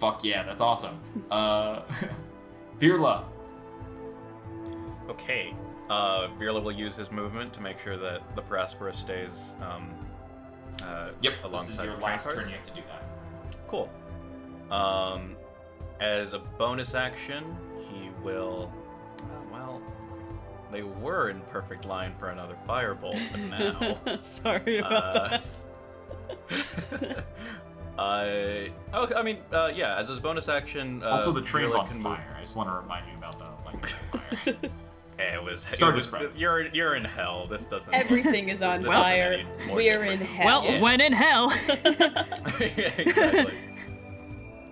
Speaker 2: fuck yeah that's awesome uh, (laughs) virla
Speaker 3: Okay. Uh, Virla will use his movement to make sure that the Paraspora stays. Um, uh,
Speaker 2: yep this
Speaker 3: Alongside
Speaker 2: is your
Speaker 3: the train
Speaker 2: last
Speaker 3: cars?
Speaker 2: turn you have to do that
Speaker 3: cool. Um, as a bonus action, he will. Uh, well, they were in perfect line for another firebolt, but now.
Speaker 4: (laughs) Sorry
Speaker 3: Uh, (laughs) I oh, I mean, uh, yeah. As his bonus action, uh,
Speaker 2: also the train's
Speaker 3: Virla
Speaker 2: on
Speaker 3: can move-
Speaker 2: fire i just want to remind you about the
Speaker 3: (laughs)
Speaker 2: like the fire
Speaker 3: Eh, It was.
Speaker 2: Start
Speaker 3: it was-
Speaker 2: describing.
Speaker 3: You're you're in hell. This doesn't. (laughs)
Speaker 4: Everything is on
Speaker 3: This doesn't
Speaker 4: fire.
Speaker 3: any more
Speaker 4: We're in
Speaker 3: different.
Speaker 4: hell.
Speaker 5: well,
Speaker 3: Yeah.
Speaker 5: when in hell.
Speaker 3: (laughs) exactly.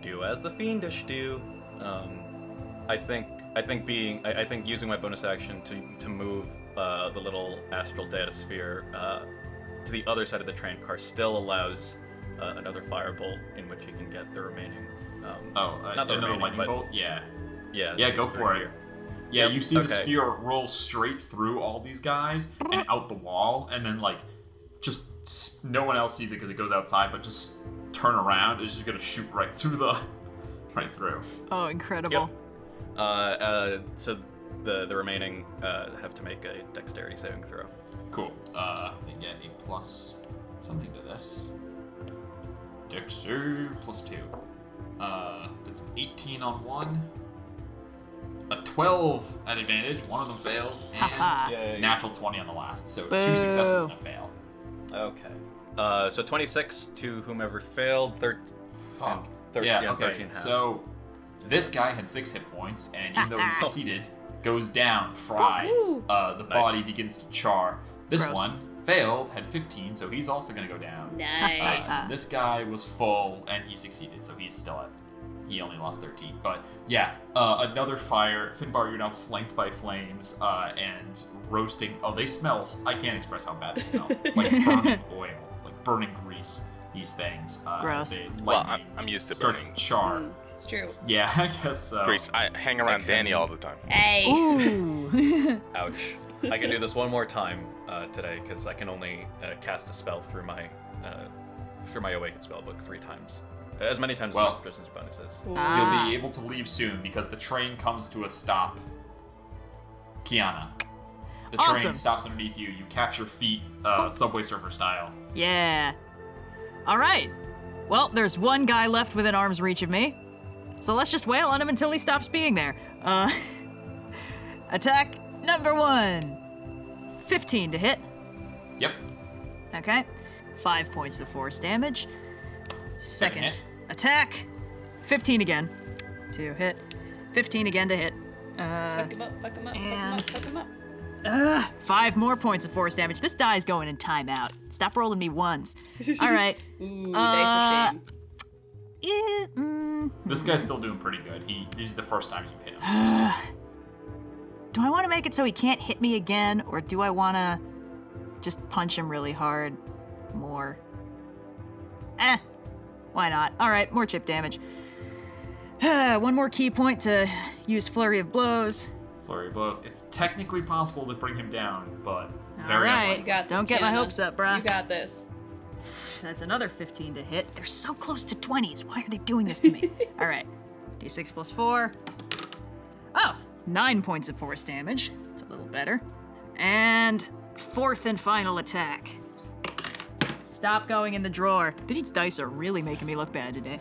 Speaker 3: do as the fiendish do. Um, I think I think being I, I think using my bonus action to to move uh, the little astral data sphere uh, to the other side of the train car still allows uh, another firebolt in which he can get the remaining. Um,
Speaker 2: oh uh,
Speaker 3: Not
Speaker 2: another
Speaker 3: the remaining,
Speaker 2: lightning
Speaker 3: but-
Speaker 2: bolt yeah
Speaker 3: yeah.
Speaker 2: yeah,
Speaker 3: it's
Speaker 2: go
Speaker 3: through
Speaker 2: for it.
Speaker 3: here.
Speaker 2: Yeah,
Speaker 3: Yep,
Speaker 2: you see the
Speaker 3: okay.
Speaker 2: sphere roll straight through all these guys and out the wall, and then like, just s- no one else sees it because it goes outside, but just turn around. It's just gonna shoot right through the, (laughs) right through.
Speaker 5: Oh, incredible.
Speaker 3: Uh, uh, so the the remaining uh, have to make a dexterity saving throw.
Speaker 2: Cool. Uh, they get a plus something to this. Dex save plus two. Uh, that's an 18 on one, a 12 at advantage. One of them fails, and
Speaker 3: Yay.
Speaker 2: natural 20 on the last. So two
Speaker 5: Boo.
Speaker 2: successes and a fail.
Speaker 3: Okay. Uh, so 26 to whomever failed. Thir-
Speaker 2: Fuck.
Speaker 3: Thir-
Speaker 2: yeah,
Speaker 3: yeah,
Speaker 2: okay.
Speaker 3: 13 half.
Speaker 2: So this guy had six hit points, and even though he succeeded, goes down fried. Uh, the body begins to char. This
Speaker 5: Gross.
Speaker 2: one failed, had 15, so he's also gonna go down.
Speaker 4: Nice.
Speaker 2: Uh, this guy was full and he succeeded, so he's still at. He only lost 13. But yeah, uh, another fire. Finbar, you're now flanked by flames uh, and roasting. Oh, they smell. I can't express how bad they smell. like burning oil, like burning grease, these things. Uh, as
Speaker 5: Gross.
Speaker 2: They,
Speaker 6: Well,
Speaker 2: lightning
Speaker 6: I'm, I'm used to
Speaker 2: starts
Speaker 6: burning
Speaker 2: to char.
Speaker 8: Mm, it's true.
Speaker 2: Yeah, (laughs) I guess so.
Speaker 6: grease. I hang around Danny all the time.
Speaker 4: Hey.
Speaker 5: Ooh.
Speaker 3: ouch. I can do this one more time uh, today because I can only uh, cast a spell through my uh, through my awakened spell book three times, as many times
Speaker 2: Well-
Speaker 3: as my proficiency bonus is.
Speaker 5: Ah.
Speaker 2: You'll be able to leave soon because the train comes to a stop. Kiana. The
Speaker 5: Awesome.
Speaker 2: train stops underneath you. You catch your feet, uh, Subway Surfer style.
Speaker 5: Yeah. All right. Well, there's one guy left within arm's reach of me, so let's just wail on him until he stops being there. Uh, (laughs) attack number one 15 to hit.
Speaker 2: Yep.
Speaker 5: Okay. Five points of force damage.
Speaker 2: Second
Speaker 5: Second
Speaker 2: hit.
Speaker 5: attack. 15 again to hit. 15 again to hit.
Speaker 8: Fuck him up, fuck him up, fuck him up,
Speaker 5: and-
Speaker 8: fuck him up.
Speaker 5: Ugh, five more points of force damage. This die is going in timeout. Stop rolling me ones. All right.
Speaker 8: Ooh,
Speaker 5: uh,
Speaker 8: dice of shame.
Speaker 5: Eh, mm,
Speaker 2: This guy's still doing pretty good. He this is the first time you've hit
Speaker 5: (gasps)
Speaker 2: him.
Speaker 5: do I want to make it so he can't hit me again, or do I want to just punch him really hard more? Eh, why not? All right, more chip damage. (sighs) One more key point to use Flurry of Blows.
Speaker 2: Flurry of blows. It's technically possible to bring him down, but very
Speaker 5: right.
Speaker 2: unlikely.
Speaker 8: You got this,
Speaker 5: Don't get my
Speaker 8: Kiana.
Speaker 5: hopes up, bruh.
Speaker 8: You got this.
Speaker 5: That's another 15 to hit. They're so close to 20s. Why are they doing this to me? All right. D6 plus 4. Oh, 9 points of force damage. It's a little better. And fourth and final attack. Stop going in the drawer. These dice are really making me look bad today.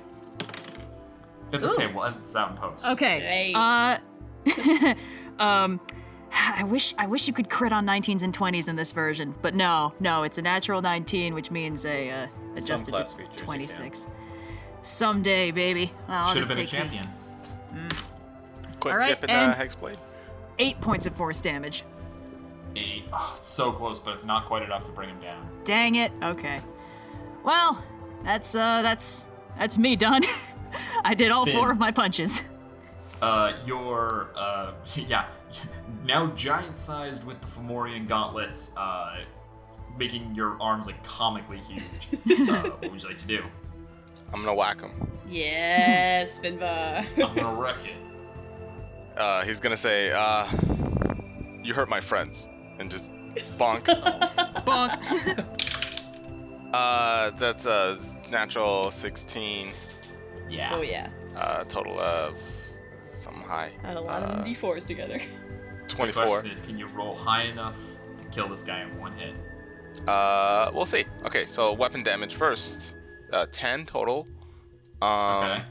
Speaker 2: It's okay. Well, it's out in post.
Speaker 8: Hey.
Speaker 5: Okay. Uh (laughs) um I wish I wish you could crit on 19s and 20s in this version, but no, no, it's a natural 19, which means a uh, adjusted
Speaker 3: class
Speaker 5: to
Speaker 3: features you
Speaker 5: 26. Someday, baby. I'll
Speaker 2: Should have
Speaker 5: just
Speaker 2: been a
Speaker 5: take the
Speaker 2: champion.
Speaker 6: Quick
Speaker 5: All right,
Speaker 6: dip in
Speaker 5: and-
Speaker 6: uh, Hexblade.
Speaker 5: eight points of force damage.
Speaker 2: Eight. Oh, it's so close, but it's not quite enough to bring him down.
Speaker 5: Dang it. Okay. Well, that's uh, that's that's me done. (laughs) I did all
Speaker 2: Finn.
Speaker 5: four of my punches.
Speaker 2: Uh, your uh, (laughs) yeah, now giant-sized with the Fomorian gauntlets, uh, making your arms like comically huge. uh, what would you like to do?
Speaker 6: I'm gonna whack him.
Speaker 8: Yes, Finbar.
Speaker 2: I'm gonna wreck it.
Speaker 6: Uh, he's gonna say, uh, "You hurt my friends," and just
Speaker 5: (laughs)
Speaker 6: bonk.
Speaker 5: Bonk.
Speaker 6: uh, that's a natural 16.
Speaker 2: Yeah.
Speaker 8: Oh yeah,
Speaker 6: Uh, total of some high.
Speaker 8: had a lot
Speaker 6: uh,
Speaker 8: of d4s together.
Speaker 2: The
Speaker 6: 24.
Speaker 2: question is, can you roll high enough to kill this guy in one hit?
Speaker 6: Uh, we'll see. Okay, so weapon damage first. Uh, 10 total. Um,
Speaker 2: Okay.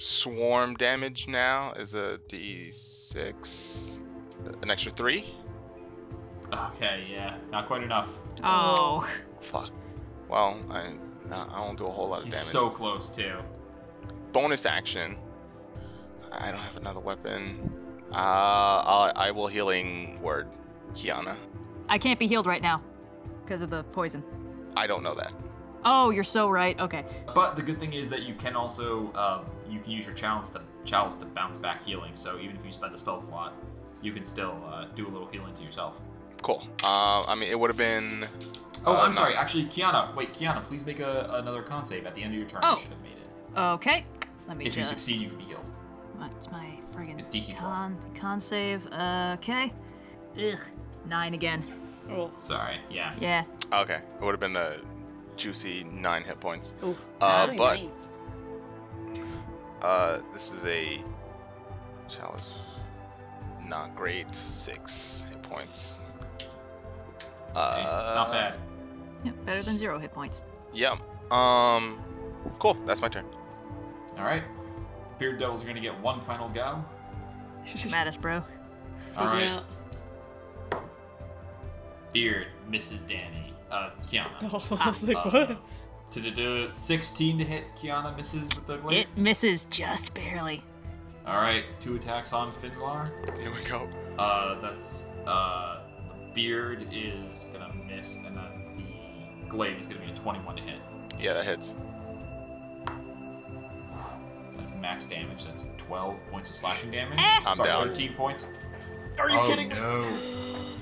Speaker 6: Swarm damage now is a d6. An extra 3?
Speaker 2: Okay. Yeah. Not quite enough.
Speaker 5: Oh.
Speaker 6: Fuck. Well, I, nah, I don't do a whole lot of
Speaker 2: He's
Speaker 6: damage.
Speaker 2: so close too.
Speaker 6: Bonus action. I don't have another weapon. Uh, I'll, I will healing word, Kiana.
Speaker 5: I can't be healed right now because of the poison.
Speaker 6: I don't know that.
Speaker 5: Oh, you're so right. Okay.
Speaker 2: But the good thing is that you can also um, you can use your chalice to chalice to bounce back healing. So even if you spend a spell slot, you can still uh, do a little healing to yourself.
Speaker 6: Cool. Uh, I mean, it would have been.
Speaker 2: Oh,
Speaker 6: Uh,
Speaker 2: I'm
Speaker 6: no.
Speaker 2: sorry. Actually, Kiana, wait, Kiana, please make a, another con save at the end of your turn.
Speaker 5: Oh.
Speaker 2: You should have made it.
Speaker 5: Okay. Let me
Speaker 2: If you
Speaker 5: just.
Speaker 2: succeed, you can be healed.
Speaker 5: What's my friggin'
Speaker 2: It's DC 12.
Speaker 5: con con save? Uh, okay. Ugh. Nine again.
Speaker 8: Oh,
Speaker 2: Sorry. Yeah.
Speaker 5: Yeah.
Speaker 6: Okay, it would have been a juicy 9 hit points.
Speaker 8: oh.
Speaker 10: (laughs)
Speaker 6: Uh,
Speaker 8: Very
Speaker 6: but
Speaker 8: nice.
Speaker 6: uh, this is a chalice. Not great. Six hit points.
Speaker 2: Okay,
Speaker 6: Uh,
Speaker 2: it's not bad.
Speaker 5: yeah. Better than zero hit
Speaker 2: (laughs)
Speaker 5: points.
Speaker 6: Yeah. Um. Cool. That's my turn.
Speaker 2: All right. Beard devils are gonna get one final go.
Speaker 5: Come at us, bro.
Speaker 2: All right.
Speaker 4: Yeah.
Speaker 2: Beard misses Danny. Uh, Kiana.
Speaker 4: (laughs) Oh, I was like,
Speaker 2: Uh,
Speaker 4: what?
Speaker 2: da-da-da, 16 to hit. Kiana misses with the glaive.
Speaker 5: It misses just barely.
Speaker 2: All right. Two attacks on Finbar.
Speaker 6: Here we go.
Speaker 2: Uh, that's uh, the beard is gonna miss, and then the glaive is gonna be a 21 to hit.
Speaker 6: Yeah, that hits.
Speaker 2: That's max damage. That's 12 points of slashing damage.
Speaker 3: Eh.
Speaker 6: I'm
Speaker 2: Sorry,
Speaker 6: down.
Speaker 2: 13 points.
Speaker 11: Are you
Speaker 2: oh,
Speaker 11: kidding me?
Speaker 2: No.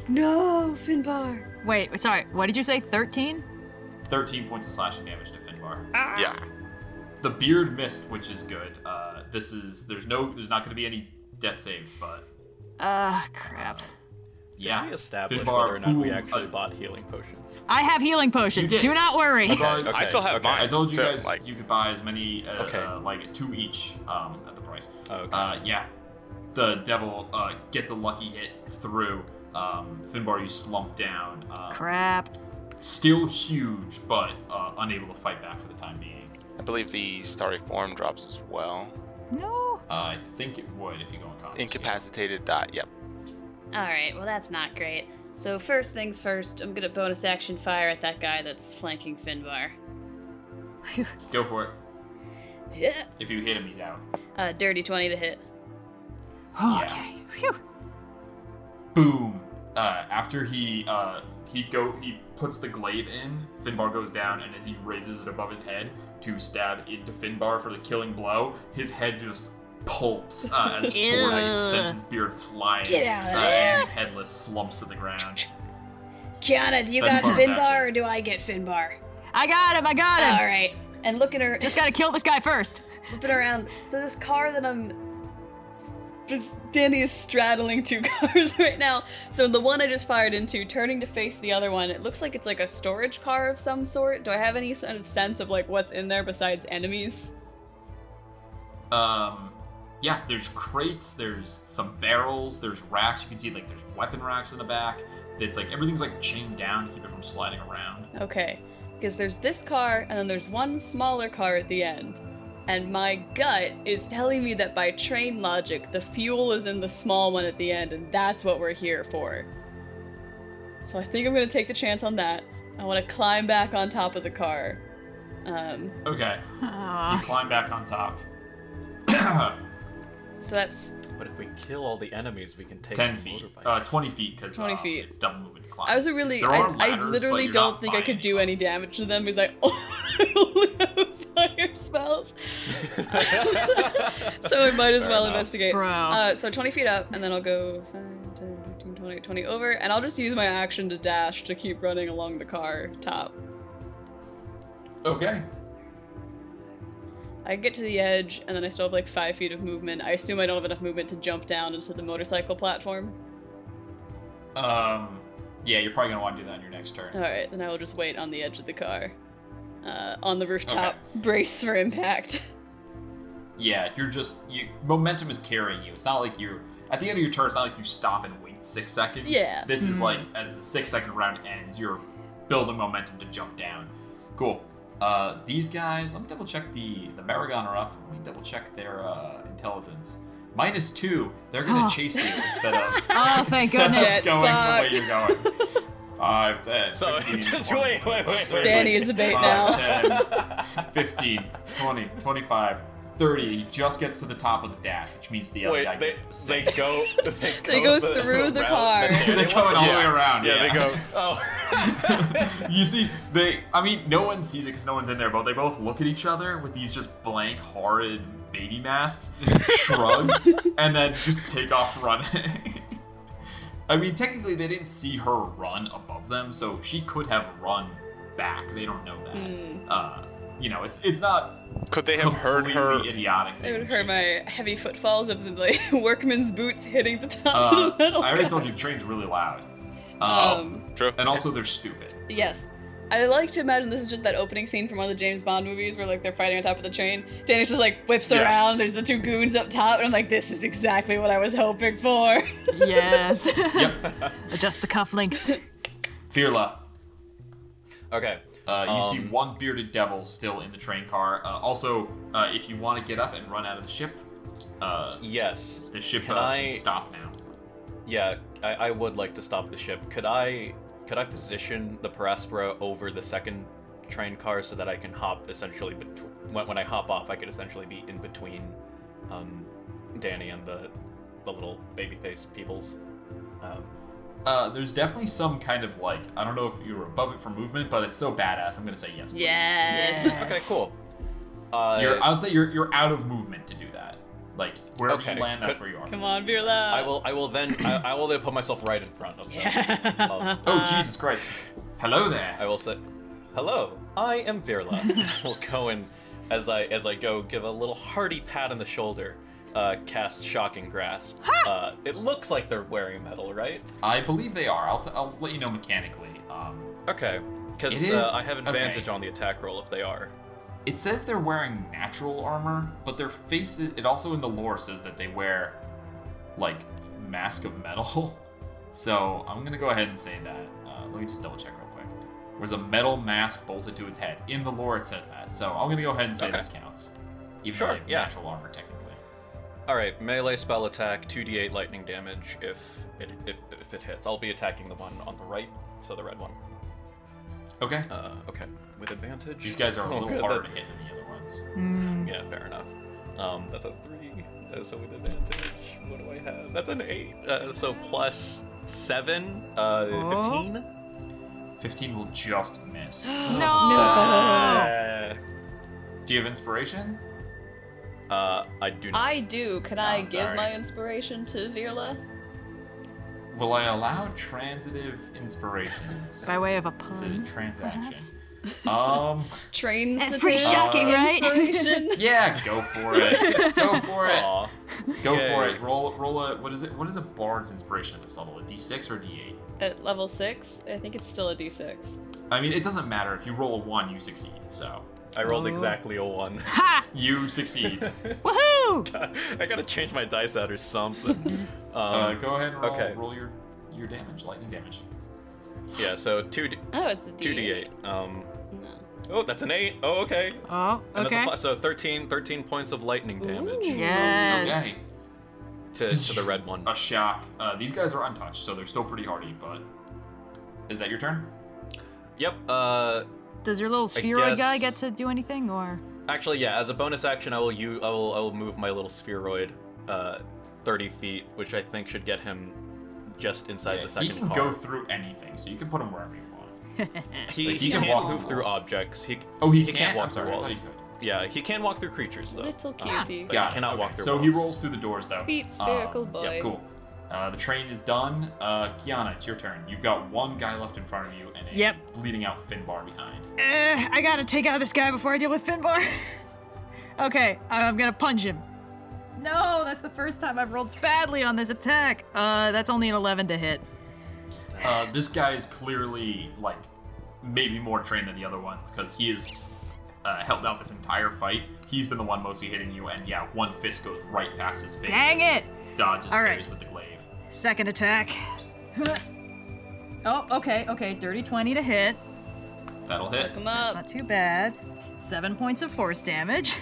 Speaker 1: No, Finbar.
Speaker 5: Wait, sorry. What did you say? 13?
Speaker 2: 13 points of slashing damage to Finbar.
Speaker 3: Ah.
Speaker 6: Yeah.
Speaker 2: The beard missed, which is good. Uh, this is there's no there's not gonna be any death saves, but
Speaker 5: Ah, crap.
Speaker 2: yeah.
Speaker 3: Can we establish
Speaker 2: Finbar,
Speaker 3: whether or not we
Speaker 2: boom,
Speaker 3: actually
Speaker 2: uh,
Speaker 3: bought healing potions?
Speaker 5: I have healing potions.
Speaker 2: did.
Speaker 5: Do not worry.
Speaker 2: Finbar-
Speaker 3: Okay,
Speaker 6: I still have
Speaker 3: okay.
Speaker 6: mine.
Speaker 2: I told you
Speaker 6: so,
Speaker 2: guys
Speaker 6: Like,
Speaker 2: you could buy as many uh,
Speaker 3: Okay.
Speaker 2: uh, like two each um, at the price.
Speaker 3: Oh, okay.
Speaker 2: Uh, yeah, the devil uh, gets a lucky hit through. Um, Finbar, you slump down. Uh,
Speaker 5: Crap.
Speaker 2: Still huge, but uh, unable to fight back for the time being.
Speaker 6: I believe the starry form drops as well.
Speaker 5: No.
Speaker 2: (sighs) Uh, I think it would if you go unconscious.
Speaker 6: Incapacitated dot. Yep.
Speaker 4: All right, well, that's not great. So, first things first, I'm gonna bonus action fire at that guy that's flanking Finbar.
Speaker 2: Go for it.
Speaker 4: Yeah.
Speaker 2: If you hit him, he's out.
Speaker 4: Uh, dirty 20 to hit.
Speaker 5: Okay. Phew.
Speaker 2: Boom. Uh, after he uh, he go he puts the glaive in, Finbar goes down, and as he raises it above his head to stab into Finbar for the killing blow, his head just pulps uh, as force sends his beard flying.
Speaker 10: Get out of
Speaker 2: uh,
Speaker 10: there.
Speaker 2: And headless slumps to the ground.
Speaker 10: Kiana, do you
Speaker 2: That's
Speaker 10: got
Speaker 2: bonus
Speaker 10: Finbar
Speaker 2: action.
Speaker 10: or do I get Finbar?
Speaker 5: I got him. I got him.
Speaker 10: All right.
Speaker 4: And looking her,
Speaker 5: Just gotta kill this guy
Speaker 2: (laughs)
Speaker 5: first.
Speaker 4: flipping around. So this car that I'm, this Danny is straddling two (laughs) cars right now. So the one I just fired into, turning to face the other one. It looks like it's like a storage car of some sort. Do I have any sort of sense of like what's in there besides enemies?
Speaker 2: Um, yeah, there's crates, there's some barrels, there's racks. You can see like there's weapon racks in the back. It's like everything's like chained down to keep it from sliding around.
Speaker 4: Okay, because there's this car and then there's one smaller car at the end. And my gut is telling me that by train logic, the fuel is in the small one at the end, and that's what we're here for. So I think I'm gonna take the chance on that. I wanna climb back on top of the car. Um,
Speaker 2: Okay, you
Speaker 5: Aw.
Speaker 2: climb back on top. (clears throat)
Speaker 4: so that's.
Speaker 3: But if we kill all the enemies, we can take
Speaker 2: 10
Speaker 3: the
Speaker 2: feet.
Speaker 3: motorbike.
Speaker 2: Uh, 20 feet, because
Speaker 4: 20 feet.
Speaker 2: it's double movement to climb.
Speaker 4: I was a really.
Speaker 2: There
Speaker 4: I,
Speaker 2: are
Speaker 4: I
Speaker 2: ladders, but
Speaker 4: literally
Speaker 2: you're
Speaker 4: don't
Speaker 2: not
Speaker 4: think I
Speaker 2: by
Speaker 4: could do
Speaker 2: anybody.
Speaker 4: any damage to them because I (laughs) only have fire spells. so I might as
Speaker 6: Fair
Speaker 4: well
Speaker 6: enough.
Speaker 4: investigate.
Speaker 5: Bro.
Speaker 4: Uh, so 20 feet up, and then I'll go 5, 10, 15, 20, 20 over, and I'll just use my action to dash to keep running along the car top.
Speaker 2: Okay.
Speaker 4: I get to the edge, and then I still have like 5 feet of movement. I assume I don't have enough movement to jump down into the motorcycle platform.
Speaker 2: Um, yeah, you're probably going to want to do that on your next turn.
Speaker 4: Alright, then I will just wait on the edge of the car. Uh, on the rooftop, brace for impact. (laughs)
Speaker 2: Yeah, you're just, you momentum is carrying you. It's not like you, at the end of your turn, it's not like you stop and wait six seconds.
Speaker 4: Yeah.
Speaker 2: This is like, as the six second round ends, you're building momentum to jump down. Cool. Uh, these guys, let me double check the, the Maragon are up. Let me double check their, uh, intelligence. Minus two, they're going to
Speaker 5: Oh.
Speaker 2: chase you instead of.
Speaker 5: Oh, thank
Speaker 2: Seth's
Speaker 5: goodness.
Speaker 2: going
Speaker 4: Fucked.
Speaker 2: the way you're going. Five,
Speaker 3: (laughs)
Speaker 2: ten,
Speaker 3: So,
Speaker 2: 15,
Speaker 3: just
Speaker 2: 20,
Speaker 3: wait, wait, wait, wait.
Speaker 2: 30,
Speaker 4: Danny is the bait
Speaker 2: five,
Speaker 4: now.
Speaker 3: (laughs)
Speaker 2: 10, 15, 20, 25, 30. He just gets to the top of the dash, which means the other guy
Speaker 3: Wait, they,
Speaker 2: gets the same.
Speaker 3: they
Speaker 2: (laughs)
Speaker 3: go. They go,
Speaker 4: They go through the
Speaker 3: route
Speaker 4: car.
Speaker 3: that
Speaker 2: They're
Speaker 3: Danny
Speaker 2: going all the
Speaker 6: Yeah.
Speaker 2: way around. Yeah,
Speaker 6: they go.
Speaker 3: wants. (laughs) Oh.
Speaker 2: (laughs) You see, they. I mean, no one sees it because no one's in there, but they both look at each other with these just blank, horrid baby
Speaker 6: (laughs)
Speaker 2: masks, shrug, and then just take off running. (laughs) I mean, technically, they didn't see her run above them, so she could have run back. They don't know that.
Speaker 4: Hmm.
Speaker 2: Uh, you know, it's it's not
Speaker 6: (laughs) Could they have heard
Speaker 2: completely
Speaker 6: her?
Speaker 2: idiotic.
Speaker 4: I
Speaker 2: that
Speaker 4: would
Speaker 2: she
Speaker 4: hear my (laughs)
Speaker 2: is.
Speaker 4: heavy footfalls of the like, (laughs) workman's boots hitting the top
Speaker 2: Uh,
Speaker 4: of the metal.
Speaker 2: I already
Speaker 4: car.
Speaker 2: told you, the train's really loud. Uh,
Speaker 4: (laughs) Um,
Speaker 6: True.
Speaker 2: and also, they're
Speaker 4: (laughs)
Speaker 2: stupid.
Speaker 4: Yes. I like to imagine this is just that opening scene from one of the James Bond movies where like they're fighting on top of the train. Danny's just like whips
Speaker 2: Yeah.
Speaker 4: around, there's the two goons up top, and I'm like, this is exactly what I was hoping for.
Speaker 5: Yes. (laughs)
Speaker 2: Yep.
Speaker 5: Adjust
Speaker 2: (laughs)
Speaker 5: the cufflinks.
Speaker 2: Firla,
Speaker 3: okay.
Speaker 2: Uh, you see
Speaker 3: Um,
Speaker 2: one bearded devil still in the train car. Uh, also, uh, if you want to get up and run out of the ship, uh,
Speaker 3: Yes.
Speaker 2: the ship
Speaker 3: Can
Speaker 2: uh,
Speaker 3: I-
Speaker 2: can stop now.
Speaker 3: Yeah, I, I would like to stop the ship. Could I could I position the Paraspora over the second train car so that I can hop essentially between when, when I hop off, I could essentially be in between um, Danny and the the little baby face peoples. Um,
Speaker 2: Uh, there's definitely some kind of like I don't know if you were above it for movement, but it's so badass. I'm gonna say yes. please.
Speaker 8: Yes.
Speaker 4: (laughs)
Speaker 3: okay, cool. Uh,
Speaker 2: You're, I'll say you're you're out of movement to do that. Like wherever
Speaker 3: Okay.
Speaker 2: you land, that's
Speaker 3: Could-
Speaker 2: where you are.
Speaker 8: Come on, be
Speaker 3: I
Speaker 8: loud.
Speaker 3: will. I will then. I, I will then put myself right in front of them.
Speaker 4: (laughs)
Speaker 3: Um,
Speaker 2: Oh Jesus Christ! Hello there.
Speaker 3: I will say, "Hello, I am Virla." And I will go and, as I as I go, give a little hearty pat on the shoulder, uh, cast shocking grasp. Uh, it looks like they're wearing metal, right?
Speaker 2: I believe they are. I'll, t- I'll let you know mechanically. Um,
Speaker 3: Okay, because
Speaker 2: It is-
Speaker 3: uh, I have
Speaker 2: okay.
Speaker 3: advantage on the attack roll if they are.
Speaker 2: it says they're wearing natural armor, but their faces. It also in the lore says that they wear like mask of metal. (laughs) So I'm gonna go ahead and say that. Uh, let me just double check real quick. There's a metal mask bolted to its head. In the lore, it says that. So I'm gonna go ahead and say
Speaker 3: Okay.
Speaker 2: this counts, even
Speaker 3: Sure,
Speaker 2: though they have
Speaker 3: yeah.
Speaker 2: natural armor technically.
Speaker 3: All right, melee spell attack, two d8 lightning damage if it if, if it hits. I'll be attacking the one on the right, so the red one.
Speaker 2: Okay.
Speaker 3: Uh, okay, with advantage.
Speaker 2: These guys are
Speaker 3: (laughs)
Speaker 2: a
Speaker 3: Oh,
Speaker 2: little
Speaker 3: good,
Speaker 2: harder
Speaker 3: that-
Speaker 2: to hit than the other ones.
Speaker 3: Yeah, fair enough. Um, that's a three. uh, So with advantage, what do I have? That's an eight. Uh, so plus seven. Uh,
Speaker 5: Oh.
Speaker 3: fifteen.
Speaker 2: 15 will just
Speaker 3: (gasps)
Speaker 2: miss. Oh,
Speaker 5: No.
Speaker 3: Uh,
Speaker 2: Do you have inspiration?
Speaker 3: uh, I do not.
Speaker 8: I do. Can
Speaker 2: I'm
Speaker 8: I give
Speaker 2: sorry.
Speaker 8: my inspiration to Virla?
Speaker 2: Will I allow transitive
Speaker 5: (laughs)
Speaker 2: inspirations?
Speaker 5: By way of a
Speaker 2: Is it a
Speaker 5: pun.
Speaker 2: transaction? Um,
Speaker 8: Train
Speaker 5: That's pretty
Speaker 8: sensation?
Speaker 5: shocking,
Speaker 2: Uh,
Speaker 5: right?
Speaker 8: Inspiration?
Speaker 4: (laughs)
Speaker 2: yeah, go for it. Go for it.
Speaker 3: Aw.
Speaker 2: Go
Speaker 3: Yay.
Speaker 2: for it. Roll, roll a. What is it? What is a bard's inspiration at this level? A d6 or d8?
Speaker 8: At level 6, I think it's still a d6.
Speaker 2: I mean, it doesn't matter. If you roll a one, you succeed. So
Speaker 3: I rolled
Speaker 5: Oh.
Speaker 3: exactly a one. (laughs)
Speaker 5: (laughs) ha!
Speaker 2: you succeed. Uh,
Speaker 5: Woohoo!
Speaker 3: I gotta change my dice out or something. Um,
Speaker 2: Uh, go ahead and roll,
Speaker 3: okay.
Speaker 2: roll your your damage, lightning damage.
Speaker 3: yeah. So two d
Speaker 8: Oh, it's a d8.
Speaker 3: two d eight. Um.
Speaker 8: No.
Speaker 3: Oh, that's an eight. Oh, okay.
Speaker 5: Oh,
Speaker 3: And that's a
Speaker 5: okay.
Speaker 3: fi- so 13, 13 points of lightning damage
Speaker 5: Yes.
Speaker 2: Okay.
Speaker 3: to, to the red one.
Speaker 2: A shock. Uh, these guys are untouched, so they're still pretty hardy. But is that your turn?
Speaker 3: Yep. Uh,
Speaker 5: Does your little spheroid guy get
Speaker 3: guess-
Speaker 5: to do anything, or?
Speaker 3: Actually, yeah. As a bonus action, I will you I will I will move my little spheroid, uh, thirty feet, which I think should get him just inside
Speaker 2: Yeah,
Speaker 3: the second
Speaker 2: he can
Speaker 3: car.
Speaker 2: go through anything, so you can put him wherever you want.
Speaker 3: he,
Speaker 2: like, he
Speaker 3: he
Speaker 2: can
Speaker 3: can
Speaker 2: walk
Speaker 3: not move
Speaker 2: through
Speaker 3: through
Speaker 2: walls.
Speaker 3: objects. He
Speaker 2: Oh, he,
Speaker 3: he
Speaker 2: can't.
Speaker 3: can't
Speaker 2: I'm
Speaker 3: walk
Speaker 2: sorry,
Speaker 3: through
Speaker 2: I thought
Speaker 3: walls.
Speaker 2: he could.
Speaker 3: yeah, he can walk through creatures though.
Speaker 8: Little
Speaker 3: Um,
Speaker 8: cutie.
Speaker 3: but
Speaker 2: Got
Speaker 3: he
Speaker 2: it,
Speaker 3: cannot walk
Speaker 2: okay.
Speaker 3: through.
Speaker 2: So
Speaker 3: walls.
Speaker 2: he rolls through the doors though.
Speaker 8: Sweet spherical
Speaker 2: Um,
Speaker 8: boy.
Speaker 2: Yeah, cool. Uh, the train is done. Uh, Kiana, it's your turn. You've got one guy left in front of you and a
Speaker 5: Yep.
Speaker 2: bleeding out Finbar behind.
Speaker 5: Eh, I gotta take out this guy before I deal with Finbar. (laughs) okay, I- I'm gonna punch him. No, that's the first time I've rolled badly on this attack. Uh, that's only an 11 to hit.
Speaker 2: Uh, this guy is clearly like maybe more trained than the other ones because he is uh, held out this entire fight. He's been the one mostly hitting you, and yeah, one fist goes right past his face.
Speaker 5: Dang it!
Speaker 2: Dodges
Speaker 5: All right.
Speaker 2: parries with the glaive.
Speaker 5: Second attack. (laughs) oh, okay, okay, dirty 20 to hit.
Speaker 2: That'll hit.
Speaker 8: Come
Speaker 5: That's
Speaker 8: up.
Speaker 5: not too bad. Seven points of force damage.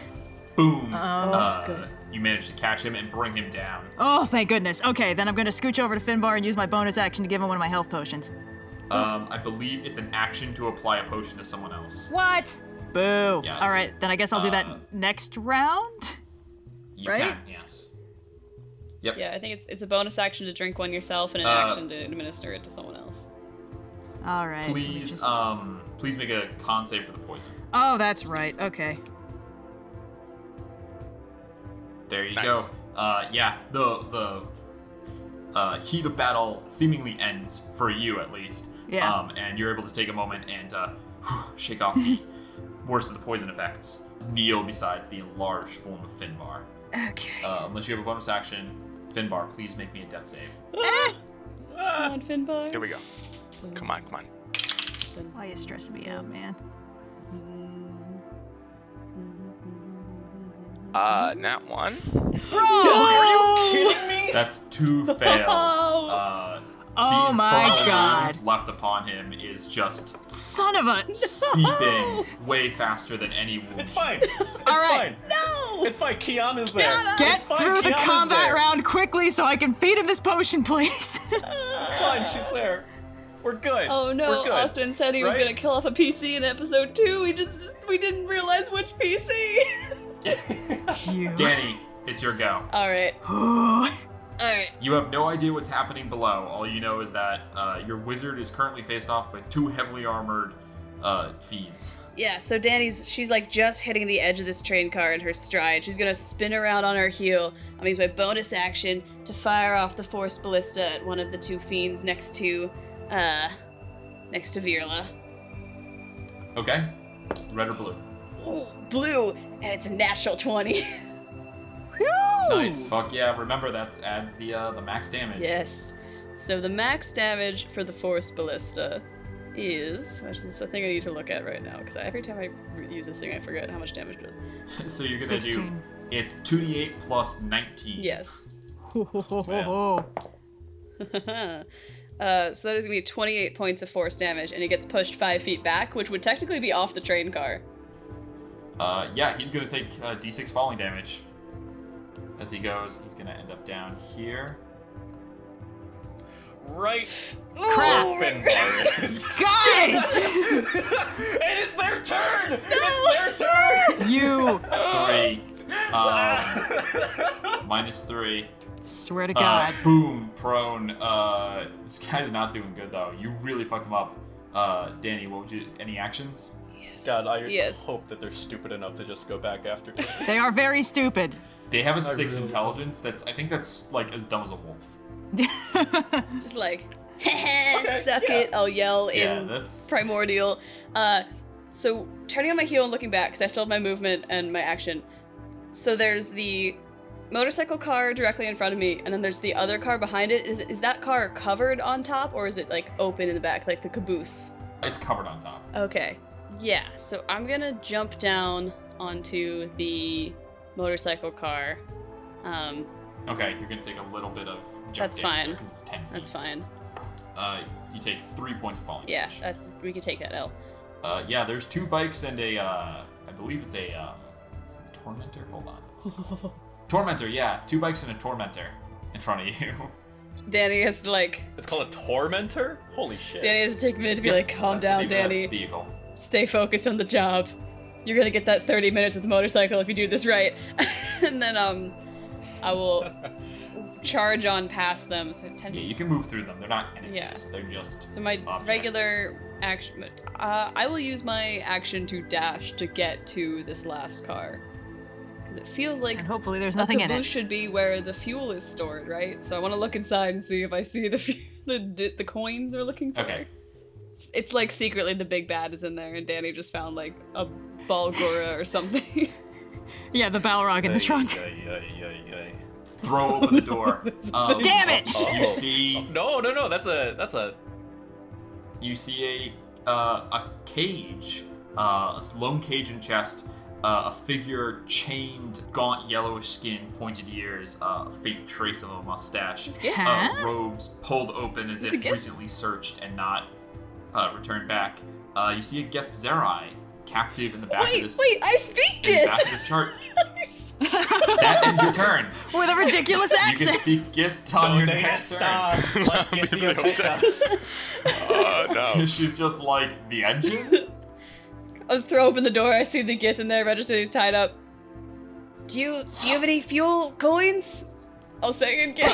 Speaker 2: Boom.
Speaker 5: Oh,
Speaker 2: uh, You manage to catch him and bring him down.
Speaker 5: Oh, thank goodness. Okay, then I'm gonna scooch over to Finbar and use my bonus action to give him one of my health potions.
Speaker 2: Um, I believe it's an action to apply a potion to someone else.
Speaker 5: What? Boo.
Speaker 2: Yes.
Speaker 5: All right, then I guess I'll do
Speaker 2: Uh,
Speaker 5: that next round.
Speaker 2: You
Speaker 5: Right?
Speaker 2: can, yes. Yep.
Speaker 8: Yeah, I think it's it's a bonus action to drink one yourself and an
Speaker 2: Uh,
Speaker 8: action to administer it to someone else.
Speaker 5: All right. let me
Speaker 2: Please,
Speaker 5: just-
Speaker 2: um, please make a con save for the poison.
Speaker 5: Oh, that's right. Okay.
Speaker 2: There you
Speaker 6: Nice.
Speaker 2: go. Uh, yeah, the the uh, heat of battle seemingly ends for you at least.
Speaker 5: Yeah.
Speaker 2: Um, and you're able to take a moment and uh, shake off
Speaker 5: (laughs)
Speaker 2: the worst of the poison effects. Kneel besides the enlarged form of Finbar.
Speaker 5: Okay.
Speaker 2: Uh, unless you have a bonus action, Finbar, please make me a death save.
Speaker 8: Come on, Finbar.
Speaker 6: Here we go. Come on, come on.
Speaker 5: Why you stressing me out, man?
Speaker 6: Uh, nat one.
Speaker 5: Bro! (laughs)
Speaker 2: That's two fails. Uh,
Speaker 5: Oh
Speaker 2: the
Speaker 5: my
Speaker 2: infernal
Speaker 5: God.
Speaker 2: wound left upon him is just
Speaker 5: Son of a.
Speaker 2: seeping way faster than any wound.
Speaker 12: It's fine. It's
Speaker 5: right.
Speaker 12: fine. No. It's fine. Kiana's there.
Speaker 5: (laughs) Get
Speaker 12: It's fine.
Speaker 5: through the
Speaker 12: Kiana's
Speaker 5: combat
Speaker 12: there.
Speaker 5: round quickly so I can feed him this potion, please. (laughs)
Speaker 12: It's fine. She's there. We're good.
Speaker 4: Oh
Speaker 12: We're
Speaker 4: no,
Speaker 12: good.
Speaker 4: Austin said he was
Speaker 12: right?
Speaker 4: gonna kill off a PC in episode two. We just we didn't realize which PC.
Speaker 8: (laughs)
Speaker 5: you. (gasps)
Speaker 2: Danny, it's your go.
Speaker 4: Alright. Alright.
Speaker 2: You have no idea what's happening below. All you know is that uh, your wizard is currently faced off with two heavily armored uh, fiends.
Speaker 4: Yeah, so Danny's she's like just hitting the edge of this train car in her stride. She's gonna spin around on her heel. I'm gonna use my bonus action to fire off the force ballista at one of the two fiends next to uh next to Virla.
Speaker 2: Okay? Red or blue?
Speaker 4: Ooh, blue, and it's a natural 20.
Speaker 3: Nice.
Speaker 2: Fuck yeah, remember that adds the uh, the max damage.
Speaker 4: (laughs) yes. So the max damage for the force ballista is which is a thing I need to look at right now because every time I re- use this thing I forget how much damage it
Speaker 2: (laughs)
Speaker 4: is.
Speaker 2: so you're gonna do
Speaker 5: 16.
Speaker 2: it's 2d8 plus 19.
Speaker 4: Yes.
Speaker 5: Ho, ho, ho, ho, ho.
Speaker 4: (laughs) uh, so that is going to be 28 points of force damage, and he gets pushed five feet back, which would technically be off the train car.
Speaker 2: Uh, yeah, he's gonna take uh, d6 falling damage. As he goes, he's gonna end up down here.
Speaker 12: Right.
Speaker 5: Crap.
Speaker 12: Open.
Speaker 3: (laughs)
Speaker 5: Guys!
Speaker 12: and it's their turn. It's their turn.
Speaker 5: (laughs) you.
Speaker 2: Three. Um, minus three.
Speaker 5: Swear to
Speaker 2: Uh,
Speaker 5: God.
Speaker 2: boom, prone. Uh, this guy's not doing good though. You really fucked him up. Uh, Danny, what would you? Any actions?
Speaker 3: God, I
Speaker 4: Yes.
Speaker 3: hope that they're stupid enough to just go back after.
Speaker 5: they are very stupid.
Speaker 2: They have a six intelligence. That's I think that's like as dumb as a wolf.
Speaker 4: Just like, (laughs) suck it, I'll yell
Speaker 2: Yeah,
Speaker 4: in
Speaker 2: that's
Speaker 4: primordial. Uh, so turning on my heel and looking back, because I still have my movement and my action. So there's the motorcycle car directly in front of me, and then there's the other car behind it. Is, is that car covered on top, or is it like open in the back, like the caboose?
Speaker 2: it's covered on top.
Speaker 4: Okay. Yeah, so I'm gonna jump down onto the motorcycle car. Um,
Speaker 2: Okay, you're gonna take a little bit of jump
Speaker 4: That's fine.
Speaker 2: because it's ten. Feet.
Speaker 4: that's fine.
Speaker 2: Uh, you take three points of falling
Speaker 4: Yeah,
Speaker 2: damage.
Speaker 4: that's we can take that L.
Speaker 2: Uh, yeah, there's two bikes and a, uh, I believe it's a, um, is it a tormentor? Hold on.
Speaker 4: (laughs)
Speaker 2: tormentor, yeah, two bikes and a tormentor in front of you.
Speaker 4: Danny has to like
Speaker 3: it's called a tormentor. Holy shit.
Speaker 4: Danny has to take a minute to be
Speaker 2: Yep,
Speaker 4: like,
Speaker 2: (laughs)
Speaker 4: calm
Speaker 2: that's the name
Speaker 4: down,
Speaker 2: of that
Speaker 4: Danny.
Speaker 2: Vehicle.
Speaker 4: Stay focused on the job. You're gonna get that 30 minutes with the motorcycle if you do this right. (laughs) and then um
Speaker 2: (laughs)
Speaker 4: I will charge on past them. So ten
Speaker 2: Yeah, you can move through them. They're not enemies.
Speaker 4: Yeah.
Speaker 2: They're just.
Speaker 4: (laughs) So my
Speaker 2: objects.
Speaker 4: regular action, uh, I will use my action to dash to get to this last car. 'Cause It feels like
Speaker 5: and hopefully there's
Speaker 4: a
Speaker 5: nothing in
Speaker 4: caboose
Speaker 5: it.
Speaker 4: should be where the fuel is stored, right? So I want to look inside and see if I see the fu- (laughs) the di- the coins they're looking for.
Speaker 2: Okay.
Speaker 4: It's, it's like secretly the big bad is in there, and Danny just found like a Balgora or something. (laughs)
Speaker 5: Yeah, the Balrog in
Speaker 3: (laughs)
Speaker 5: the trunk.
Speaker 3: Ay, ay, ay, ay, ay.
Speaker 2: Throw open the
Speaker 4: (laughs)
Speaker 2: door. Um,
Speaker 5: Damn it!
Speaker 2: You see,
Speaker 3: No, no, no. That's a that's a
Speaker 2: you see a uh, a cage, uh, a lone cage and chest, uh, a figure chained, gaunt, yellowish skin, pointed ears, uh, a faint trace of a mustache.
Speaker 5: Huh?
Speaker 2: uh, robes pulled open as if recently searched and not uh, returned back. Uh, you see a Geth Zerai captive in the back of this
Speaker 4: I speak
Speaker 2: in the back of this
Speaker 5: (laughs)
Speaker 2: chart. that ends your turn.
Speaker 5: With a ridiculous
Speaker 2: You can
Speaker 5: accent.
Speaker 2: speak Gist on your next turn. (laughs)
Speaker 12: Let's get the Oteka.
Speaker 6: Oh (laughs) no.
Speaker 2: She's just like the engine.
Speaker 5: (laughs)
Speaker 4: I'll throw open the door. I see the Gith in there, register he's tied up. Do you do you have any fuel coins? I'll say
Speaker 2: (laughs)
Speaker 4: it again.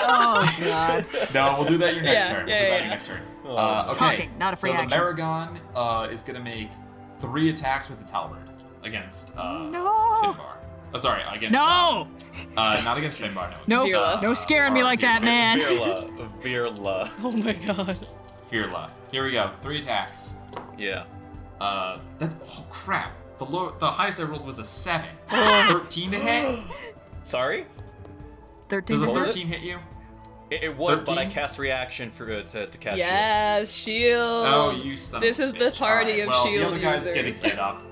Speaker 5: oh, God.
Speaker 2: No, we'll do that your next
Speaker 4: Yeah,
Speaker 2: turn.
Speaker 4: yeah,
Speaker 2: we'll do that
Speaker 4: yeah.
Speaker 2: your next turn. Uh, okay.
Speaker 5: Talking, not a free
Speaker 2: so
Speaker 5: action.
Speaker 2: the Maragon uh, is gonna make three attacks with its halberd against uh,
Speaker 5: No.
Speaker 2: Finbar. Oh, sorry, against
Speaker 5: No!
Speaker 2: um, uh, not against Finbar. No,
Speaker 5: No,
Speaker 2: against, uh,
Speaker 5: no scaring me like that, man.
Speaker 3: Virla, Virla.
Speaker 4: oh my god.
Speaker 2: Firla. Here we go. Three attacks.
Speaker 3: Yeah.
Speaker 2: Uh, that's oh crap. The low, the highest I rolled was a
Speaker 5: (gasps)
Speaker 2: seven. thirteen to hit.
Speaker 3: Sorry.
Speaker 5: 13
Speaker 2: Does a
Speaker 5: to
Speaker 3: What was it?
Speaker 2: thirteen hit you?
Speaker 3: It, it would, but I
Speaker 2: 13?
Speaker 3: cast reaction for uh, to, to cast. shield.
Speaker 4: Yes, shield.
Speaker 2: Oh, you son.
Speaker 4: this
Speaker 2: of a
Speaker 4: is the
Speaker 2: bitch.
Speaker 4: party
Speaker 2: Alright,
Speaker 4: of
Speaker 2: well,
Speaker 4: shield
Speaker 2: the other guys
Speaker 4: users.
Speaker 2: gonna get up.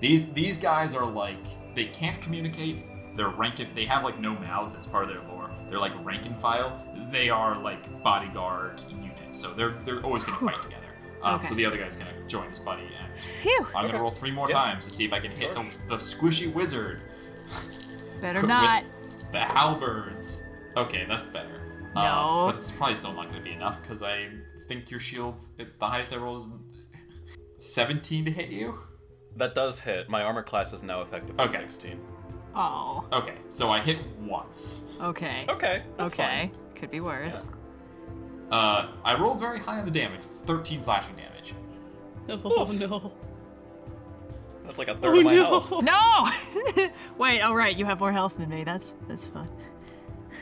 Speaker 2: These these guys are like they can't communicate. They're rank. They have like no mouths. It's part of their lore. They're like rank and file. They are like bodyguard units, so they're they're always gonna fight together. Um,
Speaker 5: Okay.
Speaker 2: So the other guy's gonna join his buddy, and
Speaker 5: Phew.
Speaker 2: I'm gonna roll three more times to see if I can hit the, the squishy wizard
Speaker 5: Better
Speaker 2: with
Speaker 5: not.
Speaker 2: the halberds. Okay, that's better. No,
Speaker 5: No.
Speaker 2: but it's probably still not gonna be enough because I think your shield. It's the highest I rolled is (laughs) 17 to hit you.
Speaker 3: That does hit. My armor class is now effectively
Speaker 2: Okay.
Speaker 3: 16.
Speaker 5: Oh.
Speaker 2: Okay, so I hit once.
Speaker 5: Okay.
Speaker 3: Okay. That's
Speaker 5: Okay. Could be worse.
Speaker 2: Uh, I rolled very high on the damage. It's 13 slashing damage.
Speaker 8: Oh no.
Speaker 3: Fine. That's like a
Speaker 5: Oh,
Speaker 3: third of my
Speaker 5: (laughs)
Speaker 3: health.
Speaker 5: No. (laughs) Wait. All right. You have more health than me. That's that's fun.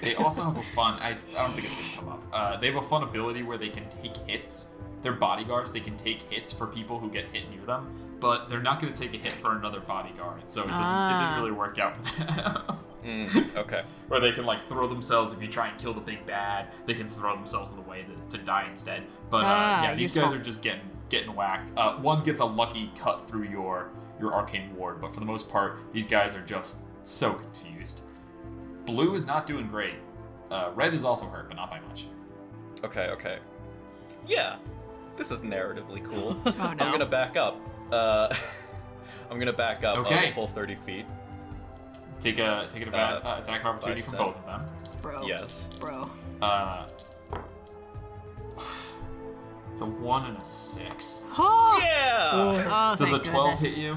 Speaker 2: They also have a fun. I, I don't think it's gonna come up. Uh, they have a fun ability where they can take hits. They're bodyguards. They can take hits for people who get hit near them, but they're not gonna take a hit for another bodyguard. So it doesn't. It
Speaker 5: Ah.
Speaker 2: didn't really work out for them. (laughs)
Speaker 3: Mm, okay.
Speaker 2: Or they can like throw themselves if you try and kill the big bad. They can throw themselves in the way to, to die instead. But uh,
Speaker 5: Ah,
Speaker 2: yeah, these
Speaker 5: useful.
Speaker 2: guys are just getting getting whacked. Uh, one gets a lucky cut through your your arcane ward, but for the most part, these guys are just so confused. Blue is not doing great. Uh, red is also hurt, but not by much.
Speaker 3: Okay, okay. Yeah. This is narratively cool.
Speaker 5: (laughs) Oh
Speaker 3: I'm
Speaker 5: no.
Speaker 3: gonna back up. Uh, (laughs) I'm gonna back up
Speaker 2: Okay.
Speaker 3: uh, a full 30 feet.
Speaker 2: Take a take an advan-
Speaker 3: Uh,
Speaker 2: uh, attack of opportunity from
Speaker 3: bicep.
Speaker 2: both of them.
Speaker 5: Bro.
Speaker 3: Yes.
Speaker 5: Bro.
Speaker 2: Uh, (sighs) it's a one and a six.
Speaker 5: Oh.
Speaker 3: Yeah.
Speaker 5: Oh,
Speaker 2: Does a
Speaker 5: thank
Speaker 2: twelve
Speaker 5: goodness.
Speaker 2: hit you?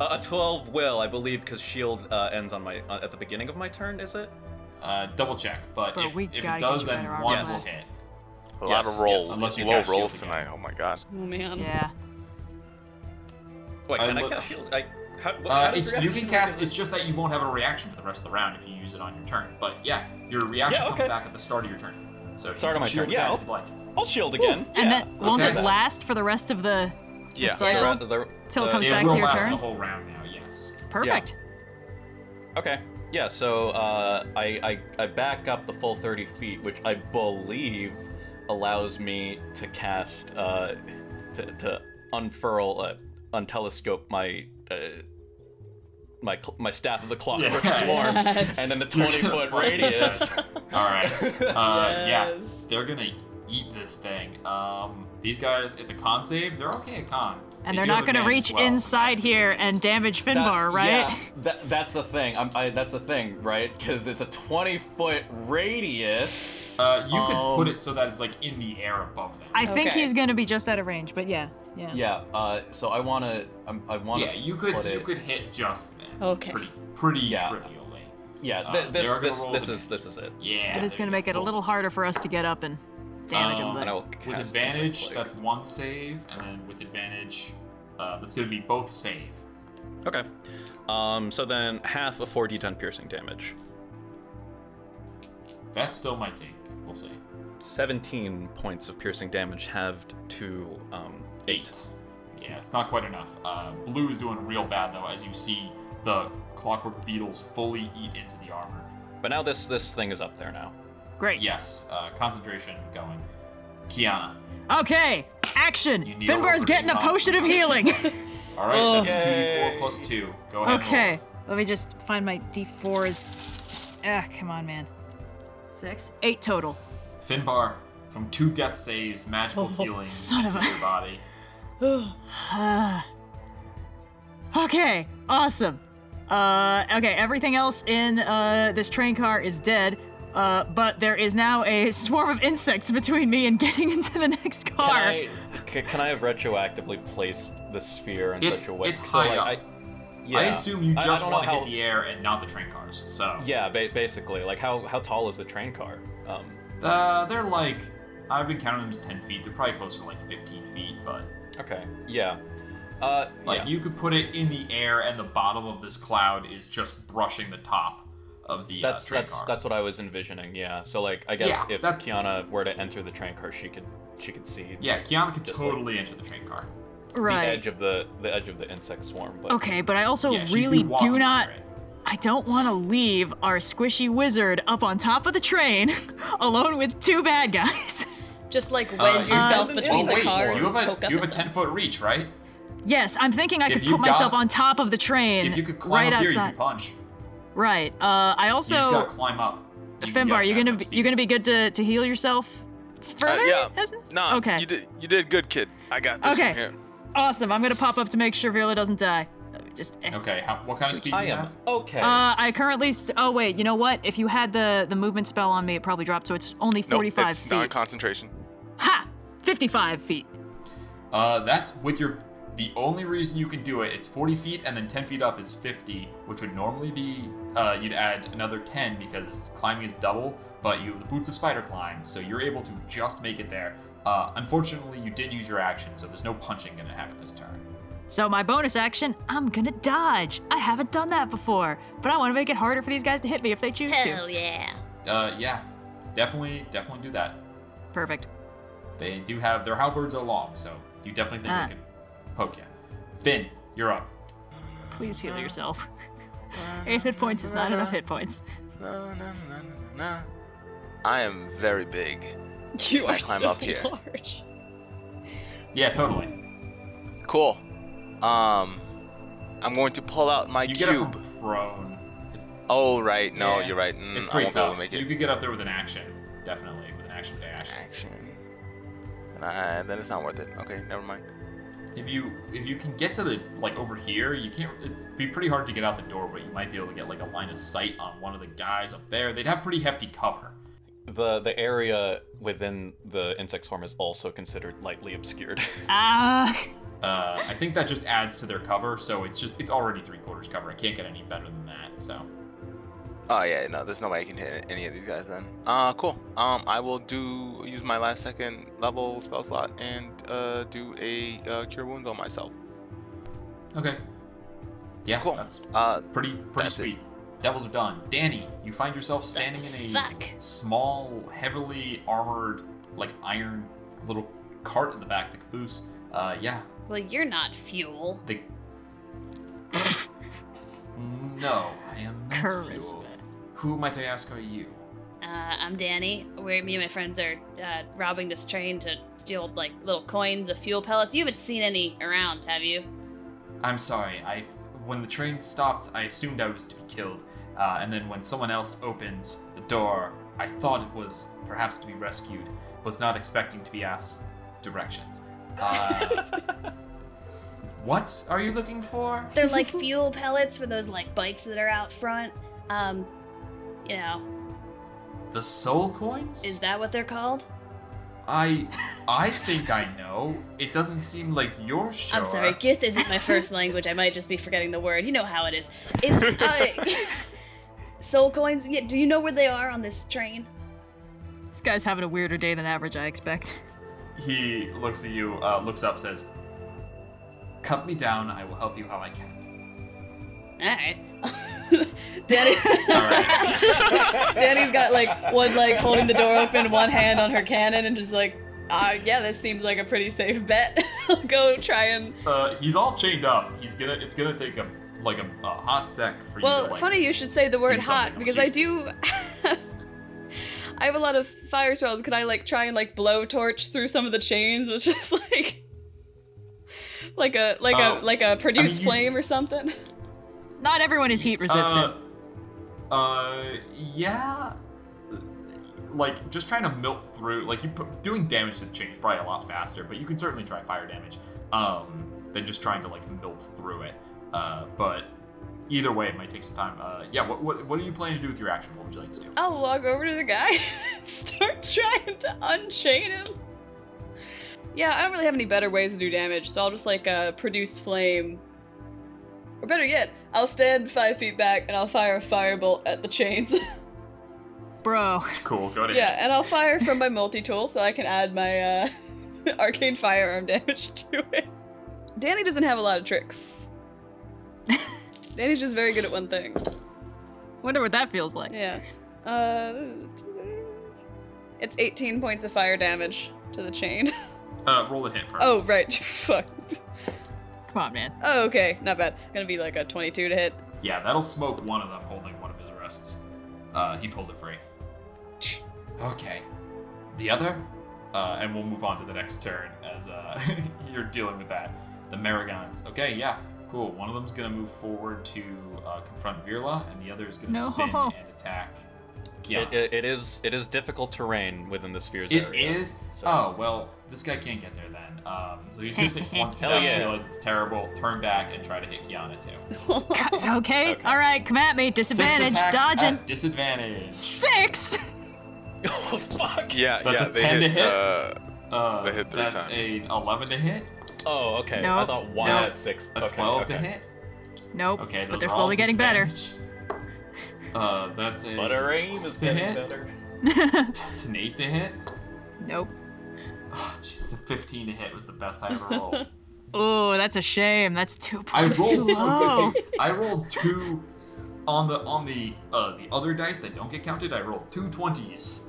Speaker 3: Uh, a 12 will, I believe, because shield uh, ends on my uh, at the beginning of my turn. Is it?
Speaker 2: Uh, double check, but
Speaker 5: But
Speaker 2: if,
Speaker 5: we
Speaker 2: if it
Speaker 5: gotta
Speaker 2: does,
Speaker 5: get you
Speaker 2: then
Speaker 5: better armor
Speaker 2: one will
Speaker 3: class.
Speaker 2: hit.
Speaker 6: A lot
Speaker 3: Yes,
Speaker 6: of rolls.
Speaker 3: yes.
Speaker 2: Unless you
Speaker 6: Low
Speaker 2: cast
Speaker 6: rolls
Speaker 2: shield
Speaker 6: tonight.
Speaker 2: again.
Speaker 6: Oh my god.
Speaker 8: Oh man.
Speaker 5: Yeah.
Speaker 3: Wait,
Speaker 2: I
Speaker 3: can Oh, I,
Speaker 2: look-
Speaker 3: cast shield? I, how, what, how
Speaker 2: Uh, it's,
Speaker 3: does
Speaker 2: you
Speaker 3: reaction
Speaker 2: can
Speaker 3: work
Speaker 2: cast.
Speaker 3: in this?
Speaker 2: It's just that you won't have a reaction for the rest of the round if you use it on your turn. But yeah, your reaction
Speaker 3: Yeah, okay.
Speaker 2: comes back at the start of your turn. So you
Speaker 3: Start
Speaker 2: can
Speaker 3: of my
Speaker 2: shield
Speaker 3: turn, yeah,
Speaker 2: again
Speaker 3: I'll-
Speaker 2: if you'd like.
Speaker 3: I'll shield again.
Speaker 5: And
Speaker 3: yeah.
Speaker 5: then won't
Speaker 2: Okay.
Speaker 5: it last for the rest of the
Speaker 6: Yeah.
Speaker 5: cycle?
Speaker 3: The round- the-
Speaker 5: Till it
Speaker 3: the-
Speaker 5: comes
Speaker 2: It
Speaker 5: back
Speaker 2: will
Speaker 5: to your
Speaker 2: last
Speaker 5: turn?
Speaker 2: the whole round now. Yes.
Speaker 5: Perfect.
Speaker 3: Okay. Yeah, so uh, I, I I back up the full 30 feet, which I believe allows me to cast uh, to, to unfurl uh, untelescope my uh, my cl- my staff of the (laughs) clockwork
Speaker 2: Yeah.
Speaker 5: (laughs)
Speaker 3: swarm,
Speaker 8: Yes.
Speaker 3: and then the 20
Speaker 2: You're gonna (laughs)
Speaker 3: foot
Speaker 2: fight these
Speaker 3: radius.
Speaker 2: guys. All right.
Speaker 3: (laughs)
Speaker 2: Uh, Yeah,
Speaker 8: Yes.
Speaker 2: they're gonna eat this thing. Um, these guys. It's a con save. They're okay at con.
Speaker 5: And
Speaker 2: They
Speaker 5: they're
Speaker 2: do
Speaker 5: not
Speaker 2: have
Speaker 5: going to
Speaker 2: advantage
Speaker 5: reach
Speaker 2: as well.
Speaker 5: inside here and damage Finbar,
Speaker 3: That-
Speaker 5: right?
Speaker 3: Yeah, that, that's the thing. I'm, I, that's the thing, right? Because it's a 20 foot radius.
Speaker 2: Uh, you could put
Speaker 3: Um,
Speaker 2: it so that it's like in the air above them.
Speaker 5: I think
Speaker 8: Okay.
Speaker 5: he's going to be just out of range, but yeah. Yeah.
Speaker 3: Yeah. Uh, so I wanna. I'm, I wanna.
Speaker 2: yeah, you could
Speaker 3: put
Speaker 2: you
Speaker 3: it-
Speaker 2: could hit just them.
Speaker 8: Okay.
Speaker 2: Pretty pretty
Speaker 3: Yeah.
Speaker 2: trivially.
Speaker 3: Yeah.
Speaker 2: Uh,
Speaker 3: Th-
Speaker 2: they are
Speaker 3: this
Speaker 2: gonna
Speaker 3: this
Speaker 2: roll
Speaker 3: this
Speaker 2: the-
Speaker 3: is this is it.
Speaker 2: Yeah.
Speaker 5: It is
Speaker 2: there
Speaker 5: going to
Speaker 2: you
Speaker 5: make it a
Speaker 2: go.
Speaker 5: little harder for us to get up and damage
Speaker 2: Um,
Speaker 5: him,
Speaker 3: And I
Speaker 5: but
Speaker 3: will
Speaker 2: With
Speaker 3: cast
Speaker 2: advantage,
Speaker 3: Insect
Speaker 2: that's
Speaker 3: Plague.
Speaker 2: one save, and then with advantage, uh, that's going to be both save.
Speaker 3: Okay. Um, so then half of 4d10 piercing damage.
Speaker 2: That's still my take. We'll see.
Speaker 3: 17 points of piercing damage halved to. Um,
Speaker 2: Eight. Yeah, it's not quite enough. Uh, blue is doing real bad though, as you see the clockwork beetles fully eat into the armor.
Speaker 3: but now this this thing is up there now.
Speaker 5: great.
Speaker 2: Yes, uh, concentration going. Kiana.
Speaker 5: Okay, action!
Speaker 2: You kneel
Speaker 5: Finbar's
Speaker 2: over
Speaker 5: getting
Speaker 2: and
Speaker 5: a
Speaker 2: hop.
Speaker 5: potion of healing!
Speaker 2: All right,
Speaker 8: Oh.
Speaker 2: that's two d
Speaker 3: Yay.
Speaker 2: four plus two. Go ahead. and roll.
Speaker 5: okay, let me just find my d4s. Ah, come on, man. Six, eight total.
Speaker 2: Finbar, from two death saves, magical healing
Speaker 5: Oh, son of
Speaker 2: to
Speaker 5: a-
Speaker 2: your body.
Speaker 5: Ah. okay, awesome. Uh, okay, everything else in uh, this train car is dead, uh, but there is now a (laughs) swarm of insects between me and getting (laughs) into the next
Speaker 3: Can
Speaker 5: car.
Speaker 3: I, c- can I have retroactively placed the sphere in
Speaker 2: It's-
Speaker 3: such a way?
Speaker 2: it's high
Speaker 3: like,
Speaker 2: up.
Speaker 3: I, yeah.
Speaker 2: I assume you
Speaker 3: I- I
Speaker 2: just
Speaker 3: don't know
Speaker 2: want to
Speaker 3: how-
Speaker 2: hit the air and not the train cars. So
Speaker 3: Yeah, ba- basically. Like, how, how tall is the train car? Um,
Speaker 2: Uh, they're like, I've been counting them as 10 feet. They're probably closer to like 15 feet, but
Speaker 3: okay, yeah. Uh,
Speaker 2: like
Speaker 3: yeah.
Speaker 2: you could put it in the air, and the bottom of this cloud is just brushing the top of the
Speaker 3: that's
Speaker 2: uh, train
Speaker 3: that's
Speaker 2: car.
Speaker 3: that's what I was envisioning. Yeah. So like I guess
Speaker 2: Yeah,
Speaker 3: if
Speaker 2: that's-
Speaker 3: Kiana were to enter the train car, she could she could see
Speaker 2: yeah, Kiana could
Speaker 3: Just
Speaker 2: totally enter the train car.
Speaker 3: the
Speaker 5: right.
Speaker 3: edge of the the edge of the insect swarm. But
Speaker 5: Okay, but I also
Speaker 2: Yeah, she'd be
Speaker 5: Oh, really
Speaker 2: walking
Speaker 5: do
Speaker 2: over
Speaker 5: not.
Speaker 2: it.
Speaker 5: I don't want to leave our squishy wizard up on top of the train (laughs) alone with two bad guys. (laughs)
Speaker 8: Just like
Speaker 2: Uh,
Speaker 8: wedge
Speaker 2: you-
Speaker 8: yourself
Speaker 3: Oh,
Speaker 8: between the
Speaker 2: wait,
Speaker 8: cars.
Speaker 2: you have
Speaker 8: and
Speaker 2: a
Speaker 8: poke up
Speaker 2: you have a
Speaker 8: at
Speaker 2: 10 foot reach, right?
Speaker 5: yes, I'm thinking I
Speaker 2: If
Speaker 5: could
Speaker 2: you
Speaker 5: put myself
Speaker 2: got-
Speaker 5: on top of the train
Speaker 2: If you could climb
Speaker 5: right
Speaker 2: up here, you
Speaker 5: outside.
Speaker 2: could punch.
Speaker 5: right. Uh, I also
Speaker 2: you just gotta climb up. You-
Speaker 5: Finbar,
Speaker 2: yeah,
Speaker 5: you're
Speaker 2: that
Speaker 5: gonna
Speaker 2: much
Speaker 5: be,
Speaker 2: speed.
Speaker 5: you're gonna be good to, to heal yourself further.
Speaker 6: yeah.
Speaker 5: Isn't it?
Speaker 6: Nah,
Speaker 5: Okay.
Speaker 6: you did you did good, kid. I got this
Speaker 5: Okay.
Speaker 6: from here.
Speaker 5: Awesome. I'm gonna pop up to make sure Viola doesn't die. Let me Just. eh.
Speaker 2: Okay, how, what kind of speed do
Speaker 3: I
Speaker 2: you
Speaker 3: am
Speaker 2: have?
Speaker 3: okay.
Speaker 5: Uh, I currently. St- oh wait, you know what? If you had the the movement spell on me, it probably dropped. So it's only
Speaker 6: Nope,
Speaker 5: 45
Speaker 6: it's
Speaker 5: feet.
Speaker 6: non-concentration.
Speaker 5: ha! 55 feet.
Speaker 2: Uh, that's with your. The only reason you can do it, it's 40 feet, and then 10 feet up is 50, which would normally be. Uh, you'd add another 10 because climbing is double, but you have the boots of spider climb, so you're able to just make it there. Uh, unfortunately, you did use your action, so there's no punching gonna happen this turn.
Speaker 5: So my bonus action, I'm gonna dodge. I haven't done that before, but I want to make it harder for these guys to hit me if they choose
Speaker 4: Hell
Speaker 5: to.
Speaker 4: (laughs) yeah.
Speaker 2: Uh, yeah, definitely, definitely do that.
Speaker 5: Perfect.
Speaker 2: They do have their halberds are long, so you definitely think
Speaker 5: Ah.
Speaker 2: they can poke you. Finn, you're up.
Speaker 5: Please
Speaker 6: Uh-huh.
Speaker 5: heal yourself. (laughs) Eight hit points is not enough hit points.
Speaker 6: No, no, no, no, no. I am very big.
Speaker 8: You
Speaker 6: I
Speaker 8: are
Speaker 6: climb
Speaker 8: still
Speaker 6: up here?
Speaker 8: large.
Speaker 2: Yeah, totally.
Speaker 6: Cool. Um, I'm going to pull out my
Speaker 2: You get up
Speaker 6: cube.
Speaker 2: from prone. It's
Speaker 6: Oh right, no,
Speaker 2: Yeah.
Speaker 6: you're right. Mm,
Speaker 2: It's
Speaker 6: I
Speaker 2: pretty
Speaker 6: won't be able
Speaker 2: tough.
Speaker 6: to make
Speaker 2: You
Speaker 6: it.
Speaker 2: could get up there with an action, definitely with an action dash.
Speaker 6: Action. And I- then it's not worth it. Okay, never mind.
Speaker 2: If you if you can get to the like over here, you can't. It's be pretty hard to get out the door, but you might be able to get like a line of sight on one of the guys up there. They'd have pretty hefty cover.
Speaker 3: the the area within the insect's form is also considered lightly obscured.
Speaker 5: Ah. (laughs)
Speaker 2: Uh, I think that just adds to their cover, so it's just it's already three quarters cover. It can't get any better than that. So
Speaker 6: Oh yeah, no, there's no way I can hit any of these guys then. Uh, cool. Um, I will do use my last second level spell slot and uh do a uh, cure wounds on myself.
Speaker 2: okay, yeah,
Speaker 6: Cool.
Speaker 2: that's
Speaker 6: Uh,
Speaker 2: pretty pretty
Speaker 6: That's it.
Speaker 2: sweet. Devils are done. Danny, you find yourself standing in a
Speaker 4: Fuck.
Speaker 2: small, heavily armored, like iron little cart in the back, the caboose. Uh, yeah,
Speaker 4: Well, you're not fuel.
Speaker 2: the. no, I am not
Speaker 5: Charisma.
Speaker 2: fuel. Who might I ask are you?
Speaker 4: Uh, I'm Danny. Where me and my friends are uh, robbing this train to steal like little coins of fuel pellets. You haven't seen any around, have you?
Speaker 2: I'm sorry. I when the train stopped, I assumed I was to be killed, uh, and then when someone else opened the door, I thought it was perhaps to be rescued. Was not expecting to be asked directions. Uh, what are you looking for?
Speaker 4: They're like fuel pellets for those like bikes that are out front. Um, you know,
Speaker 2: The soul coins?
Speaker 4: is that what they're called?
Speaker 2: I I think I know. It doesn't seem like your show.
Speaker 4: I'm sorry, Gith isn't my first language. I might just be forgetting the word. You know how it is. Is uh, (laughs) soul coins? Yeah, do you know where they are on this train?
Speaker 5: This guy's having a weirder day than average, I expect.
Speaker 2: He looks at you, uh, looks up, says, "Cut me down. I will help you how I can."
Speaker 4: All (laughs) right.
Speaker 8: Danny,
Speaker 2: All right.
Speaker 4: (laughs)
Speaker 8: Danny's got like one leg holding the door open, one hand on her cannon, and just like,
Speaker 4: "Uh,
Speaker 8: ah, yeah, this seems like a pretty safe
Speaker 4: (laughs)
Speaker 8: bet. I'll go try and.
Speaker 2: Uh, he's all chained up. He's gonna. It's gonna take a like a, a hot sec for you.
Speaker 8: Well,
Speaker 2: to, like,
Speaker 8: funny you should say the word
Speaker 2: do
Speaker 8: hot
Speaker 2: something
Speaker 8: because
Speaker 2: else.
Speaker 8: I do. (laughs) I have a lot of fire spells. Could I like try and like blow torch through some of the chains? Which (laughs) is like, like a like
Speaker 2: Oh.
Speaker 8: a like a produce
Speaker 2: you-
Speaker 8: flame or something. (laughs)
Speaker 5: Not everyone is heat resistant.
Speaker 2: Uh, uh, yeah. Like just trying to melt through. Like you put, doing damage to the chain is probably a lot faster, but you can certainly try fire damage. Um, than just trying to like melt through it. Uh, but either way, it might take some time. Uh, yeah. What what what are you planning to do with your action? What would you like to do?
Speaker 8: I'll walk over to the guy, (laughs) start trying to unchain him. Yeah, I don't really have any better ways to do damage, so I'll just like uh, produce flame. Or better yet, I'll stand five feet back and I'll fire a firebolt at the chains. (laughs)
Speaker 5: Bro. (laughs)
Speaker 2: Cool. Go ahead.
Speaker 8: yeah, and I'll fire from my multi tool so I can add my uh, (laughs) arcane firearm damage (laughs) to it. Danny doesn't have a lot of
Speaker 4: (laughs)
Speaker 8: tricks. Danny's just very good at one thing.
Speaker 5: Wonder what that feels like.
Speaker 8: Yeah. Uh, it's 18 points of fire damage to the chain. (laughs)
Speaker 2: Uh, roll the hit first.
Speaker 8: Oh, right. (laughs) Fuck.
Speaker 5: Come on,
Speaker 2: (laughs)
Speaker 5: man.
Speaker 8: Oh, okay. Not bad. It's gonna be like a 22 to hit.
Speaker 2: Yeah, that'll smoke one of them holding one of his wrists. Uh, he pulls it free. Okay. The other? Uh, and we'll move on to the next turn as uh, (laughs) you're dealing with that. The Maragons. Okay, yeah, cool.
Speaker 5: (laughs)
Speaker 2: One of them's gonna move forward to uh, confront Virla, and the other is gonna
Speaker 5: No.
Speaker 2: spin and attack Yeah.
Speaker 3: It, it, it is it is difficult terrain within the sphere's
Speaker 2: It
Speaker 3: area.
Speaker 2: is.
Speaker 3: So-
Speaker 2: Oh well, this guy can't get there then. Um, so he's gonna
Speaker 5: (laughs)
Speaker 2: take one step,
Speaker 3: yeah.
Speaker 2: realize it's terrible, turn back, and try to hit Kiana too.
Speaker 5: Okay, all right, come at me. Disadvantage,
Speaker 2: Six attacks
Speaker 5: dodging.
Speaker 2: At disadvantage.
Speaker 5: Six.
Speaker 3: (laughs)
Speaker 5: (laughs)
Speaker 3: Oh fuck!
Speaker 6: Yeah,
Speaker 2: That's
Speaker 6: yeah.
Speaker 2: a
Speaker 6: they
Speaker 2: 10 to
Speaker 6: hit,
Speaker 2: hit?
Speaker 6: Uh,
Speaker 2: Uh,
Speaker 6: They hit three
Speaker 2: that's
Speaker 6: times.
Speaker 2: a eleven to hit.
Speaker 3: Oh okay. I
Speaker 5: Nope.
Speaker 3: thought one at
Speaker 2: That's
Speaker 3: six.
Speaker 2: a
Speaker 3: okay,
Speaker 2: twelve
Speaker 3: okay.
Speaker 2: to hit.
Speaker 5: Nope.
Speaker 2: Okay, those
Speaker 5: but they're
Speaker 2: are all
Speaker 5: slowly getting better.
Speaker 2: disadvantage. Uh, that's a
Speaker 3: But our aim is
Speaker 2: To
Speaker 3: getting
Speaker 2: hit?
Speaker 3: better.
Speaker 2: that's an eight to hit.
Speaker 5: Nope.
Speaker 2: Oh, jeez, the fifteen to hit was the best I ever
Speaker 5: (laughs)
Speaker 2: rolled.
Speaker 5: Oh, that's a shame. That's two
Speaker 2: I
Speaker 5: points too
Speaker 2: rolled so
Speaker 5: low.
Speaker 2: good. Too. I rolled two on the on the uh, the other dice that don't get counted. I rolled two twenties.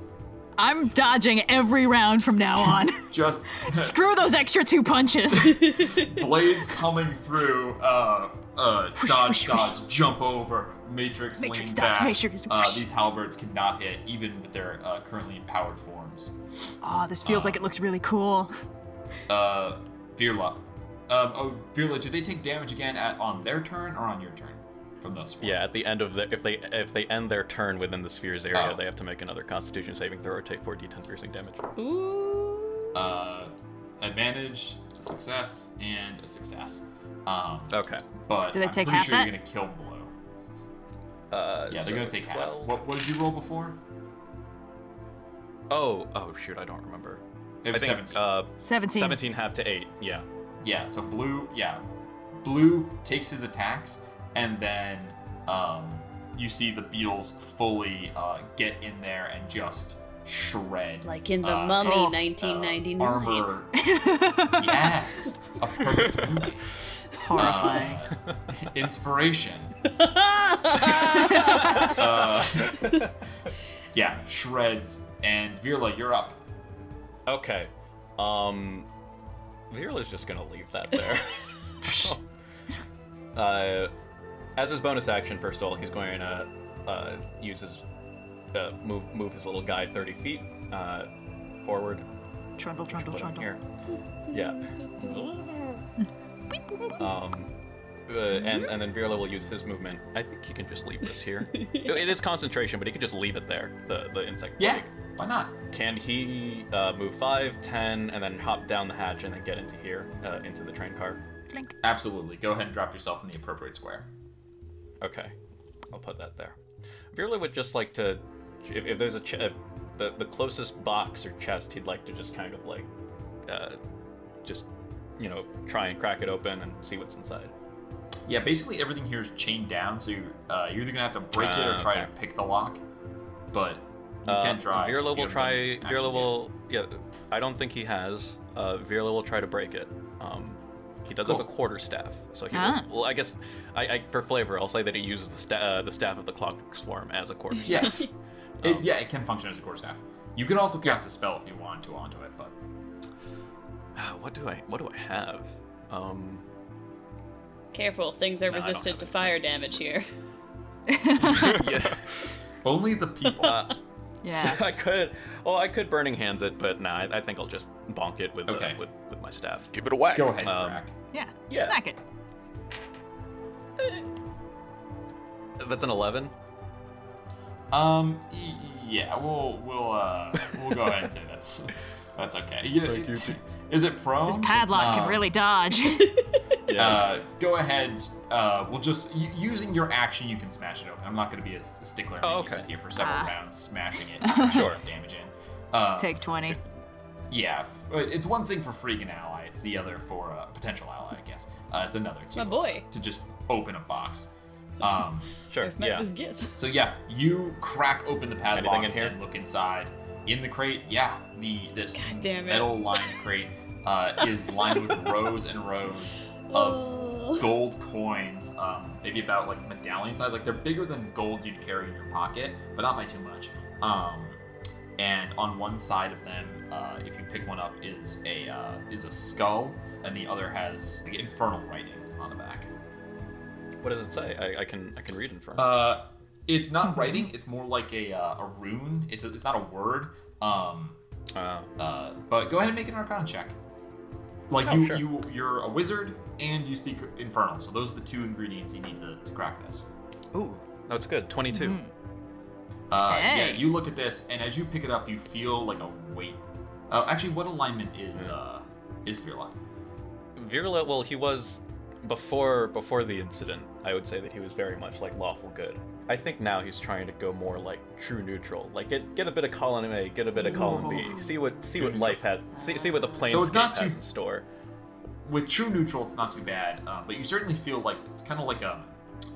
Speaker 5: I'm dodging every round from now
Speaker 2: (laughs)
Speaker 5: on.
Speaker 2: Just
Speaker 5: Screw those extra
Speaker 2: (laughs)
Speaker 5: two punches.
Speaker 2: blades coming through. Uh, uh, dodge, dodge, jump over. Matrix,
Speaker 5: Matrix
Speaker 2: lean
Speaker 5: dodge,
Speaker 2: back.
Speaker 5: Matrix,
Speaker 2: Uh,
Speaker 5: whoosh.
Speaker 2: these halberds cannot hit, even with their uh, currently empowered forms.
Speaker 5: oh, this feels like it looks really cool.
Speaker 2: Uh, Virla. Um, oh, Virla, do they take damage again at, on their turn or on your turn from those? four?
Speaker 3: Yeah, at the end of the if they if they end their turn within the sphere's area,
Speaker 2: Oh.
Speaker 3: they have to make another Constitution saving throw or take 4d10 piercing damage.
Speaker 2: Uh, advantage, a success, and a success. Um,
Speaker 3: Okay.
Speaker 2: but
Speaker 5: Do they
Speaker 2: I'm
Speaker 5: take
Speaker 2: pretty
Speaker 5: half
Speaker 2: sure
Speaker 5: that?
Speaker 2: you're gonna kill blow.
Speaker 3: Uh,
Speaker 2: Yeah,
Speaker 3: so
Speaker 2: they're gonna take half.
Speaker 3: 12.
Speaker 2: What, what did you roll before?
Speaker 3: Oh, oh shoot, I don't remember.
Speaker 2: It
Speaker 3: I
Speaker 2: was
Speaker 3: think
Speaker 2: 17.
Speaker 3: uh
Speaker 5: 17.
Speaker 3: 17 half to 8. Yeah.
Speaker 2: yeah, so blue, yeah, blue takes his attacks, and then um, you see the beetles fully uh, get in there and just shred
Speaker 4: Like in the
Speaker 2: Uh,
Speaker 4: Mummy,
Speaker 5: oh,
Speaker 4: 1999.
Speaker 3: uh,
Speaker 2: armor. yes, a perfect movie. Uh,
Speaker 5: Horrifying.
Speaker 2: inspiration. Uh, yeah, shreds. And Virla, you're up.
Speaker 3: Okay. Um Virla's just gonna leave
Speaker 2: (laughs)
Speaker 3: that there. uh, as his bonus action, first of all, he's going to uh, use his uh, move move his little guy 30 feet uh, forward.
Speaker 5: trundle, trundle,
Speaker 3: Put him
Speaker 5: trundle.
Speaker 3: here. Yeah. um, uh, and and then Virla will use his movement. I think he can just leave this here. It is concentration, but he can just leave it there. The the insect.
Speaker 2: Yeah, why not?
Speaker 3: Can he uh, move 5, 10, and then hop down the hatch and then get into here, uh, into the train car?
Speaker 2: Absolutely. Go ahead and drop yourself in the appropriate square.
Speaker 3: Okay, I'll put that there. Virla would just like to, if, if there's a ch- if the the closest box or chest, he'd like to just kind of like, uh, just you know, try and crack it open and see what's inside.
Speaker 2: Yeah, basically everything here is chained down, so you- uh, you're either gonna have to break it or
Speaker 3: Ah,
Speaker 2: try
Speaker 3: okay.
Speaker 2: to pick the lock. But you
Speaker 3: Uh,
Speaker 2: can try. if you
Speaker 3: Virla will
Speaker 2: haven't done
Speaker 3: try.
Speaker 2: these
Speaker 3: Virla
Speaker 2: actions yet.
Speaker 3: will. Yeah, I don't think he has. Uh, Virla will try to break it. Um, he does have a
Speaker 2: Cool.
Speaker 3: quarter staff, so he.
Speaker 5: Ah.
Speaker 3: Will, well, I guess, I, I for flavor, I'll say that he uses the sta- uh, the staff of the clockwork swarm as a quarter
Speaker 2: Yeah.
Speaker 3: (laughs) staff. Oh.
Speaker 2: it, yeah, it can function as a core staff. You could also cast a spell if you wanted to onto it, but
Speaker 3: Ah, what do I? What do I have? Um,
Speaker 8: Careful, things are
Speaker 3: No, I don't
Speaker 8: resistant
Speaker 3: have
Speaker 8: to
Speaker 3: it.
Speaker 8: fire damage here.
Speaker 3: yeah,
Speaker 2: only the people.
Speaker 3: (laughs) uh,
Speaker 2: (laughs)
Speaker 5: Yeah.
Speaker 3: I could. Well, I could burning hands it, but nah, I, I think I'll just bonk it with uh,
Speaker 2: Okay.
Speaker 3: with with my staff.
Speaker 6: give it a whack.
Speaker 2: Go ahead,
Speaker 3: Um,
Speaker 2: Crack.
Speaker 5: Yeah.
Speaker 3: Yeah.
Speaker 5: Smack it.
Speaker 3: That's an eleven.
Speaker 2: Um, y- yeah, we'll we'll uh we'll go ahead and say that's (laughs) that's okay. You,
Speaker 3: Thank you.
Speaker 2: it- Is it prone?
Speaker 5: This padlock
Speaker 2: Um,
Speaker 5: can
Speaker 2: (laughs)
Speaker 5: really dodge.
Speaker 2: Uh, go ahead. Uh, we'll just y- using your action, you can smash it open. I'm not going to be a, s- a stickler. and
Speaker 3: Oh,
Speaker 2: make you
Speaker 3: okay.
Speaker 2: sit here for several
Speaker 5: Ah.
Speaker 2: rounds, smashing it, and
Speaker 8: (laughs)
Speaker 2: trying to
Speaker 3: Sure.
Speaker 2: get damage in. Uh,
Speaker 5: Take 20.
Speaker 2: yeah, f- it's one thing for freeing an ally. It's the other for a potential ally, I guess. Uh, it's another
Speaker 8: My
Speaker 2: to,
Speaker 8: boy.
Speaker 2: to just open a box. Um,
Speaker 3: Sure.
Speaker 8: Met
Speaker 3: Yeah.
Speaker 8: this gift.
Speaker 2: So yeah, you crack open the padlock
Speaker 3: Anything in here?
Speaker 2: and look inside. In the crate, yeah, the this
Speaker 8: God (laughs) damn it.
Speaker 2: metal lined crate uh, is lined with rows and rows of gold coins, um, maybe about like medallion size. Like they're bigger than gold you'd carry in your pocket, but not by too much. Um, and on one side of them, uh, if you pick one up, is a uh, is a skull, and the other has like, infernal writing on the back.
Speaker 3: What does it say? I, I can I can read in front.
Speaker 2: Uh, it's not
Speaker 3: Mm-hmm.
Speaker 2: writing. It's more like a uh, a rune. It's it's not a word. Um,
Speaker 3: uh,
Speaker 2: uh, but go ahead and make an Arcana check. Like
Speaker 3: Oh,
Speaker 2: you
Speaker 3: sure.
Speaker 2: you you're a wizard and you speak Infernal, so those are the two ingredients you need to, to crack this.
Speaker 8: Mm-hmm.
Speaker 3: Ooh, that's good. 22.
Speaker 2: Uh, Yeah,
Speaker 5: Hey.
Speaker 2: you look at this, and as you pick it up, you feel like a weight. Uh, actually, what alignment is uh, is Virlock?
Speaker 3: Virla, well, he was before before the incident. I would say that he was very much like lawful good. I think now he's trying to go more like true neutral. Like get get a bit of column A, get a bit of column B. See what see what life has. See, see what the
Speaker 2: So it's
Speaker 3: planescape
Speaker 2: not
Speaker 3: has
Speaker 2: too-
Speaker 3: in store.
Speaker 2: With true neutral, it's not too bad, uh, but you certainly feel like it's kind of like a (sighs)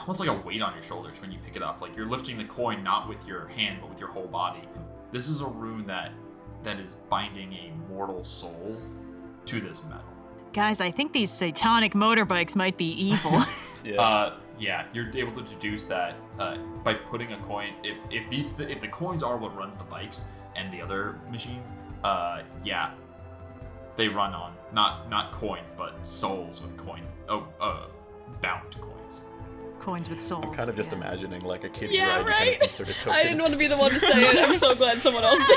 Speaker 2: almost like a weight on your shoulders when you pick it up. Like you're lifting the coin not with your hand, but with your whole body. This is a rune that that is binding a mortal soul to this metal.
Speaker 5: Guys, I think these satanic motorbikes might be evil.
Speaker 3: Yeah.
Speaker 2: Uh, yeah, you're able to deduce that uh, by putting a coin. If if these th- if the coins are what runs the bikes and the other machines, uh, yeah, they run on not not coins but souls with coins. Oh, uh, bound coins.
Speaker 5: Coins with souls.
Speaker 3: I'm kind of just
Speaker 5: yeah.
Speaker 3: imagining like a kitty
Speaker 8: Yeah,
Speaker 3: ride. You
Speaker 8: right?
Speaker 3: kind of insert a token.
Speaker 8: (laughs) Oh. I didn't want to be the one to say it. I'm (laughs) so glad someone else did.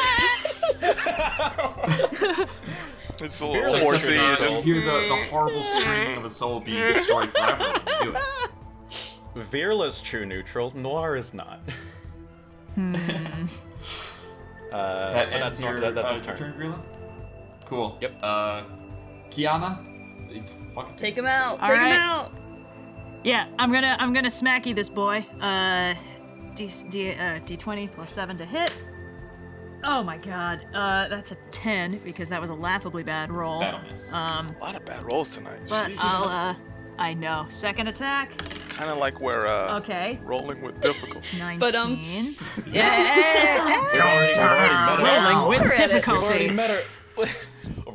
Speaker 6: It's a
Speaker 3: Barely
Speaker 6: little
Speaker 2: Except
Speaker 6: horsey.
Speaker 2: you're not.
Speaker 6: just-
Speaker 2: you hear the, the horrible screaming of a soul
Speaker 3: (laughs)
Speaker 2: being destroyed forever when you do it.
Speaker 3: Virla's true neutral. Noir is not. (laughs) uh,
Speaker 2: Hmm. That
Speaker 3: but
Speaker 2: ends
Speaker 3: that's,
Speaker 2: your
Speaker 3: Nor- that, that's
Speaker 2: uh,
Speaker 3: his turn.
Speaker 2: turn, Grilla. Cool.
Speaker 3: Yep.
Speaker 2: Uh, Kiana, it fucking
Speaker 8: Take
Speaker 2: takes
Speaker 8: him
Speaker 2: us.
Speaker 8: out.
Speaker 5: All
Speaker 8: take
Speaker 5: right.
Speaker 8: him out.
Speaker 5: Yeah, I'm gonna I'm gonna smacky this boy. Uh, d d uh, d20 plus seven to hit. Oh my god, uh, that's a ten because that was a laughably bad roll.
Speaker 2: That'll miss.
Speaker 8: Uh,
Speaker 5: Um,
Speaker 6: A lot of bad rolls tonight.
Speaker 3: (laughs)
Speaker 5: but I'll uh, I know second attack.
Speaker 6: Kind of like we're uh,
Speaker 5: Okay,
Speaker 6: rolling with difficult.
Speaker 5: nineteen.
Speaker 8: But um, (laughs)
Speaker 2: Don't turn around.
Speaker 5: rolling with
Speaker 8: Credit.
Speaker 5: difficulty.
Speaker 3: Already met her.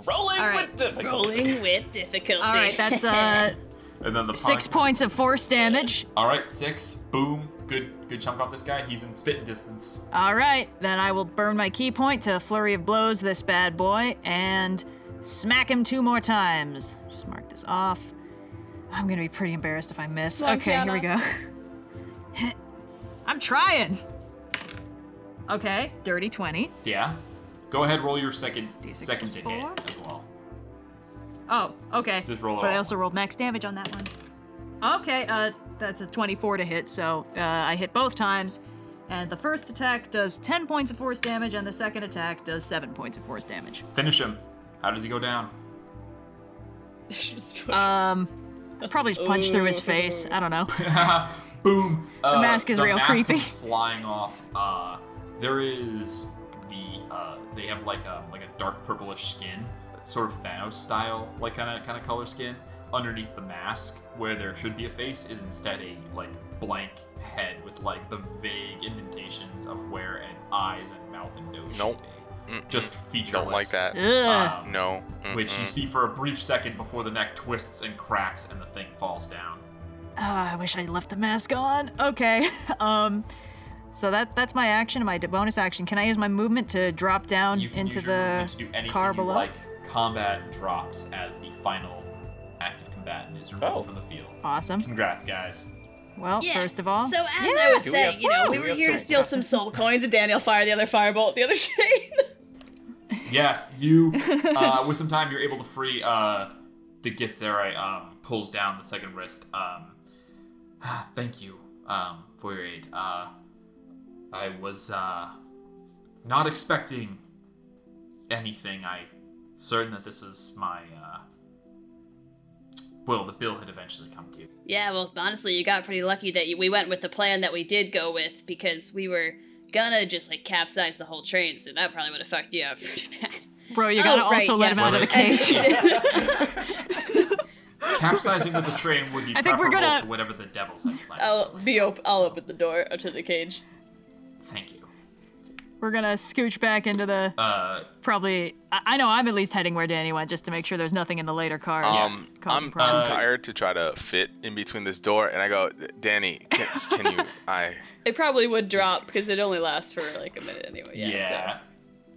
Speaker 3: rolling
Speaker 5: Alright.
Speaker 3: with difficulty.
Speaker 4: Rolling with difficulty.
Speaker 5: All right, that's uh
Speaker 2: and then the
Speaker 5: six
Speaker 2: podcast-
Speaker 5: points of force damage.
Speaker 2: All right, six. Boom. Good, good chunk off this guy. He's in spitting distance.
Speaker 5: All right, then I will burn my key point to flurry of blows this bad boy and smack him two more times. Just mark this off. I'm gonna be pretty embarrassed if I miss.
Speaker 8: Come on,
Speaker 5: okay, here we go. (laughs) I'm trying. Okay, dirty twenty.
Speaker 2: Yeah. Go ahead, roll your 2nd
Speaker 5: D6
Speaker 2: second
Speaker 5: plus
Speaker 2: to
Speaker 5: four.
Speaker 2: hit as well.
Speaker 5: Oh, okay.
Speaker 2: Just roll it
Speaker 5: but I
Speaker 2: all
Speaker 5: also
Speaker 2: once.
Speaker 5: rolled max damage on that one. Okay, uh, that's a 24 to hit, so uh, I hit both times. And the first attack does 10 points of force damage, and the second attack does 7 points of force damage.
Speaker 2: Finish him. How does he go down?
Speaker 8: Just-
Speaker 5: Um, probably just punch through his face. I don't know.
Speaker 2: (laughs) Boom. Uh,
Speaker 5: mask is
Speaker 2: the
Speaker 5: real
Speaker 2: mask
Speaker 5: creepy.
Speaker 2: comes flying off. Uh, there is the uh, they have like a like a dark purplish skin, sort of Thanos style, like kind of kind of color skin underneath the mask. Where there should be a face is instead a like blank head with like the vague indentations of where an eyes and mouth and nose
Speaker 6: Nope.
Speaker 2: should
Speaker 6: Mm,
Speaker 2: be. Just
Speaker 6: don't like
Speaker 2: featureless.
Speaker 6: that.
Speaker 5: Ugh.
Speaker 2: Um,
Speaker 6: No.
Speaker 2: Which you
Speaker 6: Mm-mm.
Speaker 2: see for a brief second before the neck twists and cracks and the thing falls down.
Speaker 5: Ah, I wish I left the mask on. Okay. (laughs) Um, so that that's my action and my d- bonus action. Can I use my movement to drop down
Speaker 2: You can
Speaker 5: into
Speaker 2: use your movement
Speaker 5: the
Speaker 2: to do anything
Speaker 5: car
Speaker 2: you
Speaker 5: below?
Speaker 2: like. Combat drops as the final active combatant is removed
Speaker 3: Oh.
Speaker 2: from the field.
Speaker 5: Awesome.
Speaker 2: Congrats, guys.
Speaker 5: Well,
Speaker 4: Yeah,
Speaker 5: first of all,
Speaker 4: So as
Speaker 5: yeah.
Speaker 4: I was
Speaker 3: Do we
Speaker 4: saying,
Speaker 3: have-
Speaker 4: you know,
Speaker 3: do
Speaker 4: we
Speaker 3: we
Speaker 4: were
Speaker 3: have
Speaker 4: here to
Speaker 3: to-
Speaker 4: steal some soul coins, and Daniel fired the other firebolt, at the other chain. (laughs)
Speaker 2: Yes,
Speaker 5: (laughs)
Speaker 2: you. Uh, with some time, you're able to free uh, the Githzerai, um pulls down the second wrist. Um, (sighs) ah, thank you um, for your aid. Uh, I was uh, not expecting anything. I certain that this was my uh, well, the bill had eventually come to you.
Speaker 8: Yeah, well, honestly, you got pretty lucky that you, we went with the plan that we did go with because we were gonna just like capsize the whole train, so that probably would have fucked you up pretty bad.
Speaker 5: bro, you
Speaker 8: Oh,
Speaker 5: gotta
Speaker 8: right,
Speaker 5: also let him
Speaker 8: yes.
Speaker 5: out of the
Speaker 8: I did-
Speaker 5: cage.
Speaker 2: Capsizing with the train would be
Speaker 5: I think we're
Speaker 2: preferable
Speaker 5: gonna-
Speaker 2: to whatever the devils had
Speaker 8: (laughs)
Speaker 2: planned.
Speaker 8: I'll be op- I'll open the door to the cage.
Speaker 2: Thank you.
Speaker 5: We're gonna scooch back into the
Speaker 2: Uh,
Speaker 5: probably. I, I know I'm at least heading where Danny went just to make sure there's nothing in the later cars.
Speaker 6: Um,
Speaker 5: causing
Speaker 6: I'm too
Speaker 5: problems.
Speaker 6: tired to try to fit in between this door, and I go, Danny, can, can
Speaker 5: (laughs)
Speaker 6: you? I
Speaker 8: It probably would drop because it only lasts for like a minute anyway. Yeah.
Speaker 2: yeah.
Speaker 8: so-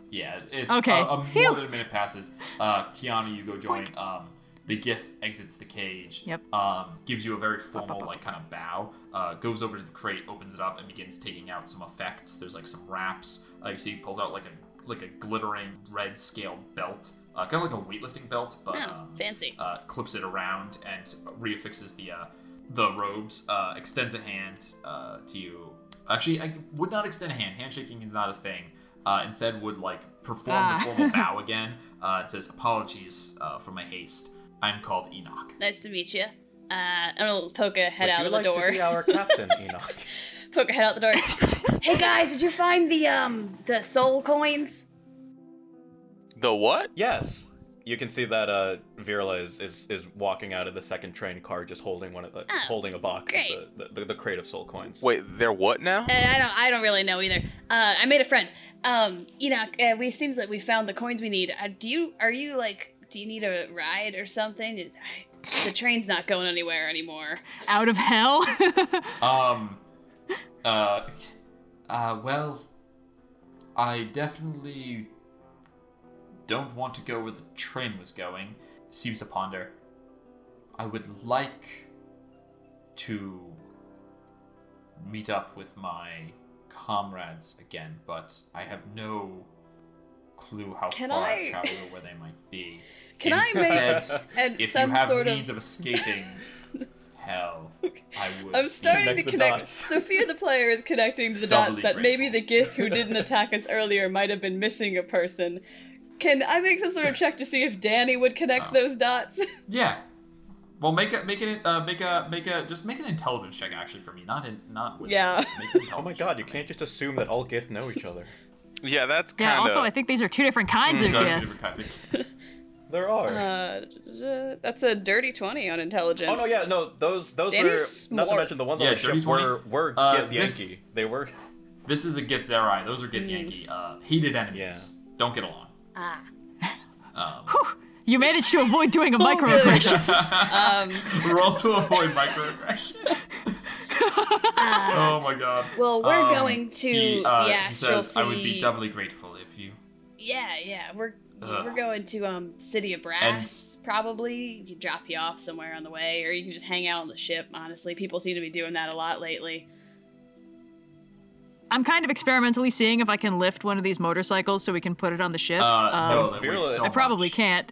Speaker 2: Yeah, it's
Speaker 5: Okay,
Speaker 2: uh, um,
Speaker 5: phew.
Speaker 2: more than a minute passes. Uh, Kiana, you go join. Um, the Gith exits the cage.
Speaker 5: Yep.
Speaker 2: Um, gives you a very formal,
Speaker 5: up,
Speaker 2: like, kind of bow. Uh, goes over to the crate, opens it up, and begins taking out some effects. There's like some wraps. Uh, you see, he pulls out like a like a glittering red scaled belt, uh, kind of like a weightlifting belt, but
Speaker 8: Oh,
Speaker 2: um,
Speaker 8: fancy.
Speaker 2: uh, clips it around and reaffixes the uh, the robes. Uh, extends a hand uh, to you, uh, Actually, I would not extend a hand. Handshaking is not a thing. Uh, instead, would like perform
Speaker 5: Ah.
Speaker 2: the formal bow again. Uh, it says, "Apologies uh, for my haste. I'm called Enoch."
Speaker 4: Nice to meet you. Uh, and I'll poke a head
Speaker 3: Would
Speaker 4: out
Speaker 3: you
Speaker 4: of the
Speaker 3: like
Speaker 4: door.
Speaker 3: to be our captain, Enoch?
Speaker 4: (laughs) poke a head out the door. Uh, hey guys, did you find the um the soul coins?
Speaker 6: The what?
Speaker 3: yes. You can see that uh, Virla is, is is walking out of the second train car, just holding one of the holding a box, of
Speaker 4: Ah, great.
Speaker 3: the, the, the crate of soul coins.
Speaker 6: Wait, they're what now?
Speaker 4: Uh, I don't I don't really know either. Uh, I made a friend. Um, Enoch, uh, we seems like we found the coins we need. Uh, do you are you like do you need a ride or something? Is- I- the train's not going anywhere anymore.
Speaker 5: Out of hell. (laughs)
Speaker 2: Um. Uh. Uh. Well, I definitely don't want to go where the train was going. Seems to ponder. I would like to meet up with my comrades again, but I have no clue how
Speaker 8: Can
Speaker 2: far I...
Speaker 8: I-
Speaker 2: have traveled or where they might be.
Speaker 8: (laughs) Can I make-
Speaker 2: Instead,
Speaker 8: And
Speaker 2: if
Speaker 8: some
Speaker 2: you have
Speaker 8: sort
Speaker 2: means
Speaker 8: of.
Speaker 2: of,
Speaker 8: (laughs)
Speaker 2: escaping hell, I would.
Speaker 8: I'm starting
Speaker 3: Connect
Speaker 8: to
Speaker 3: the
Speaker 8: connect.
Speaker 3: dots.
Speaker 8: Sophia the player is connecting the dots
Speaker 2: Doubly
Speaker 8: that maybe
Speaker 2: grateful.
Speaker 8: the Gith who didn't attack us earlier might have been missing a person. Can I make some sort of check to see if Danny would connect
Speaker 2: Oh.
Speaker 8: those
Speaker 4: (laughs)
Speaker 8: dots?
Speaker 2: Yeah. Well, make a make it uh, make a make a just make an intelligence check actually for me, not in not wisdom.
Speaker 8: Yeah.
Speaker 2: (laughs) Make an
Speaker 3: Oh my
Speaker 2: intelligence
Speaker 3: god,
Speaker 2: check
Speaker 3: you
Speaker 2: for
Speaker 3: can't just assume that all Gith know each other.
Speaker 6: Yeah, that's kind
Speaker 5: yeah.
Speaker 6: of.
Speaker 5: Also, I think these are two different kinds
Speaker 2: me.
Speaker 5: of
Speaker 2: Those are two
Speaker 5: gift.
Speaker 2: different kinds of-
Speaker 3: There are.
Speaker 8: Uh, that's a dirty 20 on intelligence.
Speaker 3: oh no, yeah, no, those those
Speaker 8: Danny
Speaker 3: were not to
Speaker 8: Smart.
Speaker 3: mention the ones
Speaker 2: Yeah,
Speaker 3: on the ship
Speaker 2: Dirty
Speaker 3: were were
Speaker 2: Uh,
Speaker 3: Gith
Speaker 2: this-
Speaker 3: Yankee. They were.
Speaker 2: This is a Git Zerai. Those are Git
Speaker 4: Mm-hmm.
Speaker 2: Yankee. Uh, hated enemies. Don't get along.
Speaker 4: Ah.
Speaker 2: Oh.
Speaker 4: (laughs)
Speaker 2: Um,
Speaker 5: You managed to avoid doing a
Speaker 4: Oh,
Speaker 5: microaggression.
Speaker 2: (laughs)
Speaker 8: Um,
Speaker 2: roll to avoid microaggression. oh my god.
Speaker 4: Ah. Well, we're
Speaker 2: Um,
Speaker 4: going to
Speaker 2: he, uh,
Speaker 4: the
Speaker 2: he
Speaker 4: astral
Speaker 2: says, "I would be
Speaker 4: sea."
Speaker 2: doubly grateful if you."
Speaker 4: Yeah, yeah. We're
Speaker 2: Ugh.
Speaker 4: we're going to um City of Brass probably. You drop you off somewhere on the way, or you can just hang out on the ship. Honestly, people seem to be doing that a lot lately.
Speaker 5: I'm kind of experimentally seeing if I can lift one of these motorcycles so we can put it on the ship.
Speaker 2: Uh,
Speaker 3: Oh,
Speaker 2: no,
Speaker 5: Um,
Speaker 2: that weighs
Speaker 3: Virla-
Speaker 2: so
Speaker 5: I probably
Speaker 2: much.
Speaker 5: can't.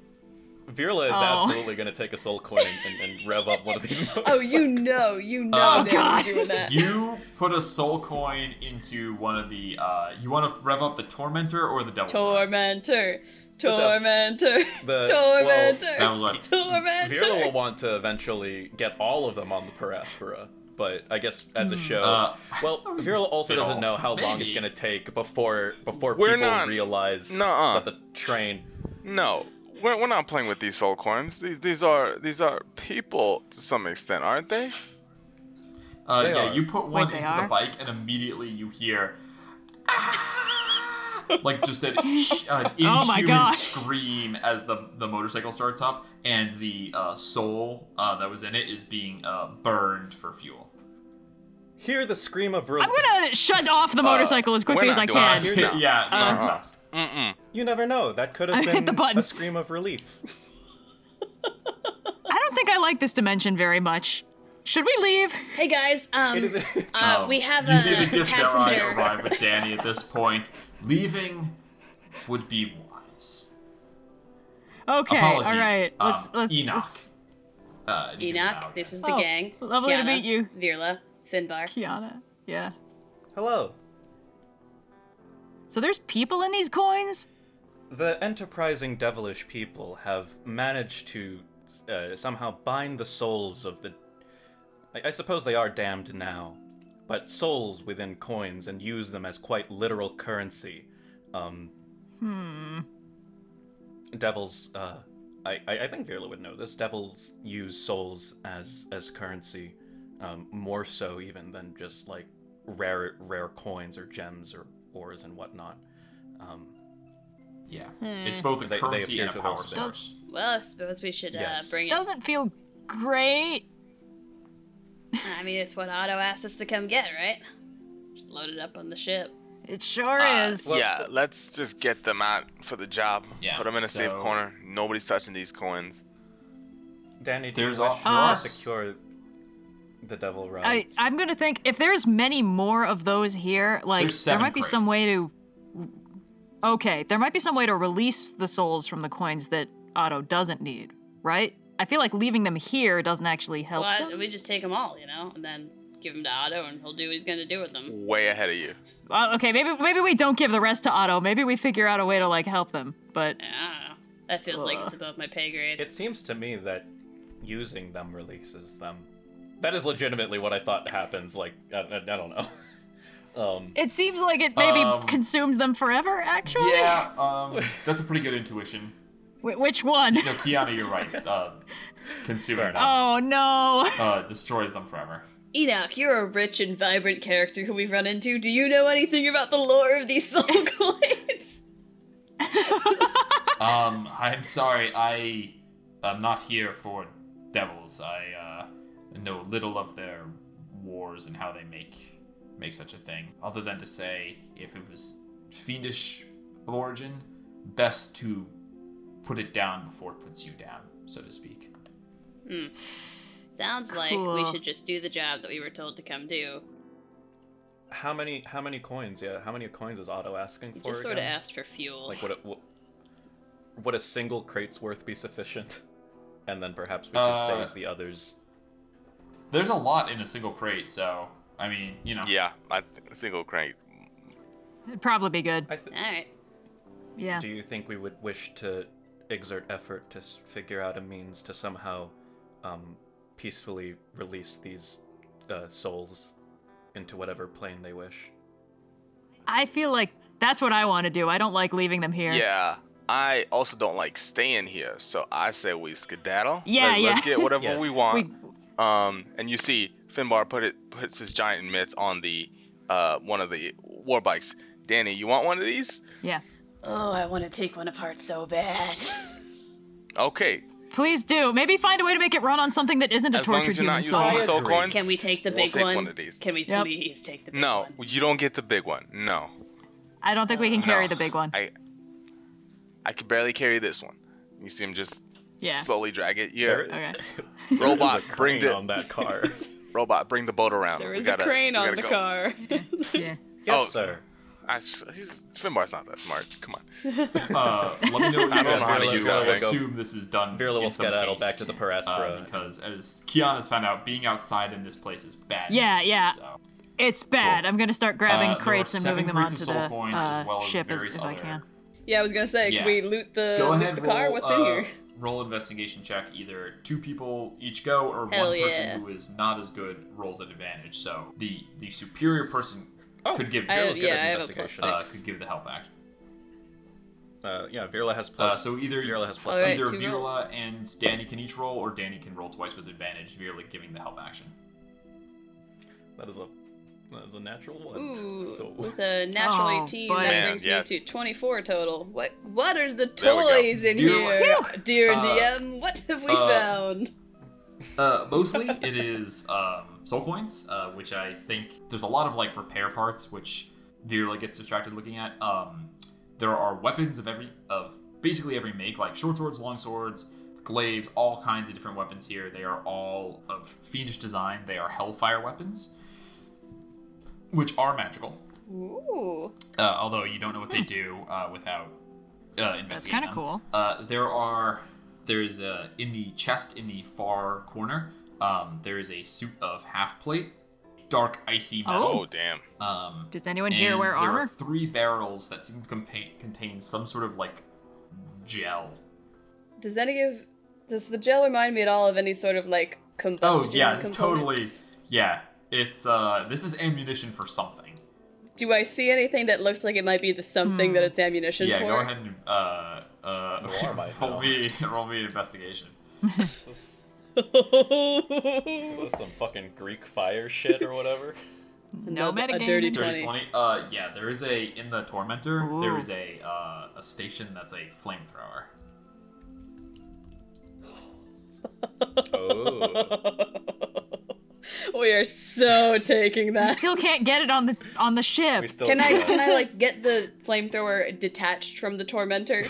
Speaker 3: Virla is
Speaker 5: Oh.
Speaker 3: absolutely going to take a soul coin and, and, and rev up one of these.
Speaker 5: (laughs)
Speaker 8: oh, you know, you know
Speaker 2: Uh,
Speaker 8: Danny's
Speaker 5: God.
Speaker 8: doing that.
Speaker 2: You
Speaker 4: (laughs)
Speaker 2: put a soul coin into one of the. Uh, you want to rev up the tormentor or the devil?
Speaker 8: Tormentor. Tormentor.
Speaker 3: the-
Speaker 8: tormentor.
Speaker 2: That was like
Speaker 8: tormentor.
Speaker 3: (laughs) Virla will want to eventually get all of them on the Paraspora, but I guess as a
Speaker 5: Hmm.
Speaker 3: show,
Speaker 2: Uh,
Speaker 5: (laughs)
Speaker 3: well,
Speaker 5: Um,
Speaker 3: Virla also
Speaker 2: They
Speaker 3: doesn't
Speaker 2: all-
Speaker 3: know how long it's
Speaker 2: maybe.
Speaker 3: gonna take before before
Speaker 6: We're
Speaker 3: people
Speaker 6: not-
Speaker 3: realize
Speaker 6: Nuh-uh.
Speaker 3: that the train.
Speaker 6: No, we're, we're not playing with these soul coins. These, these are these are people to some extent, aren't they?
Speaker 2: Uh,
Speaker 3: They
Speaker 2: yeah,
Speaker 3: are.
Speaker 2: you put one
Speaker 5: Wait, they
Speaker 2: into
Speaker 5: are?
Speaker 2: the bike, and immediately you hear, "Ah!" like just an, an
Speaker 4: (laughs)
Speaker 5: Oh my
Speaker 2: inhuman
Speaker 5: God.
Speaker 2: scream as the the motorcycle starts up, and the uh, soul uh, that was in it is being uh, burned for fuel.
Speaker 3: Hear the scream of relief.
Speaker 5: I'm gonna shut off the motorcycle as quickly
Speaker 6: we're
Speaker 5: as I
Speaker 6: not doing
Speaker 5: can.
Speaker 6: that.
Speaker 2: (laughs) yeah,
Speaker 6: No.
Speaker 2: the
Speaker 4: Uh,
Speaker 2: engine stops.
Speaker 6: Mm-mm.
Speaker 3: You never know. That could
Speaker 5: (laughs) I
Speaker 3: have
Speaker 5: hit
Speaker 3: been
Speaker 5: the button.
Speaker 3: a scream of relief.
Speaker 5: (laughs) I don't think I like this dimension very much. Should we leave?
Speaker 4: Hey guys,
Speaker 3: It (laughs) is.
Speaker 4: um, uh, we have
Speaker 2: Oh. you
Speaker 4: a
Speaker 2: see the gifts that
Speaker 4: passenger.
Speaker 2: arrive with Danny at this point. Leaving would be wise.
Speaker 5: Okay,
Speaker 2: Apologies,
Speaker 5: all right.
Speaker 2: um,
Speaker 5: Let's let's.
Speaker 2: Enoch.
Speaker 5: let's-
Speaker 2: Uh, and he gives
Speaker 4: Enoch,
Speaker 2: out.
Speaker 4: this is the
Speaker 5: Oh,
Speaker 4: gang.
Speaker 5: lovely to
Speaker 4: Kiana,
Speaker 5: meet you.
Speaker 4: Virla, Finbar.
Speaker 5: Kiana, yeah.
Speaker 3: Hello.
Speaker 5: So there's people in these coins.
Speaker 3: The enterprising devilish people have managed to uh, somehow bind the souls of the. I, I suppose they are damned now, but souls within coins and use them as quite literal currency. Um, hmm. Devils. Uh, I, I I think Virla would know this. Devils use souls as as currency, um, more so even than just like rare rare coins or gems or ores and whatnot. Um,
Speaker 2: Yeah,
Speaker 4: Hmm.
Speaker 2: it's both a
Speaker 3: They- they
Speaker 2: currency
Speaker 3: appear
Speaker 2: and
Speaker 3: to
Speaker 2: a
Speaker 3: have
Speaker 2: power
Speaker 3: also-
Speaker 2: source.
Speaker 4: Well, I suppose we should uh,
Speaker 3: Yes.
Speaker 4: bring it.
Speaker 5: Doesn't feel great.
Speaker 4: I mean, it's what Otto asked us to come get, right? Just load it up on the ship.
Speaker 5: It sure
Speaker 6: Uh,
Speaker 5: is.
Speaker 6: yeah, let's just get them out for the job.
Speaker 2: Yeah,
Speaker 6: Put them in a safe
Speaker 2: so-
Speaker 6: corner. Nobody's touching these coins.
Speaker 3: Danny, do you
Speaker 2: There's
Speaker 3: wish
Speaker 2: all-
Speaker 3: to
Speaker 5: Uh,
Speaker 3: secure the devil
Speaker 5: I,
Speaker 3: rights?
Speaker 5: I'm gonna think if there's many more of those here, like
Speaker 2: There's
Speaker 5: there
Speaker 2: seven
Speaker 5: might be some
Speaker 2: crates.
Speaker 5: way to. Okay, there might be some way to release the souls from the coins that Otto doesn't need, right? I feel like leaving them here doesn't actually help.
Speaker 4: Why
Speaker 5: them.
Speaker 4: we just take them all, you know, and then give him to Otto, and he'll do what he's gonna do with them.
Speaker 6: Way ahead of you.
Speaker 5: Well, Uh, okay, maybe maybe we don't give the rest to Otto. Maybe we figure out a way to like help them. But
Speaker 4: I don't know. That feels like it's above my pay grade.
Speaker 3: It seems to me that using them releases them. That is legitimately what I thought happens. Like I, I, I don't know. (laughs) um,
Speaker 5: it seems like it maybe
Speaker 2: Um,
Speaker 5: consumes them forever. Actually,
Speaker 4: (laughs)
Speaker 2: Yeah, um, that's a pretty good intuition.
Speaker 5: (laughs) Wh- which one?
Speaker 2: No, Kiana, you're right. Uh, consuming them
Speaker 5: Oh no. (laughs)
Speaker 2: uh, destroys them forever.
Speaker 8: Enoch, you're a rich and vibrant character who we've run into. Do you know anything about the lore of
Speaker 4: (laughs)
Speaker 8: these soul coins?
Speaker 2: Um, I'm sorry, I am not here for devils. I uh, know little of their wars and how they make make such a thing. Other than to say, if it was fiendish of origin, best to put it down before it puts you down, so to speak.
Speaker 4: Sounds like we
Speaker 5: Cool.
Speaker 4: should just do the job that we were told to come do.
Speaker 3: how many how many coins? Yeah, how many coins is Otto asking for?
Speaker 4: Just sort of
Speaker 3: again?
Speaker 4: asked for fuel.
Speaker 3: Like what, a, what would a single crate's worth be sufficient? (laughs) And then perhaps we could
Speaker 2: Uh,
Speaker 3: save the others.
Speaker 2: There's a lot in a single crate, so I mean, you know.
Speaker 6: Yeah, I th- single crank.
Speaker 5: It'd probably be good.
Speaker 3: I th-
Speaker 4: All right.
Speaker 5: Yeah.
Speaker 3: Do you think we would wish to exert effort to s- figure out a means to somehow um, peacefully release these uh, souls into whatever plane they wish?
Speaker 5: I feel like that's what I want to do. I don't like leaving them here.
Speaker 6: Yeah. I also don't like staying here, so I say we skedaddle.
Speaker 5: Yeah,
Speaker 6: Let- Let's
Speaker 5: yeah.
Speaker 6: get whatever
Speaker 3: Yes.
Speaker 5: We,
Speaker 6: we want. Um, and you see Finbar put it puts his giant mitts on the uh one of the war bikes. Danny, you want one of these?
Speaker 5: yeah.
Speaker 8: Oh, I want to take one apart so (laughs) bad.
Speaker 6: Okay.
Speaker 5: Please do. Maybe find a way to make it run on something that isn't a
Speaker 6: As long
Speaker 5: tortured
Speaker 6: as you're
Speaker 5: human
Speaker 6: not using
Speaker 5: soul.
Speaker 3: I
Speaker 6: the soul
Speaker 3: agree.
Speaker 6: coins.
Speaker 4: Can we take the
Speaker 6: We'll
Speaker 4: big
Speaker 6: take
Speaker 4: one?
Speaker 6: one of these.
Speaker 4: Can we
Speaker 5: Yep.
Speaker 4: please take the big
Speaker 6: No,
Speaker 4: one?
Speaker 6: you don't get the big one. No.
Speaker 5: I don't think we can carry
Speaker 6: No.
Speaker 5: the big one.
Speaker 6: I I could barely carry this one. You see him just
Speaker 5: yeah.
Speaker 6: slowly drag it. Yeah.
Speaker 3: There-
Speaker 6: (laughs)
Speaker 5: Okay.
Speaker 6: Robot,
Speaker 3: There's a crane
Speaker 6: bring the
Speaker 3: on that
Speaker 6: (laughs)
Speaker 3: car.
Speaker 6: robot, bring the boat around.
Speaker 8: There
Speaker 6: We
Speaker 8: is
Speaker 6: gotta-
Speaker 8: a crane
Speaker 6: we
Speaker 8: on
Speaker 6: gotta
Speaker 8: the
Speaker 6: go.
Speaker 8: car. (laughs)
Speaker 5: Yeah.
Speaker 6: Oh.
Speaker 3: yes, sir.
Speaker 6: I, s- he's, Finbar's not that smart. Come on.
Speaker 2: Uh, let
Speaker 6: (laughs)
Speaker 2: me know what
Speaker 6: I
Speaker 2: you
Speaker 6: don't
Speaker 2: guys
Speaker 6: know how to
Speaker 2: do.
Speaker 6: use
Speaker 2: I
Speaker 6: that thing.
Speaker 2: assume this is done.
Speaker 3: Virla will
Speaker 2: in some
Speaker 3: skedaddle
Speaker 2: haste,
Speaker 3: back to the
Speaker 2: uh,
Speaker 3: Paraspora.
Speaker 2: because, as Kiana's found out, being outside in this place is bad.
Speaker 5: Yeah,
Speaker 2: news,
Speaker 5: yeah.
Speaker 2: so.
Speaker 8: Uh,
Speaker 5: It's bad.
Speaker 2: Cool.
Speaker 5: I'm gonna start grabbing
Speaker 2: Uh, there are
Speaker 5: crates and
Speaker 2: seven
Speaker 5: moving them
Speaker 2: crates
Speaker 5: onto
Speaker 2: of
Speaker 5: the
Speaker 2: soul coins, as
Speaker 5: uh,
Speaker 2: well as
Speaker 5: ship as,
Speaker 2: various
Speaker 5: if I
Speaker 2: other-
Speaker 5: can.
Speaker 8: Yeah, I was gonna say,
Speaker 2: Yeah.
Speaker 8: can we loot the,
Speaker 2: Go
Speaker 8: loot
Speaker 2: ahead.
Speaker 8: the
Speaker 2: roll,
Speaker 8: car? What's
Speaker 2: uh,
Speaker 8: in here?
Speaker 2: Roll investigation check. Either two people each go, or
Speaker 8: Hell
Speaker 2: one
Speaker 8: yeah.
Speaker 2: person who is not as good rolls at advantage. So the the superior person
Speaker 3: Oh,
Speaker 2: could give
Speaker 8: I
Speaker 2: uh,
Speaker 8: have-
Speaker 3: good at
Speaker 8: yeah, I have a plus
Speaker 3: investigation.
Speaker 8: six.
Speaker 2: could give the help action.
Speaker 3: Uh, yeah, Virla has
Speaker 2: Uh,
Speaker 3: plus.
Speaker 2: so either
Speaker 3: Virla has plus.
Speaker 8: All right.
Speaker 2: either
Speaker 8: two
Speaker 2: Virla
Speaker 8: rolls.
Speaker 2: and Danny can each roll, or Danny can roll twice with advantage. Virla giving the help action.
Speaker 3: That is a that is a natural one.
Speaker 8: Ooh, (laughs)
Speaker 3: So-
Speaker 8: with a natural
Speaker 5: Oh,
Speaker 8: 18,
Speaker 5: buddy.
Speaker 8: that
Speaker 6: Man,
Speaker 8: brings
Speaker 6: yeah.
Speaker 8: me to 24 total. What What are the
Speaker 6: There we go.
Speaker 8: toys in
Speaker 2: You-
Speaker 8: here? Dear
Speaker 2: Uh,
Speaker 8: DM, what have we
Speaker 2: uh,
Speaker 8: found?
Speaker 2: Uh, mostly it is um, soul coins, uh, which I think there's a lot of like repair parts, which Virla gets distracted looking at. Um, there are weapons of every of basically every make, like short swords, long swords, glaives, all kinds of different weapons here. They are all of fiendish design. They are hellfire weapons, which are magical.
Speaker 8: Ooh.
Speaker 2: Uh, although you don't know what they do uh, without uh, investigating.
Speaker 5: Hmm. That's kind of
Speaker 2: them.
Speaker 5: cool.
Speaker 2: Uh, there are there's a in the chest in the far corner. Um, there is a suit of half plate, dark icy
Speaker 6: Oh,
Speaker 2: metal.
Speaker 6: damn.
Speaker 2: Um,
Speaker 5: Does anyone here
Speaker 2: and
Speaker 5: wear
Speaker 2: there Are (laughs)
Speaker 5: armor?
Speaker 2: three barrels that seem to contain, contain some sort of like gel.
Speaker 8: Does any of. Does the gel remind me at all of any sort of like
Speaker 2: Oh
Speaker 8: combustion?
Speaker 2: yeah, it's
Speaker 8: component?
Speaker 2: totally yeah. It's uh this is ammunition for something.
Speaker 8: Do I see anything that looks like it might be the something
Speaker 5: Hmm.
Speaker 8: that it's ammunition
Speaker 2: yeah,
Speaker 8: for?
Speaker 2: go ahead and uh uh
Speaker 3: Roll my
Speaker 2: (laughs) roll me roll me investigation.
Speaker 3: Is
Speaker 8: (laughs)
Speaker 3: this- is this some fucking Greek fire shit or
Speaker 8: (laughs)
Speaker 3: whatever?
Speaker 5: No
Speaker 8: Another- a
Speaker 5: metagame.
Speaker 8: dirty tw- 20.
Speaker 2: Dirty twenty. Uh, yeah, there is a in the tormentor. There
Speaker 5: Ooh.
Speaker 2: is a uh, a station that's a
Speaker 8: (laughs)
Speaker 2: flamethrower.
Speaker 3: Oh.
Speaker 8: we are
Speaker 5: (laughs)
Speaker 8: so taking that.
Speaker 5: Still can't get it on the on the ship.
Speaker 3: We still
Speaker 8: Can I
Speaker 3: do that.
Speaker 8: can I like get the flamethrower detached from the
Speaker 5: (laughs)
Speaker 8: tormentor?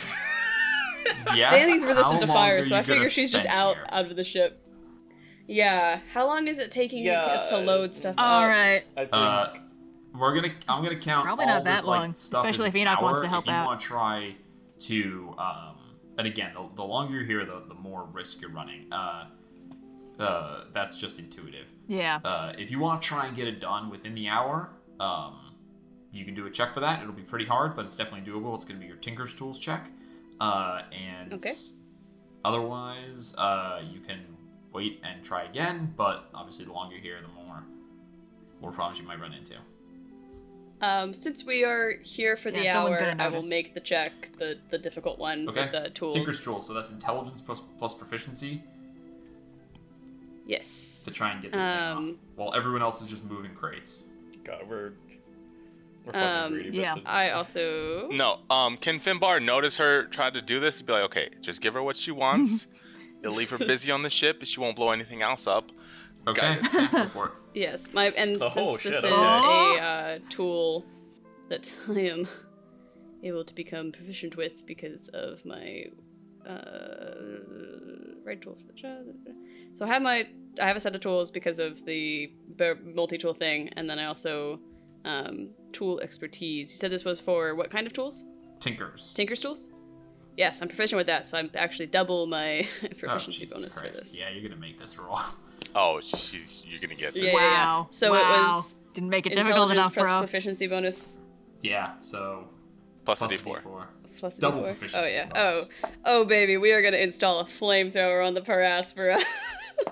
Speaker 2: Yes.
Speaker 8: Danny's
Speaker 2: how
Speaker 8: resistant to
Speaker 2: long
Speaker 8: fire,
Speaker 2: are
Speaker 8: so
Speaker 2: you
Speaker 8: I figure
Speaker 2: gonna
Speaker 8: she's just
Speaker 2: spend
Speaker 8: out
Speaker 2: here?
Speaker 8: out of the ship. Yeah. How long is it taking
Speaker 3: Yeah.
Speaker 8: us to load stuff
Speaker 5: All
Speaker 4: Oh.
Speaker 8: up?
Speaker 5: right.
Speaker 3: I think
Speaker 2: Uh, we're gonna. I'm gonna count.
Speaker 5: Probably
Speaker 2: all
Speaker 5: not that
Speaker 2: this, like,
Speaker 5: long,
Speaker 2: stuff as
Speaker 5: especially
Speaker 2: an
Speaker 5: if Enoch wants
Speaker 2: hour.
Speaker 5: to help
Speaker 2: if you
Speaker 5: out.
Speaker 2: want to try to. Um, and again, the, the longer you're here, the, the more risk you're running. Uh, Uh, that's just intuitive.
Speaker 5: Yeah.
Speaker 2: Uh, if you want to try and get it done within the hour, um, you can do a check for that. It'll be pretty hard, but it's definitely doable. It's going to be your Tinker's Tools check. Uh, and
Speaker 4: Okay.
Speaker 2: otherwise, uh, you can wait and try again, but obviously, the longer you're here, the more, more problems you might run into.
Speaker 4: Um, since we are here for the
Speaker 5: Yeah, someone's
Speaker 4: hour,
Speaker 5: gonna
Speaker 4: I will
Speaker 5: notice.
Speaker 4: make the check, the the difficult one
Speaker 2: Okay?
Speaker 4: with the tools.
Speaker 2: Tinker's Tools, so that's intelligence plus, plus proficiency
Speaker 4: Yes.
Speaker 2: to try and get this thing off,
Speaker 4: Um,
Speaker 2: while everyone else is just moving crates.
Speaker 3: God, we're we're fucking
Speaker 4: Um,
Speaker 3: greedy.
Speaker 5: yeah.
Speaker 3: bitches.
Speaker 4: I also
Speaker 6: No. Um. Can Finbar notice her try to do this? Be like, okay, just give her what she wants. It'll leave her busy on the ship. and She won't blow anything else up.
Speaker 2: Okay,
Speaker 6: Got
Speaker 2: go for it.
Speaker 4: (laughs) yes my and
Speaker 3: Oh,
Speaker 4: since
Speaker 3: shit,
Speaker 4: this is
Speaker 3: okay.
Speaker 4: a uh, tool that (laughs) I am able to become proficient with because of my uh, right tool for the job. So I have my I have a set of tools because of the multi tool thing, and then I also um, tool expertise. You said this was for what kind of tools?
Speaker 2: Tinkers.
Speaker 4: Tinker's tools? Yes, I'm proficient with that, so I'm actually double my (laughs)
Speaker 2: Oh,
Speaker 4: proficiency
Speaker 2: Jesus
Speaker 4: bonus for
Speaker 2: Christ.
Speaker 4: this.
Speaker 2: Yeah, you're going to make this roll.
Speaker 6: Oh, she's you're gonna get this.
Speaker 4: Yeah, yeah, yeah.
Speaker 5: wow.
Speaker 4: So it
Speaker 5: wow.
Speaker 4: was
Speaker 5: Didn't make it difficult
Speaker 4: Intelligence
Speaker 5: enough,
Speaker 4: plus
Speaker 5: bro.
Speaker 4: proficiency bonus
Speaker 2: yeah, so
Speaker 6: Plus a
Speaker 2: plus a
Speaker 6: D4.
Speaker 2: D4.
Speaker 4: plus a
Speaker 2: Double
Speaker 4: D4.
Speaker 2: proficiency
Speaker 4: Oh yeah.
Speaker 2: bonus.
Speaker 4: Oh, oh baby, we are gonna install a flamethrower on the Paraspora. (laughs)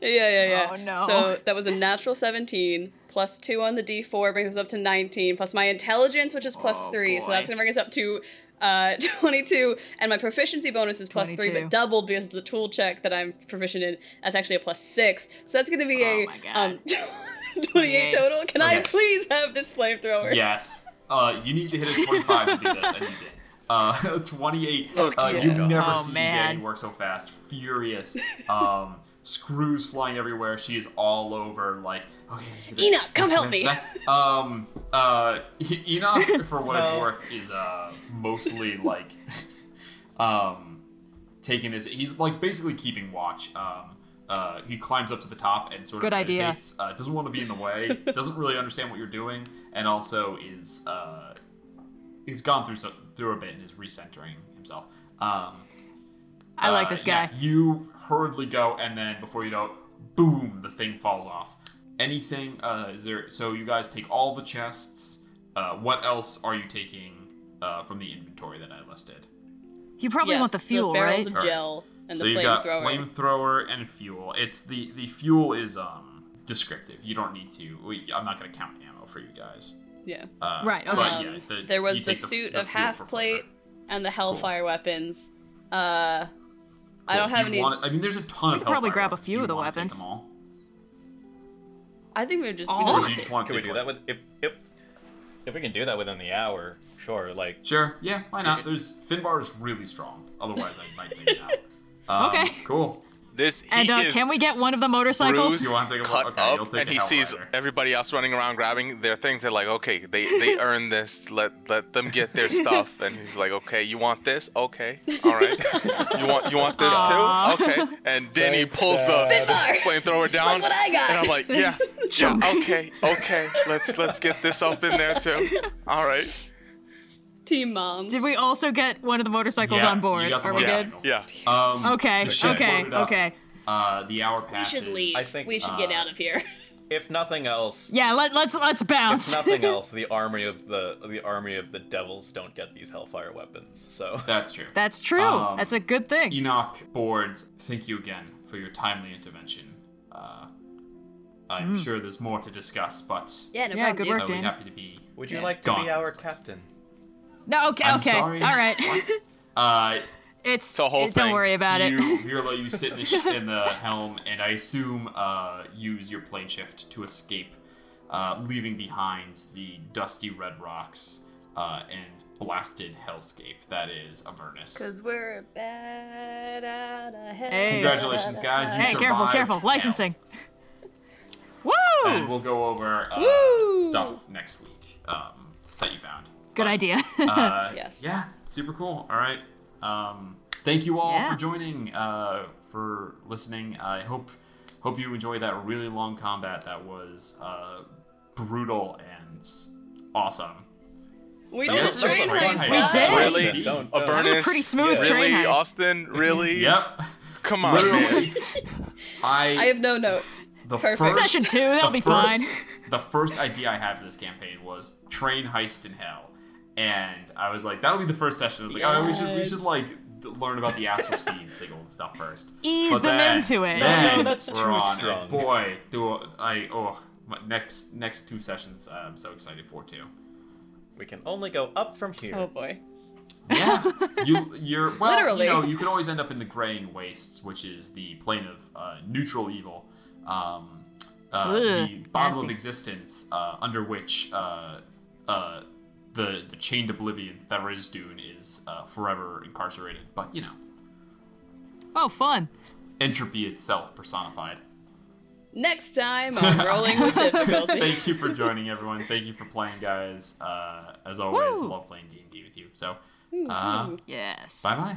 Speaker 4: yeah, yeah, yeah.
Speaker 5: Oh, no.
Speaker 4: So that was a natural 17 plus two on the D4 brings us up to 19 plus my intelligence, which is plus
Speaker 2: Oh,
Speaker 4: three. So that's
Speaker 2: boy.
Speaker 4: gonna bring us up to. Uh, (laughs) 22 and my proficiency bonus is plus three
Speaker 5: 22.
Speaker 4: but doubled because it's a tool check that i'm proficient in that's actually a plus six so that's going to be
Speaker 5: Oh
Speaker 4: a
Speaker 5: my God.
Speaker 4: (laughs) um 28
Speaker 5: Okay.
Speaker 4: total can i
Speaker 2: Okay.
Speaker 4: please have this flamethrower
Speaker 2: Yes. Uh, you need to hit a 25 to do this, and you did. Uh, (laughs) 28. Uh, You've never
Speaker 5: Oh,
Speaker 2: seen
Speaker 5: man.
Speaker 2: Danny work so fast. Furious. Um, (laughs) screws flying everywhere. She is all over, like, okay, let's get
Speaker 4: Enoch,
Speaker 2: let's
Speaker 4: come
Speaker 2: get
Speaker 4: help
Speaker 2: this,
Speaker 4: me.
Speaker 2: that. Um, uh, E- Enoch, for what
Speaker 5: (laughs)
Speaker 2: it's worth, is uh, mostly like. (laughs) um, taking this. He's like basically keeping watch. Um, uh, he climbs up to the top and sort
Speaker 5: Good
Speaker 2: of
Speaker 5: idea.
Speaker 2: meditates. Uh, doesn't want to be in the way.
Speaker 5: (laughs)
Speaker 2: doesn't really understand what you're doing, and also is uh, he's gone through so, through a bit and is recentering himself. Um,
Speaker 5: I like
Speaker 2: uh,
Speaker 5: this
Speaker 2: yeah,
Speaker 5: guy.
Speaker 2: you hurriedly go, and then before you know, it, boom, the thing falls off. Anything? Uh, is there? So you guys take all the chests. Uh, what else are you taking uh, from the inventory that I listed?
Speaker 5: You probably
Speaker 4: Yeah,
Speaker 5: want the fuel,
Speaker 4: barrels
Speaker 5: right?
Speaker 4: of
Speaker 2: Alright.
Speaker 4: gel and
Speaker 2: so
Speaker 4: the
Speaker 2: you've got
Speaker 4: flamethrower.
Speaker 2: flamethrower and fuel. It's the the fuel is um descriptive. You don't need to. We, I'm not gonna count ammo for you guys.
Speaker 4: yeah.
Speaker 2: Uh,
Speaker 5: Right, okay.
Speaker 2: But yeah,
Speaker 4: Um,
Speaker 2: the,
Speaker 4: there was
Speaker 2: you
Speaker 4: the
Speaker 2: take
Speaker 4: suit
Speaker 2: the
Speaker 4: of
Speaker 2: fuel for
Speaker 4: half plate
Speaker 2: flavor.
Speaker 4: and the hellfire weapons. Uh, I
Speaker 2: Cool.
Speaker 4: don't
Speaker 2: Do
Speaker 4: have
Speaker 2: you
Speaker 4: any.
Speaker 2: want- I mean, there's a ton
Speaker 5: We
Speaker 2: of.
Speaker 5: could probably
Speaker 2: Hellfire
Speaker 5: grab a
Speaker 2: weapons.
Speaker 5: few
Speaker 2: Do
Speaker 5: of
Speaker 2: you
Speaker 5: the
Speaker 2: wanna take
Speaker 5: weapons.
Speaker 2: them
Speaker 5: (laughs)
Speaker 2: all?
Speaker 4: I think we would just.
Speaker 5: All
Speaker 4: be
Speaker 2: Or do you just want to
Speaker 3: Can we do that with if if if we can do that within the hour? Sure. Like
Speaker 2: Sure. Yeah. Why not? There's Finbar is really strong. Otherwise, I might take it out. Um,
Speaker 5: (laughs) Okay.
Speaker 2: Cool.
Speaker 6: This he
Speaker 5: And uh,
Speaker 6: is
Speaker 5: can we get one of the motorcycles?
Speaker 6: bruised,
Speaker 2: You wanna take a
Speaker 6: cut
Speaker 2: look? Okay,
Speaker 6: up,
Speaker 2: you'll take
Speaker 6: and
Speaker 2: a
Speaker 6: he
Speaker 2: hell
Speaker 6: sees
Speaker 2: rider.
Speaker 6: everybody else running around grabbing their things. They're like, okay, they they earned this. Let let them get their stuff. And he's like, okay, you want this? Okay, all right. You want you want this
Speaker 5: Aw.
Speaker 6: too? Okay. And then he
Speaker 13: Thanks,
Speaker 6: pulls the
Speaker 13: Dad.
Speaker 6: flamethrower down.
Speaker 4: what I got.
Speaker 6: And I'm like, yeah,
Speaker 5: Jump.
Speaker 6: yeah, okay, okay. Let's let's get this up in there too. All right.
Speaker 4: Team mom.
Speaker 5: Did we also get one of the motorcycles
Speaker 2: Yeah,
Speaker 5: on
Speaker 2: you
Speaker 5: board?
Speaker 2: got the
Speaker 5: Are we
Speaker 6: Yeah,
Speaker 5: good?
Speaker 2: motorcycle.
Speaker 6: yeah.
Speaker 2: Um,
Speaker 5: Okay,
Speaker 2: the ship
Speaker 5: okay,
Speaker 2: loaded up.
Speaker 5: okay.
Speaker 2: Uh, the hour
Speaker 14: We
Speaker 2: passes.
Speaker 14: should leave.
Speaker 3: I think,
Speaker 14: we should get
Speaker 2: uh,
Speaker 14: out of here.
Speaker 3: if nothing
Speaker 5: (laughs)
Speaker 3: else,
Speaker 5: Yeah, let, let's let's
Speaker 3: if
Speaker 5: bounce.
Speaker 3: nothing else, the army of the the army of the devils don't get these hellfire weapons. So
Speaker 2: That's true.
Speaker 5: That's true.
Speaker 2: Um,
Speaker 5: That's a good thing.
Speaker 2: Enoch Boards, thank you again for your timely intervention. Uh,
Speaker 5: Hmm.
Speaker 2: I'm sure there's more to discuss, but
Speaker 14: (laughs) Yeah, no
Speaker 5: yeah,
Speaker 14: problem.
Speaker 5: good
Speaker 14: dude.
Speaker 5: work,
Speaker 2: I'll be
Speaker 5: Dan.
Speaker 2: happy to be.
Speaker 3: would you
Speaker 5: Yeah.
Speaker 3: like to
Speaker 2: Gone
Speaker 3: be
Speaker 2: from
Speaker 3: our
Speaker 2: this place.
Speaker 3: captain?
Speaker 5: No, okay,
Speaker 2: I'm
Speaker 5: okay,
Speaker 2: sorry.
Speaker 5: all
Speaker 2: (laughs)
Speaker 5: right. (laughs)
Speaker 2: Uh,
Speaker 5: it's
Speaker 6: The whole
Speaker 5: it- don't
Speaker 6: thing.
Speaker 5: worry about it. (laughs)
Speaker 2: you, Virla, you sit in the, sh- in the helm, and I assume uh, use your plane shift to escape, uh, leaving behind the dusty red rocks uh, and blasted hellscape that is Avernus.
Speaker 14: Because we're bad out of hell.
Speaker 5: Hey.
Speaker 2: Congratulations, guys! You
Speaker 5: hey, careful,
Speaker 2: survived
Speaker 5: careful.
Speaker 2: hell.
Speaker 5: Licensing. Woo!
Speaker 2: and we'll go over uh, stuff next week um, that you found.
Speaker 5: Good
Speaker 2: But,
Speaker 5: idea. (laughs)
Speaker 2: Uh,
Speaker 4: Yes.
Speaker 2: Yeah, super cool. All right. Um, thank you all
Speaker 5: Yeah.
Speaker 2: for joining, uh, for listening. I hope hope you enjoyed that really long combat. That was uh, brutal and awesome.
Speaker 4: we
Speaker 2: That
Speaker 4: did
Speaker 2: was
Speaker 4: a
Speaker 2: a
Speaker 4: train
Speaker 2: fun
Speaker 4: heist.
Speaker 2: fight.
Speaker 5: We
Speaker 4: guys.
Speaker 5: did.
Speaker 6: Really?
Speaker 3: Don't,
Speaker 6: A
Speaker 3: don't.
Speaker 5: was a
Speaker 6: Burness?
Speaker 5: pretty smooth
Speaker 2: (laughs)
Speaker 6: really,
Speaker 5: train heist.
Speaker 6: Austin? Really?
Speaker 2: Yep.
Speaker 6: Come on, man.
Speaker 2: Literally. I,
Speaker 8: I have no notes.
Speaker 2: the
Speaker 8: perfect.
Speaker 2: first
Speaker 5: Session two, that'll
Speaker 2: the
Speaker 5: be fine.
Speaker 2: first, fine. The first idea I had for this campaign was train heist in hell, and I was like, that'll be the first session. I was like, oh, we should we should like d- learn about the astral seed signal and stuff first.
Speaker 5: Ease
Speaker 2: But
Speaker 5: them
Speaker 2: then-
Speaker 5: into it.
Speaker 2: then
Speaker 3: No, that's
Speaker 2: we're
Speaker 3: too
Speaker 2: on, and
Speaker 3: strong.
Speaker 2: boy, do I oh my, next next two sessions uh, I'm so excited for too.
Speaker 3: We can only go up from here.
Speaker 8: Oh boy.
Speaker 2: Yeah,
Speaker 5: (laughs)
Speaker 2: you you're well.
Speaker 8: Literally.
Speaker 2: You know, you can always end up in the graying wastes, which is the plane of uh, neutral evil, um, uh, the
Speaker 5: Ugh,
Speaker 2: bottom of
Speaker 5: nasty.
Speaker 2: existence uh, under which uh, uh, the the chained oblivion that Rizdun is uh, forever incarcerated. But you know,
Speaker 5: Oh, fun.
Speaker 2: entropy itself personified.
Speaker 8: Next time on Rolling
Speaker 2: (laughs)
Speaker 8: with Difficulty.
Speaker 2: Thank you for joining, everyone. Thank you for playing, guys. Uh, as always,
Speaker 5: Woo. Mm-hmm.
Speaker 2: love playing D and D with you. So, uh, bye
Speaker 5: Yes.
Speaker 2: bye.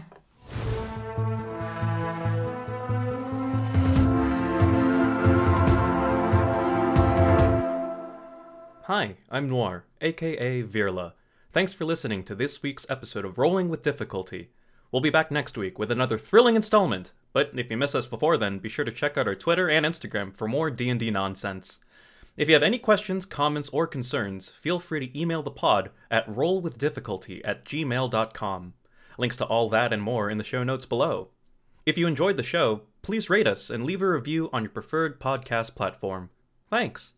Speaker 3: Hi, I'm Noir, aka Virla. Thanks for listening to this week's episode of Rolling with Difficulty. We'll be back next week with another thrilling installment, but if you miss us before then, be sure to check out our Twitter and Instagram for more D&D nonsense. If you have any questions, comments, or concerns, feel free to email the pod at rollwithdifficulty at gmail.com. Links to all that and more in the show notes below. If you enjoyed the show, please rate us and leave a review on your preferred podcast platform. Thanks!